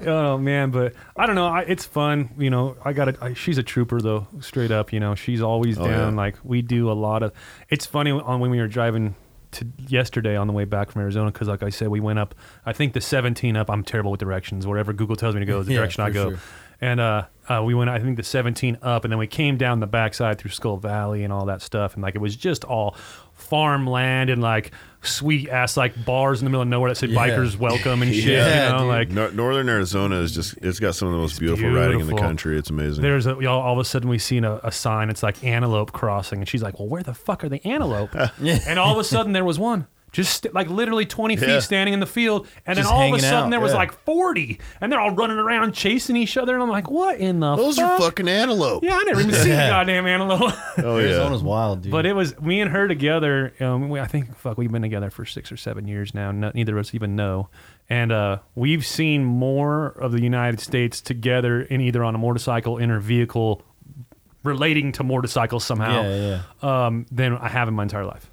Speaker 1: Oh man, but I don't know. I, it's fun, you know. I got to She's a trooper, though.
Speaker 2: Oh,
Speaker 1: Straight up, you know. She's always down.
Speaker 3: yeah.
Speaker 1: Like we do a lot of. It's funny on when we were driving to yesterday on the way back from Arizona because, like I said, we went up. I think the 17 up. I'm terrible with directions. Wherever Google tells me to go is the
Speaker 2: <laughs> Yeah,
Speaker 1: direction I
Speaker 2: for
Speaker 1: go.
Speaker 2: sure.
Speaker 1: And uh, uh, we went. I think the 17 up, and then we came down the backside through Skull Valley and all that stuff. And like it was just all farmland and like sweet ass like bars in the middle of nowhere that said
Speaker 2: Yeah.
Speaker 1: "Bikers Welcome" and shit.
Speaker 2: <laughs> Yeah,
Speaker 1: you know,
Speaker 2: dude.
Speaker 1: like
Speaker 3: Nor- Northern Arizona is just, it's got some of the most beautiful, riding in the
Speaker 1: beautiful.
Speaker 3: country. It's amazing.
Speaker 1: There's a, all, all of a sudden we seen a, a sign. It's like antelope crossing, and she's like, "Well, where the fuck are the antelope?" and all of a sudden there was one, just st- like literally 20 feet
Speaker 3: Yeah.
Speaker 1: standing in the field, and
Speaker 2: Just
Speaker 1: then all of a
Speaker 2: hanging
Speaker 1: sudden
Speaker 2: out,
Speaker 1: there was
Speaker 2: yeah.
Speaker 1: like 40, and they're all running around chasing each other, and I'm like, "What in the
Speaker 3: Those
Speaker 1: fuck?"
Speaker 3: are fucking antelope.
Speaker 1: yeah, I never even seen a goddamn antelope.
Speaker 3: Oh yeah.
Speaker 2: Arizona's wild, dude.
Speaker 1: But it was me and her together. Um, we, I think fuck, we've been together for six or seven years now. No, neither of us even know. And uh, we've seen more of the United States together in either on a motorcycle, in her vehicle, relating to motorcycles somehow,
Speaker 2: Yeah, yeah,
Speaker 1: Um, than I have in my entire life.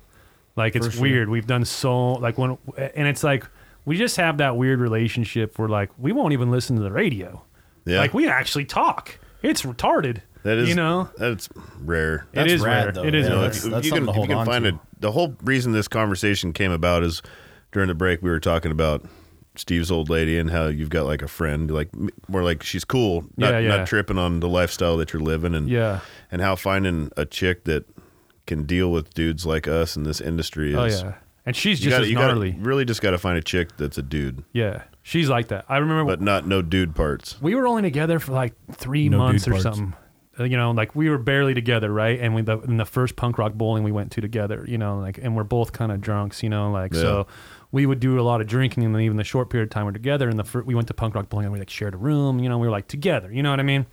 Speaker 1: Like it's
Speaker 2: For sure.
Speaker 1: weird. We've done so like when, and it's like we just have that weird relationship where like we won't even listen to the radio.
Speaker 3: Yeah.
Speaker 1: Like we actually talk. It's retarded.
Speaker 3: That is,
Speaker 1: you know.
Speaker 3: that's rare.
Speaker 1: it
Speaker 2: That's
Speaker 1: is
Speaker 2: rad,
Speaker 1: rare.
Speaker 2: though.
Speaker 1: It is
Speaker 2: Yeah,
Speaker 1: rare.
Speaker 2: that's-
Speaker 3: if
Speaker 2: something
Speaker 3: you can,
Speaker 2: to
Speaker 3: if you
Speaker 2: hold
Speaker 3: can
Speaker 2: on
Speaker 3: find
Speaker 2: to.
Speaker 3: a, the whole reason this conversation came about is during the break we were talking about Steve's old lady and how you've got like a friend, like m- more like she's cool, not,
Speaker 1: Yeah, yeah.
Speaker 3: not tripping on the lifestyle that you're living, and
Speaker 1: Yeah.
Speaker 3: and how finding a chick that can deal with dudes like us in this industry
Speaker 1: Oh
Speaker 3: is.
Speaker 1: yeah, and she's
Speaker 3: You
Speaker 1: just
Speaker 3: gotta,
Speaker 1: as
Speaker 3: you gotta-
Speaker 1: gnarly.
Speaker 3: really just got to find a chick that's a dude,
Speaker 1: yeah, she's like that. I remember
Speaker 3: but not no
Speaker 1: <laughs>
Speaker 3: dude parts.
Speaker 1: we were only together for like three
Speaker 4: No
Speaker 1: months or
Speaker 4: dude parts.
Speaker 1: something. Uh, You know, like we were barely together, right? And we the, in the first punk rock bowling we went to together, you know, like and we're both kind of drunks, you know, like so we would do a lot of drinking, and then even the short period of time we're together, and the fir- we went to punk rock bowling and we like shared a room, you know, we were like together, you know what I mean?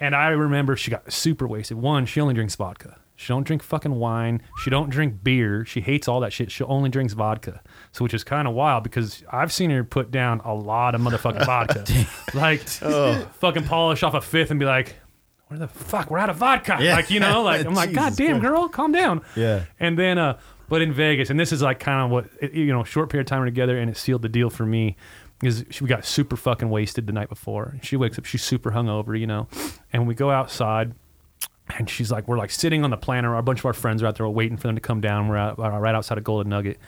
Speaker 1: And I remember she got super wasted. One, she only drinks vodka. She don't drink fucking wine. She don't drink beer. She hates all that shit. She only drinks vodka. So which is kind of wild because I've seen her put down a lot of
Speaker 2: <laughs>
Speaker 1: motherfucking vodka. like
Speaker 2: Oh.
Speaker 1: fucking polish off a fifth and be like, "Where the fuck? We're out of vodka."
Speaker 2: Yeah.
Speaker 1: Like, you know,
Speaker 2: <laughs>
Speaker 1: like I'm like,
Speaker 2: Jesus
Speaker 1: "God damn,
Speaker 2: Christ.
Speaker 1: girl, calm down."
Speaker 2: Yeah.
Speaker 1: And then uh but in Vegas, and this is like kind of what it- you know, short period of time we're together and it sealed the deal for me because she we got super fucking wasted the night before. And she wakes up, she's super hungover, you know. And we go outside and she's like, we're like sitting on the planter. A bunch of our friends are out there we're waiting for them to come down. We're out, uh, right outside of Golden Nugget.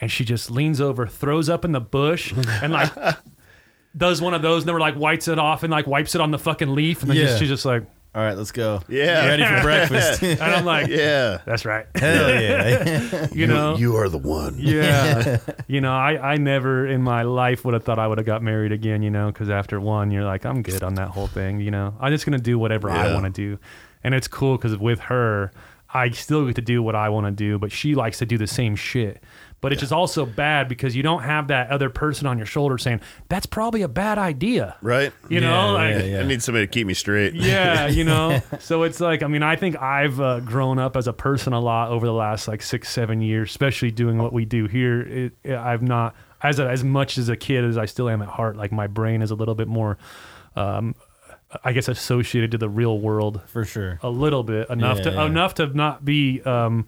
Speaker 1: And she just leans over, throws up in the bush, and
Speaker 2: <laughs>
Speaker 1: like does one of those. And then we're like, wipes it off and like wipes it on the fucking leaf. And then
Speaker 2: Yeah.
Speaker 1: just, she's just
Speaker 2: <laughs>
Speaker 1: like,
Speaker 2: All right, let's go.
Speaker 3: Yeah.
Speaker 2: You ready for breakfast?
Speaker 1: and I'm like,
Speaker 3: Yeah,
Speaker 1: that's
Speaker 2: <laughs>
Speaker 1: right.
Speaker 2: Hell yeah.
Speaker 1: You know?
Speaker 3: you are the one.
Speaker 1: Yeah. <laughs> you know, I, I never in my life would have thought I would have got married again, you know, because after one, you're like, I'm good on that whole thing, you know. I'm just going to do whatever I
Speaker 3: Yeah.
Speaker 1: want to do. And it's cool because with her, I still get to do what I want to do, but she likes to do the same shit. But it's just also bad because you don't have that other person on your shoulder saying, that's probably a bad idea.
Speaker 3: right.
Speaker 1: You know,
Speaker 2: Yeah,
Speaker 1: like,
Speaker 2: yeah, yeah.
Speaker 3: I need somebody to keep me straight.
Speaker 1: yeah, you
Speaker 2: <laughs>
Speaker 1: know. So it's like, I mean, I think I've uh, grown up as a person a lot over the last like six, seven years, especially doing what we do here. It, it- I've not as a, as much as a kid as I still am at heart. Like my brain is a little bit more, um, I guess, associated to the real world
Speaker 2: For sure.
Speaker 1: a little bit enough
Speaker 2: Yeah,
Speaker 1: to
Speaker 2: yeah.
Speaker 1: enough to not be um,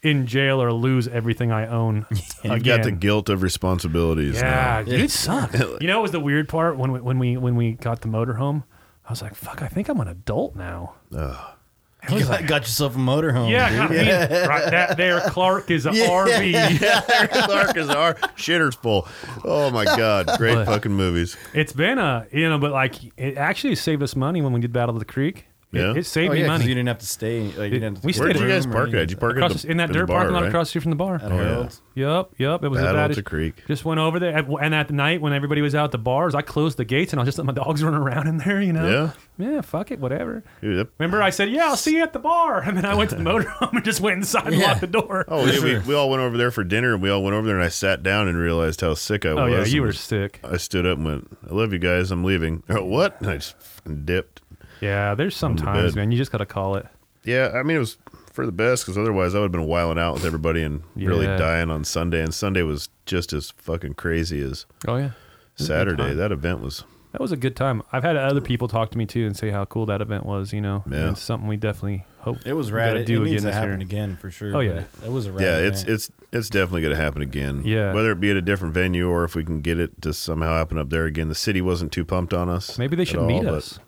Speaker 1: in jail or lose everything I
Speaker 2: <laughs>
Speaker 1: own.
Speaker 3: You've got the guilt of responsibilities.
Speaker 1: Yeah,
Speaker 3: now.
Speaker 1: dude, it
Speaker 2: <laughs>
Speaker 1: sucked. you know, it was the weird part when we, when we when we got the motorhome. I was like, "Fuck, I think I'm an adult now." I
Speaker 2: You
Speaker 1: was
Speaker 2: got,
Speaker 1: like,
Speaker 2: got yourself a
Speaker 3: Oh,
Speaker 2: motorhome.
Speaker 1: yeah,
Speaker 2: dude.
Speaker 1: I mean, right, that there, Clark
Speaker 3: <laughs>
Speaker 1: is an RV.
Speaker 3: <laughs> Clark is our shitter's full. Oh my god, great
Speaker 1: But-
Speaker 3: fucking movies.
Speaker 1: It's been a you know, but like it actually saved us money when we did Battle of the Creek. It-
Speaker 3: Yeah.
Speaker 1: it, saved
Speaker 2: Oh,
Speaker 1: me
Speaker 2: yeah, 'cause
Speaker 1: money.
Speaker 2: You didn't have to stay. Like, you didn't have to
Speaker 1: We
Speaker 2: take a
Speaker 3: Where did
Speaker 1: stayed
Speaker 3: you
Speaker 2: room
Speaker 3: guys
Speaker 2: or
Speaker 3: park
Speaker 2: anything.
Speaker 3: at? Did you park at
Speaker 1: Across
Speaker 3: the-
Speaker 1: the- in that
Speaker 3: the
Speaker 1: dirt
Speaker 3: bar,
Speaker 1: parking lot
Speaker 3: right?
Speaker 1: across the street from the bar.
Speaker 2: At Harold's?
Speaker 1: Yep, yep. It was
Speaker 3: Battle
Speaker 1: a
Speaker 3: at
Speaker 1: bad
Speaker 3: the Creek.
Speaker 1: Just went over there, at- and at night when everybody was out at the bars, I closed the gates and I just let my dogs <laughs> run around in there. You know. Yeah. Yeah. Fuck it. Whatever.
Speaker 3: Dude, that-
Speaker 1: Remember, I said, "Yeah, I'll see you at the bar," <laughs> and then I
Speaker 3: <laughs>
Speaker 1: went to the motorhome and just went inside and
Speaker 2: Yeah.
Speaker 1: locked the door.
Speaker 3: Oh, yeah, we,
Speaker 2: sure.
Speaker 3: we all went over there for dinner, and we all went over there, and I sat down and realized how sick I
Speaker 1: Oh,
Speaker 3: was.
Speaker 1: yeah, you
Speaker 3: and
Speaker 1: were sick.
Speaker 3: I stood up and went, "I love you guys. I'm leaving." <laughs> Oh, what? And I just fucking dipped.
Speaker 1: Yeah, there's sometimes,
Speaker 3: bed.
Speaker 1: man, you just gotta call it.
Speaker 3: Yeah, I mean it was for the best because otherwise I would have been wiling out with everybody and really
Speaker 1: Yeah.
Speaker 3: dying on Sunday. And Sunday was just as fucking crazy as
Speaker 1: Oh yeah,
Speaker 3: Saturday. That event was
Speaker 1: that was a good time. I've had other people talk to me too and say how cool that event was. You know,
Speaker 3: Yeah.
Speaker 1: And it's something we definitely hope
Speaker 2: It was
Speaker 1: we
Speaker 2: rad.
Speaker 1: gotta
Speaker 2: It,
Speaker 1: do
Speaker 2: it needs
Speaker 1: again
Speaker 2: to
Speaker 1: this year.
Speaker 2: happen again for sure.
Speaker 1: Oh,
Speaker 2: but
Speaker 1: yeah.
Speaker 2: It, it was a rad.
Speaker 3: yeah, it's
Speaker 2: event.
Speaker 3: it's it's definitely going to happen again.
Speaker 1: Yeah.
Speaker 3: whether it be at a different venue or if we can get it to somehow happen up there again. The city wasn't too pumped on us.
Speaker 1: Maybe they
Speaker 3: at
Speaker 1: should
Speaker 3: all,
Speaker 1: meet
Speaker 3: but
Speaker 1: us.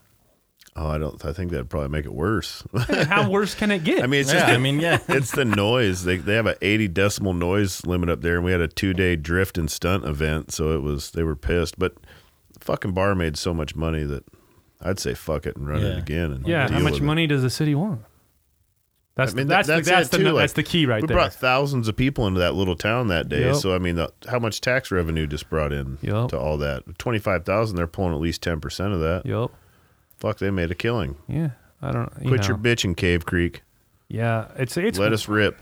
Speaker 3: Oh, I don't. I think that'd probably make it worse. <laughs>
Speaker 1: How worse can it get?
Speaker 3: I mean, it's
Speaker 2: Yeah,
Speaker 3: just.
Speaker 2: I mean, yeah.
Speaker 3: it's the noise. They they have a 80 decimal noise limit up there, and we had a two day drift and stunt event, so it was they were pissed. But fucking bar made so much money that I'd say fuck it and run
Speaker 2: Yeah.
Speaker 3: it again. And
Speaker 1: yeah, how
Speaker 3: deal
Speaker 1: much
Speaker 3: with it.
Speaker 1: money does the city want? That's
Speaker 3: I mean,
Speaker 1: that's
Speaker 3: that's,
Speaker 1: the, that's,
Speaker 3: it
Speaker 1: the,
Speaker 3: too. Like,
Speaker 1: that's the key right
Speaker 3: we
Speaker 1: there.
Speaker 3: brought thousands of people into that little town that day.
Speaker 1: Yep.
Speaker 3: So I mean, the, how much tax revenue just brought in
Speaker 1: Yep.
Speaker 3: to all that? Twenty five thousand. They're pulling at least ten percent of that.
Speaker 1: Yup.
Speaker 3: Fuck, they made a killing.
Speaker 1: Yeah. I don't. You
Speaker 3: Quit
Speaker 1: know.
Speaker 3: your bitching, Cave Creek.
Speaker 1: Yeah. It's it's
Speaker 3: Let us rip.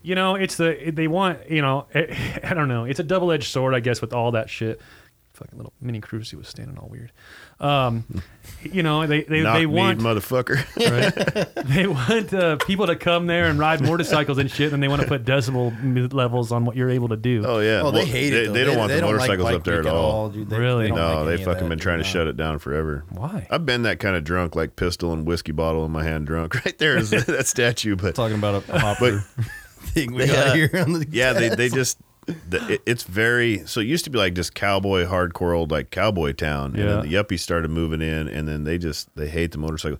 Speaker 1: you know, it's the they want you know, <laughs> I don't know. It's a double edged sword, I guess, with all that shit. Fucking little mini cruisy was standing all weird. Um, <laughs> you know, they they,
Speaker 3: Knock
Speaker 1: they
Speaker 3: me,
Speaker 1: want
Speaker 3: motherfucker.
Speaker 1: <laughs>
Speaker 3: <laughs>
Speaker 1: they want uh, people to come there and ride motorcycles and shit, and they want to put decimal m- levels on what you're able to do.
Speaker 3: Oh yeah.
Speaker 2: Oh,
Speaker 3: Well,
Speaker 2: they hate
Speaker 3: They,
Speaker 2: it. though.
Speaker 3: they don't want the
Speaker 2: like
Speaker 3: motorcycles
Speaker 2: bike
Speaker 3: up there
Speaker 2: week
Speaker 3: at all.
Speaker 2: dude. They-
Speaker 1: Really?
Speaker 2: don't
Speaker 3: No,
Speaker 2: like
Speaker 3: they
Speaker 2: any of
Speaker 3: fucking
Speaker 2: that,
Speaker 3: been
Speaker 2: dude.
Speaker 3: trying to
Speaker 2: No.
Speaker 3: shut it down forever.
Speaker 1: Why?
Speaker 3: I've been that kind of drunk, like pistol and whiskey bottle in my hand, drunk. <laughs> Right
Speaker 1: <laughs>
Speaker 3: there is that statue, but
Speaker 2: Talking about <laughs> a hopper thing we got
Speaker 3: uh,
Speaker 2: here on the
Speaker 3: yeah, they they just the, it, it's very so it used to be like just cowboy hardcore old like cowboy town, and
Speaker 1: Yeah.
Speaker 3: then the yuppies started moving in, and then they just they hate the motorcycle.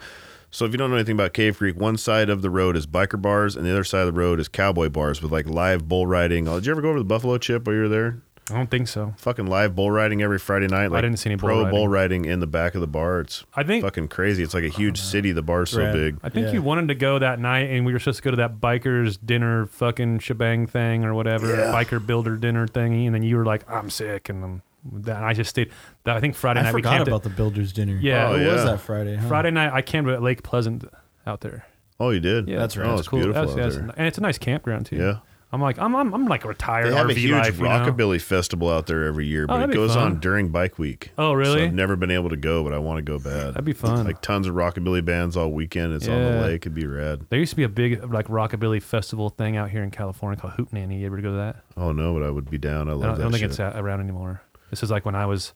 Speaker 3: So if you don't know anything about Cave Creek, one side of the road is biker bars, and the other side of the road is cowboy bars with like live bull riding. Oh, did you ever go over to the Buffalo Chip while you were there?
Speaker 1: I don't think so.
Speaker 3: Fucking live bull riding every Friday night. Like
Speaker 1: didn't see any bull
Speaker 3: pro
Speaker 1: riding.
Speaker 3: bull riding in the back of the bar. It's
Speaker 1: I think-
Speaker 3: fucking crazy. It's like a huge city. The bar's so
Speaker 2: Rad.
Speaker 3: big.
Speaker 1: I think
Speaker 2: Yeah.
Speaker 1: you wanted to go that night, and we were supposed to go to that bikers dinner, fucking shebang thing or whatever, biker builder dinner thingy, and then you were like, "I'm sick," and um, that and I just stayed. That I think Friday
Speaker 2: I
Speaker 1: night we
Speaker 2: forgot
Speaker 1: camped. at-
Speaker 2: about the builders dinner.
Speaker 1: Yeah. Oh,
Speaker 2: what was
Speaker 3: yeah.
Speaker 2: that Friday? Huh?
Speaker 1: Friday night I camped at Lake Pleasant out there.
Speaker 3: Oh, you did?
Speaker 1: Yeah,
Speaker 2: That's right.
Speaker 3: Oh,
Speaker 2: That's
Speaker 3: it's beautiful
Speaker 1: That's-
Speaker 3: out
Speaker 1: that's-
Speaker 3: there.
Speaker 1: and it's a nice campground too.
Speaker 3: Yeah.
Speaker 1: I'm like, I'm, I'm, I'm like a retired
Speaker 3: They have
Speaker 1: RV
Speaker 3: a huge
Speaker 1: life. you know? Oh,
Speaker 3: rockabilly festival out there every year, but
Speaker 1: that'd
Speaker 3: it
Speaker 1: be
Speaker 3: goes
Speaker 1: fun.
Speaker 3: on during bike week.
Speaker 1: Oh,
Speaker 3: So
Speaker 1: really?
Speaker 3: I've never been able to go, but I want to go bad.
Speaker 1: That'd be fun.
Speaker 3: Like tons of rockabilly bands all weekend. It's on
Speaker 1: Yeah.
Speaker 3: the lake. It'd be rad.
Speaker 1: There used to be a big like rockabilly festival thing out here in California called Hoot Nanny. You ever go to that?
Speaker 3: Oh no, but I would be down. I love
Speaker 1: I don't, I
Speaker 3: that.
Speaker 1: don't think
Speaker 3: shit.
Speaker 1: it's a- around anymore. This is like when I was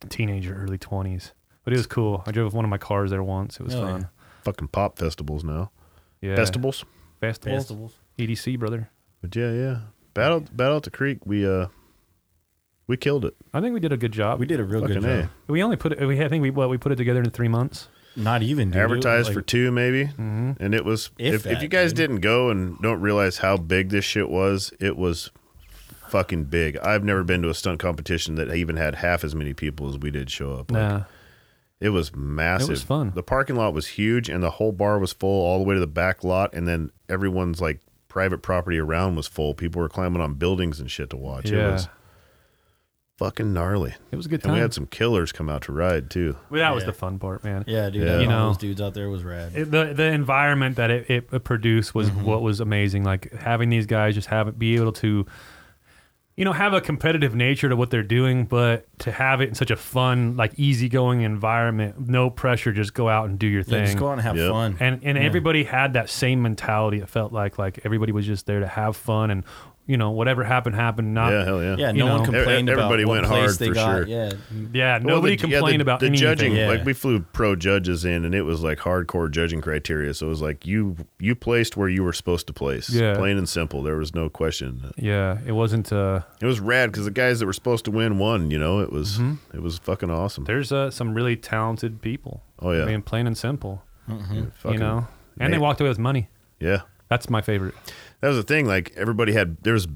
Speaker 1: a teenager, early 20s. But it was cool. I drove one of my cars there once. It was
Speaker 2: Oh,
Speaker 1: fun.
Speaker 3: fucking pop festivals now.
Speaker 1: Yeah.
Speaker 3: Festivals.
Speaker 1: Festivals. EDC, brother.
Speaker 3: But yeah, yeah. Battle Battle at the Creek, we uh we killed it.
Speaker 1: I think we did a good job.
Speaker 2: We did a real
Speaker 3: Fucking
Speaker 2: good
Speaker 3: A.
Speaker 2: job.
Speaker 1: We only put it, we, I think we, what, we put it together in three months.
Speaker 2: Not even dude.
Speaker 3: Advertised
Speaker 2: It
Speaker 3: for
Speaker 2: was
Speaker 3: two maybe. And it was
Speaker 2: If
Speaker 3: if, if,
Speaker 2: that,
Speaker 3: you guys
Speaker 2: dude.
Speaker 3: didn't go and don't realize how big this shit was, it was fucking big. I've never been to a stunt competition that even had half as many people as we did show up. Like,
Speaker 1: Nah.
Speaker 3: It was massive.
Speaker 1: fun.
Speaker 3: The parking lot was huge, and the whole bar was full all the way to the back lot, and then everyone's like private property around was full. People were climbing on buildings and shit to watch. It
Speaker 1: Yeah.
Speaker 3: was fucking gnarly.
Speaker 1: It was a good
Speaker 3: And
Speaker 1: time.
Speaker 3: we had some killers come out to ride too.
Speaker 1: Well, that was
Speaker 2: Yeah.
Speaker 1: the fun part, man.
Speaker 2: like- yeah, dude.
Speaker 3: Yeah.
Speaker 2: You
Speaker 1: You
Speaker 2: know,
Speaker 1: know.
Speaker 2: those dudes out there was rad.
Speaker 1: It- the the environment that it, it produced was
Speaker 3: Mm-hmm.
Speaker 1: what was amazing. Like having these guys just have it be able to, you know, have a competitive nature to what they're doing, but to have it in such a fun, like easygoing environment, no pressure, just go out and do your
Speaker 2: yeah,
Speaker 1: thing.
Speaker 2: just go out and have
Speaker 3: Yep.
Speaker 2: fun.
Speaker 1: and and everybody had that same mentality. It felt like like everybody was just there to have fun and you know whatever happened happened. Not
Speaker 3: yeah, hell yeah.
Speaker 2: yeah,
Speaker 1: you
Speaker 2: no
Speaker 1: know.
Speaker 2: one complained
Speaker 3: Everybody
Speaker 2: about
Speaker 3: went
Speaker 2: what place
Speaker 3: hard
Speaker 2: they
Speaker 3: for
Speaker 2: got.
Speaker 3: sure.
Speaker 2: Yeah,
Speaker 1: yeah,
Speaker 3: Well,
Speaker 1: nobody
Speaker 3: the- yeah, the-
Speaker 1: complained about
Speaker 3: the
Speaker 1: anything.
Speaker 3: judging.
Speaker 2: Yeah.
Speaker 3: Like we flew pro judges in, and it was like hardcore judging criteria. So it was like you you placed where you were supposed to place.
Speaker 1: Yeah.
Speaker 3: plain and simple. There was no question.
Speaker 1: Yeah, it wasn't. uh
Speaker 3: It was rad because the guys that were supposed to win won. You know, it was
Speaker 1: Mm-hmm.
Speaker 3: it was fucking awesome.
Speaker 1: There's uh, some really talented people.
Speaker 3: Oh, yeah.
Speaker 1: I mean, plain and simple.
Speaker 3: Yeah,
Speaker 1: you
Speaker 3: fucking-
Speaker 1: know, and they
Speaker 3: Nate.
Speaker 1: walked away with money.
Speaker 3: Yeah,
Speaker 1: That's my favorite.
Speaker 3: that was the thing. Like everybody had there was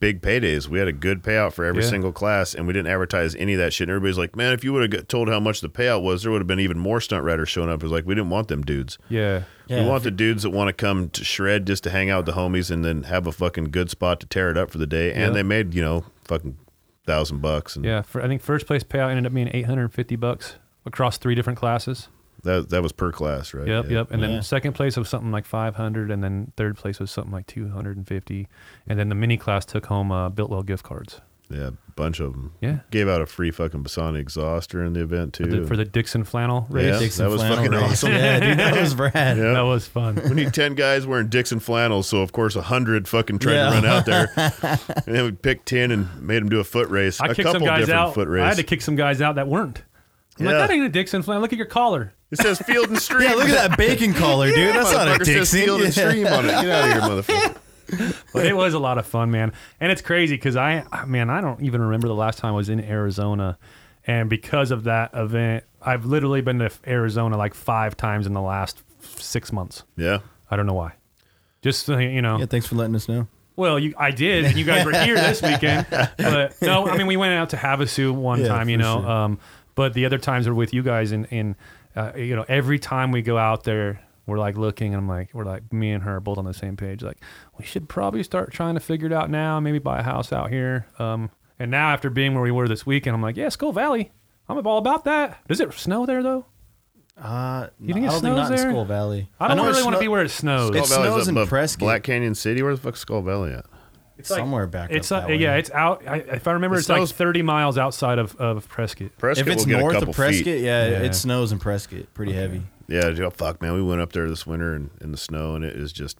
Speaker 3: big paydays. We had a good payout for every
Speaker 1: Yeah.
Speaker 3: single class, and we didn't advertise any of that shit. And everybody's like, "Man, if you would have told how much the payout was, there would have been even more stunt riders showing up." It was like we didn't want them dudes.
Speaker 1: Yeah,
Speaker 2: Yeah,
Speaker 3: we want the dudes that want to come to shred just to hang out with the homies and then have a fucking good spot to tear it up for the day.
Speaker 1: Yeah.
Speaker 3: And they made you know fucking thousand bucks, and
Speaker 1: yeah. For, I think first place payout ended up being eight hundred and fifty bucks across three different classes.
Speaker 3: that that was per class, right?
Speaker 1: Yep,
Speaker 3: Yeah.
Speaker 1: yep. And then
Speaker 2: Yeah.
Speaker 1: second place was something like five hundred, and then third place was something like two hundred and fifty, and then the mini class took home uh, Biltwell gift cards.
Speaker 3: Yeah, a bunch of them.
Speaker 1: Yeah.
Speaker 3: Gave out a free fucking Bassani exhaust during the event too.
Speaker 1: For the, for the Dixon flannel race,
Speaker 3: Yeah,
Speaker 2: Dixon
Speaker 3: that was
Speaker 2: flannel
Speaker 3: fucking
Speaker 2: race.
Speaker 3: awesome.
Speaker 2: Yeah, dude, that <laughs> was rad.
Speaker 3: Yeah.
Speaker 1: that was fun.
Speaker 3: <laughs> we need 10 guys wearing Dixon flannels, so of course 100 fucking tried
Speaker 2: Yeah.
Speaker 3: to run
Speaker 1: <laughs>
Speaker 3: out there. and then we picked 10 and made them do a foot race.
Speaker 1: I
Speaker 3: a
Speaker 1: kicked
Speaker 3: couple
Speaker 1: some guys
Speaker 3: different
Speaker 1: out.
Speaker 3: foot race.
Speaker 1: I had to kick some guys out that weren't. I'm like,
Speaker 3: Yeah.
Speaker 1: that ain't a Dixon flannel. Look at your collar.
Speaker 3: it says
Speaker 1: <laughs>
Speaker 3: field and stream.
Speaker 2: Yeah, look at that <laughs> bacon collar, dude. That's not a
Speaker 3: Motherfucker says
Speaker 2: Dixie.
Speaker 3: field and stream on it. Get out of here, motherfucker.
Speaker 1: but it was a lot of fun, man. And it's crazy because I, man, I don't even remember the last time I was in Arizona, And because of that event, I've literally been to f- Arizona like five times in the last f- six months.
Speaker 3: Yeah.
Speaker 1: I don't know why. Just so you know,
Speaker 2: Yeah, thanks for letting us know.
Speaker 1: well, you, I did. and You guys were here this weekend, but
Speaker 2: <laughs>
Speaker 1: no, I mean we went out to Havasu one
Speaker 2: Yeah,
Speaker 1: time, you
Speaker 2: for
Speaker 1: know.
Speaker 2: sure.
Speaker 1: Um, but the other times are with you guys, and and uh, you know every time we go out there, we're like looking, and I'm like, we're like me and her are both on the same page. Like we should probably start trying to figure it out now. Maybe buy a house out here. Um, and now after being where we were this weekend, I'm like, yeah, Skull Valley. I'm all about that. Does it snow there though?
Speaker 2: Uh,
Speaker 1: You think it
Speaker 2: I don't think
Speaker 1: snows
Speaker 2: not
Speaker 1: there?
Speaker 2: in Skull Valley.
Speaker 1: I don't
Speaker 2: know
Speaker 1: really
Speaker 2: it
Speaker 1: want to
Speaker 2: snow-
Speaker 1: be where it snows.
Speaker 2: It's-
Speaker 3: Skull Valley's
Speaker 2: snows
Speaker 3: up
Speaker 2: in
Speaker 3: above
Speaker 2: Prescott.
Speaker 3: Black Canyon City. Where the fuck's Skull Valley at?
Speaker 2: It's somewhere back.
Speaker 1: It's
Speaker 2: up
Speaker 1: uh,
Speaker 2: that way.
Speaker 1: yeah, it's out. I, if I remember,
Speaker 3: It
Speaker 1: it's
Speaker 3: snows-
Speaker 1: like 30 miles outside of, of Prescott.
Speaker 3: Prescott
Speaker 2: if it's
Speaker 3: will get a
Speaker 2: north
Speaker 3: couple
Speaker 2: of Prescott,
Speaker 3: feet.
Speaker 2: yeah,
Speaker 1: Yeah.
Speaker 2: it snows in Prescott pretty heavy.
Speaker 3: Yeah, dude, oh, fuck, man. We went up there this winter in, in the snow, and it is just.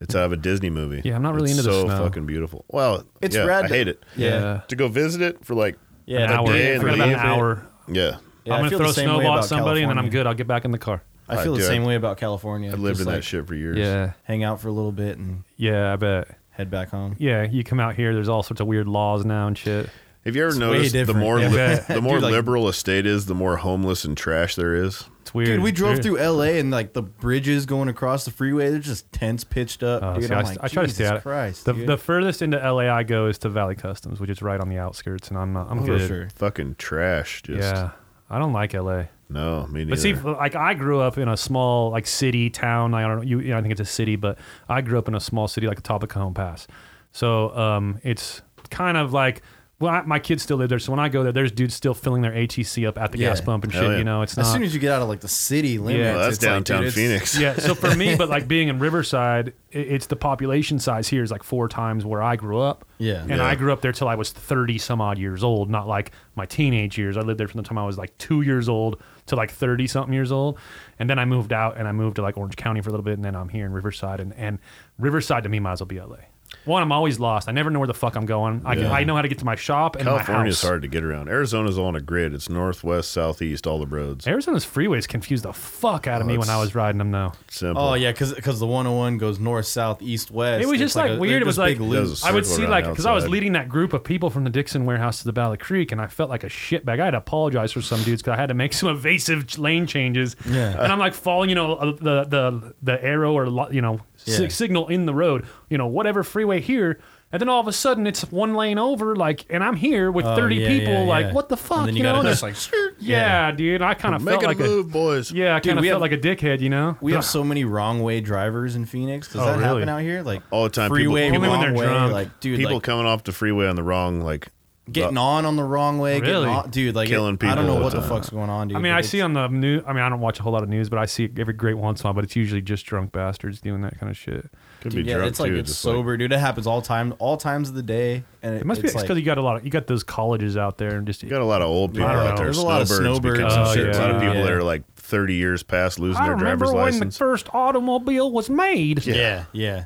Speaker 3: It's out of a Disney movie.
Speaker 1: Yeah, I'm not really
Speaker 3: It's
Speaker 1: into the
Speaker 3: so
Speaker 1: snow.
Speaker 3: fucking beautiful. Well,
Speaker 2: It's
Speaker 3: yeah,
Speaker 2: rad.
Speaker 3: I hate it.
Speaker 2: Yeah.
Speaker 3: To go visit it for like.
Speaker 2: Yeah,
Speaker 1: an
Speaker 2: the
Speaker 1: hour.
Speaker 3: day and
Speaker 1: Forget about an
Speaker 3: leave it.
Speaker 1: hour.
Speaker 3: Yeah.
Speaker 2: Yeah, I
Speaker 1: I'm gonna
Speaker 2: feel the
Speaker 1: throw a
Speaker 2: same way
Speaker 1: snowball at
Speaker 2: about
Speaker 1: somebody and then I'm
Speaker 2: California.
Speaker 1: good. I'll get back in the car.
Speaker 2: I feel
Speaker 3: I
Speaker 2: the
Speaker 3: do.
Speaker 2: same way about California.
Speaker 3: I lived
Speaker 2: Just,
Speaker 3: in
Speaker 2: like,
Speaker 3: that shit for years.
Speaker 1: Yeah,
Speaker 2: Hang out for a little bit and
Speaker 1: yeah, I bet.
Speaker 2: head back home.
Speaker 1: Yeah, you come out here. There's all sorts of weird laws now and shit.
Speaker 3: Have you ever
Speaker 2: way
Speaker 3: noticed the
Speaker 2: different.
Speaker 3: more
Speaker 2: Yeah.
Speaker 3: li-
Speaker 1: Yeah.
Speaker 3: <laughs> the more
Speaker 2: Dude, like-
Speaker 3: liberal a state is, the more homeless and trash there is?
Speaker 1: It's weird.
Speaker 2: Dude, we drove
Speaker 1: Dude.
Speaker 2: through LA and like the bridges going across the freeway, they're just tents pitched up.
Speaker 1: Oh,
Speaker 2: dude,
Speaker 1: see,
Speaker 2: I'm
Speaker 1: I,
Speaker 2: like,
Speaker 1: I try to stay
Speaker 2: Jesus
Speaker 1: out. of-
Speaker 2: Christ,
Speaker 1: the,
Speaker 2: dude.
Speaker 1: the furthest into LA I go is to Valley Customs, which is right on the outskirts, and I'm not. I'm
Speaker 2: Oh, for
Speaker 1: good.
Speaker 2: sure.
Speaker 3: Fucking trash. Just
Speaker 1: Yeah, I don't like LA.
Speaker 3: no, me neither.
Speaker 1: But see, like I grew up in a small like city town. I don't know. You, you know, I think it's a city, but I grew up in a small city like the top of Cajon Pass. So um, it's kind of like well, I, my kids still live there. So when I go there, there's dudes still filling their ATC up at the
Speaker 2: Yeah.
Speaker 1: gas pump and
Speaker 3: Hell
Speaker 1: shit.
Speaker 3: yeah.
Speaker 1: You know, it's
Speaker 2: as
Speaker 1: not.
Speaker 2: soon as you get out of like the city limits,
Speaker 1: Yeah,
Speaker 3: well, that's
Speaker 2: it's like, dude,
Speaker 3: downtown
Speaker 2: it's-
Speaker 1: <laughs>
Speaker 3: Phoenix.
Speaker 1: yeah. So for me, but like being in Riverside, it, it's the population size here is like four times where I grew up.
Speaker 2: Yeah.
Speaker 1: And I grew up there till I was 30 some odd years old, not like my teenage years. I lived there from the time I was like two years old to like 30 something years old. And then I moved out and I moved to like Orange County for a little bit. And then I'm here in Riverside. And, and Riverside to me might as well be LA. One, I'm always lost. I never know where the fuck I'm going. I,
Speaker 3: Yeah.
Speaker 1: I know how to get to my shop and my
Speaker 3: California's
Speaker 1: house.
Speaker 3: hard to get around. Arizona's all on a grid. It's northwest, southeast, all the roads.
Speaker 1: Arizona's freeways confused the fuck out of me when I was riding them, though.
Speaker 3: Simple.
Speaker 2: Oh yeah, because the 101 goes north, south, east, west.
Speaker 1: It was
Speaker 2: It's
Speaker 1: just like
Speaker 2: a-
Speaker 1: weird.
Speaker 2: they're
Speaker 1: It was
Speaker 2: just
Speaker 1: like
Speaker 2: big loops.
Speaker 3: Those-
Speaker 1: I would
Speaker 3: circle
Speaker 1: see
Speaker 3: around
Speaker 1: like because I was
Speaker 3: outside.
Speaker 1: leading that group of people from the Dixon warehouse to the Valley Creek, and I felt like a shitbag. I had to apologize for some dudes because I had to make <laughs> some evasive lane changes.
Speaker 2: Yeah.
Speaker 1: and I'm like following, you know, uh, the the the arrow or lo- you know si-
Speaker 2: Yeah.
Speaker 1: signal in the road, you know, whatever freeway here. And then all of a sudden, it's one lane over, like, and I'm here with
Speaker 2: Oh,
Speaker 1: 30
Speaker 2: yeah,
Speaker 1: people.
Speaker 2: yeah,
Speaker 1: like,
Speaker 2: yeah.
Speaker 1: what the fuck,
Speaker 2: And then
Speaker 1: you,
Speaker 2: you,
Speaker 1: know?
Speaker 2: gotta
Speaker 1: And
Speaker 2: just
Speaker 1: it's-
Speaker 2: like, "Sure."
Speaker 1: yeah, dude, I kind of felt
Speaker 3: Making
Speaker 1: like
Speaker 3: a move, boys.
Speaker 1: a, yeah, I
Speaker 2: Dude,
Speaker 1: kind of
Speaker 2: we
Speaker 1: felt
Speaker 2: have-
Speaker 1: like a dickhead, you know.
Speaker 2: We have so many wrong way drivers in Phoenix. Does
Speaker 1: Oh,
Speaker 2: that
Speaker 1: really?
Speaker 2: happen out here? Like
Speaker 3: All the time, people-
Speaker 2: freeway
Speaker 1: Only when
Speaker 2: wrong
Speaker 1: they're
Speaker 2: way.
Speaker 1: drunk.
Speaker 2: Like dude,
Speaker 3: People
Speaker 2: like
Speaker 3: coming off the freeway on the wrong, like
Speaker 2: getting on on the wrong way.
Speaker 1: Really?
Speaker 2: Getting on, dude, like
Speaker 3: Killing
Speaker 2: I
Speaker 3: people
Speaker 2: don't know
Speaker 3: all
Speaker 2: what
Speaker 3: the
Speaker 2: the
Speaker 3: time.
Speaker 2: fuck's going on, dude.
Speaker 1: I mean,
Speaker 2: but
Speaker 1: I
Speaker 2: it's-
Speaker 1: see on the news. I mean, I don't watch a whole lot of news, but I see it every great once in a while. But it's usually just drunk bastards doing that kind of shit.
Speaker 3: could
Speaker 2: Dude,
Speaker 3: be
Speaker 2: yeah,
Speaker 3: drunk
Speaker 2: it's like
Speaker 3: too,
Speaker 2: it's
Speaker 3: just like-
Speaker 2: sober, dude. It happens all time, all times of the day, and it,
Speaker 1: It must be
Speaker 2: it's
Speaker 1: because
Speaker 2: like,
Speaker 1: you got a lot of you got those colleges out there and just.
Speaker 3: you got a lot of old people
Speaker 1: I don't know.
Speaker 3: out there.
Speaker 2: There's a lot of snowbirds
Speaker 3: because
Speaker 1: and
Speaker 3: of
Speaker 1: shit,
Speaker 3: shit. A lot of
Speaker 1: too.
Speaker 3: people that
Speaker 2: Yeah.
Speaker 3: are like 30 years past losing
Speaker 1: I
Speaker 3: their
Speaker 1: remember
Speaker 3: driver's
Speaker 1: when
Speaker 3: license.
Speaker 1: the first automobile was made.
Speaker 2: yeah, yeah.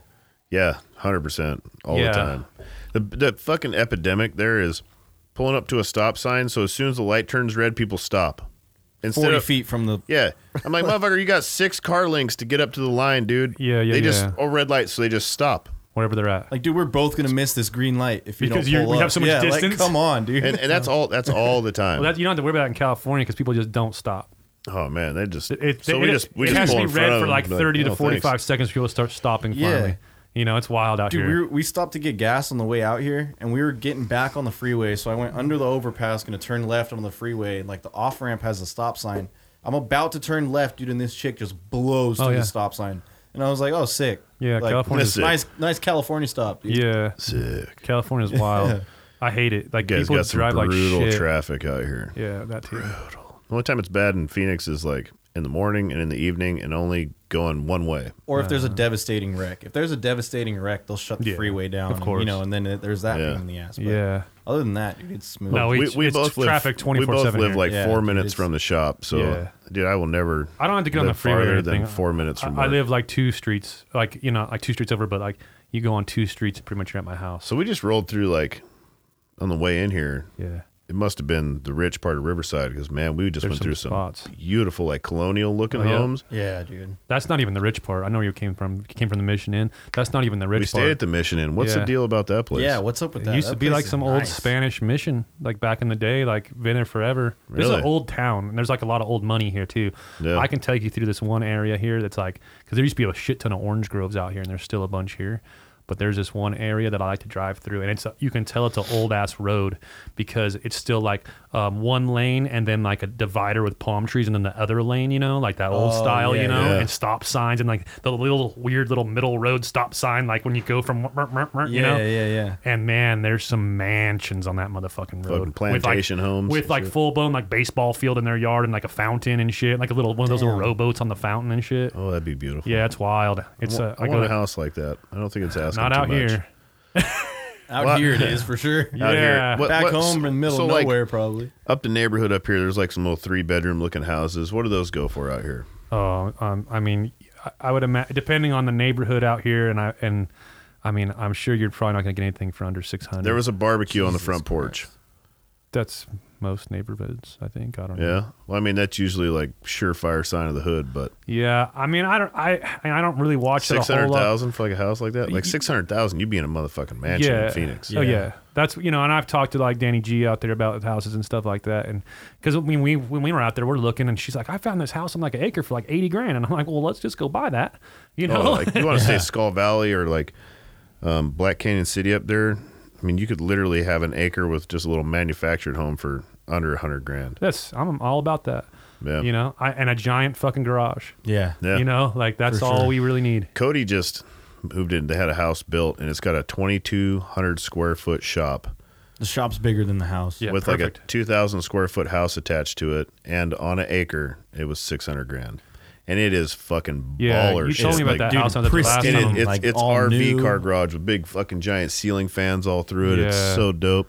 Speaker 3: Yeah, hundred percent, all
Speaker 1: Yeah.
Speaker 3: the time. The the fucking epidemic there is pulling up to a stop sign. So as soon as the light turns red, people stop. Instead
Speaker 2: Forty
Speaker 3: of,
Speaker 2: feet from the
Speaker 3: Yeah,
Speaker 1: <laughs>
Speaker 3: I'm like, motherfucker, you got six car links to get up to the line, dude.
Speaker 1: Yeah, yeah,
Speaker 3: They just
Speaker 1: yeah.
Speaker 3: oh red lights, so they just stop.
Speaker 1: Wherever they're at.
Speaker 2: Like, dude, we're both gonna miss this green light if you
Speaker 1: Because
Speaker 2: don't
Speaker 1: you're-
Speaker 2: pull
Speaker 1: we
Speaker 2: up.
Speaker 1: have so much
Speaker 2: yeah,
Speaker 1: distance.
Speaker 2: Like, come on, dude.
Speaker 3: And and that's all.
Speaker 1: <laughs>
Speaker 3: That's all the time.
Speaker 1: well, that, you don't have to worry about that in California because people just don't stop.
Speaker 3: oh man, they just.
Speaker 1: It, it,
Speaker 3: so
Speaker 1: it,
Speaker 3: we just we
Speaker 1: it
Speaker 3: just
Speaker 1: has to
Speaker 3: pull
Speaker 1: be
Speaker 3: in front
Speaker 1: red for
Speaker 3: of them
Speaker 1: like
Speaker 3: and be
Speaker 1: thirty to
Speaker 3: "No,
Speaker 1: forty-five
Speaker 3: thanks."
Speaker 1: seconds. People start stopping
Speaker 2: Yeah.
Speaker 1: finally. You know, it's wild out
Speaker 2: Dude,
Speaker 1: here.
Speaker 2: we, were, we stopped to get gas on the way out here, and we were getting back on the freeway. So I went under the overpass, gonna turn left on the freeway. And, like the off ramp has a stop sign. I'm about to turn left, dude, and this chick just blows
Speaker 1: Oh,
Speaker 2: through
Speaker 1: yeah.
Speaker 2: the stop sign. And I was like, oh, sick.
Speaker 1: Yeah,
Speaker 2: like,
Speaker 1: California's-
Speaker 2: nice, nice California stop. Dude.
Speaker 3: <laughs>
Speaker 1: yeah,
Speaker 3: Sick.
Speaker 1: California's wild. I hate it. Like
Speaker 3: You guys
Speaker 1: people
Speaker 3: got some
Speaker 1: drive like
Speaker 3: brutal
Speaker 1: shit.
Speaker 3: traffic out here.
Speaker 1: Yeah, that too.
Speaker 3: The only time it's bad in Phoenix is like in the morning and in the evening, and only going one way.
Speaker 2: Or if there's a devastating wreck. If there's a devastating wreck, they'll shut the
Speaker 1: Yeah,
Speaker 2: freeway down.
Speaker 1: of course.
Speaker 2: You know, and then it, there's that
Speaker 3: Yeah.
Speaker 2: pain in the ass. But
Speaker 1: Yeah.
Speaker 2: Other than that, dude, it's smooth.
Speaker 1: No,
Speaker 3: we,
Speaker 1: It's-
Speaker 3: we
Speaker 1: it's
Speaker 3: both live,
Speaker 1: traffic 24/7
Speaker 3: We both live
Speaker 1: here.
Speaker 3: like
Speaker 2: Yeah,
Speaker 3: four
Speaker 2: dude,
Speaker 3: minutes
Speaker 2: it's-
Speaker 3: from the shop. So,
Speaker 1: Yeah.
Speaker 3: dude, I will never.
Speaker 1: I don't have to get on the
Speaker 3: live
Speaker 1: freeway or
Speaker 3: farther
Speaker 1: anything.
Speaker 3: than four minutes
Speaker 1: I,
Speaker 3: from.
Speaker 1: I
Speaker 3: work.
Speaker 1: live like two streets, like you know, like two streets over, but like you go on two streets, pretty much you're at my house.
Speaker 3: So we just rolled through like on the way in here.
Speaker 1: Yeah.
Speaker 3: it must have been the rich part of Riverside because man, we just
Speaker 1: There's
Speaker 3: went
Speaker 1: some
Speaker 3: through
Speaker 1: spots. Oh,
Speaker 3: some beautiful like colonial looking
Speaker 1: yeah.
Speaker 3: homes.
Speaker 2: Yeah, dude.
Speaker 1: That's not even the rich part. I know you came from you came from the Mission Inn. That's not even the rich
Speaker 3: We stayed
Speaker 1: part.
Speaker 3: at the Mission Inn. What's
Speaker 1: Yeah.
Speaker 3: the deal about that place?
Speaker 2: Yeah, what's up with
Speaker 1: it
Speaker 2: that?
Speaker 1: used
Speaker 2: That
Speaker 1: to be
Speaker 2: place
Speaker 1: like
Speaker 2: is
Speaker 1: some old
Speaker 2: nice.
Speaker 1: Spanish mission, like back in the day, like been there forever. This is an
Speaker 3: Really?
Speaker 1: old town, and there's like a lot of old money here too.
Speaker 3: Yeah.
Speaker 1: I can take you through this one area here that's like because there used to be a shit ton of orange groves out here, and there's still a bunch here. But there's this one area that I like to drive through, and it's you can tell it's an old ass road because it's still like um, one lane and then like a divider with palm trees, and then the other lane, you know, like that old
Speaker 2: Oh,
Speaker 1: style, you
Speaker 2: yeah,
Speaker 1: know,
Speaker 3: yeah.
Speaker 1: and stop signs and like the little weird little middle road stop sign, like when you go from you
Speaker 2: Yeah,
Speaker 1: know,
Speaker 2: yeah, yeah.
Speaker 1: and man, there's some mansions on that motherfucking road.
Speaker 3: Fucking plantation
Speaker 1: with like,
Speaker 3: homes
Speaker 1: With
Speaker 3: and
Speaker 1: like
Speaker 3: shit.
Speaker 1: full blown like baseball field in their yard and like a fountain and shit. Like a little one of those little rowboats on the fountain and shit.
Speaker 3: Oh, that'd be beautiful.
Speaker 1: Yeah, it's wild. It's
Speaker 3: I
Speaker 1: uh, like
Speaker 3: want
Speaker 1: a,
Speaker 3: a house like that. I don't think it's asking
Speaker 1: not
Speaker 3: too
Speaker 1: out
Speaker 3: much.
Speaker 1: here.
Speaker 2: Out
Speaker 3: What?
Speaker 2: here
Speaker 3: <laughs>
Speaker 2: it is for sure.
Speaker 3: Out here.
Speaker 1: Yeah.
Speaker 3: What-
Speaker 2: Back
Speaker 3: what-
Speaker 2: home in the middle
Speaker 3: so,
Speaker 2: of
Speaker 3: like,
Speaker 2: nowhere, probably.
Speaker 3: up the neighborhood up here, there's like some little three bedroom looking houses. What do those go for out here?
Speaker 1: Oh, um, I mean, I- I would imagine depending on the neighborhood out here, and I and I mean, I'm sure you're probably not gonna get anything for under six hundred.
Speaker 3: There was a barbecue on the front porch.
Speaker 1: that's most neighborhoods, I think. I don't know.
Speaker 3: Yeah. Well, I mean, that's usually like surefire sign of the hood, but
Speaker 1: Yeah, I mean, I don't, I, I don't really watch it a
Speaker 3: six
Speaker 1: whole
Speaker 3: hundred
Speaker 1: lot.
Speaker 3: thousand for like a house like that, like six hundred thousand, you'd be in a motherfucking mansion in Phoenix.
Speaker 1: Oh
Speaker 2: Yeah.
Speaker 1: yeah, that's you know, and I've talked to like Danny G out there about the houses and stuff like that, and because I mean, we when we were out there, we're looking, and she's like, I found this house on like an acre for like eighty grand, and I'm like, well, let's just go buy that, <laughs> you know?
Speaker 3: Oh, like you want to say Skull Valley or like um, Black Canyon City up there? I mean, you could literally have an acre with just a little manufactured home for under a hundred grand.
Speaker 1: that's I'm all about that,
Speaker 3: Yeah.
Speaker 1: you know, I, and a giant fucking garage,
Speaker 2: Yeah.
Speaker 3: Yeah.
Speaker 1: you know, like that's
Speaker 2: For
Speaker 1: all
Speaker 2: sure.
Speaker 1: we really need.
Speaker 3: Cody just moved in. They had a house built, and it's got a twenty two hundred square foot shop.
Speaker 2: The shop's bigger than the house.
Speaker 1: Yeah.
Speaker 3: with like a
Speaker 1: perfect.
Speaker 3: 2000 square foot house attached to it and on an acre it was 600 grand and it is fucking
Speaker 1: Yeah,
Speaker 3: baller
Speaker 1: you
Speaker 3: shit.
Speaker 1: told me about
Speaker 3: Like,
Speaker 1: that
Speaker 3: dude,
Speaker 1: house. I was at the last
Speaker 3: and
Speaker 2: pristine.
Speaker 3: it-
Speaker 1: time.
Speaker 3: it's
Speaker 2: Like,
Speaker 3: it's
Speaker 2: all
Speaker 3: rv
Speaker 2: new.
Speaker 3: car garage with big fucking giant ceiling fans all through it
Speaker 1: Yeah.
Speaker 3: it's so dope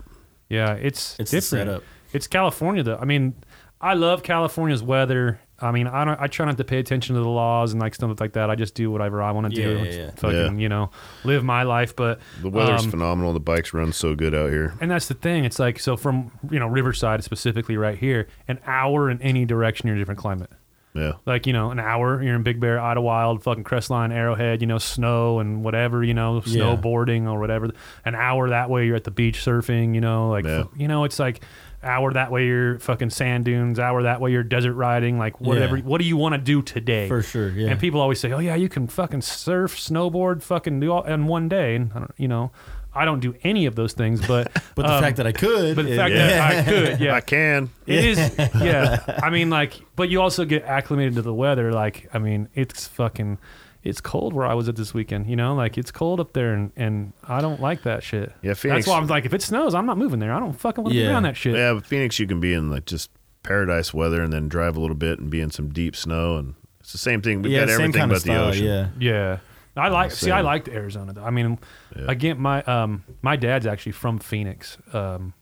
Speaker 1: Yeah, it's
Speaker 2: It's the
Speaker 1: different.
Speaker 2: setup.
Speaker 1: It's California though. I mean, I love California's weather. I mean, I don't. I try not to pay attention to the laws and like stuff like that. I just do whatever I want to
Speaker 2: Yeah,
Speaker 1: do.
Speaker 2: yeah,
Speaker 1: It's
Speaker 2: yeah.
Speaker 1: Fucking,
Speaker 3: Yeah.
Speaker 1: you know, live my life. But
Speaker 3: the weather's
Speaker 1: um,
Speaker 3: phenomenal the bikes run so good out here
Speaker 1: and that's the thing. It's like so from you know Riverside specifically right here, an hour in any direction, you're in a different climate.
Speaker 3: yeah
Speaker 1: Like you know, an hour you're in Big Bear, Idlewild, fucking Crestline, Arrowhead. You know, snow and whatever. You know,
Speaker 2: Yeah.
Speaker 1: snowboarding or whatever. An hour that way, you're at the beach surfing. You know, like
Speaker 3: Yeah.
Speaker 1: fu- you know, it's like hour that way you're fucking sand dunes. Hour that way you're desert riding. Like whatever.
Speaker 2: Yeah.
Speaker 1: What do you want to do today?
Speaker 2: For sure, yeah.
Speaker 1: And people always say, "Oh yeah, you can fucking surf, snowboard, fucking do all in one day." And I don't, you know, I don't do any of those things, but
Speaker 2: <laughs> But the
Speaker 1: um,
Speaker 2: fact that I could.
Speaker 1: but the
Speaker 2: it-
Speaker 1: fact
Speaker 3: Yeah.
Speaker 1: that I could, yeah,
Speaker 3: i can
Speaker 1: it is, yeah. I mean, like, but you also get acclimated to the weather. Like, I mean, it's fucking, it's cold where I was at this weekend. You know, like it's cold up there, and, and I don't like that shit.
Speaker 3: Yeah, Phoenix-
Speaker 1: That's why I'm like, if it snows, I'm not moving there. I don't fucking want to
Speaker 2: Yeah.
Speaker 1: be around that shit.
Speaker 3: yeah but phoenix you can be in like just paradise weather and then drive a little bit and be in some deep snow and it's the same thing we've
Speaker 2: yeah,
Speaker 3: got
Speaker 2: same
Speaker 3: everything
Speaker 2: kind
Speaker 3: but
Speaker 2: of style,
Speaker 3: the ocean
Speaker 2: Yeah.
Speaker 1: Yeah. I like see I
Speaker 3: same.
Speaker 1: liked Arizona though. I mean again my um my dad's actually from Phoenix. Um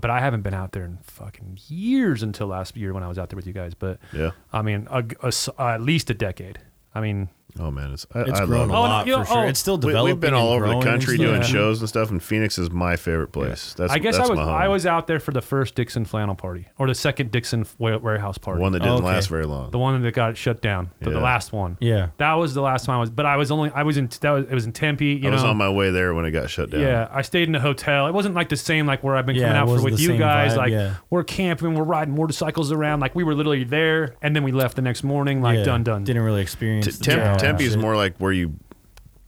Speaker 1: but I haven't been out there in fucking years until last year when I was out there with you guys, but
Speaker 3: Yeah.
Speaker 1: I mean a, a s- at least a decade. I mean
Speaker 3: oh man it's i,
Speaker 2: It's
Speaker 3: I
Speaker 2: grown
Speaker 3: love
Speaker 2: a
Speaker 3: it.
Speaker 1: Oh, no,
Speaker 2: lot
Speaker 1: you know,
Speaker 2: for sure.
Speaker 1: oh,
Speaker 2: it's still
Speaker 3: We-
Speaker 2: developing.
Speaker 3: We've been all over the country doing
Speaker 1: stuff.
Speaker 3: shows and stuff, and Phoenix is my favorite place. That's
Speaker 1: I guess
Speaker 3: that's
Speaker 1: I was
Speaker 3: my home.
Speaker 1: I was out there for the first Dixon flannel party or the second Dixon wa- warehouse
Speaker 3: the
Speaker 1: party.
Speaker 3: one that didn't
Speaker 2: Okay.
Speaker 3: last very long.
Speaker 1: the one that got shut down, the, the
Speaker 3: Yeah.
Speaker 1: last one.
Speaker 2: Yeah.
Speaker 1: That was the last time I was but I was only I was in that was, it was in Tempe, you
Speaker 3: I was
Speaker 1: know.
Speaker 3: on my way there when it got shut down.
Speaker 1: Yeah, I stayed in a hotel. It wasn't like the same like where I've been
Speaker 2: Yeah,
Speaker 1: coming
Speaker 2: it
Speaker 1: out for
Speaker 2: wasn't
Speaker 1: with
Speaker 2: the
Speaker 1: you
Speaker 2: same
Speaker 1: guys.
Speaker 2: vibe,
Speaker 1: like
Speaker 2: yeah.
Speaker 1: we're camping, we're riding motorcycles around. Like we were literally there, and then we left the next morning. Like
Speaker 2: Yeah.
Speaker 1: done, done.
Speaker 2: Didn't really experience.
Speaker 3: T-
Speaker 2: the
Speaker 3: Tem-
Speaker 2: town.
Speaker 3: Tempe is
Speaker 2: Shit.
Speaker 3: more like where you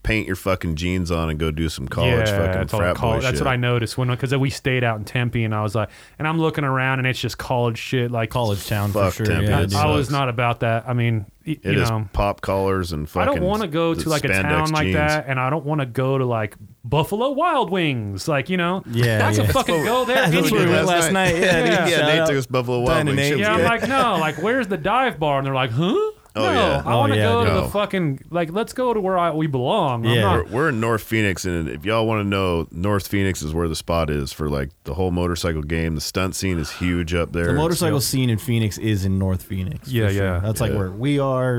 Speaker 3: paint your fucking jeans on and go do some college fucking
Speaker 1: that's all
Speaker 3: frat
Speaker 1: col-
Speaker 3: boy
Speaker 1: That's
Speaker 3: shit.
Speaker 1: what I noticed when because we stayed out in Tempe, and I was like, and I'm looking around, and it's just college shit. Like
Speaker 2: college town for
Speaker 3: Fuck
Speaker 2: sure.
Speaker 3: Tempe,
Speaker 2: Yeah,
Speaker 1: I,
Speaker 3: it
Speaker 2: dude.
Speaker 1: I was
Speaker 3: sucks.
Speaker 1: not about that. I mean, y-
Speaker 3: It
Speaker 1: you
Speaker 3: is
Speaker 1: know.
Speaker 3: pop collars and
Speaker 1: I
Speaker 3: fucking.
Speaker 1: don't want to go
Speaker 3: the
Speaker 1: to like a
Speaker 3: spandex
Speaker 1: town like
Speaker 3: jeans.
Speaker 1: that, and I don't want to go to like Buffalo Wild Wings, like you know.
Speaker 2: Yeah,
Speaker 1: that's a
Speaker 2: yeah.
Speaker 1: fucking go there.
Speaker 2: That's what we
Speaker 1: anyway.
Speaker 2: went last night. Yeah,
Speaker 1: Yeah.
Speaker 2: dude,
Speaker 1: Yeah,
Speaker 2: shout
Speaker 3: Nate
Speaker 2: out.
Speaker 3: took us Buffalo Wild
Speaker 2: Dine and
Speaker 3: Wings.
Speaker 2: Nate.
Speaker 1: Yeah, I'm
Speaker 3: Yeah.
Speaker 1: like, no, like, where's the dive bar? And they're like, huh? no,
Speaker 3: yeah.
Speaker 1: I
Speaker 2: Oh,
Speaker 1: want to
Speaker 2: yeah,
Speaker 1: go to the
Speaker 3: dude.
Speaker 1: fucking like. Let's go to where I, we belong. I'm
Speaker 2: Yeah.
Speaker 1: not-
Speaker 3: We're, we're in North Phoenix, and if y'all want to know, North Phoenix is where the spot is for like the whole motorcycle game. The stunt scene is huge up there.
Speaker 2: The motorcycle scene in Phoenix is in North Phoenix. for
Speaker 1: Yeah,
Speaker 2: sure.
Speaker 1: yeah.
Speaker 2: That's like where we are,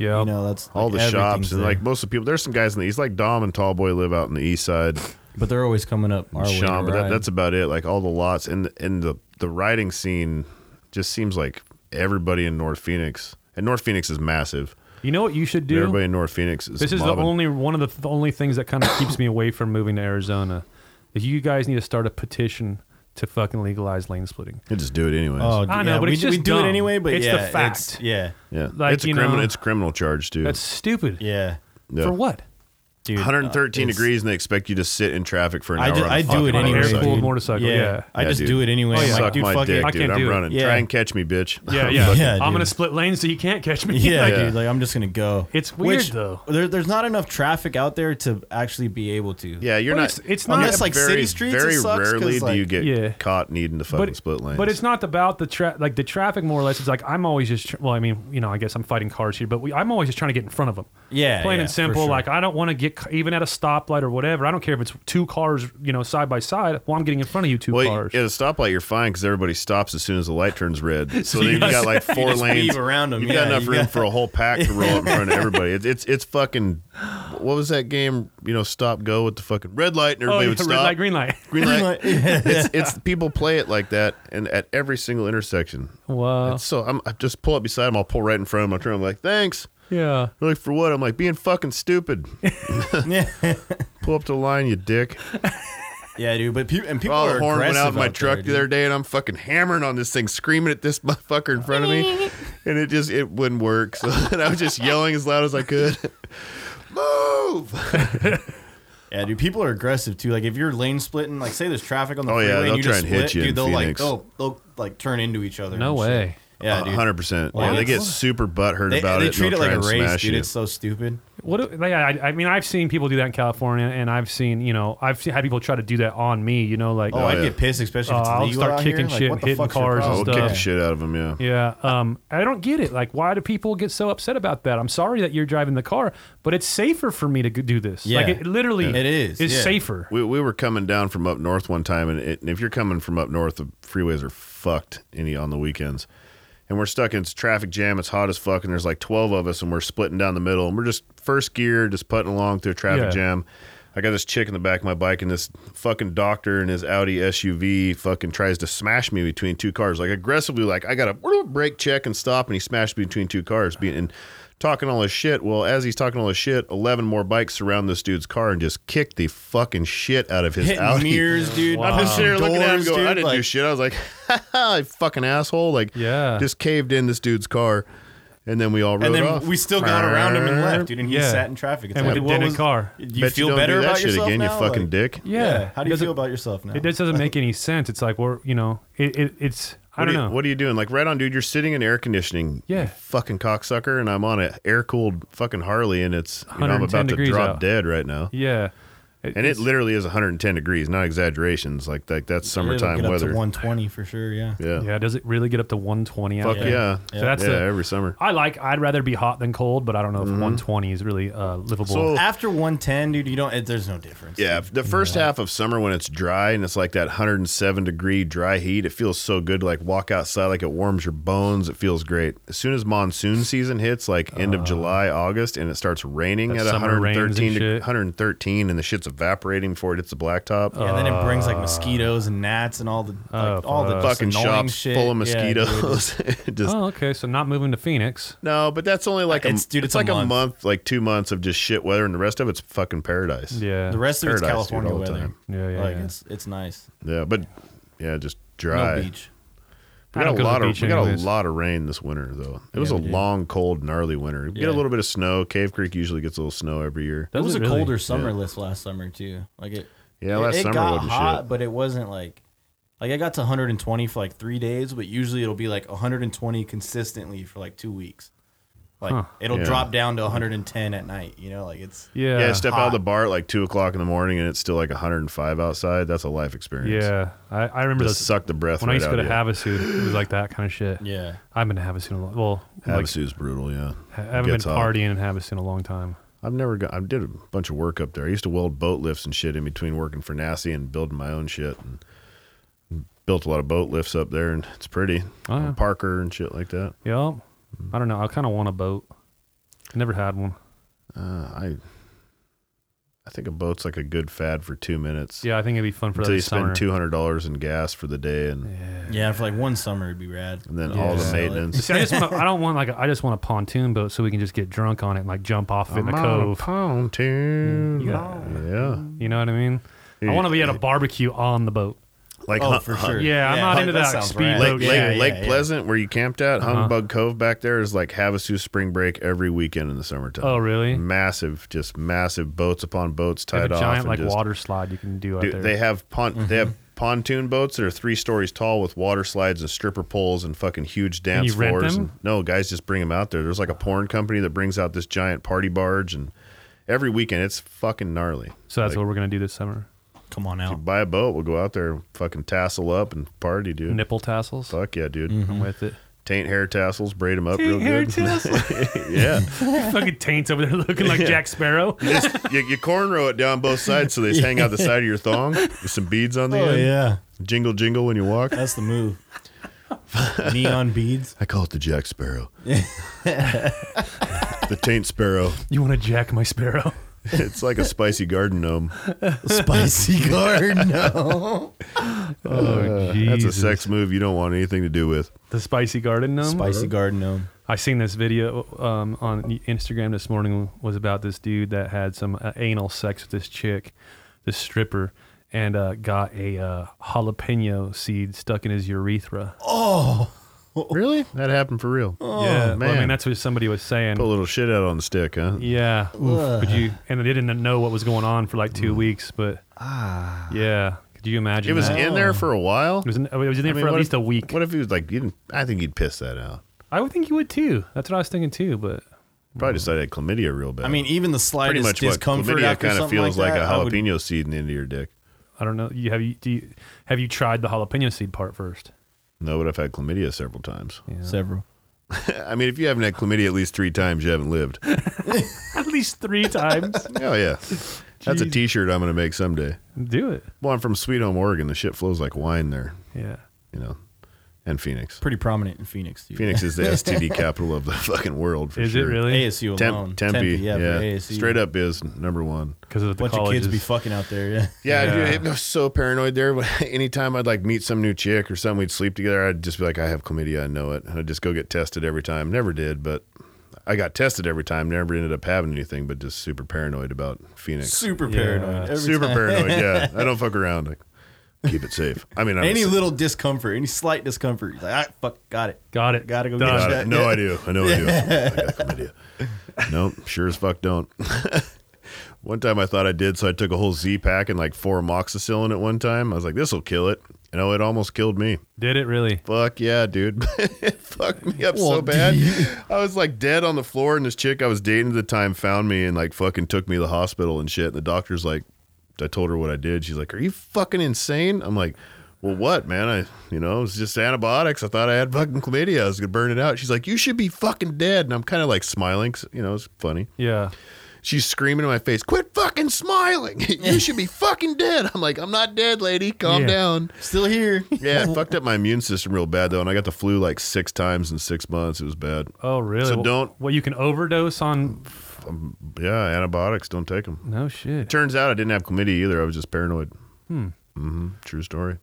Speaker 1: Yep.
Speaker 2: You know, that's
Speaker 3: all
Speaker 2: like
Speaker 3: the shops
Speaker 2: everything's
Speaker 3: and
Speaker 2: there.
Speaker 3: like most of the people. There's some guys in the east, like Dom and Tallboy live out in the east side,
Speaker 2: but they're always coming up <laughs> our way.
Speaker 3: Sean,
Speaker 2: to
Speaker 3: but that,
Speaker 2: ride.
Speaker 3: that's about it. Like all the lots and and the the riding scene just seems like everybody in North Phoenix, and North Phoenix is massive.
Speaker 1: You know what you should do?
Speaker 3: Everybody in North Phoenix is.
Speaker 1: This is the
Speaker 3: mobbing.
Speaker 1: only one of the, the only things that kind of keeps me away from moving to Arizona. Is you guys need to start a petition to fucking legalize lane splitting.
Speaker 3: You just do it anyways.
Speaker 1: I know, but
Speaker 2: Oh, we,
Speaker 1: it's
Speaker 2: we
Speaker 1: just
Speaker 2: do
Speaker 1: dumb.
Speaker 2: it anyway. But
Speaker 1: It's the
Speaker 2: yeah,
Speaker 1: fact.
Speaker 2: yeah,
Speaker 3: yeah,
Speaker 1: like,
Speaker 3: it's a
Speaker 1: you
Speaker 3: criminal.
Speaker 1: know,
Speaker 3: it's a criminal charge too.
Speaker 1: That's stupid.
Speaker 2: yeah,
Speaker 3: Yeah.
Speaker 1: For what?
Speaker 2: dude. uh,
Speaker 3: 113
Speaker 2: it's-
Speaker 3: degrees, and they expect you to sit in traffic for an
Speaker 2: I
Speaker 3: hour.
Speaker 2: ju-
Speaker 3: on a
Speaker 2: I do
Speaker 3: fucking
Speaker 2: it
Speaker 1: On an
Speaker 2: anyway,
Speaker 1: air
Speaker 3: motorcycle.
Speaker 1: cooled
Speaker 2: dude.
Speaker 1: motorcycle.
Speaker 2: Yeah,
Speaker 1: Yeah. Oh,
Speaker 2: I
Speaker 3: Yeah,
Speaker 2: just
Speaker 3: dude.
Speaker 2: do it anyway. I'm
Speaker 3: Suck
Speaker 2: like, dude,
Speaker 3: my
Speaker 2: fuck
Speaker 3: dick,
Speaker 2: it.
Speaker 1: I
Speaker 3: dude.
Speaker 1: can't
Speaker 3: I'm
Speaker 1: do it.
Speaker 3: running.
Speaker 2: Yeah.
Speaker 3: Try and catch me, bitch.
Speaker 1: Yeah,
Speaker 3: I'm
Speaker 1: yeah.
Speaker 3: fucking-
Speaker 2: Yeah,
Speaker 1: I'm gonna
Speaker 2: dude.
Speaker 1: split lanes so you can't catch me. <laughs>
Speaker 2: Yeah,
Speaker 1: Like,
Speaker 3: Yeah.
Speaker 2: dude. Like I'm just gonna go.
Speaker 1: It's weird,
Speaker 2: Which,
Speaker 1: though.
Speaker 2: There, there's not enough traffic out there to actually be able to.
Speaker 3: <laughs> Yeah, you're
Speaker 1: But
Speaker 3: not.
Speaker 1: it's- it's
Speaker 3: I'm
Speaker 1: not-
Speaker 2: Unless, like,
Speaker 3: very,
Speaker 2: city streets, it
Speaker 3: Very
Speaker 2: sucks 'cause,
Speaker 3: rarely do
Speaker 2: like-
Speaker 3: you get
Speaker 1: Yeah.
Speaker 3: caught needing to fucking split lanes.
Speaker 1: But it's not about the tra- like the traffic more or less. It's like I'm always just tr- well, I mean, you know, I guess I'm fighting cars here, but we, I'm always just trying to get in front of them.
Speaker 2: Yeah,
Speaker 1: plain
Speaker 2: yeah,
Speaker 1: and
Speaker 2: for
Speaker 1: simple.
Speaker 2: sure.
Speaker 1: Like I don't want to get c- even at a stoplight or whatever. I don't care if it's two cars, you know, side by side. Well, I'm getting in front of you two
Speaker 3: Well,
Speaker 1: cars.
Speaker 3: at a stoplight, you're fine because everybody stops as soon as the light turns red. So then you
Speaker 2: just-
Speaker 3: got like
Speaker 2: you
Speaker 3: four
Speaker 2: just
Speaker 3: lanes
Speaker 2: weave around 'em.
Speaker 3: You've
Speaker 2: Yeah,
Speaker 3: got enough
Speaker 2: you
Speaker 3: room
Speaker 2: got-
Speaker 3: for a whole pack to roll up in front of everybody. It's, it's it's fucking. What was that game? You know, stop go with the fucking red light and
Speaker 1: oh,
Speaker 3: everybody
Speaker 1: yeah,
Speaker 3: would
Speaker 1: red
Speaker 3: stop.
Speaker 1: light, green light. <laughs>
Speaker 3: Green light. it's, it's people play it like that, and at every single intersection.
Speaker 1: Wow.
Speaker 3: So I'm I just pull up beside him. I'll pull right in front of him. I'll turn. I'm like, thanks.
Speaker 1: Yeah.
Speaker 3: They're like, for what? I'm like, being fucking stupid.
Speaker 2: Yeah,
Speaker 3: <laughs> Pull up to the line, you dick.
Speaker 2: <laughs> yeah, dude. But people and people
Speaker 3: Oh,
Speaker 2: are
Speaker 3: the horn went
Speaker 2: aggressive
Speaker 3: out of my truck
Speaker 2: there,
Speaker 3: the other day, and I'm fucking hammering on this thing, screaming at this <laughs> motherfucker in front of me,
Speaker 2: <laughs>
Speaker 3: and it just it wouldn't work. So <laughs> and I was just yelling as loud as I could. <laughs> Move!
Speaker 2: dude. Yeah, dude. People are aggressive too. Like if you're lane splitting, like say there's traffic on the
Speaker 3: Oh, yeah,
Speaker 2: freeway,
Speaker 3: they'll
Speaker 2: and you
Speaker 3: try
Speaker 2: just
Speaker 3: and
Speaker 2: split,
Speaker 3: hit you in
Speaker 2: dude. They'll like
Speaker 3: Phoenix.
Speaker 2: they'll they'll like turn into each other.
Speaker 1: No
Speaker 2: and shit.
Speaker 1: way.
Speaker 2: Yeah, dude.
Speaker 3: hundred percent.
Speaker 2: Well,
Speaker 3: Yeah, they get
Speaker 2: it's-
Speaker 3: super butthurt
Speaker 2: They,
Speaker 3: about
Speaker 2: they
Speaker 3: it.
Speaker 2: treat
Speaker 3: and
Speaker 2: it
Speaker 3: they'll
Speaker 2: like
Speaker 3: try
Speaker 2: a
Speaker 3: and
Speaker 2: race,
Speaker 3: smash
Speaker 2: dude.
Speaker 3: you.
Speaker 2: It's so stupid.
Speaker 1: What? do- Like, I, I mean, I've seen people do that in California, and I've seen, you know, I've seen, had people try to do that on me. You know, like
Speaker 2: Oh, I'd
Speaker 3: yeah.
Speaker 2: get pissed, especially
Speaker 1: Oh,
Speaker 2: if it's
Speaker 1: I'll
Speaker 2: legal
Speaker 1: start
Speaker 2: out
Speaker 1: kicking
Speaker 2: here. Like,
Speaker 1: shit
Speaker 2: what
Speaker 1: and
Speaker 2: the
Speaker 1: hitting
Speaker 2: fuck's your
Speaker 1: cars and
Speaker 3: Oh,
Speaker 2: problem?
Speaker 3: we'll kick the
Speaker 1: stuff.
Speaker 3: shit out of them. Yeah.
Speaker 1: Yeah, um, I don't get it. Like, why do people get so upset about that? I'm sorry that you're driving the car, but it's safer for me to g- do this.
Speaker 2: Yeah.
Speaker 1: Like, it literally
Speaker 2: It is,
Speaker 1: is
Speaker 2: yeah.
Speaker 1: safer.
Speaker 3: We, we were coming down from up north one time, and, it, and if you're coming from up north, the freeways are fucked any on the weekends. And we're stuck in this traffic jam. It's hot as fuck, and there's like 12 of us, and we're splitting down the middle, and we're just first gear, just putting along through a traffic
Speaker 1: Yeah.
Speaker 3: jam. I got this chick in the back of my bike, and this fucking doctor in his Audi SUV fucking tries to smash me between two cars, like aggressively, like I got to brake check and stop, and he smashed me between two cars, being and talking all his shit. Well, as he's talking all his shit, eleven more bikes surround this dude's car and just kick the fucking shit out of his
Speaker 2: Hitting
Speaker 3: Audi.
Speaker 2: mirrors, dude.
Speaker 3: <laughs> I'm just sitting there looking at him,
Speaker 2: Doors,
Speaker 3: going,
Speaker 2: dude,
Speaker 3: "I didn't do
Speaker 2: like-
Speaker 3: shit." I was like, <laughs> "Ha ha, you fucking asshole!" Like,
Speaker 1: Yeah.
Speaker 3: just caved in this dude's car, and then we all rode
Speaker 2: and then
Speaker 3: off.
Speaker 2: we still got around him and left, dude. And he
Speaker 1: Yeah.
Speaker 2: sat in traffic. It's
Speaker 1: And
Speaker 2: like,
Speaker 1: with a
Speaker 2: what
Speaker 1: dented
Speaker 2: was-
Speaker 1: car.
Speaker 2: You
Speaker 3: Bet
Speaker 2: feel
Speaker 3: don't do
Speaker 2: better
Speaker 3: that
Speaker 2: about
Speaker 3: shit
Speaker 2: yourself
Speaker 3: again,
Speaker 2: now?
Speaker 3: you fucking
Speaker 2: Like,
Speaker 3: dick.
Speaker 1: Yeah.
Speaker 2: How do you
Speaker 1: Doesn't-
Speaker 2: feel about yourself now?
Speaker 1: It just doesn't make any sense. It's like we're, you know, it, it it's I
Speaker 3: What
Speaker 1: don't
Speaker 3: are you,
Speaker 1: know.
Speaker 3: What are you doing? Like, right on, dude. You're sitting in air conditioning.
Speaker 1: Yeah.
Speaker 3: you fucking cocksucker. And I'm on an air cooled fucking Harley, and it's you know, I'm
Speaker 1: 110
Speaker 3: about to
Speaker 1: degrees
Speaker 3: drop
Speaker 1: out.
Speaker 3: dead right now.
Speaker 1: yeah,
Speaker 3: And it literally is 110 degrees, not exaggerations. Like like that's
Speaker 2: It'll
Speaker 3: summertime
Speaker 2: get up to
Speaker 3: weather.
Speaker 2: 120 for sure. Yeah.
Speaker 3: Yeah.
Speaker 1: yeah. Does it really get up to 120?
Speaker 3: Fuck yeah. Yeah,
Speaker 1: So that's the-
Speaker 3: every summer.
Speaker 1: I like. I'd rather be hot than cold, but I don't know if 120 is really uh, livable.
Speaker 3: So-
Speaker 2: After 110, dude, you don't. It, there's no difference.
Speaker 3: Yeah, the first half of summer when it's dry and it's like that 107 degree dry heat, it feels so good to like walk outside like it warms your bones. It feels great. As soon as monsoon season hits like end
Speaker 2: Uh-huh.
Speaker 3: of July, August and it starts raining
Speaker 1: That
Speaker 3: at
Speaker 1: summer rains and
Speaker 3: 113 to
Speaker 1: shit.
Speaker 3: 113 and the shit's evaporating before it hits the blacktop.
Speaker 2: Yeah, and then it brings like mosquitoes and gnats and all the like,
Speaker 1: Oh,
Speaker 2: all the
Speaker 1: fuck.
Speaker 2: just
Speaker 3: Fucking
Speaker 2: annoying
Speaker 3: shops
Speaker 2: shit.
Speaker 3: full of
Speaker 2: Yeah, dude, it's-
Speaker 3: mosquitoes. <laughs> It just
Speaker 1: oh, okay. So not moving to Phoenix.
Speaker 3: No, but that's only like a,
Speaker 2: It's- dude, it's a
Speaker 3: like
Speaker 2: month.
Speaker 3: like 2 months of just shit weather and the rest of it's fucking paradise.
Speaker 1: Yeah.
Speaker 2: the rest of it's
Speaker 3: Paradise, dude,
Speaker 2: California
Speaker 3: all the
Speaker 2: weather.
Speaker 3: time.
Speaker 1: Yeah, yeah,
Speaker 2: Like
Speaker 1: yeah.
Speaker 2: it's it's nice.
Speaker 3: Yeah, but yeah, just dry.
Speaker 2: No beach.
Speaker 3: We
Speaker 1: I
Speaker 3: got
Speaker 1: don't go
Speaker 3: a
Speaker 1: to the
Speaker 3: lot of
Speaker 1: beach
Speaker 3: we got a
Speaker 1: anyways.
Speaker 3: lot of rain this winter though. It was a long, cold, gnarly winter. We get a
Speaker 2: Yeah.
Speaker 3: little bit of snow. Cave Creek usually gets a little snow every year.
Speaker 1: Does
Speaker 2: it was
Speaker 1: it
Speaker 2: a
Speaker 1: really?
Speaker 2: colder summer list last summer too. Like it.
Speaker 3: Yeah,
Speaker 2: it-
Speaker 3: last
Speaker 2: it
Speaker 3: summer
Speaker 2: got
Speaker 3: wasn't
Speaker 2: hot,
Speaker 3: shit.
Speaker 2: but it wasn't like like I got to 120 for like three days, but usually it'll be like 120 consistently for like two weeks. Like
Speaker 1: Huh.
Speaker 2: it'll
Speaker 3: Yeah.
Speaker 2: drop down to 110 at night. You know, like it's
Speaker 1: Yeah.
Speaker 3: yeah, I step out of
Speaker 2: hot.
Speaker 3: the bar at like two o'clock in the morning and it's still like 105 outside. That's a life experience.
Speaker 1: Yeah. I, I remember
Speaker 3: just
Speaker 1: those-
Speaker 3: suck the breath.
Speaker 1: when
Speaker 3: right
Speaker 1: I used to
Speaker 3: out
Speaker 1: go to
Speaker 3: of you.
Speaker 1: Havasu. It was like that kind of shit.
Speaker 2: yeah.
Speaker 1: I've been to Havasu a lot. Well, like,
Speaker 3: Havasu's brutal. Yeah,
Speaker 1: I
Speaker 3: It
Speaker 1: haven't been
Speaker 3: gets hot.
Speaker 1: partying in Havasu in a long time.
Speaker 3: I've never got. I did a bunch of work up there. I used to weld boat lifts and shit in between working for NASA and building my own shit and built a lot of boat lifts up there and it's pretty.
Speaker 1: Oh, yeah.
Speaker 3: Parker and shit like that.
Speaker 1: Yep. I don't know. I kind of want a boat. Never had one.
Speaker 3: Uh, I I think a boat's like a good fad for two minutes.
Speaker 1: Yeah, I think it'd be fun for
Speaker 3: Until
Speaker 1: the
Speaker 3: you
Speaker 1: summer.
Speaker 3: spend two hundred dollars in gas for the day, and,
Speaker 2: Yeah, for like one summer it'd be rad.
Speaker 3: and then all the
Speaker 2: Sell it.
Speaker 1: <laughs>
Speaker 3: maintenance. <laughs>
Speaker 1: See, I just want I don't want like a, I just want a pontoon boat so we can just get drunk on it and like jump off of it in the cove.
Speaker 3: pontoon.
Speaker 1: Yeah.
Speaker 3: Yeah,
Speaker 1: You know what I mean? I
Speaker 3: Yeah.
Speaker 1: want to be at a barbecue on the boat.
Speaker 3: like uh,
Speaker 2: Oh,
Speaker 3: hu-
Speaker 2: for
Speaker 3: hu-
Speaker 2: sure.
Speaker 1: Yeah, I'm not
Speaker 2: that-
Speaker 1: into
Speaker 2: that
Speaker 1: that
Speaker 2: sounds
Speaker 1: speed
Speaker 2: rad.
Speaker 1: boat
Speaker 3: Lake,
Speaker 1: Oh, Yeah, Uh-huh.
Speaker 3: Lake,
Speaker 2: yeah,
Speaker 3: Lake
Speaker 2: yeah.
Speaker 3: Pleasant, where you camped at, Humbug Cove back there is like Havasu spring break every weekend in the summertime.
Speaker 1: Oh, really?
Speaker 3: Massive, just massive boats upon boats
Speaker 1: They have
Speaker 3: tied
Speaker 1: a
Speaker 3: Mm, off.
Speaker 1: giant
Speaker 3: and
Speaker 1: like
Speaker 3: just-
Speaker 1: water slide you can do out
Speaker 3: Dude,
Speaker 1: there.
Speaker 3: they have pon- they have
Speaker 1: Mm-hmm.
Speaker 3: pontoon boats that are three stories tall with water slides and stripper poles and fucking huge
Speaker 1: you
Speaker 3: dance
Speaker 1: rent
Speaker 3: floors.
Speaker 1: them?
Speaker 3: And, no, guys just bring them out there. There's like a porn company that brings out this giant party barge, and every weekend it's fucking gnarly.
Speaker 1: so that's
Speaker 3: like,
Speaker 1: what we're gonna do this summer.
Speaker 2: Come on
Speaker 3: <laughs>
Speaker 2: out.
Speaker 3: buy a boat. We'll go out there, and fucking tassel up and party, dude.
Speaker 1: Nipple tassels.
Speaker 3: Fuck yeah, dude.
Speaker 2: Mm-hmm.
Speaker 1: I'm with it.
Speaker 3: Taint hair tassels, braid them up real
Speaker 1: Taint hair
Speaker 3: good.
Speaker 1: tassels.
Speaker 3: <laughs> yeah.
Speaker 1: Fucking taints over there looking like Jack Sparrow.
Speaker 3: Just- you, you cornrow it down both sides so they
Speaker 2: <laughs>
Speaker 3: just hang out the side of your thong with some beads on the
Speaker 2: Oh
Speaker 3: end.
Speaker 2: yeah,
Speaker 3: Jingle, jingle when you walk.
Speaker 2: that's the move.
Speaker 3: <laughs>
Speaker 2: Neon beads.
Speaker 3: I call it the
Speaker 2: <laughs>
Speaker 3: Jack Sparrow. the Taint Sparrow.
Speaker 1: You want to jack my sparrow?
Speaker 3: It's like a spicy garden gnome.
Speaker 2: Spicy guard.
Speaker 1: Oh,
Speaker 2: No.
Speaker 3: Uh, That's a
Speaker 1: Jesus.
Speaker 3: sex move you don't want anything to do with.
Speaker 1: The spicy garden gnome.
Speaker 2: <laughs> Spicy guard gnome.
Speaker 1: I seen this video um, on Instagram this morning was about this dude that had some uh, anal sex with this chick, this stripper, and uh, got a uh, jalapeno seed stuck in his urethra.
Speaker 3: Oh, Really? That happened for real.
Speaker 1: yeah, Well, I mean
Speaker 3: Oh, man.
Speaker 1: that's what somebody was saying.
Speaker 3: Put a little shit out on the stick, huh?
Speaker 1: Yeah, Oof. could you? And they didn't know what was going on for like two weeks, but yeah, could you imagine?
Speaker 3: Mm. Ah. It was
Speaker 1: that?
Speaker 3: in there for a while.
Speaker 1: It was in, it was in there
Speaker 3: I mean,
Speaker 1: for at
Speaker 3: what
Speaker 1: least
Speaker 3: if-
Speaker 1: a week.
Speaker 3: What if he was like, you didn't, I think he'd piss that out.
Speaker 1: I would think you would too. That's what I was thinking too. But Mm.
Speaker 3: Probably decided I had chlamydia real bad.
Speaker 2: I mean, even the
Speaker 3: pretty
Speaker 2: slightest
Speaker 3: much what
Speaker 2: discomfort
Speaker 3: chlamydia
Speaker 2: after
Speaker 3: kind of
Speaker 2: something
Speaker 3: feels like,
Speaker 2: that,
Speaker 3: a
Speaker 2: I would-
Speaker 3: jalapeno seed in the end of your dick.
Speaker 1: I don't know. You have you, do you have you tried the jalapeno seed part first?
Speaker 3: No, but I've had chlamydia several times.
Speaker 2: Several.
Speaker 3: I mean, if you haven't had chlamydia at least three times, you haven't lived.
Speaker 1: At least three times.
Speaker 3: Oh yeah, that's a
Speaker 1: Jeez.
Speaker 3: T-shirt I'm gonna make someday.
Speaker 1: <laughs> Do it.
Speaker 3: Well, I'm from Sweet Home, Oregon. The shit flows like wine there,
Speaker 1: Yeah.
Speaker 3: you know, and Phoenix.
Speaker 2: Pretty prominent in Phoenix. Dude.
Speaker 3: Phoenix is the STD capital of the fucking world. For
Speaker 1: Is it
Speaker 3: sure.
Speaker 1: really?
Speaker 2: ASU
Speaker 3: Tem-
Speaker 2: alone.
Speaker 3: Tempe,
Speaker 2: yeah,
Speaker 3: yeah,
Speaker 2: but ASU.
Speaker 3: straight up is number one.
Speaker 1: Because of the
Speaker 2: Bunch
Speaker 1: colleges.
Speaker 2: of kids be fucking out there. Yeah.
Speaker 3: Yeah,
Speaker 1: Yeah.
Speaker 3: Dude, I was so paranoid there. <laughs> But anytime I'd like meet some new chick or something, we'd sleep together. I'd just be like, I have chlamydia, I know it, and I'd just go get tested every time. Never did, but I got tested every time. Never ended up having anything, but just super paranoid about Phoenix.
Speaker 2: Super
Speaker 1: Yeah.
Speaker 2: paranoid. Every
Speaker 3: super
Speaker 2: time. <laughs>
Speaker 3: paranoid. Yeah, I don't fuck around. Like, keep it safe. I mean, I
Speaker 2: Any
Speaker 3: don't-
Speaker 2: little discomfort, any slight discomfort, you're like, ah, fuck, got it.
Speaker 1: Got it.
Speaker 2: Gotta go
Speaker 1: Done.
Speaker 2: get
Speaker 3: Got
Speaker 2: it.
Speaker 3: it. No, I do. I know I do. I
Speaker 2: <laughs>
Speaker 3: got chlamydia. Nope, sure as fuck don't. <laughs> one time I thought I did, so I took a whole Z pack and like four amoxicillin at one time. I was like, this will kill it. You know, it almost killed me.
Speaker 1: Did it really?
Speaker 3: Fuck yeah, dude. <laughs> it fucked me up
Speaker 2: Well,
Speaker 3: so bad. I was like dead on the floor, and this chick I was dating at the time found me and like fucking took me to the hospital and shit. And the doctor's like, I told her what I did. She's like, Are you fucking insane? I'm like, Well, what, man? I, you know, it was just antibiotics. I thought I had fucking chlamydia. I was gonna burn it out. She's like, You should be fucking dead. And I'm kind of like smiling. 'cause, you know, it's funny.
Speaker 1: Yeah.
Speaker 3: She's screaming in my face, Quit fucking smiling. <laughs> you should be fucking dead. I'm like, I'm not dead, lady. Calm
Speaker 1: Yeah.
Speaker 3: down.
Speaker 2: Still
Speaker 3: <laughs>
Speaker 2: here.
Speaker 3: Yeah, it fucked up my immune system real bad though, and I got the flu like six times in six months. It was bad.
Speaker 1: Oh, really?
Speaker 3: So
Speaker 1: Well-
Speaker 3: don't-
Speaker 1: Well, you can overdose on.
Speaker 3: Yeah, antibiotics don't take them.
Speaker 1: No shit.
Speaker 3: Turns out I didn't have chlamydia either. I was just paranoid. Hmm. hmm True story.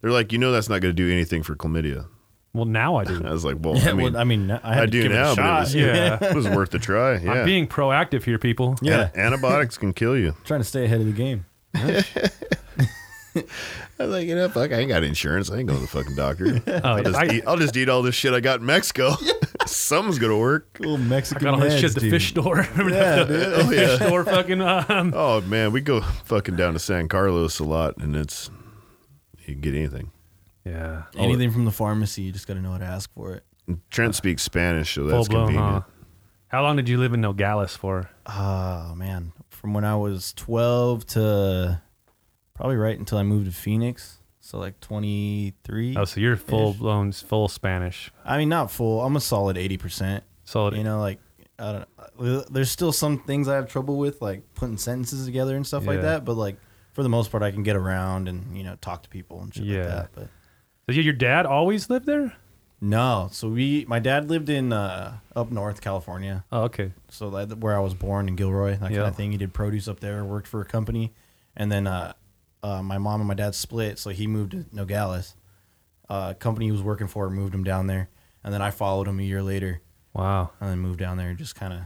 Speaker 3: They're like, you know, that's not going to do anything for chlamydia.
Speaker 1: Well, now I
Speaker 3: <laughs> I
Speaker 1: do.
Speaker 3: was like, well,
Speaker 2: <laughs> Yeah,
Speaker 3: I mean,
Speaker 2: well, I mean, I,
Speaker 3: I,
Speaker 2: had to
Speaker 3: do
Speaker 2: give It
Speaker 3: now,
Speaker 2: a
Speaker 3: but it
Speaker 2: shot.
Speaker 3: was,
Speaker 1: Yeah.
Speaker 3: it was worth a try. Yeah.
Speaker 1: I'm being proactive here, people.
Speaker 3: An-
Speaker 2: yeah,
Speaker 3: antibiotics can kill you.
Speaker 2: trying to stay ahead of the game.
Speaker 3: <laughs> I was like, you know, fuck, I ain't got insurance. I ain't going to the fucking doctor.
Speaker 1: Oh,
Speaker 3: I'll,
Speaker 1: yeah.
Speaker 3: just
Speaker 1: I,
Speaker 3: <laughs> eat, I'll just eat all this shit I got in <laughs> Mexico. Something's going to work.
Speaker 2: Little
Speaker 1: I
Speaker 2: Mexican
Speaker 1: got all this shit at
Speaker 2: meds,
Speaker 1: the
Speaker 2: dude.
Speaker 1: fish store. <laughs> Remember
Speaker 2: Yeah,
Speaker 1: that?
Speaker 2: dude.
Speaker 1: The fish <laughs> store fucking. Um,
Speaker 3: Oh man, we go fucking down to San Carlos a lot, and it's you can get anything.
Speaker 1: yeah.
Speaker 3: Oh,
Speaker 2: Anything from the pharmacy, you just got to know how to ask for it.
Speaker 3: Trent speaks Spanish, so
Speaker 1: Full
Speaker 3: that's
Speaker 1: blown, huh?
Speaker 3: convenient.
Speaker 1: How long did you live in Nogales for?
Speaker 2: Oh man, from when I was 12 to probably right until I moved to Phoenix, so like 23.
Speaker 1: Oh, so you're full blown, full Spanish.
Speaker 2: I mean, not full. I'm a solid 80 percent.
Speaker 1: Solid.
Speaker 2: You know, like I don't. know. Uh, There's still some things I have trouble with, like putting sentences together and stuff like
Speaker 1: Yeah.
Speaker 2: that. But like for the most part, I can get around and you know talk to people and shit
Speaker 1: Yeah.
Speaker 2: like that. But
Speaker 1: So your dad always lived there?
Speaker 2: No, so we, my dad lived in uh, up north California,
Speaker 1: Oh, okay.
Speaker 2: so that where I was born in Gilroy, that kind
Speaker 1: Yeah.
Speaker 2: of thing. He did produce up there, worked for a company, and then uh, uh, my mom and my dad split, so he moved to Nogales. Uh, company he was working for moved him down there, and then I followed him a year later,
Speaker 1: Wow.
Speaker 2: and then moved down there. Just kind of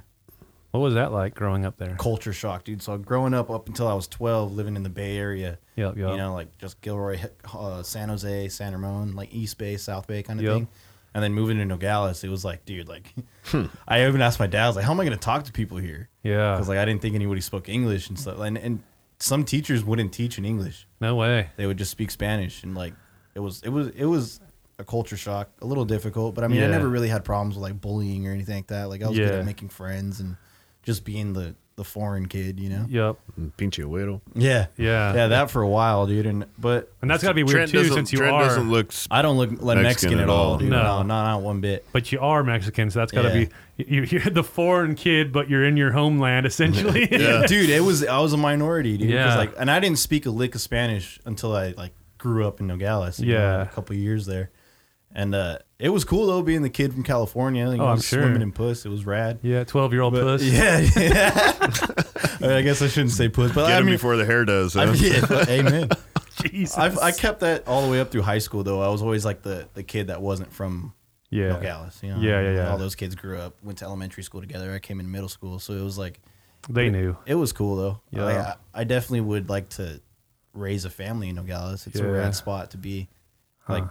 Speaker 1: What was that like growing up there?
Speaker 2: culture shock, dude. So growing up, up until I was twelve, living in the Bay Area,
Speaker 1: Yep, yep.
Speaker 2: you know, like just Gilroy, uh, San Jose, San Ramon, like East Bay, South Bay kind of
Speaker 1: Yep.
Speaker 2: thing. And then moving to Nogales, it was like, dude, like <laughs> I even asked my dad, I was like, how am I going to talk to people here?
Speaker 1: Yeah.
Speaker 2: Because like I didn't think anybody spoke English and stuff. And and some teachers wouldn't teach in English;
Speaker 1: No way.
Speaker 2: they would just speak Spanish. And like it was, it was, it was a culture shock, a little difficult. But I mean, I
Speaker 1: Yeah.
Speaker 2: never really had problems with like bullying or anything like that. Like I was good
Speaker 1: Yeah.
Speaker 2: at making friends and just being the the foreign kid, you know.
Speaker 1: Yep.
Speaker 3: Pinche güero.
Speaker 2: Yeah,
Speaker 1: Yeah.
Speaker 2: yeah, that for a while, dude. And but
Speaker 1: And that's got to be weird
Speaker 3: Trent
Speaker 1: too,
Speaker 3: doesn't-
Speaker 1: since you
Speaker 3: Trent
Speaker 1: are.
Speaker 3: doesn't look. s-
Speaker 2: I don't look like Mexican, at all, dude.
Speaker 1: No.
Speaker 2: No. no, not one bit.
Speaker 1: but you are Mexican, so that's got to
Speaker 2: Yeah.
Speaker 1: be you, you're the foreign kid, but you're in your homeland essentially.
Speaker 3: <laughs> Yeah.
Speaker 2: <laughs> dude, it was I was a minority, dude. 'cause,
Speaker 1: Yeah.
Speaker 2: like, and I didn't speak a lick of Spanish until I like grew up in Nogales. you know,
Speaker 1: Yeah.
Speaker 2: like, a couple years there, and uh, it was cool though being the kid from California. You know,
Speaker 1: Oh, I'm
Speaker 2: just
Speaker 1: sure.
Speaker 2: swimming in puss. It was rad.
Speaker 1: <laughs> yeah, twelve year old
Speaker 2: But-
Speaker 1: puss.
Speaker 2: Yeah, yeah. <laughs> I guess I shouldn't say puss, but
Speaker 3: Get
Speaker 2: I
Speaker 3: him
Speaker 2: mean,
Speaker 3: before the hair does.
Speaker 2: I
Speaker 3: huh?
Speaker 2: mean, yeah,
Speaker 1: <laughs>
Speaker 2: but amen.
Speaker 1: <laughs> Jesus.
Speaker 2: I've, I kept that all the way up through high school though. I was always like the the kid that wasn't from
Speaker 1: yeah.
Speaker 2: Nogales. You know,
Speaker 1: Yeah, yeah, yeah.
Speaker 2: All those kids grew up, went to elementary school together. I came in middle school, so it was like
Speaker 1: They knew.
Speaker 2: it was cool though.
Speaker 1: Yeah.
Speaker 2: Like, I, I definitely would like to raise a family in Nogales. It's
Speaker 1: Yeah.
Speaker 2: a rad spot to be, like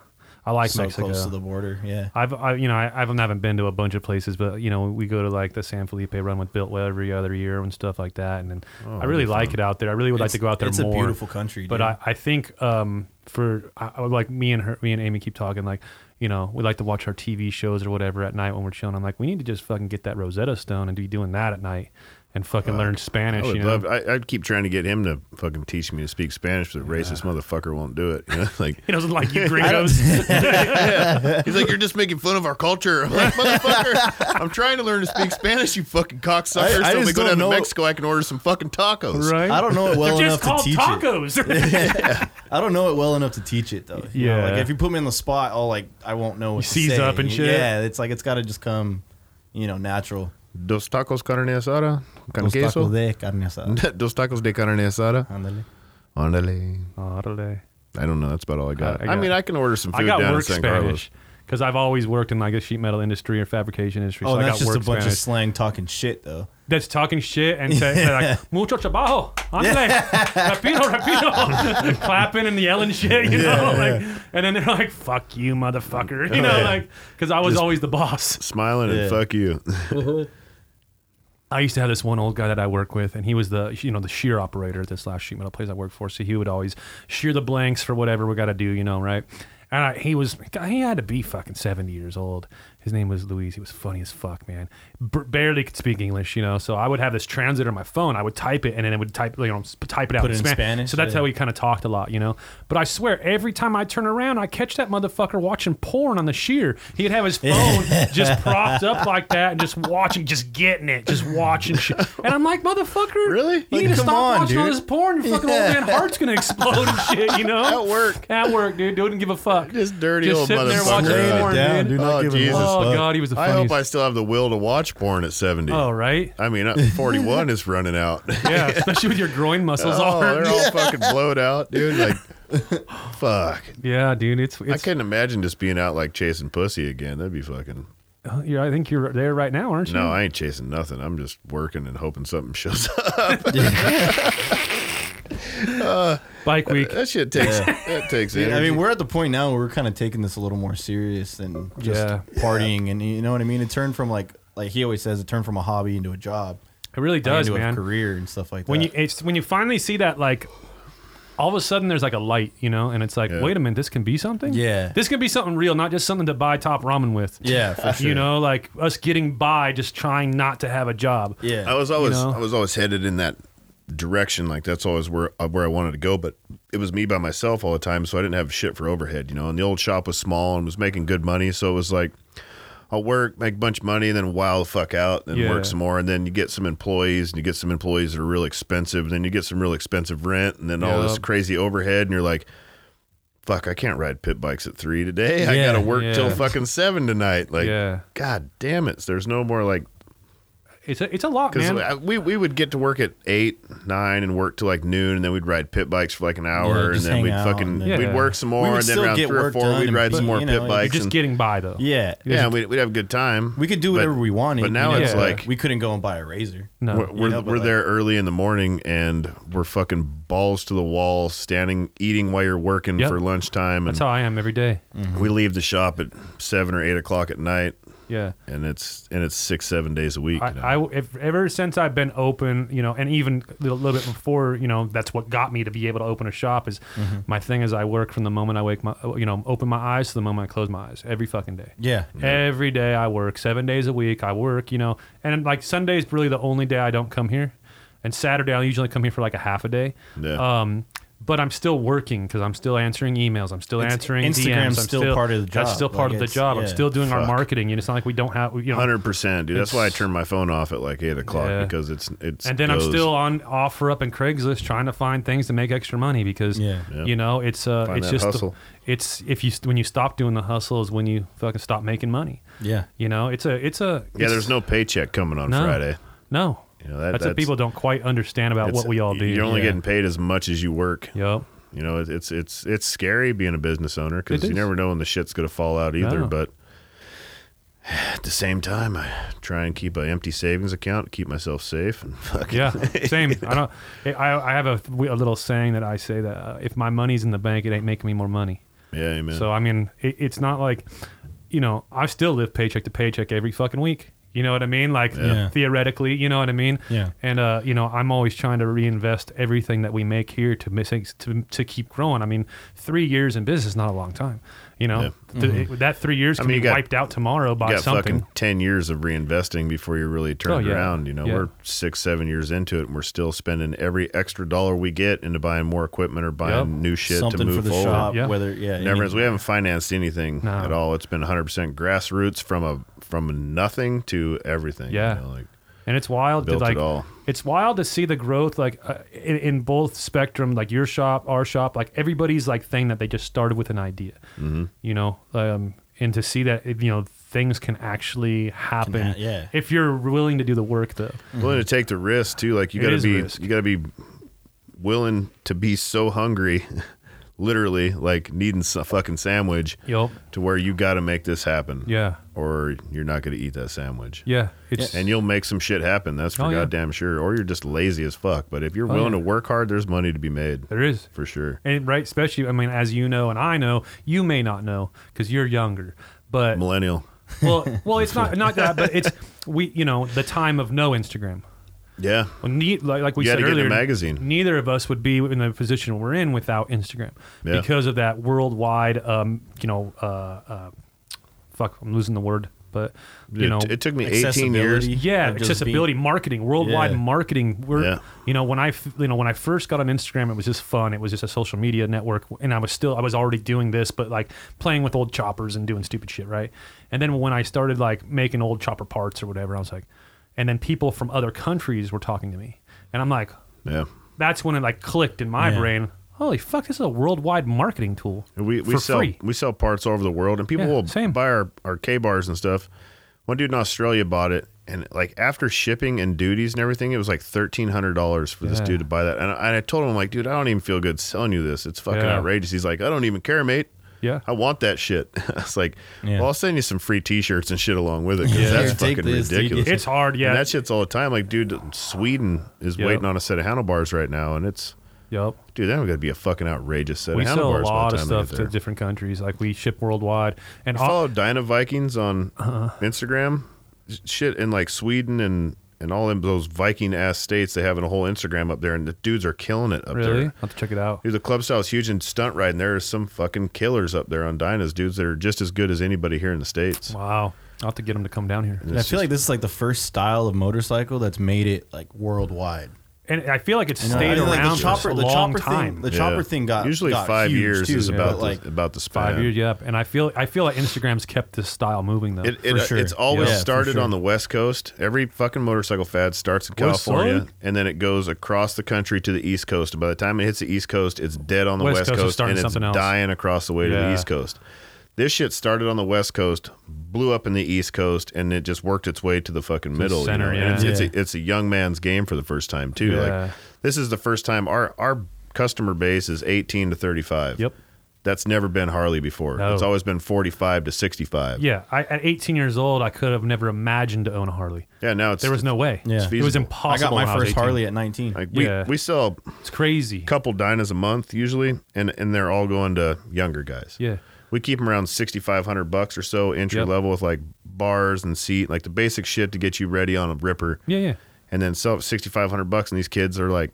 Speaker 1: I like
Speaker 2: so
Speaker 1: Mexico.
Speaker 2: close to the border. Yeah,
Speaker 1: I've, I, you know, I, I haven't been to a bunch of places, but you know, we go to like the San Felipe Run with Built every other year and stuff like that, and then
Speaker 2: Oh,
Speaker 1: I really like it out there. I really would like
Speaker 2: It's-
Speaker 1: to go out there
Speaker 2: it's a
Speaker 1: more.
Speaker 2: beautiful country,
Speaker 1: but
Speaker 2: dude.
Speaker 1: I, I think um, for I, I would like me and her, me and Amy keep talking like, you know, we like to watch our TV shows or whatever at night when we're chilling. I'm like, we need to just fucking get that Rosetta Stone and be doing that at night and fucking learn Spanish.
Speaker 3: I would
Speaker 1: you know,
Speaker 3: love. I, I'd keep trying to get him to fucking teach me to speak Spanish, but the racist motherfucker won't do it. You know? <laughs> Like
Speaker 1: <laughs> he doesn't
Speaker 2: <laughs>
Speaker 1: like you <laughs> gringos.
Speaker 3: <laughs> he's like, you're just making fun of our culture. I'm like, motherfucker, I'm trying to learn to speak Spanish. You fucking cocksucker.
Speaker 2: I- I
Speaker 3: so if we
Speaker 2: just
Speaker 3: go down
Speaker 2: don't
Speaker 3: to
Speaker 2: know-
Speaker 3: Mexico, I can order some fucking tacos.
Speaker 1: right?
Speaker 2: I don't
Speaker 1: <laughs>
Speaker 2: know it well
Speaker 1: They're
Speaker 2: enough
Speaker 1: just
Speaker 2: to
Speaker 1: called
Speaker 2: teach it. <laughs>
Speaker 1: tacos.
Speaker 2: I don't know it well enough to teach it though. You know,
Speaker 1: Yeah.
Speaker 2: like if you put me on the spot, I'll like I won't know what to
Speaker 1: seize
Speaker 2: say.
Speaker 1: up and shit.
Speaker 2: Yeah, it's like it's got to just come, you know, natural.
Speaker 3: Dos tacos carne asada con
Speaker 2: Los
Speaker 3: queso.
Speaker 2: tacos de carne
Speaker 3: <laughs>
Speaker 2: asada.
Speaker 3: Dos tacos de carne asada.
Speaker 2: Ándale.
Speaker 3: Ándale.
Speaker 1: Órale.
Speaker 3: I don't know. That's about all I got.
Speaker 1: I-
Speaker 3: I,
Speaker 1: I got-
Speaker 3: mean, I can order some food
Speaker 1: I got
Speaker 3: down
Speaker 1: work
Speaker 3: in San
Speaker 1: Spanish because I've always worked in like the sheet metal industry or fabrication industry.
Speaker 2: Oh,
Speaker 1: so I
Speaker 2: that's
Speaker 1: got
Speaker 2: just a
Speaker 1: work
Speaker 2: bunch
Speaker 1: Spanish.
Speaker 2: of slang talking shit though.
Speaker 1: that's talking shit and say, they're like mucho trabajo, andale, rapido, rapido, clapping and yelling shit, you know, like, and then they're like, "Fuck you, motherfucker," you know,
Speaker 2: Yeah.
Speaker 1: like because I was always the boss.
Speaker 3: Carlos. Smiling
Speaker 2: Yeah.
Speaker 3: and
Speaker 1: <laughs>
Speaker 3: fuck you.
Speaker 1: I used to have this one old guy that I work with, and he was the you know the shear operator at this last sheet metal place I worked for. So he would always shear the blanks for whatever we got to do, you know, right? And I, he was he had to be fucking seventy years old. His name was Luis. He was funny as fuck, man. B- barely could speak English, you know. So I would have this translator on my phone. I would type it, and then it would type you know sp- type it out
Speaker 2: Put it in
Speaker 1: Span-
Speaker 2: Spanish,
Speaker 1: So that's
Speaker 2: yeah.
Speaker 1: how we kind of talked a lot, you know. But I swear, every time I turn around, I catch that motherfucker watching porn on the shear. He'd have his
Speaker 3: <laughs>
Speaker 1: phone just propped up like that and just watching, just getting it, just watching shit. And I'm like, motherfucker,
Speaker 3: Really?
Speaker 1: You need
Speaker 2: Like,
Speaker 1: to
Speaker 2: come
Speaker 1: stop
Speaker 2: on,
Speaker 1: watching all
Speaker 2: dude.
Speaker 1: this porn. Your fucking old man heart's gonna explode and shit. You know,
Speaker 3: At work.
Speaker 1: at work, dude. Dude, not give a fuck.
Speaker 3: Just dirty
Speaker 1: Just
Speaker 3: old
Speaker 1: sitting there
Speaker 3: motherfucker.
Speaker 1: watching
Speaker 3: Laying it
Speaker 1: porn,
Speaker 2: down,
Speaker 1: dude.
Speaker 2: dude. Not
Speaker 3: Oh,
Speaker 2: giving a
Speaker 3: Jesus.
Speaker 1: Oh
Speaker 2: fuck.
Speaker 1: god, he was the
Speaker 3: I
Speaker 1: funniest.
Speaker 3: hope I still have the will to watch porn at 70.
Speaker 1: Oh
Speaker 3: <laughs>
Speaker 1: right,
Speaker 3: I mean, uh, 41 is running
Speaker 1: <laughs>
Speaker 3: out. <laughs>
Speaker 1: yeah, especially with your groin muscles all
Speaker 3: oh,
Speaker 1: hurt.
Speaker 3: they're all fucking blowed out, dude. Like, fuck.
Speaker 1: <laughs> Yeah, dude, it's,
Speaker 3: I
Speaker 1: it's
Speaker 3: couldn't imagine just being out like chasing pussy again. That'd be fucking.
Speaker 1: Uh, you're, I think you're there right now, aren't you?
Speaker 3: No, I ain't chasing nothing. I'm just working and hoping something shows up.
Speaker 1: Bike week.
Speaker 3: That shit takes that takes
Speaker 2: Dude,
Speaker 3: energy.
Speaker 2: I mean, we're at the point now where we're kind of taking this a little more serious than just
Speaker 1: Yeah.
Speaker 2: partying, and you know what I mean. It turned from like like he always says, it turned from a hobby into a job,
Speaker 1: It really does,
Speaker 2: into a
Speaker 1: man.
Speaker 2: career and stuff like
Speaker 1: When you
Speaker 2: that.
Speaker 1: it's when you finally see that like all of a sudden there's like a light, you know, and it's like,
Speaker 3: Yeah.
Speaker 1: wait a minute, this can be something?
Speaker 2: Yeah.
Speaker 1: This can be something real, not just something to buy top ramen with.
Speaker 2: yeah, for
Speaker 1: <laughs>
Speaker 2: sure.
Speaker 1: You know, like us getting by just trying not to have a job.
Speaker 2: yeah,
Speaker 3: I was always
Speaker 1: know?
Speaker 3: I was always headed in that direction. Like that's always where uh, where I wanted to go. But it was me by myself all the time, so I didn't have shit for overhead. You know, and the old shop was small and was making good money, so it was like. I'll work, make a bunch of money, and then wow the fuck out, and
Speaker 1: Yeah.
Speaker 3: work some more, and then you get some employees, and you get some employees that are real expensive, and then you get some real expensive rent, and then all this
Speaker 1: Yep.
Speaker 3: crazy overhead, and you're like, fuck, I can't ride pit bikes at three today. I
Speaker 4: Yeah,
Speaker 3: gotta work
Speaker 1: yeah.
Speaker 3: till fucking seven tonight. Like,
Speaker 1: Yeah.
Speaker 3: god damn it, there's no more like
Speaker 1: It's a, it's a lot, man.
Speaker 3: because uh, we we would get to work at eight, nine, and work till like noon, and then we'd ride pit bikes for like an hour, and
Speaker 5: just
Speaker 3: then
Speaker 5: hang
Speaker 3: we'd
Speaker 5: out
Speaker 3: fucking
Speaker 5: and then-
Speaker 3: we'd
Speaker 1: Yeah.
Speaker 3: work some
Speaker 2: We
Speaker 3: more,
Speaker 2: would
Speaker 3: and then
Speaker 2: still
Speaker 3: around
Speaker 2: get
Speaker 3: three or
Speaker 2: work
Speaker 3: four,
Speaker 2: done
Speaker 3: we'd
Speaker 2: and
Speaker 3: ride
Speaker 2: be-
Speaker 3: some more
Speaker 2: you know,
Speaker 3: pit
Speaker 2: you
Speaker 3: bikes.
Speaker 1: just
Speaker 3: and-
Speaker 1: getting by though.
Speaker 5: Yeah.
Speaker 3: yeah, and we'd, we'd have a good time.
Speaker 2: We could do whatever we wanted.
Speaker 3: but
Speaker 2: you
Speaker 3: now
Speaker 2: know,
Speaker 3: it's
Speaker 1: Yeah.
Speaker 3: like
Speaker 2: we couldn't go and buy a razor.
Speaker 1: No.
Speaker 3: we're we're,
Speaker 2: know, but
Speaker 3: we're
Speaker 2: like-
Speaker 3: there early in the morning, and we're fucking balls to the wall, standing eating while you're working
Speaker 1: Yep.
Speaker 3: for lunchtime, and
Speaker 1: That's how I am every day.
Speaker 2: Mm.
Speaker 3: we leave the shop at seven or eight o'clock at night,
Speaker 1: Yeah.
Speaker 3: and it's and it's six seven days a week. you know?
Speaker 1: I, I if, ever since I've been open, you know, and even a little, little bit before, you know, that's what got me to be able to open a shop. Is
Speaker 2: Mm-hmm.
Speaker 1: my thing is I work from the moment I wake my, you know, open my eyes to the moment I close my eyes every fucking day.
Speaker 2: Yeah.
Speaker 1: Every day I work, seven days a week I work, you know, and like Sunday's really the only day I don't come here, and Saturday I usually come here for like a half a day.
Speaker 3: Yeah.
Speaker 1: Um, but I'm still working because I'm still answering emails. I'm still
Speaker 2: It's-
Speaker 1: answering DMs. I'm
Speaker 2: Instagram's still part of the
Speaker 1: That's
Speaker 2: job.
Speaker 1: still part
Speaker 2: Like,
Speaker 1: of the
Speaker 2: it's-
Speaker 1: job. I'm
Speaker 2: yeah.
Speaker 1: still doing our
Speaker 3: Fuck.
Speaker 1: marketing. You know, it's not like we don't have. You know,
Speaker 3: Hundred percent, dude. That's why I
Speaker 1: It's-
Speaker 3: turned my phone off at like eight o'clock
Speaker 1: Yeah.
Speaker 3: because it's it's.
Speaker 1: and then
Speaker 3: goes.
Speaker 1: I'm still on offer up and Craigslist trying to find things to make extra money because
Speaker 2: Yeah.
Speaker 3: Yeah.
Speaker 1: you know it's uh
Speaker 3: Find
Speaker 1: it's
Speaker 3: that
Speaker 1: just the-
Speaker 3: hustle.
Speaker 1: it's if you when you stop doing the hustle is when you fucking stop making money.
Speaker 2: Yeah.
Speaker 1: You know it's a it's a
Speaker 3: Yeah,
Speaker 1: it's-
Speaker 3: there's no paycheck coming on
Speaker 1: no,
Speaker 3: Friday.
Speaker 1: No,
Speaker 3: You know, that-
Speaker 1: that's,
Speaker 3: that's-
Speaker 1: what people don't quite understand about
Speaker 3: It's-
Speaker 1: what we all do.
Speaker 3: You're only
Speaker 2: Yeah.
Speaker 3: getting paid as much as you work.
Speaker 1: yep.
Speaker 3: You know, it- it's it's it's scary being a business owner because
Speaker 1: It
Speaker 3: you
Speaker 1: is.
Speaker 3: never know when the shit's gonna fall out either.
Speaker 1: No.
Speaker 3: But <sighs> at the same time, I try and keep an empty savings account, keep myself safe, and <laughs> fuck
Speaker 1: Yeah, same. I don't. I, I have a, a little saying that I say that uh, if my money's in the bank, it ain't making me more money.
Speaker 3: yeah, amen.
Speaker 1: So I mean, it, it's not like, you know, I still live paycheck to paycheck every fucking week. You know what I mean? Like
Speaker 2: Yeah.
Speaker 1: theoretically, you know what I mean?
Speaker 2: Yeah.
Speaker 1: And uh, you know, I'm always trying to reinvest everything that we make here to missing to to keep growing. I mean, three years in business is not a long time. You know, Th- it- that three years can
Speaker 3: Mm-hmm. mean, you
Speaker 1: be
Speaker 3: got-
Speaker 1: wiped out tomorrow by
Speaker 3: you got
Speaker 1: something.
Speaker 3: fucking 10 years of reinvesting before you really turned
Speaker 1: Oh, yeah.
Speaker 3: around you know
Speaker 1: Yeah.
Speaker 3: we're six seven years into it and we're still spending every extra dollar we get into buying more equipment or buying
Speaker 1: Yep.
Speaker 3: new shit to
Speaker 2: Something
Speaker 3: move
Speaker 2: for the
Speaker 3: forward
Speaker 2: shop.
Speaker 1: Yeah.
Speaker 2: Whether yeah.
Speaker 3: Never
Speaker 2: any-
Speaker 3: has- we haven't financed anything
Speaker 1: No.
Speaker 3: at all it's been 100% grassroots from a from nothing to everything you
Speaker 1: Yeah.
Speaker 3: know, like
Speaker 1: and it's wild to
Speaker 3: Built it
Speaker 1: like
Speaker 3: all.
Speaker 1: it's wild to see the growth like uh, in, in both spectrum like your shop our shop like everybody's like thing that they just started with an idea mm-hmm. you know um, and to see that you know things can actually happen
Speaker 2: ha- yeah.
Speaker 1: if you're willing to do the work though
Speaker 3: willing to take the risk too like you
Speaker 1: It
Speaker 3: got to
Speaker 1: is a
Speaker 3: be
Speaker 1: risk.
Speaker 3: you got to be willing to be so hungry <laughs> literally like needing a fucking sandwich
Speaker 1: Yup.
Speaker 3: to where you got to make this happen
Speaker 1: yeah
Speaker 3: or you're not going to eat that sandwich
Speaker 1: yeah it's
Speaker 3: and you'll make some shit happen. That's for
Speaker 1: Oh, yeah. Oh,
Speaker 3: goddamn sure. Or you're just lazy as fuck. But if you're willing
Speaker 1: yeah.
Speaker 3: to work hard, there's money to be made
Speaker 1: there is
Speaker 3: for sure.
Speaker 1: and right especially i mean as you know and i know you may not know because you're younger but
Speaker 3: Millennial.
Speaker 1: well
Speaker 3: <laughs>
Speaker 1: well it's not not that but it's we you know the time of no instagram
Speaker 3: Yeah.
Speaker 1: Well, ne- like, like we
Speaker 3: You had
Speaker 1: said
Speaker 3: to get in a
Speaker 1: earlier,
Speaker 3: magazine.
Speaker 1: neither of us would be in the position we're in without Instagram
Speaker 3: Yeah.
Speaker 1: because of that worldwide, um, you know, uh, uh, fuck, I'm losing the word, but you
Speaker 3: It-
Speaker 1: know,
Speaker 3: it, took me 18 years.
Speaker 2: accessibility.
Speaker 1: yeah,
Speaker 2: of just
Speaker 1: accessibility, marketing, worldwide
Speaker 2: Yeah.
Speaker 1: marketing. We're,
Speaker 3: Yeah.
Speaker 1: you know, when I, f- you know, when I first got on Instagram, it was just fun. It was just a social media network, and I was still, I was already doing this, but like playing with old choppers and doing stupid shit, right? And then when I started like making old chopper parts or whatever, I was like, and then people from other countries were talking to me, and I'm like,
Speaker 3: Yeah.
Speaker 1: that's when it like clicked in my
Speaker 2: Yeah.
Speaker 1: brain. Holy fuck, this is a worldwide marketing tool.
Speaker 3: We, we
Speaker 1: for
Speaker 3: sell
Speaker 1: free.
Speaker 3: we sell parts all over the world, and people
Speaker 1: Yeah,
Speaker 3: will
Speaker 1: same.
Speaker 3: buy our, our K bars and stuff. One dude in Australia bought it, and like after shipping and duties and everything, it was like thirteen hundred dollars for this
Speaker 1: Yeah.
Speaker 3: dude to buy that. And I, and I told him like, dude, I don't even feel good selling you this. It's fucking
Speaker 1: Yeah.
Speaker 3: outrageous. He's like, I don't even care, mate.
Speaker 1: Yeah.
Speaker 3: I want that shit. <laughs> I was like,
Speaker 2: Yeah.
Speaker 3: well, I'll send you some free T-shirts and shit along with it. 'cause
Speaker 2: Yeah.
Speaker 3: that's
Speaker 2: Here, take
Speaker 3: fucking
Speaker 2: this, dude.
Speaker 3: ridiculous.
Speaker 1: It's hard, yeah.
Speaker 3: And that shit's all the time. Like, dude, Sweden is
Speaker 1: Yep.
Speaker 3: waiting on a set of handlebars right now, and it's
Speaker 1: yep.
Speaker 3: dude, that would gotta be a fucking outrageous set
Speaker 1: We
Speaker 3: of
Speaker 1: sell a
Speaker 3: handlebars. by the
Speaker 1: lot of
Speaker 3: time they
Speaker 1: stuff
Speaker 3: get
Speaker 1: to
Speaker 3: there.
Speaker 1: different countries. Like we ship worldwide, and all,
Speaker 3: follow Dyna Vikings on
Speaker 1: Uh-huh.
Speaker 3: Instagram. Shit in like Sweden and and all them those Viking ass states they have a whole Instagram up there, and the dudes are killing it up
Speaker 1: really,
Speaker 3: there.
Speaker 1: I'll have to check it out.
Speaker 3: Dude, the club style is huge in stunt riding. There are some fucking killers up there on Dynas, dudes that are just as good as anybody here in the states.
Speaker 1: Wow, I'll have to get them to come down here.
Speaker 2: I feel like this is like the first style of motorcycle that's made it like worldwide.
Speaker 1: and I feel like it's
Speaker 2: I
Speaker 1: stayed
Speaker 2: mean,
Speaker 1: around
Speaker 2: like,
Speaker 1: for a
Speaker 2: the
Speaker 1: long
Speaker 2: chopper
Speaker 1: time.
Speaker 2: Thing, the
Speaker 3: Yeah.
Speaker 2: chopper thing got
Speaker 3: usually
Speaker 2: got
Speaker 3: five
Speaker 2: huge,
Speaker 3: years
Speaker 2: too,
Speaker 3: is
Speaker 2: but,
Speaker 3: about
Speaker 2: like
Speaker 3: the, about the span.
Speaker 1: Five years, yep. And I feel I feel like Instagram's kept this style moving though.
Speaker 3: It, it,
Speaker 2: For sure.
Speaker 3: It's always
Speaker 2: Yeah, for
Speaker 3: started
Speaker 2: sure.
Speaker 3: on the West Coast. Every fucking motorcycle fad starts in
Speaker 1: West
Speaker 3: California
Speaker 1: side?
Speaker 3: and then it goes across the country to the East Coast. And by the time it hits the East Coast, it's dead on the
Speaker 1: West
Speaker 3: West,
Speaker 1: Coast is
Speaker 3: Coast
Speaker 1: starting
Speaker 3: and it's
Speaker 1: something else.
Speaker 3: dying across the way to
Speaker 1: Yeah.
Speaker 3: the East Coast. This shit started on the West Coast, blew up in the East Coast, and it just worked its way to the fucking middle. you
Speaker 1: center,
Speaker 3: know? And
Speaker 1: yeah.
Speaker 3: it's, it's, a, it's a young man's game for the first time too.
Speaker 1: Yeah.
Speaker 3: Like this is the first time our our customer base is 18 to 35.
Speaker 1: Yep.
Speaker 3: That's never been Harley before.
Speaker 1: No.
Speaker 3: It's always been 45 to 65.
Speaker 1: yeah, I, at 18 years old, I could have never imagined to own a Harley.
Speaker 3: Yeah, now it's
Speaker 1: There was no way.
Speaker 2: Yeah. It's
Speaker 1: it was
Speaker 3: feasible.
Speaker 2: I
Speaker 1: impossible.
Speaker 2: got my
Speaker 1: when I was
Speaker 2: first
Speaker 1: 18.
Speaker 2: Harley at 19.
Speaker 3: Like we,
Speaker 1: Yeah.
Speaker 3: we sell a
Speaker 1: It's crazy.
Speaker 3: couple dinas a month usually, and and they're all going to younger guys.
Speaker 1: Yeah.
Speaker 3: we keep them around sixty five hundred bucks or so entry
Speaker 1: Yep.
Speaker 3: level with like bars and seat, like the basic shit to get you ready on a ripper.
Speaker 1: Yeah, yeah.
Speaker 3: and then sell sixty five hundred bucks, and these kids are like.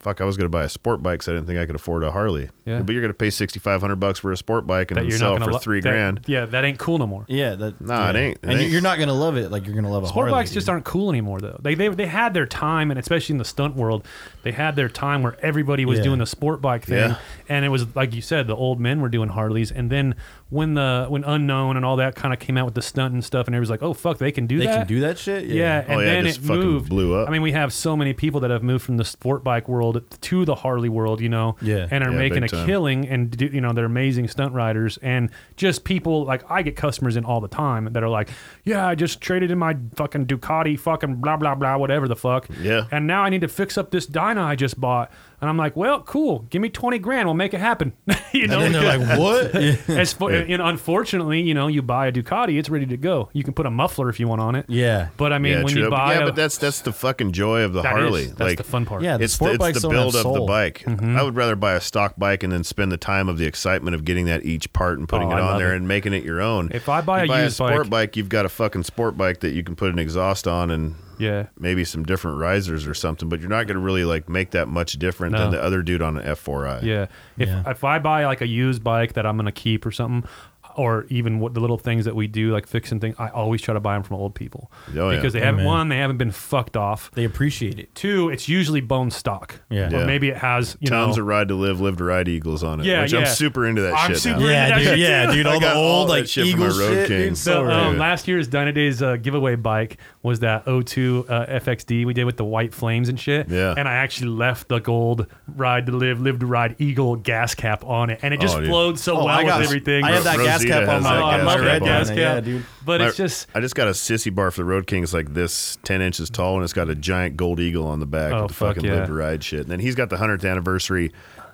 Speaker 3: Fuck! I was gonna buy a sport bike, so I didn't think I could afford a Harley.
Speaker 1: Yeah.
Speaker 3: But you're gonna pay sixty five hundred bucks for a sport bike and
Speaker 1: That
Speaker 3: then
Speaker 1: you're
Speaker 3: sell
Speaker 1: not
Speaker 3: it
Speaker 1: gonna
Speaker 3: for
Speaker 1: lo-
Speaker 3: three
Speaker 1: that-
Speaker 3: grand.
Speaker 1: Yeah, that ain't cool no more.
Speaker 2: yeah, that,
Speaker 3: Nah, it
Speaker 2: yeah.
Speaker 3: ain't- it
Speaker 2: and you-
Speaker 3: ain't.
Speaker 2: you're not gonna love it like you're gonna love a
Speaker 1: Sport
Speaker 2: Harley.
Speaker 1: bikes just aren't cool anymore, though. They, they they had their time, and especially in the stunt world, they had their time where everybody was
Speaker 2: Yeah.
Speaker 1: doing the sport bike thing,
Speaker 3: Yeah.
Speaker 1: and it was like you said, the old men were doing Harleys, and then when the when unknown and all that kind of came out with the stunt and stuff, and everybody's like, oh fuck, they can do
Speaker 2: They
Speaker 1: that.
Speaker 2: can do that shit.
Speaker 1: Yeah, and
Speaker 3: yeah, it
Speaker 1: then
Speaker 3: just
Speaker 1: it
Speaker 3: fucking
Speaker 1: moved.
Speaker 3: blew up.
Speaker 1: I mean, we have so many people that have moved from the sport bike world to the Harley world, you know,
Speaker 2: Yeah.
Speaker 1: and are
Speaker 3: Yeah,
Speaker 1: making
Speaker 3: big
Speaker 1: a
Speaker 3: time.
Speaker 1: killing, and do, you know, they're amazing stunt riders, and just people like I get customers in all the time that are like, yeah, I just traded in my fucking Ducati, fucking blah blah blah, whatever the fuck,
Speaker 3: Yeah.
Speaker 1: and now I need to fix up this Dyna I just bought, and I'm like, well, cool, give me twenty grand, we'll make it happen, <laughs> you know.
Speaker 2: And then they're <laughs> like, what? Yeah.
Speaker 1: As
Speaker 3: <laughs>
Speaker 1: for, and unfortunately, you know, you buy a Ducati, it's ready to go. You can put a muffler if you want on it.
Speaker 2: Yeah.
Speaker 1: But I mean,
Speaker 3: yeah,
Speaker 1: when
Speaker 3: true.
Speaker 1: you buy,
Speaker 3: yeah,
Speaker 1: a-
Speaker 3: but that's that's the fucking joy of the
Speaker 1: that is-
Speaker 3: Harley.
Speaker 1: that's
Speaker 3: like
Speaker 1: the fun part.
Speaker 2: Yeah, the
Speaker 3: it's
Speaker 2: sport
Speaker 3: the,
Speaker 2: bikes
Speaker 3: it's the
Speaker 2: don't have
Speaker 3: build of the
Speaker 2: soul.
Speaker 3: bike.
Speaker 1: Mm-hmm.
Speaker 3: I would rather buy a stock bike and then spend the time of the excitement of getting that each part and putting
Speaker 1: Oh,
Speaker 3: it
Speaker 1: I love
Speaker 3: on there
Speaker 1: it.
Speaker 3: and making it your own.
Speaker 1: If I buy
Speaker 3: You
Speaker 1: a used
Speaker 3: sport
Speaker 1: bike-
Speaker 3: bike, you've got a fucking sport bike that you can put an exhaust on and
Speaker 1: yeah.
Speaker 3: maybe some different risers or something, but you're not going to really like make that much different
Speaker 1: No.
Speaker 3: than the other dude on an F4i.
Speaker 1: Yeah. If
Speaker 2: Yeah.
Speaker 1: if I buy like a used bike that I'm gonna keep or something, or even what the little things that we do like fixing things, I always try to buy them from old people
Speaker 3: Oh, yeah.
Speaker 1: because they haven't
Speaker 2: Amen.
Speaker 1: one, they haven't been fucked off.
Speaker 2: They appreciate it.
Speaker 1: Two, it's usually bone stock.
Speaker 2: Yeah.
Speaker 1: Or
Speaker 3: Yeah.
Speaker 1: maybe it has you
Speaker 3: Tom's
Speaker 1: know.
Speaker 3: a ride to live, live to ride Eagles on it.
Speaker 1: Yeah,
Speaker 3: which
Speaker 1: yeah.
Speaker 3: I'm super into that
Speaker 1: I'm
Speaker 3: shit.
Speaker 1: super
Speaker 3: now.
Speaker 1: into that <laughs> shit, too.
Speaker 2: dude.
Speaker 3: I got all that shit from my Road King.
Speaker 2: dude,
Speaker 1: So,
Speaker 2: rad.
Speaker 1: um, last year's Dyna Days uh, giveaway bike was that 02 uh, FXD we did with the white flames and shit.
Speaker 3: Yeah.
Speaker 1: And I actually left the gold ride to live, live to ride eagle gas cap on it, and it just
Speaker 3: Oh, dude.
Speaker 1: flowed so
Speaker 2: Oh,
Speaker 1: well
Speaker 2: I got
Speaker 1: with everything.
Speaker 2: I had that gas
Speaker 3: Rosita
Speaker 2: cap on
Speaker 3: has
Speaker 2: my,
Speaker 3: that
Speaker 1: Oh, I
Speaker 3: gas
Speaker 1: love
Speaker 3: cap
Speaker 1: that
Speaker 3: on
Speaker 1: gas
Speaker 3: it.
Speaker 1: cap,
Speaker 2: Yeah, dude.
Speaker 1: But
Speaker 3: My-
Speaker 1: it's just
Speaker 3: I just got a sissy bar for the Road King's like this, ten inches tall, and it's got a giant gold eagle on the back
Speaker 1: Oh,
Speaker 3: with the
Speaker 1: fuck
Speaker 3: fucking
Speaker 1: yeah.
Speaker 3: live to ride shit. And then he's got the hundredth anniversary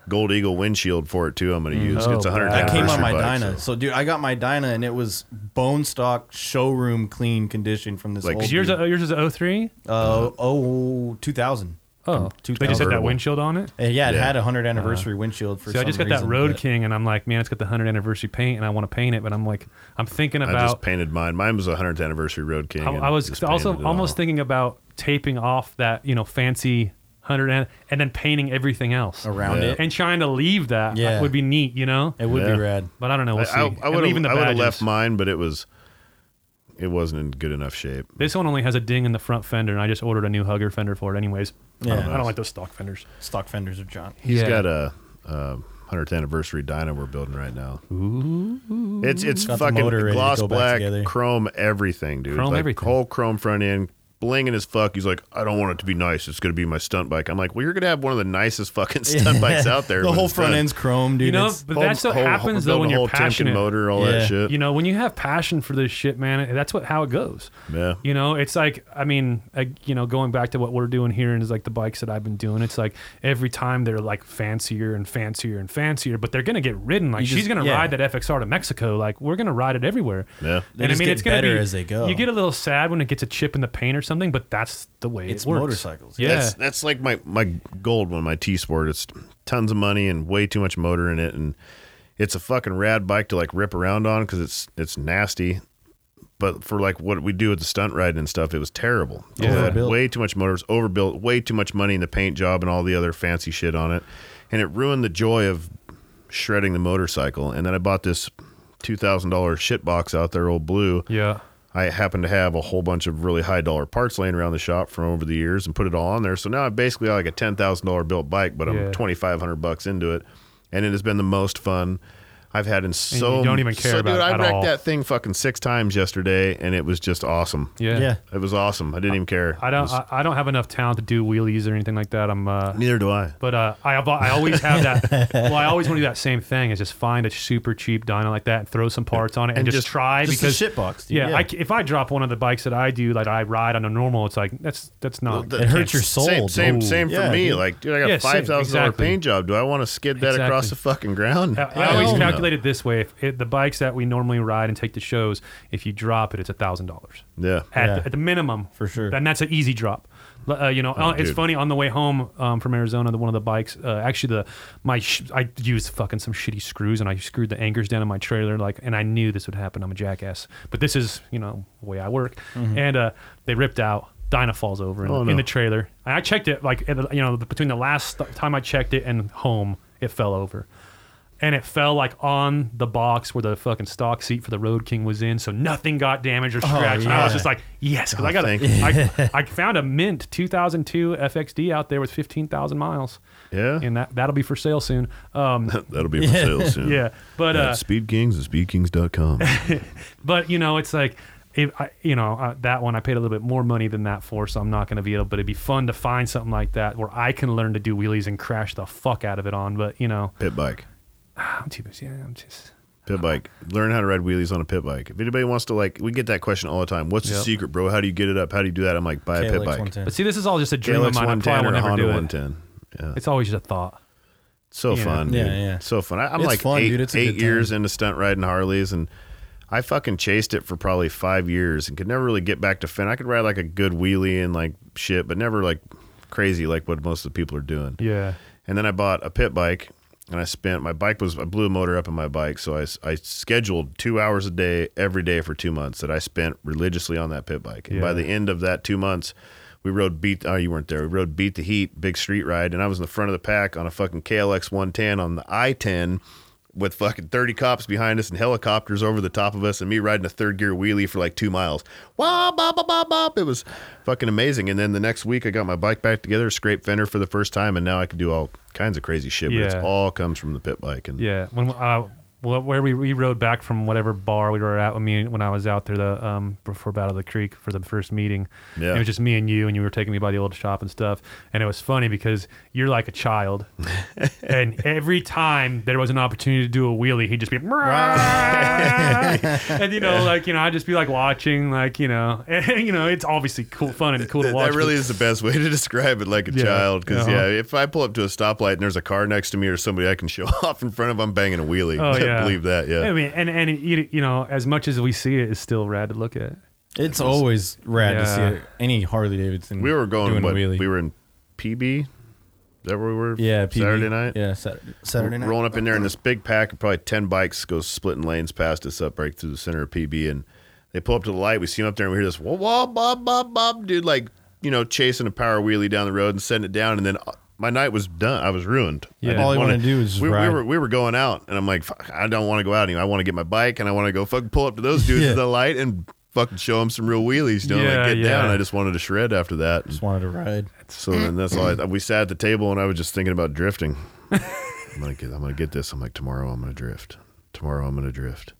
Speaker 3: gold eagle windshield for it too. I'm gonna use.
Speaker 1: Oh,
Speaker 3: it's a hundredth
Speaker 1: wow.
Speaker 2: That came on my
Speaker 3: anniversary bike,
Speaker 2: Dyna. So. dude, I got my Dyna and it was bone stock showroom clean condition from this
Speaker 3: Like,
Speaker 2: old
Speaker 1: yours, yours is a 03?
Speaker 2: uh, oh 2000.
Speaker 1: Oh, they just had
Speaker 2: 2000.
Speaker 1: that windshield on it.
Speaker 2: Uh, yeah, it
Speaker 3: Yeah.
Speaker 2: had a 100 anniversary windshield for
Speaker 1: So Uh-huh. I
Speaker 2: some
Speaker 1: just got that
Speaker 2: reason,
Speaker 1: Road
Speaker 2: but-
Speaker 1: King, and I'm like, man, it's got the hundred anniversary paint, and I want to paint it, but I'm like, I'm thinking
Speaker 3: I just
Speaker 1: about.
Speaker 3: painted mine. Mine was a hundredth anniversary Road King.
Speaker 1: I,
Speaker 3: and
Speaker 1: I was
Speaker 3: just
Speaker 1: also
Speaker 3: painted it
Speaker 1: almost
Speaker 3: all.
Speaker 1: thinking about taping off that you know fancy hundred and, and then painting everything else
Speaker 2: Around
Speaker 3: Yeah.
Speaker 2: it.
Speaker 1: and trying to leave that
Speaker 2: Oh, Yeah.
Speaker 1: would be neat, you know.
Speaker 2: It would
Speaker 3: Yeah.
Speaker 2: be rad.
Speaker 1: But I don't know. We'll see.
Speaker 3: I,
Speaker 1: And
Speaker 3: would
Speaker 1: even
Speaker 3: have.
Speaker 1: the
Speaker 3: I would have
Speaker 1: badges.
Speaker 3: left mine, but it was. It wasn't in good enough shape.
Speaker 1: This one only has a ding in the front fender, and I just ordered a new hugger fender for it. Anyways, I, don't,
Speaker 2: Yeah.
Speaker 1: I don't like those stock fenders.
Speaker 2: Stock fenders of John.
Speaker 3: He's
Speaker 1: Yeah.
Speaker 3: got a. a 100th anniversary dyno we're building right now. It's it's
Speaker 2: Got the
Speaker 3: fucking
Speaker 2: motor ready to
Speaker 3: gloss
Speaker 2: go back
Speaker 3: black,
Speaker 2: together.
Speaker 3: chrome everything, dude.
Speaker 1: Chrome
Speaker 3: like
Speaker 1: everything.
Speaker 3: whole chrome front end, blinging as fuck. He's like, I don't want it to be nice. It's gonna be my stunt bike. I'm like, well, you're gonna have one of the
Speaker 2: <laughs>
Speaker 3: nicest fucking stunt bikes out there.
Speaker 2: the
Speaker 3: when
Speaker 2: whole
Speaker 3: it's
Speaker 2: front
Speaker 3: done.
Speaker 2: end's chrome, dude.
Speaker 1: you know,
Speaker 2: It's-
Speaker 1: but
Speaker 3: Whole-
Speaker 1: that's what
Speaker 3: whole-
Speaker 1: happens though
Speaker 3: building
Speaker 1: when
Speaker 3: a
Speaker 1: you're
Speaker 3: whole Timken
Speaker 1: passionate.
Speaker 3: motor, all
Speaker 2: Yeah.
Speaker 3: that shit.
Speaker 1: You know, when you have passion for this shit, man, that's what how it goes.
Speaker 3: Yeah.
Speaker 1: You know, it's like I mean, I, you know, going back to what we're doing here and is like the bikes that I've been doing. It's like every time they're like fancier and fancier and fancier, but they're gonna get ridden. Like
Speaker 2: You
Speaker 1: she's
Speaker 2: just-
Speaker 1: gonna
Speaker 2: yeah.
Speaker 1: ride that FXR to Mexico. Like we're gonna ride it everywhere.
Speaker 3: Yeah.
Speaker 1: and
Speaker 2: They
Speaker 1: I
Speaker 2: just
Speaker 1: mean,
Speaker 2: get
Speaker 1: it's gonna
Speaker 2: better
Speaker 1: be,
Speaker 2: as they go.
Speaker 1: You get a little sad when it gets a chip in the paint or something, but that's the way
Speaker 2: It's
Speaker 1: it works.
Speaker 2: motorcycles.
Speaker 1: Yeah.
Speaker 3: That's that's like my my gold one, my T Sport. It's tons of money and way too much motor in it, and it's a fucking rad bike to like rip around on because it's it's nasty. But for like what we do with the stunt riding and stuff, it was terrible. It had
Speaker 2: Overbuilt.
Speaker 3: way too much motors, overbuilt, way too much money in the paint job and all the other fancy shit on it, and it ruined the joy of shredding the motorcycle. And then I bought this two thousand dollar shit box out there, old blue.
Speaker 1: yeah.
Speaker 3: I happen to have a whole bunch of really high dollar parts laying around the shop from over the years and put it all on there. So now I'm basically like a ten thousand dollar built bike, but
Speaker 1: Yeah.
Speaker 3: I'm twenty five hundred bucks into it, and it has been the most fun I've had in so.
Speaker 1: you don't even care
Speaker 3: so,
Speaker 1: about
Speaker 3: dude,
Speaker 1: it
Speaker 3: I
Speaker 1: at
Speaker 3: wrecked
Speaker 1: all.
Speaker 3: that thing fucking six times yesterday, and it was just awesome.
Speaker 1: Yeah.
Speaker 2: Yeah.
Speaker 3: It was awesome. I didn't even care.
Speaker 1: I
Speaker 3: It
Speaker 1: don't.
Speaker 3: was-
Speaker 1: I, I don't have enough talent to do wheelies or anything like that. I'm. Uh,
Speaker 3: neither do I.
Speaker 1: but uh, I, have- I always have <laughs> that. well, I always want to do that same thing. Is just find a super cheap dyno like that and throw some parts on it and,
Speaker 3: And
Speaker 1: just,
Speaker 3: just-
Speaker 1: try
Speaker 2: Just
Speaker 1: because
Speaker 2: a shitbox, dude.
Speaker 1: Yeah, I c if I drop one of the bikes that I do, like I ride on a normal, it's like that's that's not.
Speaker 3: The-
Speaker 1: I
Speaker 3: It
Speaker 1: can't-
Speaker 2: hurts your soul.
Speaker 3: Same, same,
Speaker 2: Ooh.
Speaker 3: same for
Speaker 2: Yeah,
Speaker 3: me.
Speaker 2: dude.
Speaker 3: Like, dude, I got
Speaker 1: Yeah,
Speaker 3: a
Speaker 1: same,
Speaker 3: five thousand dollar
Speaker 1: exactly.
Speaker 3: paint job. Do I want to skid that
Speaker 1: Exactly.
Speaker 3: across the fucking ground?
Speaker 1: I, I always
Speaker 3: Hell no.
Speaker 1: calculate it this way: if it, the bikes that we normally ride and take to shows, if you drop it, it's a thousand dollars
Speaker 3: Yeah.
Speaker 1: at
Speaker 2: Yeah.
Speaker 1: the- at the minimum
Speaker 2: For sure.
Speaker 1: and that's an easy drop. L- Uh, you know, uh, it's
Speaker 3: dude.
Speaker 1: funny on the way home um, from Arizona. The one of the bikes, uh, actually, the my sh- I used fucking some shitty screws and I screwed the anchors down in my trailer. Like, and I knew this would happen. I'm a jackass, but this is you know the way I work. And uh, they ripped out. Dinah falls over in,
Speaker 3: Oh,
Speaker 1: in
Speaker 3: no.
Speaker 1: the trailer. And I checked it like at the- you know between the last th- time I checked it and home, it fell over. And it fell like on the box where the fucking stock seat for the Road King was in, so nothing got damaged or scratched. And I was
Speaker 2: yeah.
Speaker 1: just like, yes, because I got
Speaker 3: Oh, thank
Speaker 1: a, <laughs> I, I found a mint 2002 FXD out there with 15,000 miles.
Speaker 3: Yeah.
Speaker 1: And that, that'll be for sale soon. Um,
Speaker 3: That'll
Speaker 2: <laughs>
Speaker 3: be for sale soon.
Speaker 1: yeah. But,
Speaker 3: At
Speaker 1: uh,
Speaker 3: Speed Kings and
Speaker 1: <laughs>
Speaker 3: speedkings.com.
Speaker 1: but you know, it's like, if I, you know, uh, that one I paid a little bit more money than that for, so I'm not going to be able, but it'd be fun to find something like that where I can learn to do wheelies and crash the fuck out of it on. But, you know, <sighs>
Speaker 3: pit bike.
Speaker 1: I'm too busy. I'm just,
Speaker 3: Pit bike. Learn how to ride wheelies on a pit bike. If anybody wants to, like, we get that question all the time. What's the
Speaker 1: Yep.
Speaker 3: secret, bro? How do you get it up? How do you do that? I'm like, buy a pit bike.
Speaker 1: but see, this is all just a dream of
Speaker 3: KLX
Speaker 1: mine. I
Speaker 3: 110
Speaker 1: probably
Speaker 3: or
Speaker 1: will
Speaker 3: a
Speaker 1: never
Speaker 3: Honda
Speaker 1: do it.
Speaker 3: 110. Yeah.
Speaker 1: It's always just a thought.
Speaker 3: So
Speaker 1: Yeah.
Speaker 3: fun.
Speaker 2: Yeah,
Speaker 3: dude.
Speaker 2: yeah.
Speaker 3: So fun. I, I'm
Speaker 2: It's
Speaker 3: like
Speaker 2: fun,
Speaker 3: eight,
Speaker 2: dude. It's a
Speaker 3: eight
Speaker 2: good time.
Speaker 3: years into stunt riding Harleys, and I fucking chased it for probably five years and could never really get back to fin. I could ride like a good wheelie and like shit, but never like crazy like what most of the people are doing.
Speaker 1: Yeah.
Speaker 3: And then I bought a pit bike and I spent my bike was I blew a motor up in my bike. So I, s- I scheduled two hours a day every day for two months that I spent religiously on that pit bike. And by
Speaker 1: Yeah.
Speaker 3: the end of that two months, we rode beat. Oh, you weren't there. We rode beat the heat, big street ride, and I was in the front of the pack on a fucking KLX 110 on the I 10 with fucking 30 cops behind us and helicopters over the top of us and me riding a third gear wheelie for like two miles. Wow, bop, bop, bop, bop. It was fucking amazing. And then the next week I got my bike back together, scraped fender for the first time, and now I can do all kinds of crazy shit. But it's
Speaker 1: Yeah.
Speaker 3: all comes from the pit bike. And
Speaker 1: Yeah, when uh, well, where we, we rode back from whatever bar we were at when me when I was out there the um before Battle of the Creek for the first meeting.
Speaker 3: Yeah.
Speaker 1: it was just me and you, and you were taking me by the old shop and stuff. And it was funny because you're like a
Speaker 3: <laughs>
Speaker 1: child, and every time there was an opportunity to do a wheelie, he'd just be.
Speaker 3: <laughs>
Speaker 1: and you know, like you know, I'd just be like watching, like you know, <laughs> and, you know, it's obviously cool, fun, and cool to
Speaker 3: That-
Speaker 1: watch.
Speaker 3: that really
Speaker 1: but-
Speaker 3: is the best way to <laughs> describe it like a
Speaker 1: Yeah.
Speaker 3: child because
Speaker 1: Uh-huh.
Speaker 3: yeah if i pull up to a stoplight and there's a car next to me or somebody i can show <laughs> off in front of i'm banging a wheelie
Speaker 1: Oh, yeah.
Speaker 3: <laughs> believe that
Speaker 1: I
Speaker 3: yeah
Speaker 1: mean, and and you you know, as much as we see it, it's still rad to look at.
Speaker 2: It's always rad to see
Speaker 1: Yeah.
Speaker 2: it. any Harley Davidson.
Speaker 3: we were going
Speaker 2: doing a
Speaker 3: what,
Speaker 2: wheelie.
Speaker 3: we were in pb is that where we were
Speaker 2: yeah PB.
Speaker 3: saturday night
Speaker 2: Yeah, Saturday, Saturday night.
Speaker 3: rolling up in there in this big pack of probably 10 bikes goes splitting lanes past us up right through the center of PB and they pull up to the light we see them up there and we hear this whoa whoa bob bob bob dude like you know chasing a power wheelie down the road and setting it down and then uh, my night was done I was ruined I
Speaker 1: Yeah.
Speaker 3: didn't
Speaker 1: All
Speaker 2: you
Speaker 3: wanna-
Speaker 2: wanna do is just
Speaker 3: we, we
Speaker 2: ride.
Speaker 3: were we were going out and I'm like fuck, I don't want to go out anymore I want to get my bike and I want to go fucking pull up to those dudes
Speaker 2: Yeah.
Speaker 3: at the light and fucking show them some real wheelies don't
Speaker 1: Yeah,
Speaker 3: like get down
Speaker 1: yeah.
Speaker 3: I just wanted to shred after that
Speaker 2: Just wanted to ride.
Speaker 3: so then that's all
Speaker 2: Mm-hmm.
Speaker 3: I, we sat at the table and I was just thinking about drifting. I'm gonna get I'm gonna get this. I'm like tomorrow I'm gonna drift. Tomorrow I'm gonna drift.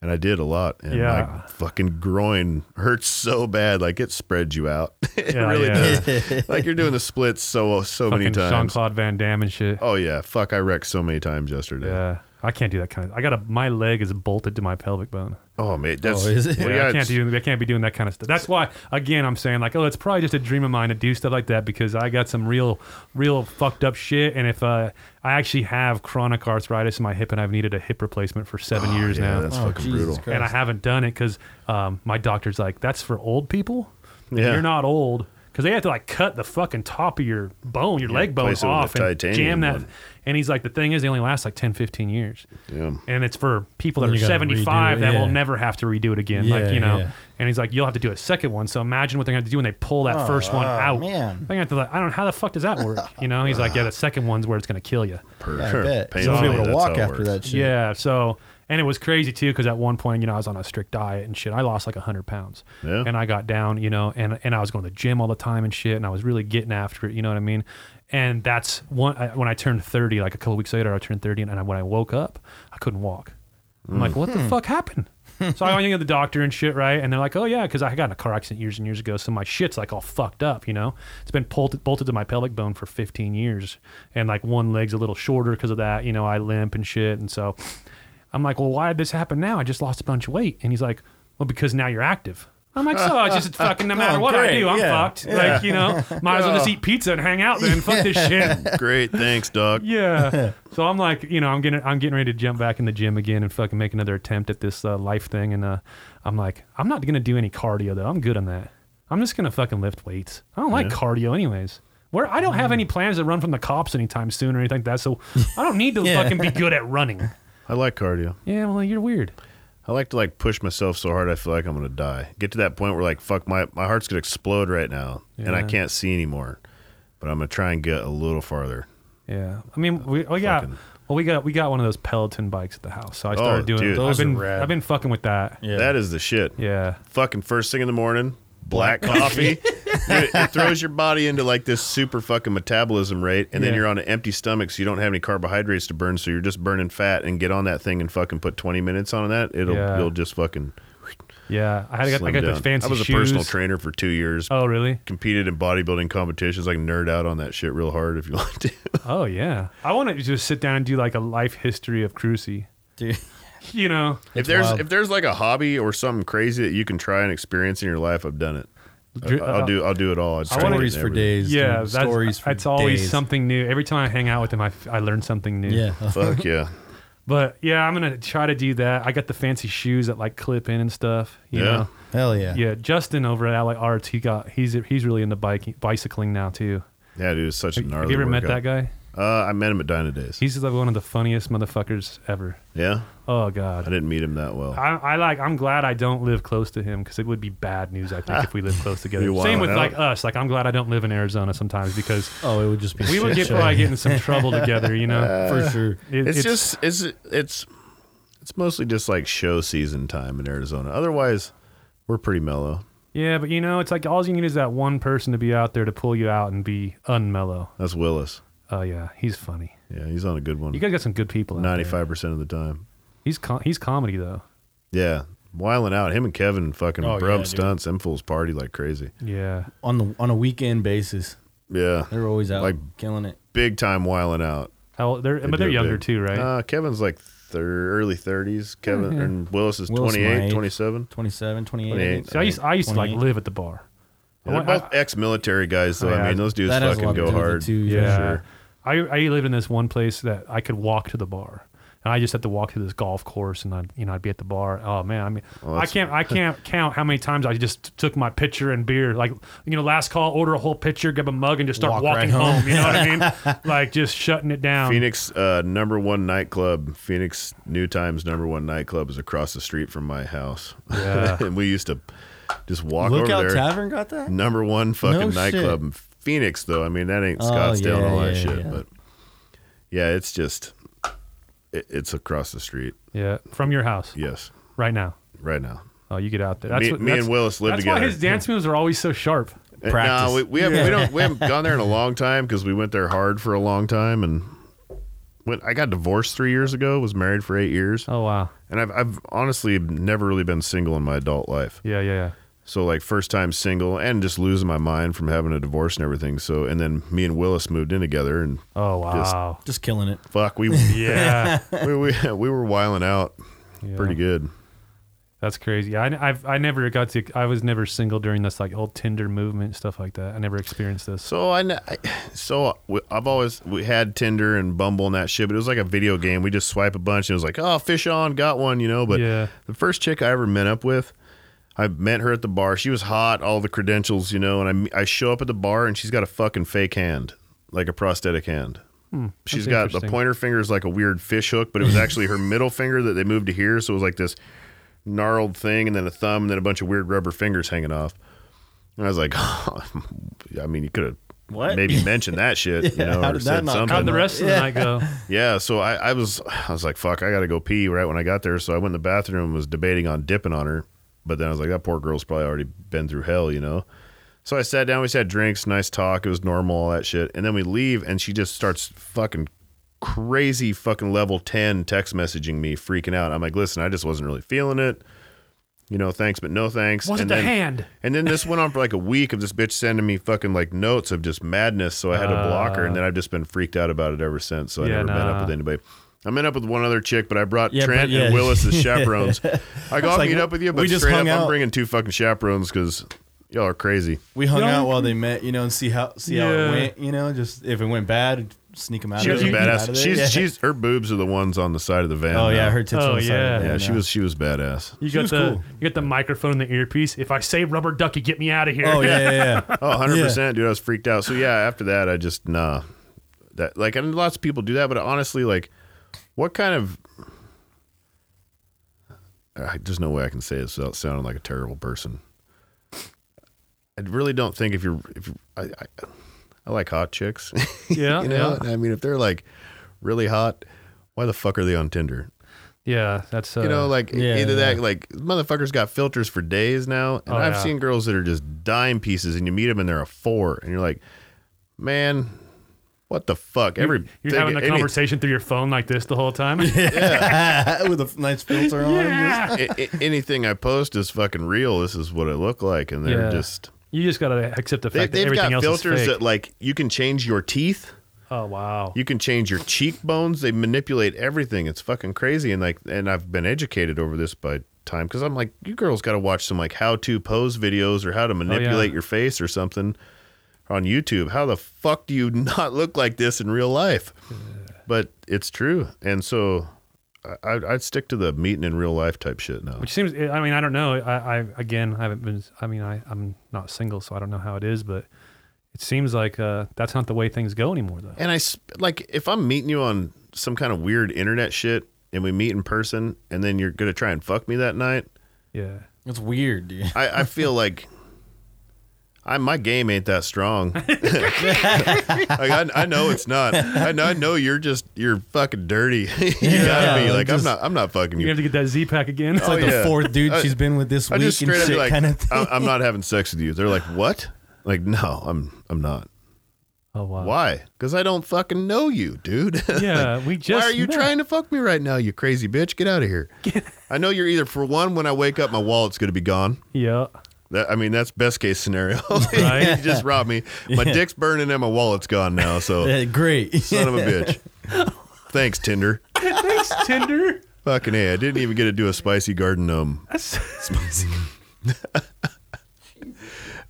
Speaker 3: And I did a lot. And
Speaker 1: Yeah.
Speaker 3: my fucking groin hurts so bad, like it spreads you out. <laughs> it
Speaker 1: Yeah,
Speaker 3: really
Speaker 1: yeah.
Speaker 3: does. like you're doing the splits so so many
Speaker 1: Fucking Jean
Speaker 3: times.
Speaker 1: Claude Van Damme and shit.
Speaker 3: Oh yeah, fuck! I wrecked so many times yesterday.
Speaker 1: Yeah, I can't do that kind of. I got to My leg is bolted to my pelvic bone.
Speaker 3: Oh man, that's
Speaker 2: Oh, is it?
Speaker 3: we
Speaker 1: Yeah, I
Speaker 3: got-
Speaker 1: can't do. I can't be doing that kind of stuff. That's why, again, I'm saying like, oh, it's probably just a dream of mine to do stuff like that because I got some real, real fucked up shit. And if uh, I actually have chronic arthritis in my hip, and I've needed a hip replacement for seven years
Speaker 3: yeah,
Speaker 1: now,
Speaker 3: that's
Speaker 2: Oh,
Speaker 3: fucking
Speaker 2: Jesus
Speaker 3: brutal.
Speaker 2: Christ.
Speaker 1: and I haven't done it because um, my doctor's like, that's for old people.
Speaker 3: Yeah.
Speaker 1: You're not old because they have to like cut the fucking top of your bone, your leg bone
Speaker 3: replace it with a
Speaker 1: off, and
Speaker 3: titanium
Speaker 1: jam that.
Speaker 3: one.
Speaker 1: And he's like, the thing is, they only last like 10, 15 years.
Speaker 3: Yeah.
Speaker 1: And it's for people that
Speaker 2: Then
Speaker 1: are
Speaker 2: you gotta
Speaker 1: 75
Speaker 2: redo it,
Speaker 1: that will
Speaker 2: yeah.
Speaker 1: never have to redo it again.
Speaker 2: Yeah,
Speaker 1: like, you know,
Speaker 2: yeah.
Speaker 1: and he's like, you'll have to do a second one. So imagine what they're going to do when they pull that first one out.
Speaker 2: man.
Speaker 1: They're gonna have to, like, I don't know, how the fuck does that
Speaker 2: <laughs>
Speaker 1: work? You know, he's like, yeah, the second one's where it's going to kill you.
Speaker 3: Per,
Speaker 2: I bet.
Speaker 3: <laughs> pain
Speaker 2: So I'll be able
Speaker 3: only,
Speaker 2: to
Speaker 3: that's
Speaker 2: walk
Speaker 3: how it
Speaker 2: after
Speaker 3: works.
Speaker 2: that shit.
Speaker 1: Yeah. So, And it was crazy too, because at one point, you know, I was on a strict diet and shit. I lost like hundred pounds.
Speaker 3: Yeah.
Speaker 1: And I got down, you know, and and I was going to the gym all the time and shit, and I was really getting after it. You know what I mean? And that's one I, when I turned thirty, like a couple weeks later, I turned thirty, and I, when I woke up, I couldn't walk. I'm like, what
Speaker 2: Hmm.
Speaker 1: the fuck
Speaker 2: <laughs>
Speaker 1: happened? so I went to the doctor and shit, right? And they're like, oh yeah, because I got in a car accident years and years ago, so my shit's like all fucked up, you know. It's been bolted, bolted to my pelvic bone for 15 years, and like one leg's a little shorter because of that, you know. I limp and shit, and so I'm like, well, why did this happen now? I just lost a bunch of weight, and he's like, well, because now you're active. I'm like, so it's
Speaker 2: <laughs>
Speaker 1: just fucking no matter
Speaker 2: Oh,
Speaker 1: what I
Speaker 2: great,
Speaker 1: do, I'm
Speaker 2: yeah, Oh.
Speaker 1: fucked. Like, you know, might as well just eat pizza and hang out then.
Speaker 2: <laughs>
Speaker 1: Fuck this shit.
Speaker 3: Great, thanks, Doc.
Speaker 1: Yeah. so I'm like, you know, I'm getting, I'm getting ready to jump back in the gym again and fucking make another attempt at this uh, life thing. And uh, I'm like, I'm not gonna do any cardio though. I'm good on that. I'm just gonna fucking lift weights. I don't like cardio anyways. Where I don't have any plans to run from the cops anytime soon or anything like that. So I don't need to fucking be good at running.
Speaker 3: I like cardio.
Speaker 1: Yeah. Well, you're weird.
Speaker 3: I like to like push myself so hard I feel like I'm gonna die. Get to that point where like fuck my my heart's gonna explode right now and I
Speaker 1: Yeah.
Speaker 3: can't see anymore. But I'm gonna try and get a little farther.
Speaker 1: Yeah. I mean, we, we got.
Speaker 3: Fucking-
Speaker 1: Well, we got we got one of those Peloton bikes at the house, so I started doing.
Speaker 3: Oh, dude.
Speaker 1: I've
Speaker 2: Those are
Speaker 1: been
Speaker 2: rad.
Speaker 1: I've been fucking with that.
Speaker 2: Yeah.
Speaker 3: That is the shit.
Speaker 1: Yeah.
Speaker 3: Fucking first thing in the morning, black coffee.
Speaker 1: <laughs>
Speaker 3: Dude, it, it throws your body into like this super fucking metabolism rate, and then
Speaker 1: Yeah.
Speaker 3: you're on an empty stomach, so you don't have any carbohydrates to burn, so you're just burning fat. And get on that thing and fucking put 20 minutes on that. It'll
Speaker 1: Yeah.
Speaker 3: you'll just fucking.
Speaker 1: Yeah. I had I got, I
Speaker 3: slim
Speaker 1: got the
Speaker 3: down.
Speaker 1: fancy
Speaker 3: I was a
Speaker 1: shoes.
Speaker 3: personal trainer for two years.
Speaker 1: Oh really?
Speaker 3: competed in bodybuilding competitions. I can nerd out on that shit real hard if you <laughs> want to.
Speaker 1: Oh yeah, I want to just sit down and do like a life history of Cruci.
Speaker 2: Dude.
Speaker 1: <laughs> You know,
Speaker 3: if there's
Speaker 2: wild.
Speaker 3: if there's like a hobby or something crazy that you can try and experience in your life, I've done it. I, I'll do I'll do it all. I'd try and
Speaker 2: Stories
Speaker 3: do
Speaker 2: for
Speaker 3: everything.
Speaker 2: days.
Speaker 1: Yeah, that's,
Speaker 2: dude. stories for
Speaker 1: it's always
Speaker 2: days.
Speaker 1: something new. Every time I hang out with him, I, f- I learn something new.
Speaker 2: Yeah.
Speaker 3: <laughs> Fuck yeah,
Speaker 1: But yeah, I'm gonna try to do that. I got the fancy shoes that like clip in and stuff. You
Speaker 3: Yeah.
Speaker 1: Know?
Speaker 2: Hell yeah.
Speaker 1: Yeah. Justin over at Alley Arts, he got he's he's really into biking bicycling now too.
Speaker 3: yeah, dude, it's such a gnarly.
Speaker 1: Have you ever met that
Speaker 3: workout.
Speaker 1: guy?
Speaker 3: Uh, I met him at Dyna Days.
Speaker 1: He's like one of the funniest motherfuckers ever.
Speaker 3: yeah,
Speaker 1: Oh
Speaker 3: I
Speaker 1: god.
Speaker 3: didn't meet him that well.
Speaker 1: I, I like. I'm glad I don't live close to him because it would be bad news. I think if we live close together.
Speaker 3: <laughs> You
Speaker 1: Same
Speaker 3: wild
Speaker 1: with like
Speaker 3: out.
Speaker 1: us. Like I'm glad I don't live in Arizona sometimes
Speaker 3: <laughs>
Speaker 1: because
Speaker 2: Oh, it would just be.
Speaker 1: we would
Speaker 2: shit
Speaker 1: get
Speaker 2: show.
Speaker 1: probably get in some trouble together. You know,
Speaker 3: <laughs> Uh,
Speaker 2: for sure.
Speaker 1: It-
Speaker 3: it's, just it's it's it's mostly just like show season time in Arizona. Otherwise, we're pretty mellow.
Speaker 1: yeah, but you know, it's like all you need is that one person to be out there to pull you out and be unmellow.
Speaker 3: That's Willis.
Speaker 1: Oh yeah, he's funny.
Speaker 3: Yeah, he's on a good one.
Speaker 1: You guys got some good people. out there.
Speaker 3: Ninety-five percent of the time.
Speaker 1: He's com- he's comedy though.
Speaker 3: Yeah. Whiling out. Him and Kevin fucking
Speaker 2: Oh,
Speaker 3: brub
Speaker 2: yeah, dude.
Speaker 3: stunts. Them fools party like crazy.
Speaker 1: Yeah,
Speaker 2: on the on a weekend basis.
Speaker 3: Yeah.
Speaker 2: They're always out
Speaker 3: Like-
Speaker 2: killing it.
Speaker 3: Big time whiling out.
Speaker 1: how old- they're
Speaker 3: They
Speaker 1: but
Speaker 3: do
Speaker 1: they're
Speaker 3: it
Speaker 1: younger
Speaker 3: big.
Speaker 1: too, right?
Speaker 3: Uh, Kevin's like thir- early 30s. Kevin
Speaker 1: yeah.
Speaker 3: and Willis is
Speaker 2: Willis is my
Speaker 3: 28,
Speaker 2: age.
Speaker 3: 27.
Speaker 2: 27, 28.
Speaker 3: 28.
Speaker 1: See, I used I used to like
Speaker 2: 28.
Speaker 1: live at the bar.
Speaker 3: Yeah, they're
Speaker 1: I-
Speaker 3: both ex-military guys, though.
Speaker 1: Oh, yeah.
Speaker 3: I mean, those dudes
Speaker 2: That has a
Speaker 3: fucking
Speaker 2: lot to
Speaker 3: go
Speaker 2: do with it,
Speaker 3: hard.
Speaker 2: too, yeah.
Speaker 1: Yeah.
Speaker 3: sure.
Speaker 1: I, I lived in this one place that I could walk to the bar. And I just had to walk to this golf course, and I, would you know, I'd be at the bar. Oh man, I mean,
Speaker 3: Well,
Speaker 1: I
Speaker 3: that's-
Speaker 1: can't,
Speaker 3: <laughs>
Speaker 1: I can't count how many times I just took my pitcher and beer, like you know, last call, order a whole pitcher, grab a mug, and just start
Speaker 2: Walk
Speaker 1: walking
Speaker 2: right
Speaker 1: home.
Speaker 2: home.
Speaker 1: You know what I mean? Like just shutting it down.
Speaker 3: Phoenix uh, number one nightclub, Phoenix New Times number one nightclub is across the street from my house.
Speaker 1: Yeah.
Speaker 3: <laughs> and we used to just walk over
Speaker 2: Lookout
Speaker 3: there.
Speaker 2: Tavern got that.
Speaker 3: number one fucking
Speaker 2: No shit.
Speaker 3: nightclub in Phoenix, though. I mean, that ain't
Speaker 2: Oh,
Speaker 3: Scottsdale and
Speaker 2: yeah,
Speaker 3: all that
Speaker 2: yeah,
Speaker 3: shit,
Speaker 2: yeah.
Speaker 3: but yeah, it's just it, it's across the street.
Speaker 1: Yeah, from your house
Speaker 3: Yes,
Speaker 1: right now.
Speaker 3: right now.
Speaker 1: Oh, you get out there. That's
Speaker 3: me
Speaker 1: what,
Speaker 3: me
Speaker 1: that's,
Speaker 3: and Willis live
Speaker 1: That's
Speaker 3: together.
Speaker 1: why his dance moves are always so sharp.
Speaker 3: Uh,
Speaker 2: Practice.
Speaker 3: No, we, we haven't we don't we haven't gone there in
Speaker 2: <laughs>
Speaker 3: a long time because we went there hard for a long time and. When I got divorced three years ago, was married for eight years,
Speaker 1: Oh wow.
Speaker 3: and I've, I've honestly never really been single in my adult life.
Speaker 1: Yeah, yeah, yeah.
Speaker 3: So like first time single, and just losing my mind from having a divorce and everything. So and then me and Willis moved in together, and
Speaker 1: Oh wow.
Speaker 2: Just killing it.
Speaker 3: fuck, we
Speaker 1: yeah.
Speaker 3: we, we, <laughs> we were wiling out
Speaker 1: Yeah.
Speaker 3: pretty good.
Speaker 1: That's crazy. I, I've, I never got to. I was never single during this like old Tinder movement stuff like that. I never experienced this.
Speaker 3: So I, kn- I so we- I've always we had Tinder and Bumble and that shit, but it was like a video game. We just swipe a bunch and it was like, oh, fish on, got one, you know. But
Speaker 1: Yeah.
Speaker 3: the first chick I ever met up with, I met her at the bar. She was hot, all the credentials, you know. And I I show up at the bar and she's got a fucking fake hand, like a prosthetic hand. She's got the
Speaker 1: Hmm, interesting.
Speaker 3: pointer finger is like a weird fish hook, but it was
Speaker 1: <laughs>
Speaker 3: actually her middle finger that they moved to here. So it was like this gnarled thing, and then a <laughs> thumb, and then a bunch of weird rubber fingers hanging off. And "Oh, I was like, I mean, you could have
Speaker 2: What?
Speaker 3: maybe mention that
Speaker 2: <laughs>
Speaker 3: shit.
Speaker 2: Yeah,
Speaker 3: you know,
Speaker 2: how
Speaker 3: or
Speaker 2: did that
Speaker 3: said
Speaker 2: not come
Speaker 3: something.
Speaker 1: How'd the
Speaker 2: up?
Speaker 1: rest of the
Speaker 2: Yeah.
Speaker 1: night <laughs> go?
Speaker 3: Yeah, so I, I was I was like, fuck, I gotta go pee right when I got there. So I went in the bathroom and was debating on dipping on her. But then I was like, that poor girl's probably already been through hell, you know? So I sat down, we just had drinks, nice talk, it was normal, all that shit. And then we leave and she just starts fucking crazy fucking level ten text messaging me, freaking out. I'm like, listen, I just wasn't really feeling it. You know, thanks, but no thanks. And
Speaker 4: Wasn't the
Speaker 3: then-
Speaker 4: hand.
Speaker 3: and then this went on for like a week of this bitch sending me fucking like notes of just madness. So I had to block
Speaker 2: Uh.
Speaker 3: her, and then I've just been freaked out about it ever since. So I
Speaker 1: Yeah,
Speaker 3: never met
Speaker 1: nah.
Speaker 3: up with anybody. I met up with one other chick, but I brought
Speaker 2: Yeah,
Speaker 3: Trent
Speaker 2: but yeah.
Speaker 3: and Willis
Speaker 2: <laughs>
Speaker 3: as chaperones. I got
Speaker 2: like,
Speaker 3: meet up with you, but
Speaker 2: we just
Speaker 3: straight up,
Speaker 2: hung
Speaker 3: I'm
Speaker 2: out.
Speaker 3: bringing two fucking chaperones because y'all are crazy.
Speaker 2: We hung out while they met, you know, and see how see how
Speaker 1: Yeah.
Speaker 2: it went, you know, just if it went bad, sneak them out.
Speaker 3: She
Speaker 2: of
Speaker 3: was a
Speaker 2: there,
Speaker 3: badass.
Speaker 2: out of there.
Speaker 3: she's
Speaker 2: Yeah.
Speaker 3: she's her boobs are the ones on the side of the
Speaker 2: <laughs>
Speaker 3: van.
Speaker 2: Oh
Speaker 3: now.
Speaker 2: yeah, her tits.
Speaker 1: Oh,
Speaker 2: on the side of
Speaker 1: yeah.
Speaker 2: the
Speaker 3: yeah.
Speaker 2: van
Speaker 3: She
Speaker 2: now.
Speaker 3: was she was badass.
Speaker 1: You
Speaker 2: She
Speaker 1: got
Speaker 2: was
Speaker 1: the
Speaker 2: cool.
Speaker 1: you got the microphone and the earpiece. If I say rubber ducky, get me out of here.
Speaker 2: Oh yeah, yeah, yeah.
Speaker 3: Oh, 100 percent, dude. I was freaked out. So yeah, after that, I just nah. That like, and lots of people do that, but honestly, like, what kind of? I there's no way I can say this without sounding like a terrible person. I really don't think if you're if you're, I, I I like hot chicks.
Speaker 1: <laughs> <laughs> Yeah,
Speaker 3: <laughs> you know,
Speaker 1: yeah.
Speaker 3: I mean, if they're like really hot, why the fuck are they on Tinder?
Speaker 1: yeah, that's uh,
Speaker 3: you know, like e-,
Speaker 2: yeah,
Speaker 3: either that, like motherfuckers got filters for days now, and
Speaker 1: Oh,
Speaker 3: I've
Speaker 1: yeah.
Speaker 3: seen girls that are just dime pieces, and you meet them and they're a four, and you're like, man, what the fuck? Every
Speaker 1: you're
Speaker 3: thing-
Speaker 1: having the
Speaker 3: any-
Speaker 1: conversation through your phone like this the whole time.
Speaker 2: <laughs> With a f- nice filter on. just-
Speaker 3: <laughs> a- a- anything I post is fucking real. This is what I look like, and they're
Speaker 1: Yeah.
Speaker 3: just
Speaker 1: You just gotta accept the
Speaker 3: they,
Speaker 1: fact that
Speaker 3: they've
Speaker 1: everything else
Speaker 3: got filters
Speaker 1: is fake.
Speaker 3: that like you can change your teeth.
Speaker 1: oh wow.
Speaker 3: You can change your cheekbones. They manipulate everything. It's fucking crazy. And like, and I've been educated over this by time because I'm like, you girls got to watch some like how to pose videos or how to manipulate your face or something on YouTube. How the fuck do you <laughs> not look like this in real life? But it's true. And so I, I'd- I'd stick to the meeting in real life type shit now.
Speaker 1: Which seems, I mean, I don't know. I, I again, I haven't been. I mean, I, I'm not single, so I don't know how it is, but it seems like uh, that's not the way things go anymore, though.
Speaker 3: And I s- like if I'm meeting you on some kind of weird internet shit and we meet in person and then you're going to try and fuck me that night.
Speaker 1: Yeah,
Speaker 2: It's weird, dude.
Speaker 3: I,
Speaker 2: <laughs>
Speaker 3: I feel like I my game ain't
Speaker 1: <laughs>
Speaker 3: that strong. like I, I know it's not. I know, I know you're just you're fucking dirty. <laughs> you gotta be
Speaker 2: Yeah,
Speaker 3: like
Speaker 2: just-
Speaker 3: I'm not. I'm not fucking
Speaker 1: you
Speaker 3: you.
Speaker 1: have to get that Z pack again.
Speaker 3: Oh,
Speaker 2: Like the
Speaker 3: yeah.
Speaker 2: fourth dude
Speaker 3: I-
Speaker 2: she's been with this
Speaker 3: I
Speaker 2: week
Speaker 3: just
Speaker 2: and
Speaker 3: straight up
Speaker 2: shit
Speaker 3: be like
Speaker 2: kind of thing.
Speaker 3: I'm, I'm not having sex with you. They're like what? Like no, I'm I'm not.
Speaker 1: oh wow.
Speaker 3: Why? Because I don't fucking know you, dude. <laughs>
Speaker 1: Yeah,
Speaker 3: Like,
Speaker 1: we just
Speaker 3: Why are you
Speaker 1: met.
Speaker 3: trying to fuck me right now, you crazy bitch? Get out of here. I know you're either for one. When I wake up, my wallet's gonna be gone. <laughs>
Speaker 1: Yeah.
Speaker 3: That, I mean, that's best case scenario. <laughs>
Speaker 1: Right.
Speaker 3: you just robbed me. My dick's burning and my wallet's gone now.
Speaker 2: <laughs>
Speaker 3: So <laughs>
Speaker 2: Yeah, great.
Speaker 3: son of a bitch. Thanks, Tinder.
Speaker 1: Thanks, Tinder.
Speaker 3: Fucking hey, I didn't even get to do a spicy garden gnome. <laughs>
Speaker 1: <laughs>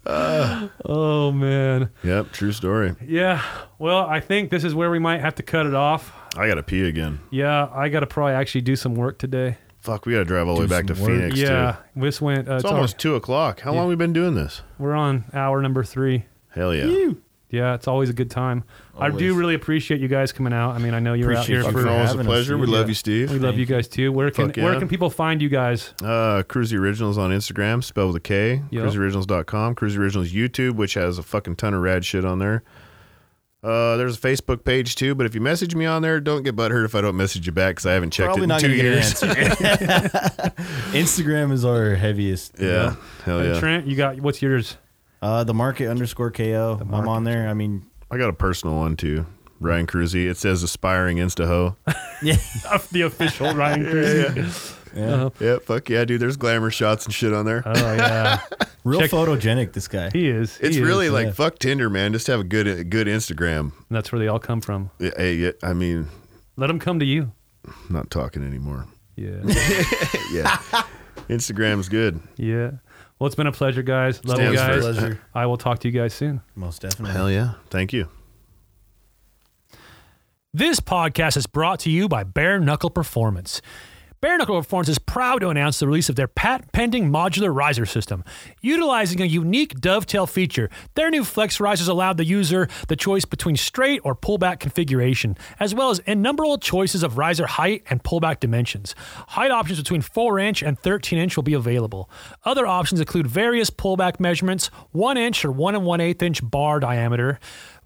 Speaker 1: Oh man.
Speaker 3: Yep, true story.
Speaker 1: Yeah. Well, I think this is where we might have to cut it off.
Speaker 3: I gotta pee again.
Speaker 1: Yeah, I gotta probably actually do some work today.
Speaker 3: Fuck, we gotta drive all the way back to
Speaker 2: some work.
Speaker 3: Phoenix.
Speaker 1: yeah,
Speaker 3: too.
Speaker 1: this went. Uh,
Speaker 3: it's almost two o'clock. How long we been doing this?
Speaker 1: we're on hour number three.
Speaker 3: Hell yeah.
Speaker 1: Yeah, it's always a good time. I do
Speaker 2: Always. really
Speaker 1: really appreciate you guys coming out. I mean, I know you're
Speaker 2: Appreciate
Speaker 1: out
Speaker 2: you
Speaker 1: here
Speaker 3: Fucking
Speaker 1: for.
Speaker 2: for
Speaker 3: always a
Speaker 2: having us,
Speaker 3: pleasure.
Speaker 2: dude.
Speaker 3: we love
Speaker 2: Yeah.
Speaker 3: you, Steve.
Speaker 1: We love you guys too. Where can
Speaker 3: Fuck
Speaker 1: where
Speaker 3: yeah.
Speaker 1: can people find you guys?
Speaker 3: Uh, Cruise the Originals on Instagram, spelled with a K.
Speaker 1: Yep.
Speaker 3: CruiseOriginals.com. Cruise the Originals YouTube, which has a fucking ton of rad shit on there. Uh, there's a Facebook page too, but if you message me on there, don't get butthurt if I don't message you back because I haven't checked
Speaker 2: Probably
Speaker 3: it in
Speaker 2: not
Speaker 3: two
Speaker 2: gonna get an
Speaker 3: years.
Speaker 2: answer. <laughs> Instagram is our heaviest.
Speaker 3: <laughs> yeah,
Speaker 2: you know?
Speaker 3: hell
Speaker 1: And
Speaker 3: Oh, yeah.
Speaker 1: Trent, you got what's yours? <laughs>
Speaker 2: Uh, the market underscore ko. I'm on there. I mean, <laughs>
Speaker 3: I got a personal one too, Ryan Cruzy. It says aspiring
Speaker 2: <laughs>
Speaker 3: insta ho.
Speaker 2: yeah,
Speaker 1: Of the official Ryan Cruise.
Speaker 3: yeah, fuck yeah, dude. There's glamour shots and shit on there.
Speaker 2: Uh,
Speaker 1: Oh yeah,
Speaker 2: real
Speaker 1: Check-
Speaker 2: photogenic. This guy.
Speaker 1: he is. he
Speaker 3: it's
Speaker 1: is.
Speaker 3: really like
Speaker 2: yeah.
Speaker 3: fuck Tinder, man. Just have a good, a good Instagram.
Speaker 1: And that's where they all come from.
Speaker 3: Yeah, Hey, yeah, I mean,
Speaker 1: Let them come to you.
Speaker 3: I'm not talking anymore.
Speaker 1: Yeah,
Speaker 2: <laughs>
Speaker 3: Yeah, Instagram's good.
Speaker 1: yeah. Well, it's been a pleasure, guys. Love you
Speaker 3: Stands
Speaker 1: guys.
Speaker 3: for-
Speaker 2: Pleasure.
Speaker 1: I will talk to you guys soon.
Speaker 2: Most definitely.
Speaker 3: Hell yeah, thank you.
Speaker 4: This podcast is brought to you by Bare Knuckle Performance. Bare Knuckle Reforms is proud to announce the release of their patent-pending modular riser system. Utilizing a unique dovetail feature, their new flex risers allowed the user the choice between straight or pullback configuration, as well as innumerable choices of riser height and pullback dimensions. Height options between 4-inch and 13-inch will be available. Other options include various pullback measurements, 1-inch or 1 and 1/8 inch bar diameter,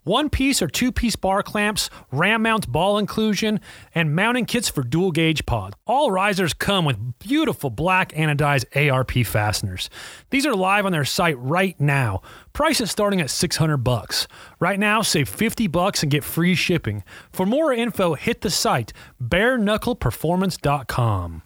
Speaker 4: one piece or two piece bar clamps, ram mount ball inclusion, and mounting kits for dual gauge pods. All risers come with beautiful black anodized ARP fasteners. These are live on their site right now. Prices starting at 600 bucks. Right now, save 50 bucks and get free shipping. For more info, hit the site bareknuckleperformance.com.